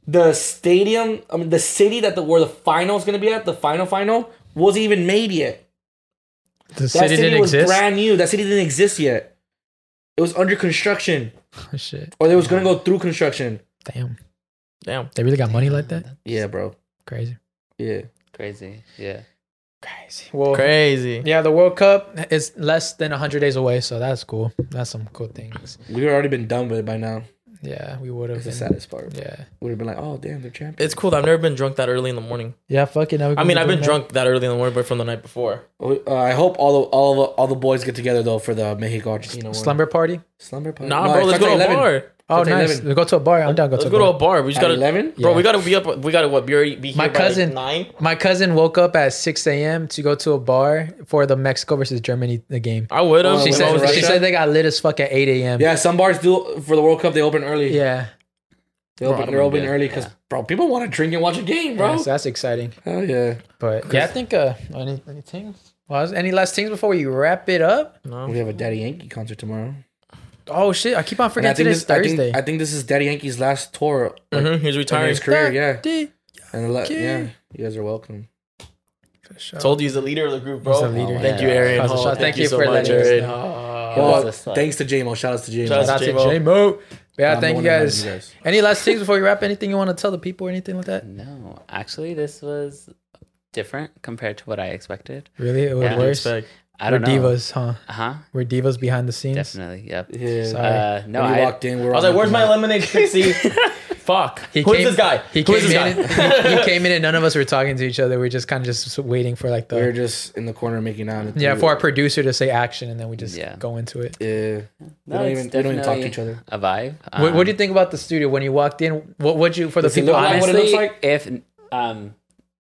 Speaker 3: The stadium, I mean, the city that the where the final is gonna be at, the final final, wasn't even made yet.
Speaker 2: the
Speaker 3: That
Speaker 2: city, didn't
Speaker 3: was
Speaker 2: exist.
Speaker 3: brand new. That city didn't exist yet. It was under construction,
Speaker 2: Oh, shit.
Speaker 3: or it was gonna go through construction.
Speaker 2: Damn.
Speaker 1: Damn.
Speaker 2: They really got money like that?
Speaker 3: Yeah, bro.
Speaker 2: Crazy.
Speaker 3: Yeah.
Speaker 4: Crazy, yeah.
Speaker 2: Crazy. Well,
Speaker 1: Crazy.
Speaker 2: yeah, the World Cup is less than 100 days away, so that's cool. That's some cool things.
Speaker 3: We've already been done with it by now.
Speaker 2: Yeah, we would have
Speaker 3: That's the
Speaker 2: been.
Speaker 3: saddest part.
Speaker 2: Yeah.
Speaker 3: We'd have been like, oh, damn, they're champions.
Speaker 1: It's cool. I've never been drunk that early in the morning.
Speaker 2: Yeah, fuck it. Now we
Speaker 1: I
Speaker 2: can
Speaker 1: mean,
Speaker 2: be
Speaker 1: I've
Speaker 2: doing
Speaker 1: been
Speaker 2: that.
Speaker 1: drunk that early in the morning, but from the night before.
Speaker 3: Uh, I hope all the all the, all the boys get together though for the Mexico Argentina one.
Speaker 2: Slumber party?
Speaker 3: slumber
Speaker 2: Mm.
Speaker 3: party.
Speaker 1: Nah,
Speaker 3: No, it
Speaker 1: bro, let's
Speaker 3: starts
Speaker 1: go to
Speaker 3: at
Speaker 1: a bar.
Speaker 2: Oh,
Speaker 3: It's at
Speaker 2: nice.
Speaker 3: 11.
Speaker 2: We go to a bar. I'm down. Go
Speaker 1: Let's
Speaker 2: to a
Speaker 1: go to a
Speaker 2: bar.
Speaker 1: bar. We just
Speaker 3: At
Speaker 1: gotta,
Speaker 3: eleven.
Speaker 1: bro.
Speaker 2: Yeah.
Speaker 1: We gotta be up. We gotta what? Be already be here
Speaker 2: My
Speaker 1: by
Speaker 2: cousin-
Speaker 1: nine.
Speaker 2: My cousin woke up at 6 a.m. to go to a bar for the Mexico versus Germany the game.
Speaker 1: I would have.
Speaker 3: Oh,
Speaker 2: She
Speaker 3: wait,
Speaker 2: said,
Speaker 3: was
Speaker 2: she
Speaker 3: Russia?
Speaker 2: said they got lit as fuck at 8 a.m.
Speaker 3: Yeah, some bars do for the World Cup. They open early.
Speaker 2: Yeah.
Speaker 3: they
Speaker 4: Bro,
Speaker 3: open,
Speaker 4: I'm
Speaker 3: they're open
Speaker 4: good.
Speaker 3: early because
Speaker 4: Yeah.
Speaker 3: bro, people want to drink and watch a game, bro.
Speaker 2: Yeah, so that's exciting.
Speaker 3: Hell yeah,
Speaker 2: But yeah, I think uh, any any things? Well, is- any last things before we wrap it up?
Speaker 1: No.
Speaker 3: we have a Daddy Yankee concert tomorrow.
Speaker 2: Oh shit! I keep on
Speaker 3: And I
Speaker 2: forgetting
Speaker 3: think
Speaker 2: today's
Speaker 3: this, I
Speaker 2: Thursday.
Speaker 3: think, I think this is Daddy Yankee's last tour like,
Speaker 1: hmm He's
Speaker 3: in
Speaker 1: retiring.
Speaker 3: his career. Yeah,
Speaker 2: Daddy
Speaker 3: and the la- yeah,
Speaker 2: Yankee.
Speaker 3: you guys are welcome.
Speaker 2: For sure.
Speaker 1: Told you he's the leader of the group, bro.
Speaker 2: He's the leader.
Speaker 1: Thank
Speaker 4: Yeah.
Speaker 1: you, Aaron.
Speaker 2: How's the
Speaker 1: Hall.
Speaker 2: shot?
Speaker 1: Thank, you, so
Speaker 2: for
Speaker 1: much,
Speaker 2: letting us
Speaker 1: Aaron.
Speaker 2: know.
Speaker 1: Oh,
Speaker 3: well,
Speaker 4: a slap.
Speaker 3: thanks to J-Mo. Shout outs to J-Mo.
Speaker 1: Shout
Speaker 2: Shout out
Speaker 1: outs
Speaker 2: to
Speaker 1: J-Mo.
Speaker 2: J Mo. Yeah,
Speaker 3: I'm
Speaker 2: thank
Speaker 3: more
Speaker 2: you
Speaker 3: than happy
Speaker 2: guys.
Speaker 3: you guys.
Speaker 2: Any last things before we wrap? Anything you want to tell the people or anything like that?
Speaker 4: No, actually, this was different compared to what I expected.
Speaker 2: Really, it was
Speaker 4: Yeah.
Speaker 2: worse.
Speaker 1: Respect.
Speaker 4: I
Speaker 2: We're
Speaker 4: don't know.
Speaker 2: divas, huh?
Speaker 4: Uh huh.
Speaker 2: We're divas behind the scenes.
Speaker 4: Definitely. Yep.
Speaker 3: Yeah.
Speaker 2: Sorry.
Speaker 4: Uh, no,
Speaker 3: when you
Speaker 4: I,
Speaker 3: walked in, we were
Speaker 1: I was
Speaker 3: all
Speaker 1: like, "Where's
Speaker 3: looking
Speaker 1: my lemonade, Pixie?" Fuck. Who is this guy?
Speaker 2: He
Speaker 1: Who is
Speaker 2: came
Speaker 1: this guy?
Speaker 2: in. And, he, he came in, and none of us were talking to each other. We are just kind of just waiting for like the
Speaker 3: We were just in the corner making out.
Speaker 2: yeah for our producer to say action, and then we just
Speaker 4: Yeah.
Speaker 2: go into it.
Speaker 3: Yeah.
Speaker 4: no,
Speaker 3: we don't
Speaker 4: it's
Speaker 3: even we don't even talk to
Speaker 4: definitely
Speaker 3: each other.
Speaker 4: A vibe.
Speaker 2: what, what do
Speaker 4: Um,
Speaker 2: you think about the studio when you walked in? What would you for the
Speaker 3: Does it
Speaker 2: people?
Speaker 3: look like
Speaker 2: honest-
Speaker 3: what it
Speaker 4: honestly,
Speaker 3: looks
Speaker 4: if um,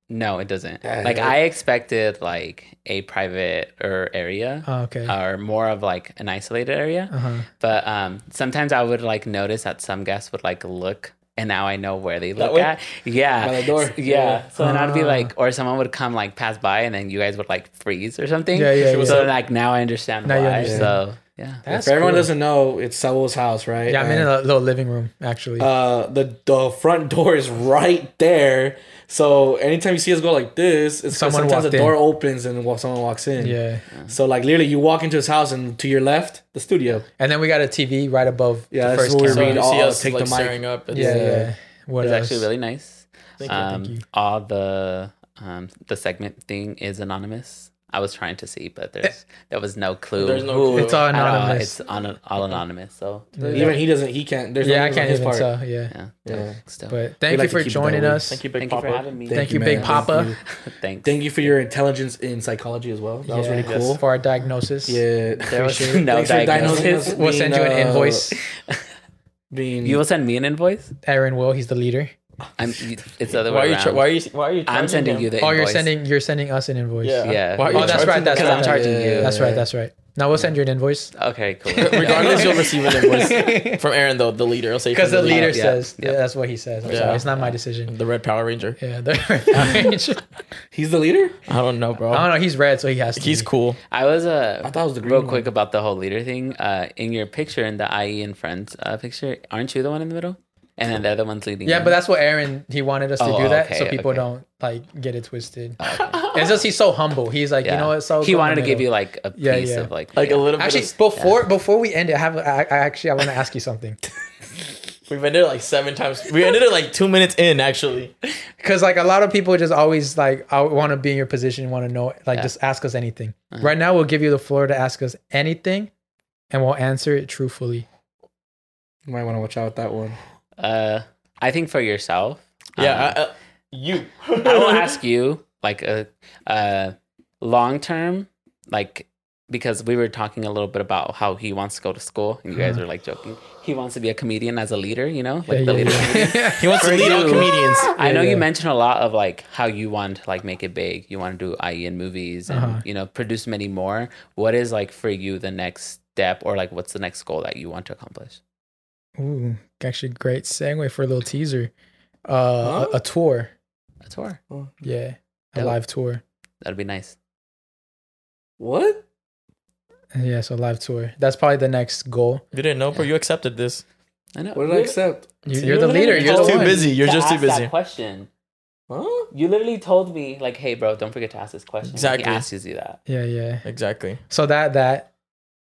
Speaker 4: no, it doesn't.
Speaker 3: Yeah,
Speaker 4: Like
Speaker 3: it-
Speaker 4: I expected, like a private or area,
Speaker 3: Uh,
Speaker 2: Oh, okay.
Speaker 4: or more of like an isolated area.
Speaker 2: Uh-huh.
Speaker 4: But um, sometimes I would like notice that some guests would like look, and now I know where they look
Speaker 1: way?
Speaker 4: at. Yeah,
Speaker 3: By the door.
Speaker 4: S- Yeah.
Speaker 3: Yeah.
Speaker 4: So then I'd be
Speaker 2: Ah.
Speaker 4: like, or someone would come like pass by, and then you guys would like freeze or something.
Speaker 2: Yeah, yeah,
Speaker 4: So
Speaker 2: yeah.
Speaker 4: like now I understand
Speaker 2: Now you
Speaker 4: why.
Speaker 2: understand.
Speaker 4: So Yeah.
Speaker 2: That's
Speaker 3: if everyone
Speaker 2: cool.
Speaker 3: doesn't know, it's Saul's house, right?
Speaker 2: Yeah, uh, I'm in
Speaker 3: And,
Speaker 2: a little living room actually.
Speaker 3: uh, the the front door is right there. So anytime you see us go like this, it's 'cause
Speaker 2: Someone
Speaker 3: sometimes the
Speaker 2: walked in.
Speaker 3: door opens and wa- someone walks in.
Speaker 2: yeah,
Speaker 3: So like literally, you walk into his house and to your left, the studio.
Speaker 2: and then we got a TV right above
Speaker 3: Yeah,
Speaker 2: the
Speaker 3: that's
Speaker 2: first
Speaker 3: what we
Speaker 2: camera.
Speaker 1: So
Speaker 3: read
Speaker 1: you
Speaker 3: all-
Speaker 1: see us
Speaker 3: take the
Speaker 1: like
Speaker 3: mic.
Speaker 1: staring up. It's,
Speaker 2: Yeah,
Speaker 1: yeah,
Speaker 2: yeah.
Speaker 3: Yeah.
Speaker 2: What
Speaker 4: It's
Speaker 2: else?
Speaker 4: actually really nice.
Speaker 2: Thank you,
Speaker 4: Um,
Speaker 2: thank you.
Speaker 4: all the um, the segment thing is anonymous. I was trying to see, but there's
Speaker 2: Eh.
Speaker 4: there was no clue.
Speaker 1: There's no
Speaker 4: who
Speaker 1: clue.
Speaker 2: It's all
Speaker 4: at all.
Speaker 2: anonymous.
Speaker 4: It's on, all anonymous. So
Speaker 3: Even he doesn't. He can't. There's no
Speaker 2: yeah, I
Speaker 3: names on
Speaker 2: can't
Speaker 3: his
Speaker 2: even
Speaker 3: part.
Speaker 2: tell. Yeah,
Speaker 4: yeah,
Speaker 3: Yeah.
Speaker 4: still.
Speaker 2: but thank
Speaker 3: like
Speaker 2: you
Speaker 3: to
Speaker 2: for
Speaker 3: keep it that
Speaker 2: joining
Speaker 3: way.
Speaker 2: us.
Speaker 1: Thank you, Big
Speaker 4: Thank you
Speaker 1: Papa.
Speaker 4: for having me.
Speaker 2: Thank you, Big
Speaker 3: man.
Speaker 2: Papa.
Speaker 3: Thank you.
Speaker 4: Thanks.
Speaker 3: Thank you for your intelligence in psychology as well. That was
Speaker 2: Yeah.
Speaker 3: really cool.
Speaker 2: for our diagnosis.
Speaker 3: Yeah,
Speaker 4: There was
Speaker 3: appreciate it.
Speaker 4: no
Speaker 3: Thanks for
Speaker 4: diagnosis.
Speaker 3: diagnosing us
Speaker 2: We'll
Speaker 3: being,
Speaker 2: send you an
Speaker 3: uh,
Speaker 2: invoice.
Speaker 3: Being
Speaker 4: You will send me an invoice.
Speaker 2: Aaron will. He's the leader.
Speaker 4: I'm. you- It's the other
Speaker 1: Why are
Speaker 4: way
Speaker 1: you?
Speaker 4: around.
Speaker 1: Tra- why are you? Why are you?
Speaker 4: I'm
Speaker 1: charging
Speaker 4: sending
Speaker 1: him?
Speaker 4: you the.
Speaker 2: Oh,
Speaker 4: invoice.
Speaker 2: you're sending you're sending us an invoice.
Speaker 1: Yeah.
Speaker 4: Yeah.
Speaker 1: Why are you
Speaker 2: Oh, that's right.
Speaker 1: charging
Speaker 2: That's
Speaker 1: him?
Speaker 4: Because
Speaker 2: right.
Speaker 4: I'm charging you.
Speaker 2: That's right. That's right. Now we'll send you an invoice
Speaker 4: Okay. Cool.
Speaker 1: Regardless, you'll receive an invoice from Aaron, though the leader. I'll say
Speaker 2: because the
Speaker 1: from
Speaker 2: leader
Speaker 4: Yeah, yeah,
Speaker 2: says
Speaker 4: yeah.
Speaker 2: that's what he says. I'm
Speaker 1: Yeah.
Speaker 2: sorry, it's not my decision.
Speaker 1: the Red Power Ranger.
Speaker 2: Yeah, the-
Speaker 3: he's the leader.
Speaker 1: I don't know, bro.
Speaker 2: I don't know. He's red, so he has to.
Speaker 1: He's
Speaker 2: be.
Speaker 1: cool.
Speaker 4: I was uh,
Speaker 3: I thought it was the green
Speaker 4: real
Speaker 3: one.
Speaker 4: quick about the whole leader thing. Uh, in your picture, in the IE and friends uh, picture, aren't you the one in the middle? And then the other one's leading.
Speaker 2: Yeah,
Speaker 4: you.
Speaker 2: but that's what Aaron he wanted us to
Speaker 4: Oh,
Speaker 2: do that,
Speaker 4: okay,
Speaker 2: so people
Speaker 4: okay.
Speaker 2: don't like get it twisted.
Speaker 4: Okay.
Speaker 2: It's just he's so humble. He's like,
Speaker 4: Yeah.
Speaker 2: you know what? So
Speaker 4: he wanted to give you like a piece
Speaker 2: Yeah, yeah.
Speaker 4: of like
Speaker 1: Like a
Speaker 4: yeah.
Speaker 1: little bit.
Speaker 2: actually
Speaker 1: of,
Speaker 2: before before we end it. I have I, I actually I want to ask you something
Speaker 1: we've ended it like seven times. We ended it like two minutes in, actually.
Speaker 2: because like a lot of people just always like I want to be in your position, want to know like
Speaker 4: Yeah. Uh-huh.
Speaker 2: just ask us anything. Right now, we'll give you the floor to ask us anything, and we'll answer it truthfully.
Speaker 3: You might want to watch out with that one.
Speaker 4: Uh, I think for yourself.
Speaker 1: Yeah,
Speaker 4: um,
Speaker 1: I, I, you.
Speaker 4: I, will ask you like a, a long term, like because we were talking a little bit about how he wants to go to school, and you guys were like joking. He wants to be a comedian as a leader, you know, like the
Speaker 2: Hmm. Yeah, yeah,
Speaker 4: leader.
Speaker 2: yeah.
Speaker 1: He wants to
Speaker 4: For
Speaker 1: lead all
Speaker 4: you.
Speaker 1: comedians.
Speaker 4: I know
Speaker 2: yeah.
Speaker 4: you mentioned a lot of like how you want to like make it big. You want to do IE and movies and
Speaker 2: Uh-huh.
Speaker 4: you know produce many more. What is like for you the next step or like what's the next goal that you want to accomplish?
Speaker 2: Ooh, actually, great segue for a little teaser. Uh, a,
Speaker 3: Huh?
Speaker 2: a tour,
Speaker 4: A tour.
Speaker 2: yeah, a
Speaker 4: Dope.
Speaker 2: live tour.
Speaker 4: That'd be nice.
Speaker 3: What?
Speaker 2: Yeah, so live tour. That's probably the next goal.
Speaker 1: You didn't know, bro. You accepted this.
Speaker 4: I know.
Speaker 3: What did I accept?
Speaker 2: You- You're, the leader. You're
Speaker 1: just
Speaker 2: the
Speaker 1: too
Speaker 2: one.
Speaker 1: busy. You're
Speaker 4: to
Speaker 1: just too
Speaker 4: ask that
Speaker 1: busy.
Speaker 4: question.
Speaker 3: Huh?
Speaker 4: You literally told me like, "Hey, bro, don't forget to ask this question."
Speaker 1: Exactly.
Speaker 4: He asks you that.
Speaker 2: Yeah, yeah.
Speaker 1: Exactly.
Speaker 2: So that that.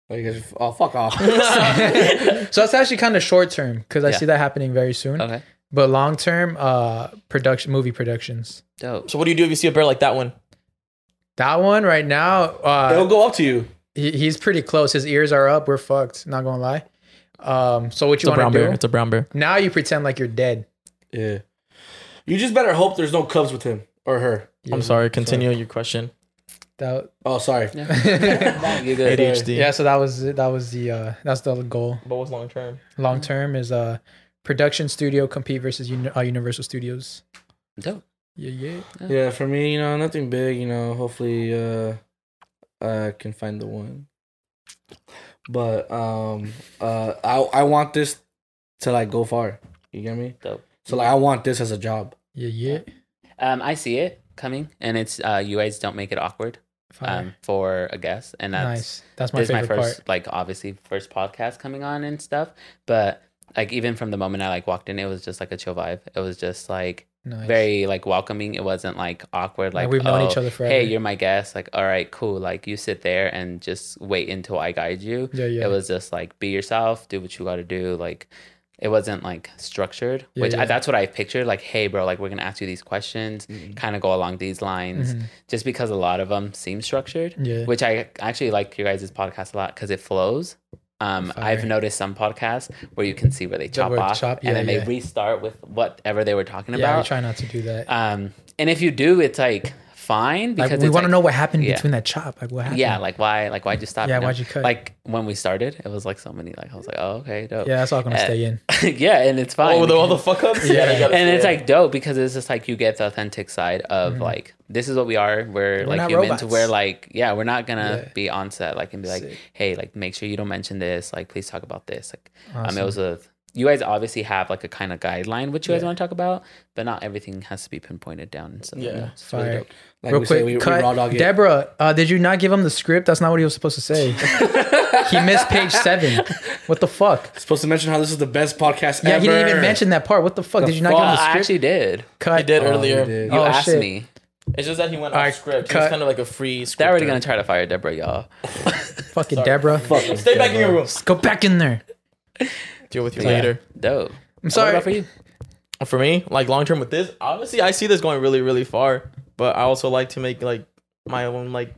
Speaker 3: Oh, you guys, oh fuck off.
Speaker 2: so that's actually kind of short term because I
Speaker 4: Yeah.
Speaker 2: see that happening very soon.
Speaker 4: Okay.
Speaker 2: But long term, uh, production movie productions.
Speaker 4: Dope.
Speaker 1: So what do you do if you see a bear like that one?
Speaker 2: That one right now, uh,
Speaker 3: They'll go up to you.
Speaker 2: he, he's pretty close. His ears are up. We're fucked. Not gonna lie. Um, so what
Speaker 1: It's
Speaker 2: you
Speaker 1: a brown
Speaker 2: want to do
Speaker 1: bear. It's a brown bear.
Speaker 2: now? You pretend like you're dead.
Speaker 3: Yeah. You just better hope there's no clubs with him or her.
Speaker 1: I'm sorry. Continue your question.
Speaker 2: That,
Speaker 3: Oh, sorry.
Speaker 4: No, you're good.
Speaker 1: ADHD.
Speaker 2: yeah. So that was that was the uh, that's the goal.
Speaker 1: What was long term?
Speaker 2: Long term is uh, production studio compete versus uni- uh, Universal Studios.
Speaker 4: Dope.
Speaker 2: Yeah, yeah.
Speaker 3: Yeah, for me, you know, nothing big. You know, hopefully, uh, I can find the one. But um, uh, I I want this to like go far. You get me?
Speaker 4: Dope.
Speaker 3: So like, I want this as a job.
Speaker 2: Yeah, yeah.
Speaker 4: Um, I see it coming, and it's uh, you guys don't make it awkward
Speaker 2: Fire.
Speaker 4: um, for a guest, and that's
Speaker 2: nice. That's my
Speaker 4: this is my
Speaker 2: favorite
Speaker 4: first
Speaker 2: part.
Speaker 4: like obviously first podcast coming on and stuff but like even from the moment i like walked in it was just like a chill vibe it was just like
Speaker 2: Nice.
Speaker 4: very like welcoming it wasn't like awkward
Speaker 2: Like,
Speaker 4: like,
Speaker 2: we've known each
Speaker 4: "Oh,
Speaker 2: other
Speaker 4: hey
Speaker 2: forever."
Speaker 4: you're my guest like all right cool like you sit there and just wait until i guide you
Speaker 2: Yeah, yeah.
Speaker 4: it was just like be yourself do what you gotta do like it wasn't like structured
Speaker 2: Yeah,
Speaker 4: which
Speaker 2: yeah.
Speaker 4: I, that's what i pictured like hey bro like we're gonna ask you these questions
Speaker 2: Mm-hmm.
Speaker 4: kind of go along these lines
Speaker 2: Mhm.
Speaker 4: just because a lot of them seem structured
Speaker 2: Yeah.
Speaker 4: which I actually like your guys' podcast a lot because it flows. Um,
Speaker 2: Fire.
Speaker 4: I've noticed some podcasts where you can see where they chop
Speaker 2: where it
Speaker 4: off
Speaker 2: chop- yeah,
Speaker 4: and then
Speaker 2: yeah.
Speaker 4: they restart with whatever they were talking
Speaker 2: yeah, we
Speaker 4: about.
Speaker 2: try not to do that.
Speaker 4: Um, and if you do, it's like fine because
Speaker 2: like, we
Speaker 4: it's,
Speaker 2: want to
Speaker 4: like,
Speaker 2: know what happened
Speaker 4: yeah.
Speaker 2: between that chop. Like what happened?
Speaker 4: Yeah, like why? Like why'd you stop?
Speaker 2: Yeah,
Speaker 4: know?
Speaker 2: why'd you cut?
Speaker 4: Like when we started, it was like so many. Like I was like, oh okay, dope.
Speaker 2: yeah, that's all gonna
Speaker 4: Uh,
Speaker 2: stay in.
Speaker 4: yeah, and it's fine.
Speaker 1: Oh, the, all the fuck ups.
Speaker 2: Yeah.
Speaker 1: you gotta
Speaker 4: and it's
Speaker 1: say it.
Speaker 4: like dope because it's just like you get the authentic side of like this is what we are.
Speaker 2: Mm-hmm.
Speaker 4: We're,
Speaker 2: not
Speaker 4: like humans.
Speaker 2: robots.
Speaker 4: We're like yeah, we're not gonna
Speaker 2: Yeah.
Speaker 4: be on set like and be like,
Speaker 2: Sick.
Speaker 4: hey, like make sure you don't mention this. Like please talk about this. Like um, it was a you guys obviously have like a kind of guideline what you guys want to talk about, but not everything has to be pinpointed down and stuff.
Speaker 1: Yeah.
Speaker 4: it's really
Speaker 2: Fire.
Speaker 4: dope.
Speaker 3: Like
Speaker 2: Real
Speaker 3: we
Speaker 2: quick,
Speaker 3: said, we, we
Speaker 2: cut.
Speaker 3: raw dog it.
Speaker 2: Deborah, uh, did you not give him the script? That's not what he was supposed to say. he missed page seven. What the fuck?
Speaker 3: Supposed to mention how this is the best podcast
Speaker 2: Yeah,
Speaker 3: ever.
Speaker 2: he didn't even mention that part. What the fuck? did you not
Speaker 4: Well,
Speaker 2: give him the
Speaker 4: I
Speaker 2: script?
Speaker 4: actually did.
Speaker 2: cut.
Speaker 1: He did
Speaker 3: Oh,
Speaker 1: earlier.
Speaker 3: we did.
Speaker 4: You
Speaker 2: Oh,
Speaker 4: asked
Speaker 2: shit.
Speaker 4: me.
Speaker 1: It's just that he went
Speaker 2: Alright,
Speaker 1: off script. He
Speaker 2: cut.
Speaker 1: was kind of like a free.
Speaker 4: They're
Speaker 1: scripter.
Speaker 4: already gonna try to fire Deborah, y'all.
Speaker 2: Fucking Deborah.
Speaker 1: Stay back in your room.
Speaker 2: Go back in there.
Speaker 1: Deal with you
Speaker 4: Yeah.
Speaker 1: later.
Speaker 4: Dope.
Speaker 2: I'm
Speaker 4: What
Speaker 2: sorry.
Speaker 4: about for you?
Speaker 1: For me, like long term with this, obviously I see this going really, really far. But I also like to make like my own like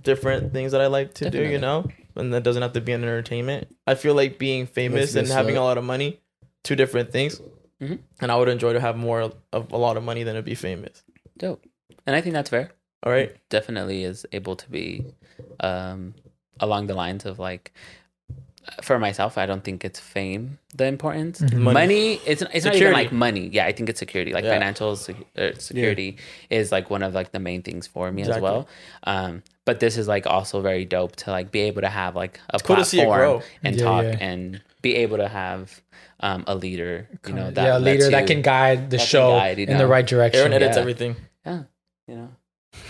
Speaker 1: different things that I like to do,
Speaker 4: Definitely.
Speaker 1: you know? And that doesn't have to be in entertainment. I feel like being famous
Speaker 3: me
Speaker 1: and having
Speaker 3: sweat.
Speaker 1: a lot of money, two different things.
Speaker 4: Mhm.
Speaker 1: And I would enjoy to have more of a lot of money than to be famous.
Speaker 4: Dope. And I think that's fair.
Speaker 1: All right.
Speaker 4: definitely is able to be um, along the lines of like for myself i don't think it's fame the importance money.
Speaker 2: Mm-hmm.
Speaker 1: Money.
Speaker 4: it's, it's not even
Speaker 1: Security.
Speaker 4: like money yeah i think it's security like
Speaker 1: Yeah.
Speaker 4: financial sec- uh, security is like one of like the main things for me as
Speaker 1: Exactly.
Speaker 4: well um, but this is like also very dope to like be able to have like a
Speaker 1: cool to see it
Speaker 4: platform
Speaker 1: grow.
Speaker 4: and
Speaker 2: Yeah,
Speaker 4: talk
Speaker 2: yeah.
Speaker 4: and be able to have um, a leader you know that
Speaker 2: yeah, a leader
Speaker 4: lets
Speaker 2: that
Speaker 4: you-
Speaker 2: can guide the
Speaker 4: can
Speaker 2: show
Speaker 4: guide, you
Speaker 2: in the
Speaker 4: know.
Speaker 2: right direction.
Speaker 1: Aaron edits
Speaker 4: Yeah.
Speaker 1: everything.
Speaker 4: yeah you know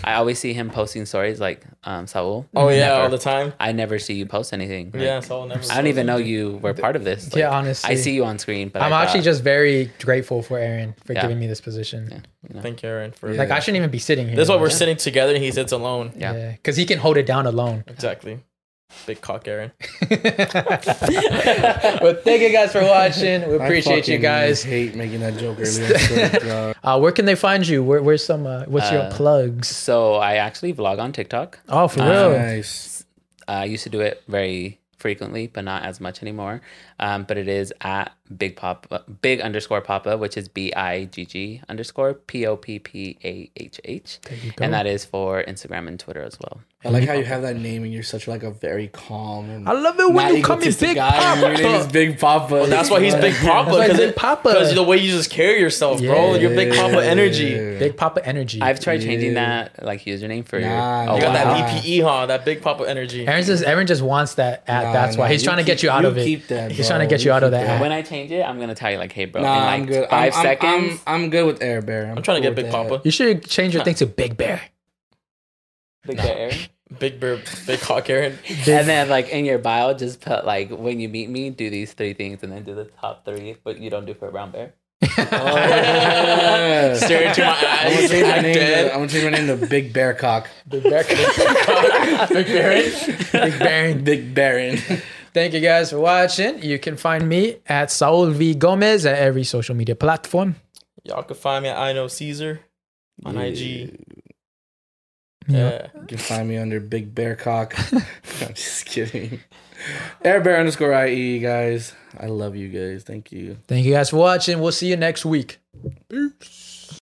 Speaker 4: i always see him posting stories like um, saul
Speaker 1: Oh yeah,
Speaker 4: Never.
Speaker 1: all the time.
Speaker 4: I never see you post anything. Like,
Speaker 1: yeah, so I'll never
Speaker 4: I don't even know you were part of this. Like,
Speaker 2: yeah, honestly.
Speaker 4: I see you on screen, but
Speaker 2: I'm
Speaker 4: I
Speaker 2: actually
Speaker 4: thought,
Speaker 2: just very grateful for Aaron for
Speaker 4: Yeah.
Speaker 2: giving me this position.
Speaker 4: yeah, you know.
Speaker 1: Thank you, Aaron, for
Speaker 2: Like I shouldn't even be sitting here.
Speaker 1: That's why we're
Speaker 2: Yeah.
Speaker 1: sitting together and he sits alone.
Speaker 4: Yeah.
Speaker 2: Yeah, because he can hold it down alone.
Speaker 1: Exactly. Big cock Aaron.
Speaker 2: well, thank you guys for watching. We
Speaker 3: I
Speaker 2: appreciate you
Speaker 3: fucking
Speaker 2: guys.
Speaker 3: Hate making that joke earlier. I swear to God.
Speaker 2: Uh, where can they find you? Where, where's some? Uh, what's your
Speaker 4: Uh,
Speaker 2: plugs?
Speaker 4: So I actually vlog on TikTok.
Speaker 2: Oh, for
Speaker 4: uh,
Speaker 2: real.
Speaker 3: Nice.
Speaker 4: I used to do it very frequently, but not as much anymore. Um, but it is at big pop big underscore papa, which is b i g g underscore p o p p a h h,
Speaker 2: There you go.
Speaker 4: and that is for Instagram and Twitter as well.
Speaker 3: I like how you have that name and you're such like a very calm and
Speaker 2: I love it
Speaker 3: not
Speaker 2: when you come in
Speaker 3: egotistic
Speaker 2: big
Speaker 3: guy and your name is
Speaker 2: papa.
Speaker 3: Big Papa. Well,
Speaker 1: That's why he's Big Papa.
Speaker 2: That's why he's
Speaker 1: because
Speaker 2: Big
Speaker 1: it-
Speaker 2: Papa.
Speaker 1: Because the way you just carry yourself, bro. Your Big Papa energy.
Speaker 2: Big Papa energy.
Speaker 4: I've tried changing that like username for
Speaker 3: Nah,
Speaker 4: a
Speaker 1: You got
Speaker 4: while.
Speaker 1: that
Speaker 3: Wow.
Speaker 1: EPE, huh? That Big Papa energy.
Speaker 2: Aaron's just Aaron just wants that ad. that's why he's trying to get you out of it.
Speaker 3: Keep that,
Speaker 2: he's
Speaker 3: bro.
Speaker 2: trying to get you out of that.
Speaker 3: keep
Speaker 2: ad.
Speaker 4: When I change it, I'm gonna tell you like, hey, bro,
Speaker 3: Ah. Nah,
Speaker 4: in
Speaker 3: I'm
Speaker 4: like
Speaker 3: good.
Speaker 4: 5
Speaker 3: I'm,
Speaker 4: seconds.
Speaker 3: I'm, I'm, I'm good with Air Bear. I'm,
Speaker 1: I'm trying to
Speaker 3: cool
Speaker 1: get Big
Speaker 3: with that.
Speaker 1: Papa.
Speaker 2: You should change your thing to Big Bear.
Speaker 4: Big Bear Aaron.
Speaker 1: Big Bear, Big Cock Aaron.
Speaker 4: and then like in your bio, just put like when you meet me, do these three things, and then do the top three, but you don't do for a brown bear.
Speaker 3: Yeah.
Speaker 1: Stare into my
Speaker 3: I'm gonna
Speaker 1: eyes.
Speaker 3: change my
Speaker 1: I'm
Speaker 3: name. uh, To,
Speaker 1: dead.
Speaker 3: I'm gonna change my name to Big Bear Cock.
Speaker 2: Big Bear.
Speaker 1: Big Baron.
Speaker 2: Big Bear.
Speaker 3: Big Baron.
Speaker 2: Thank you guys for watching. You can find me at Saul V Gomez at every social media platform.
Speaker 1: Y'all can find me at I Know Caesar on IG.
Speaker 2: Yeah.
Speaker 1: Yeah.
Speaker 3: You can find me under Big Bear Cock. I'm just kidding. Air Bear underscore IE, guys. I love you guys. Thank you.
Speaker 2: Thank you guys for watching. We'll see you next week.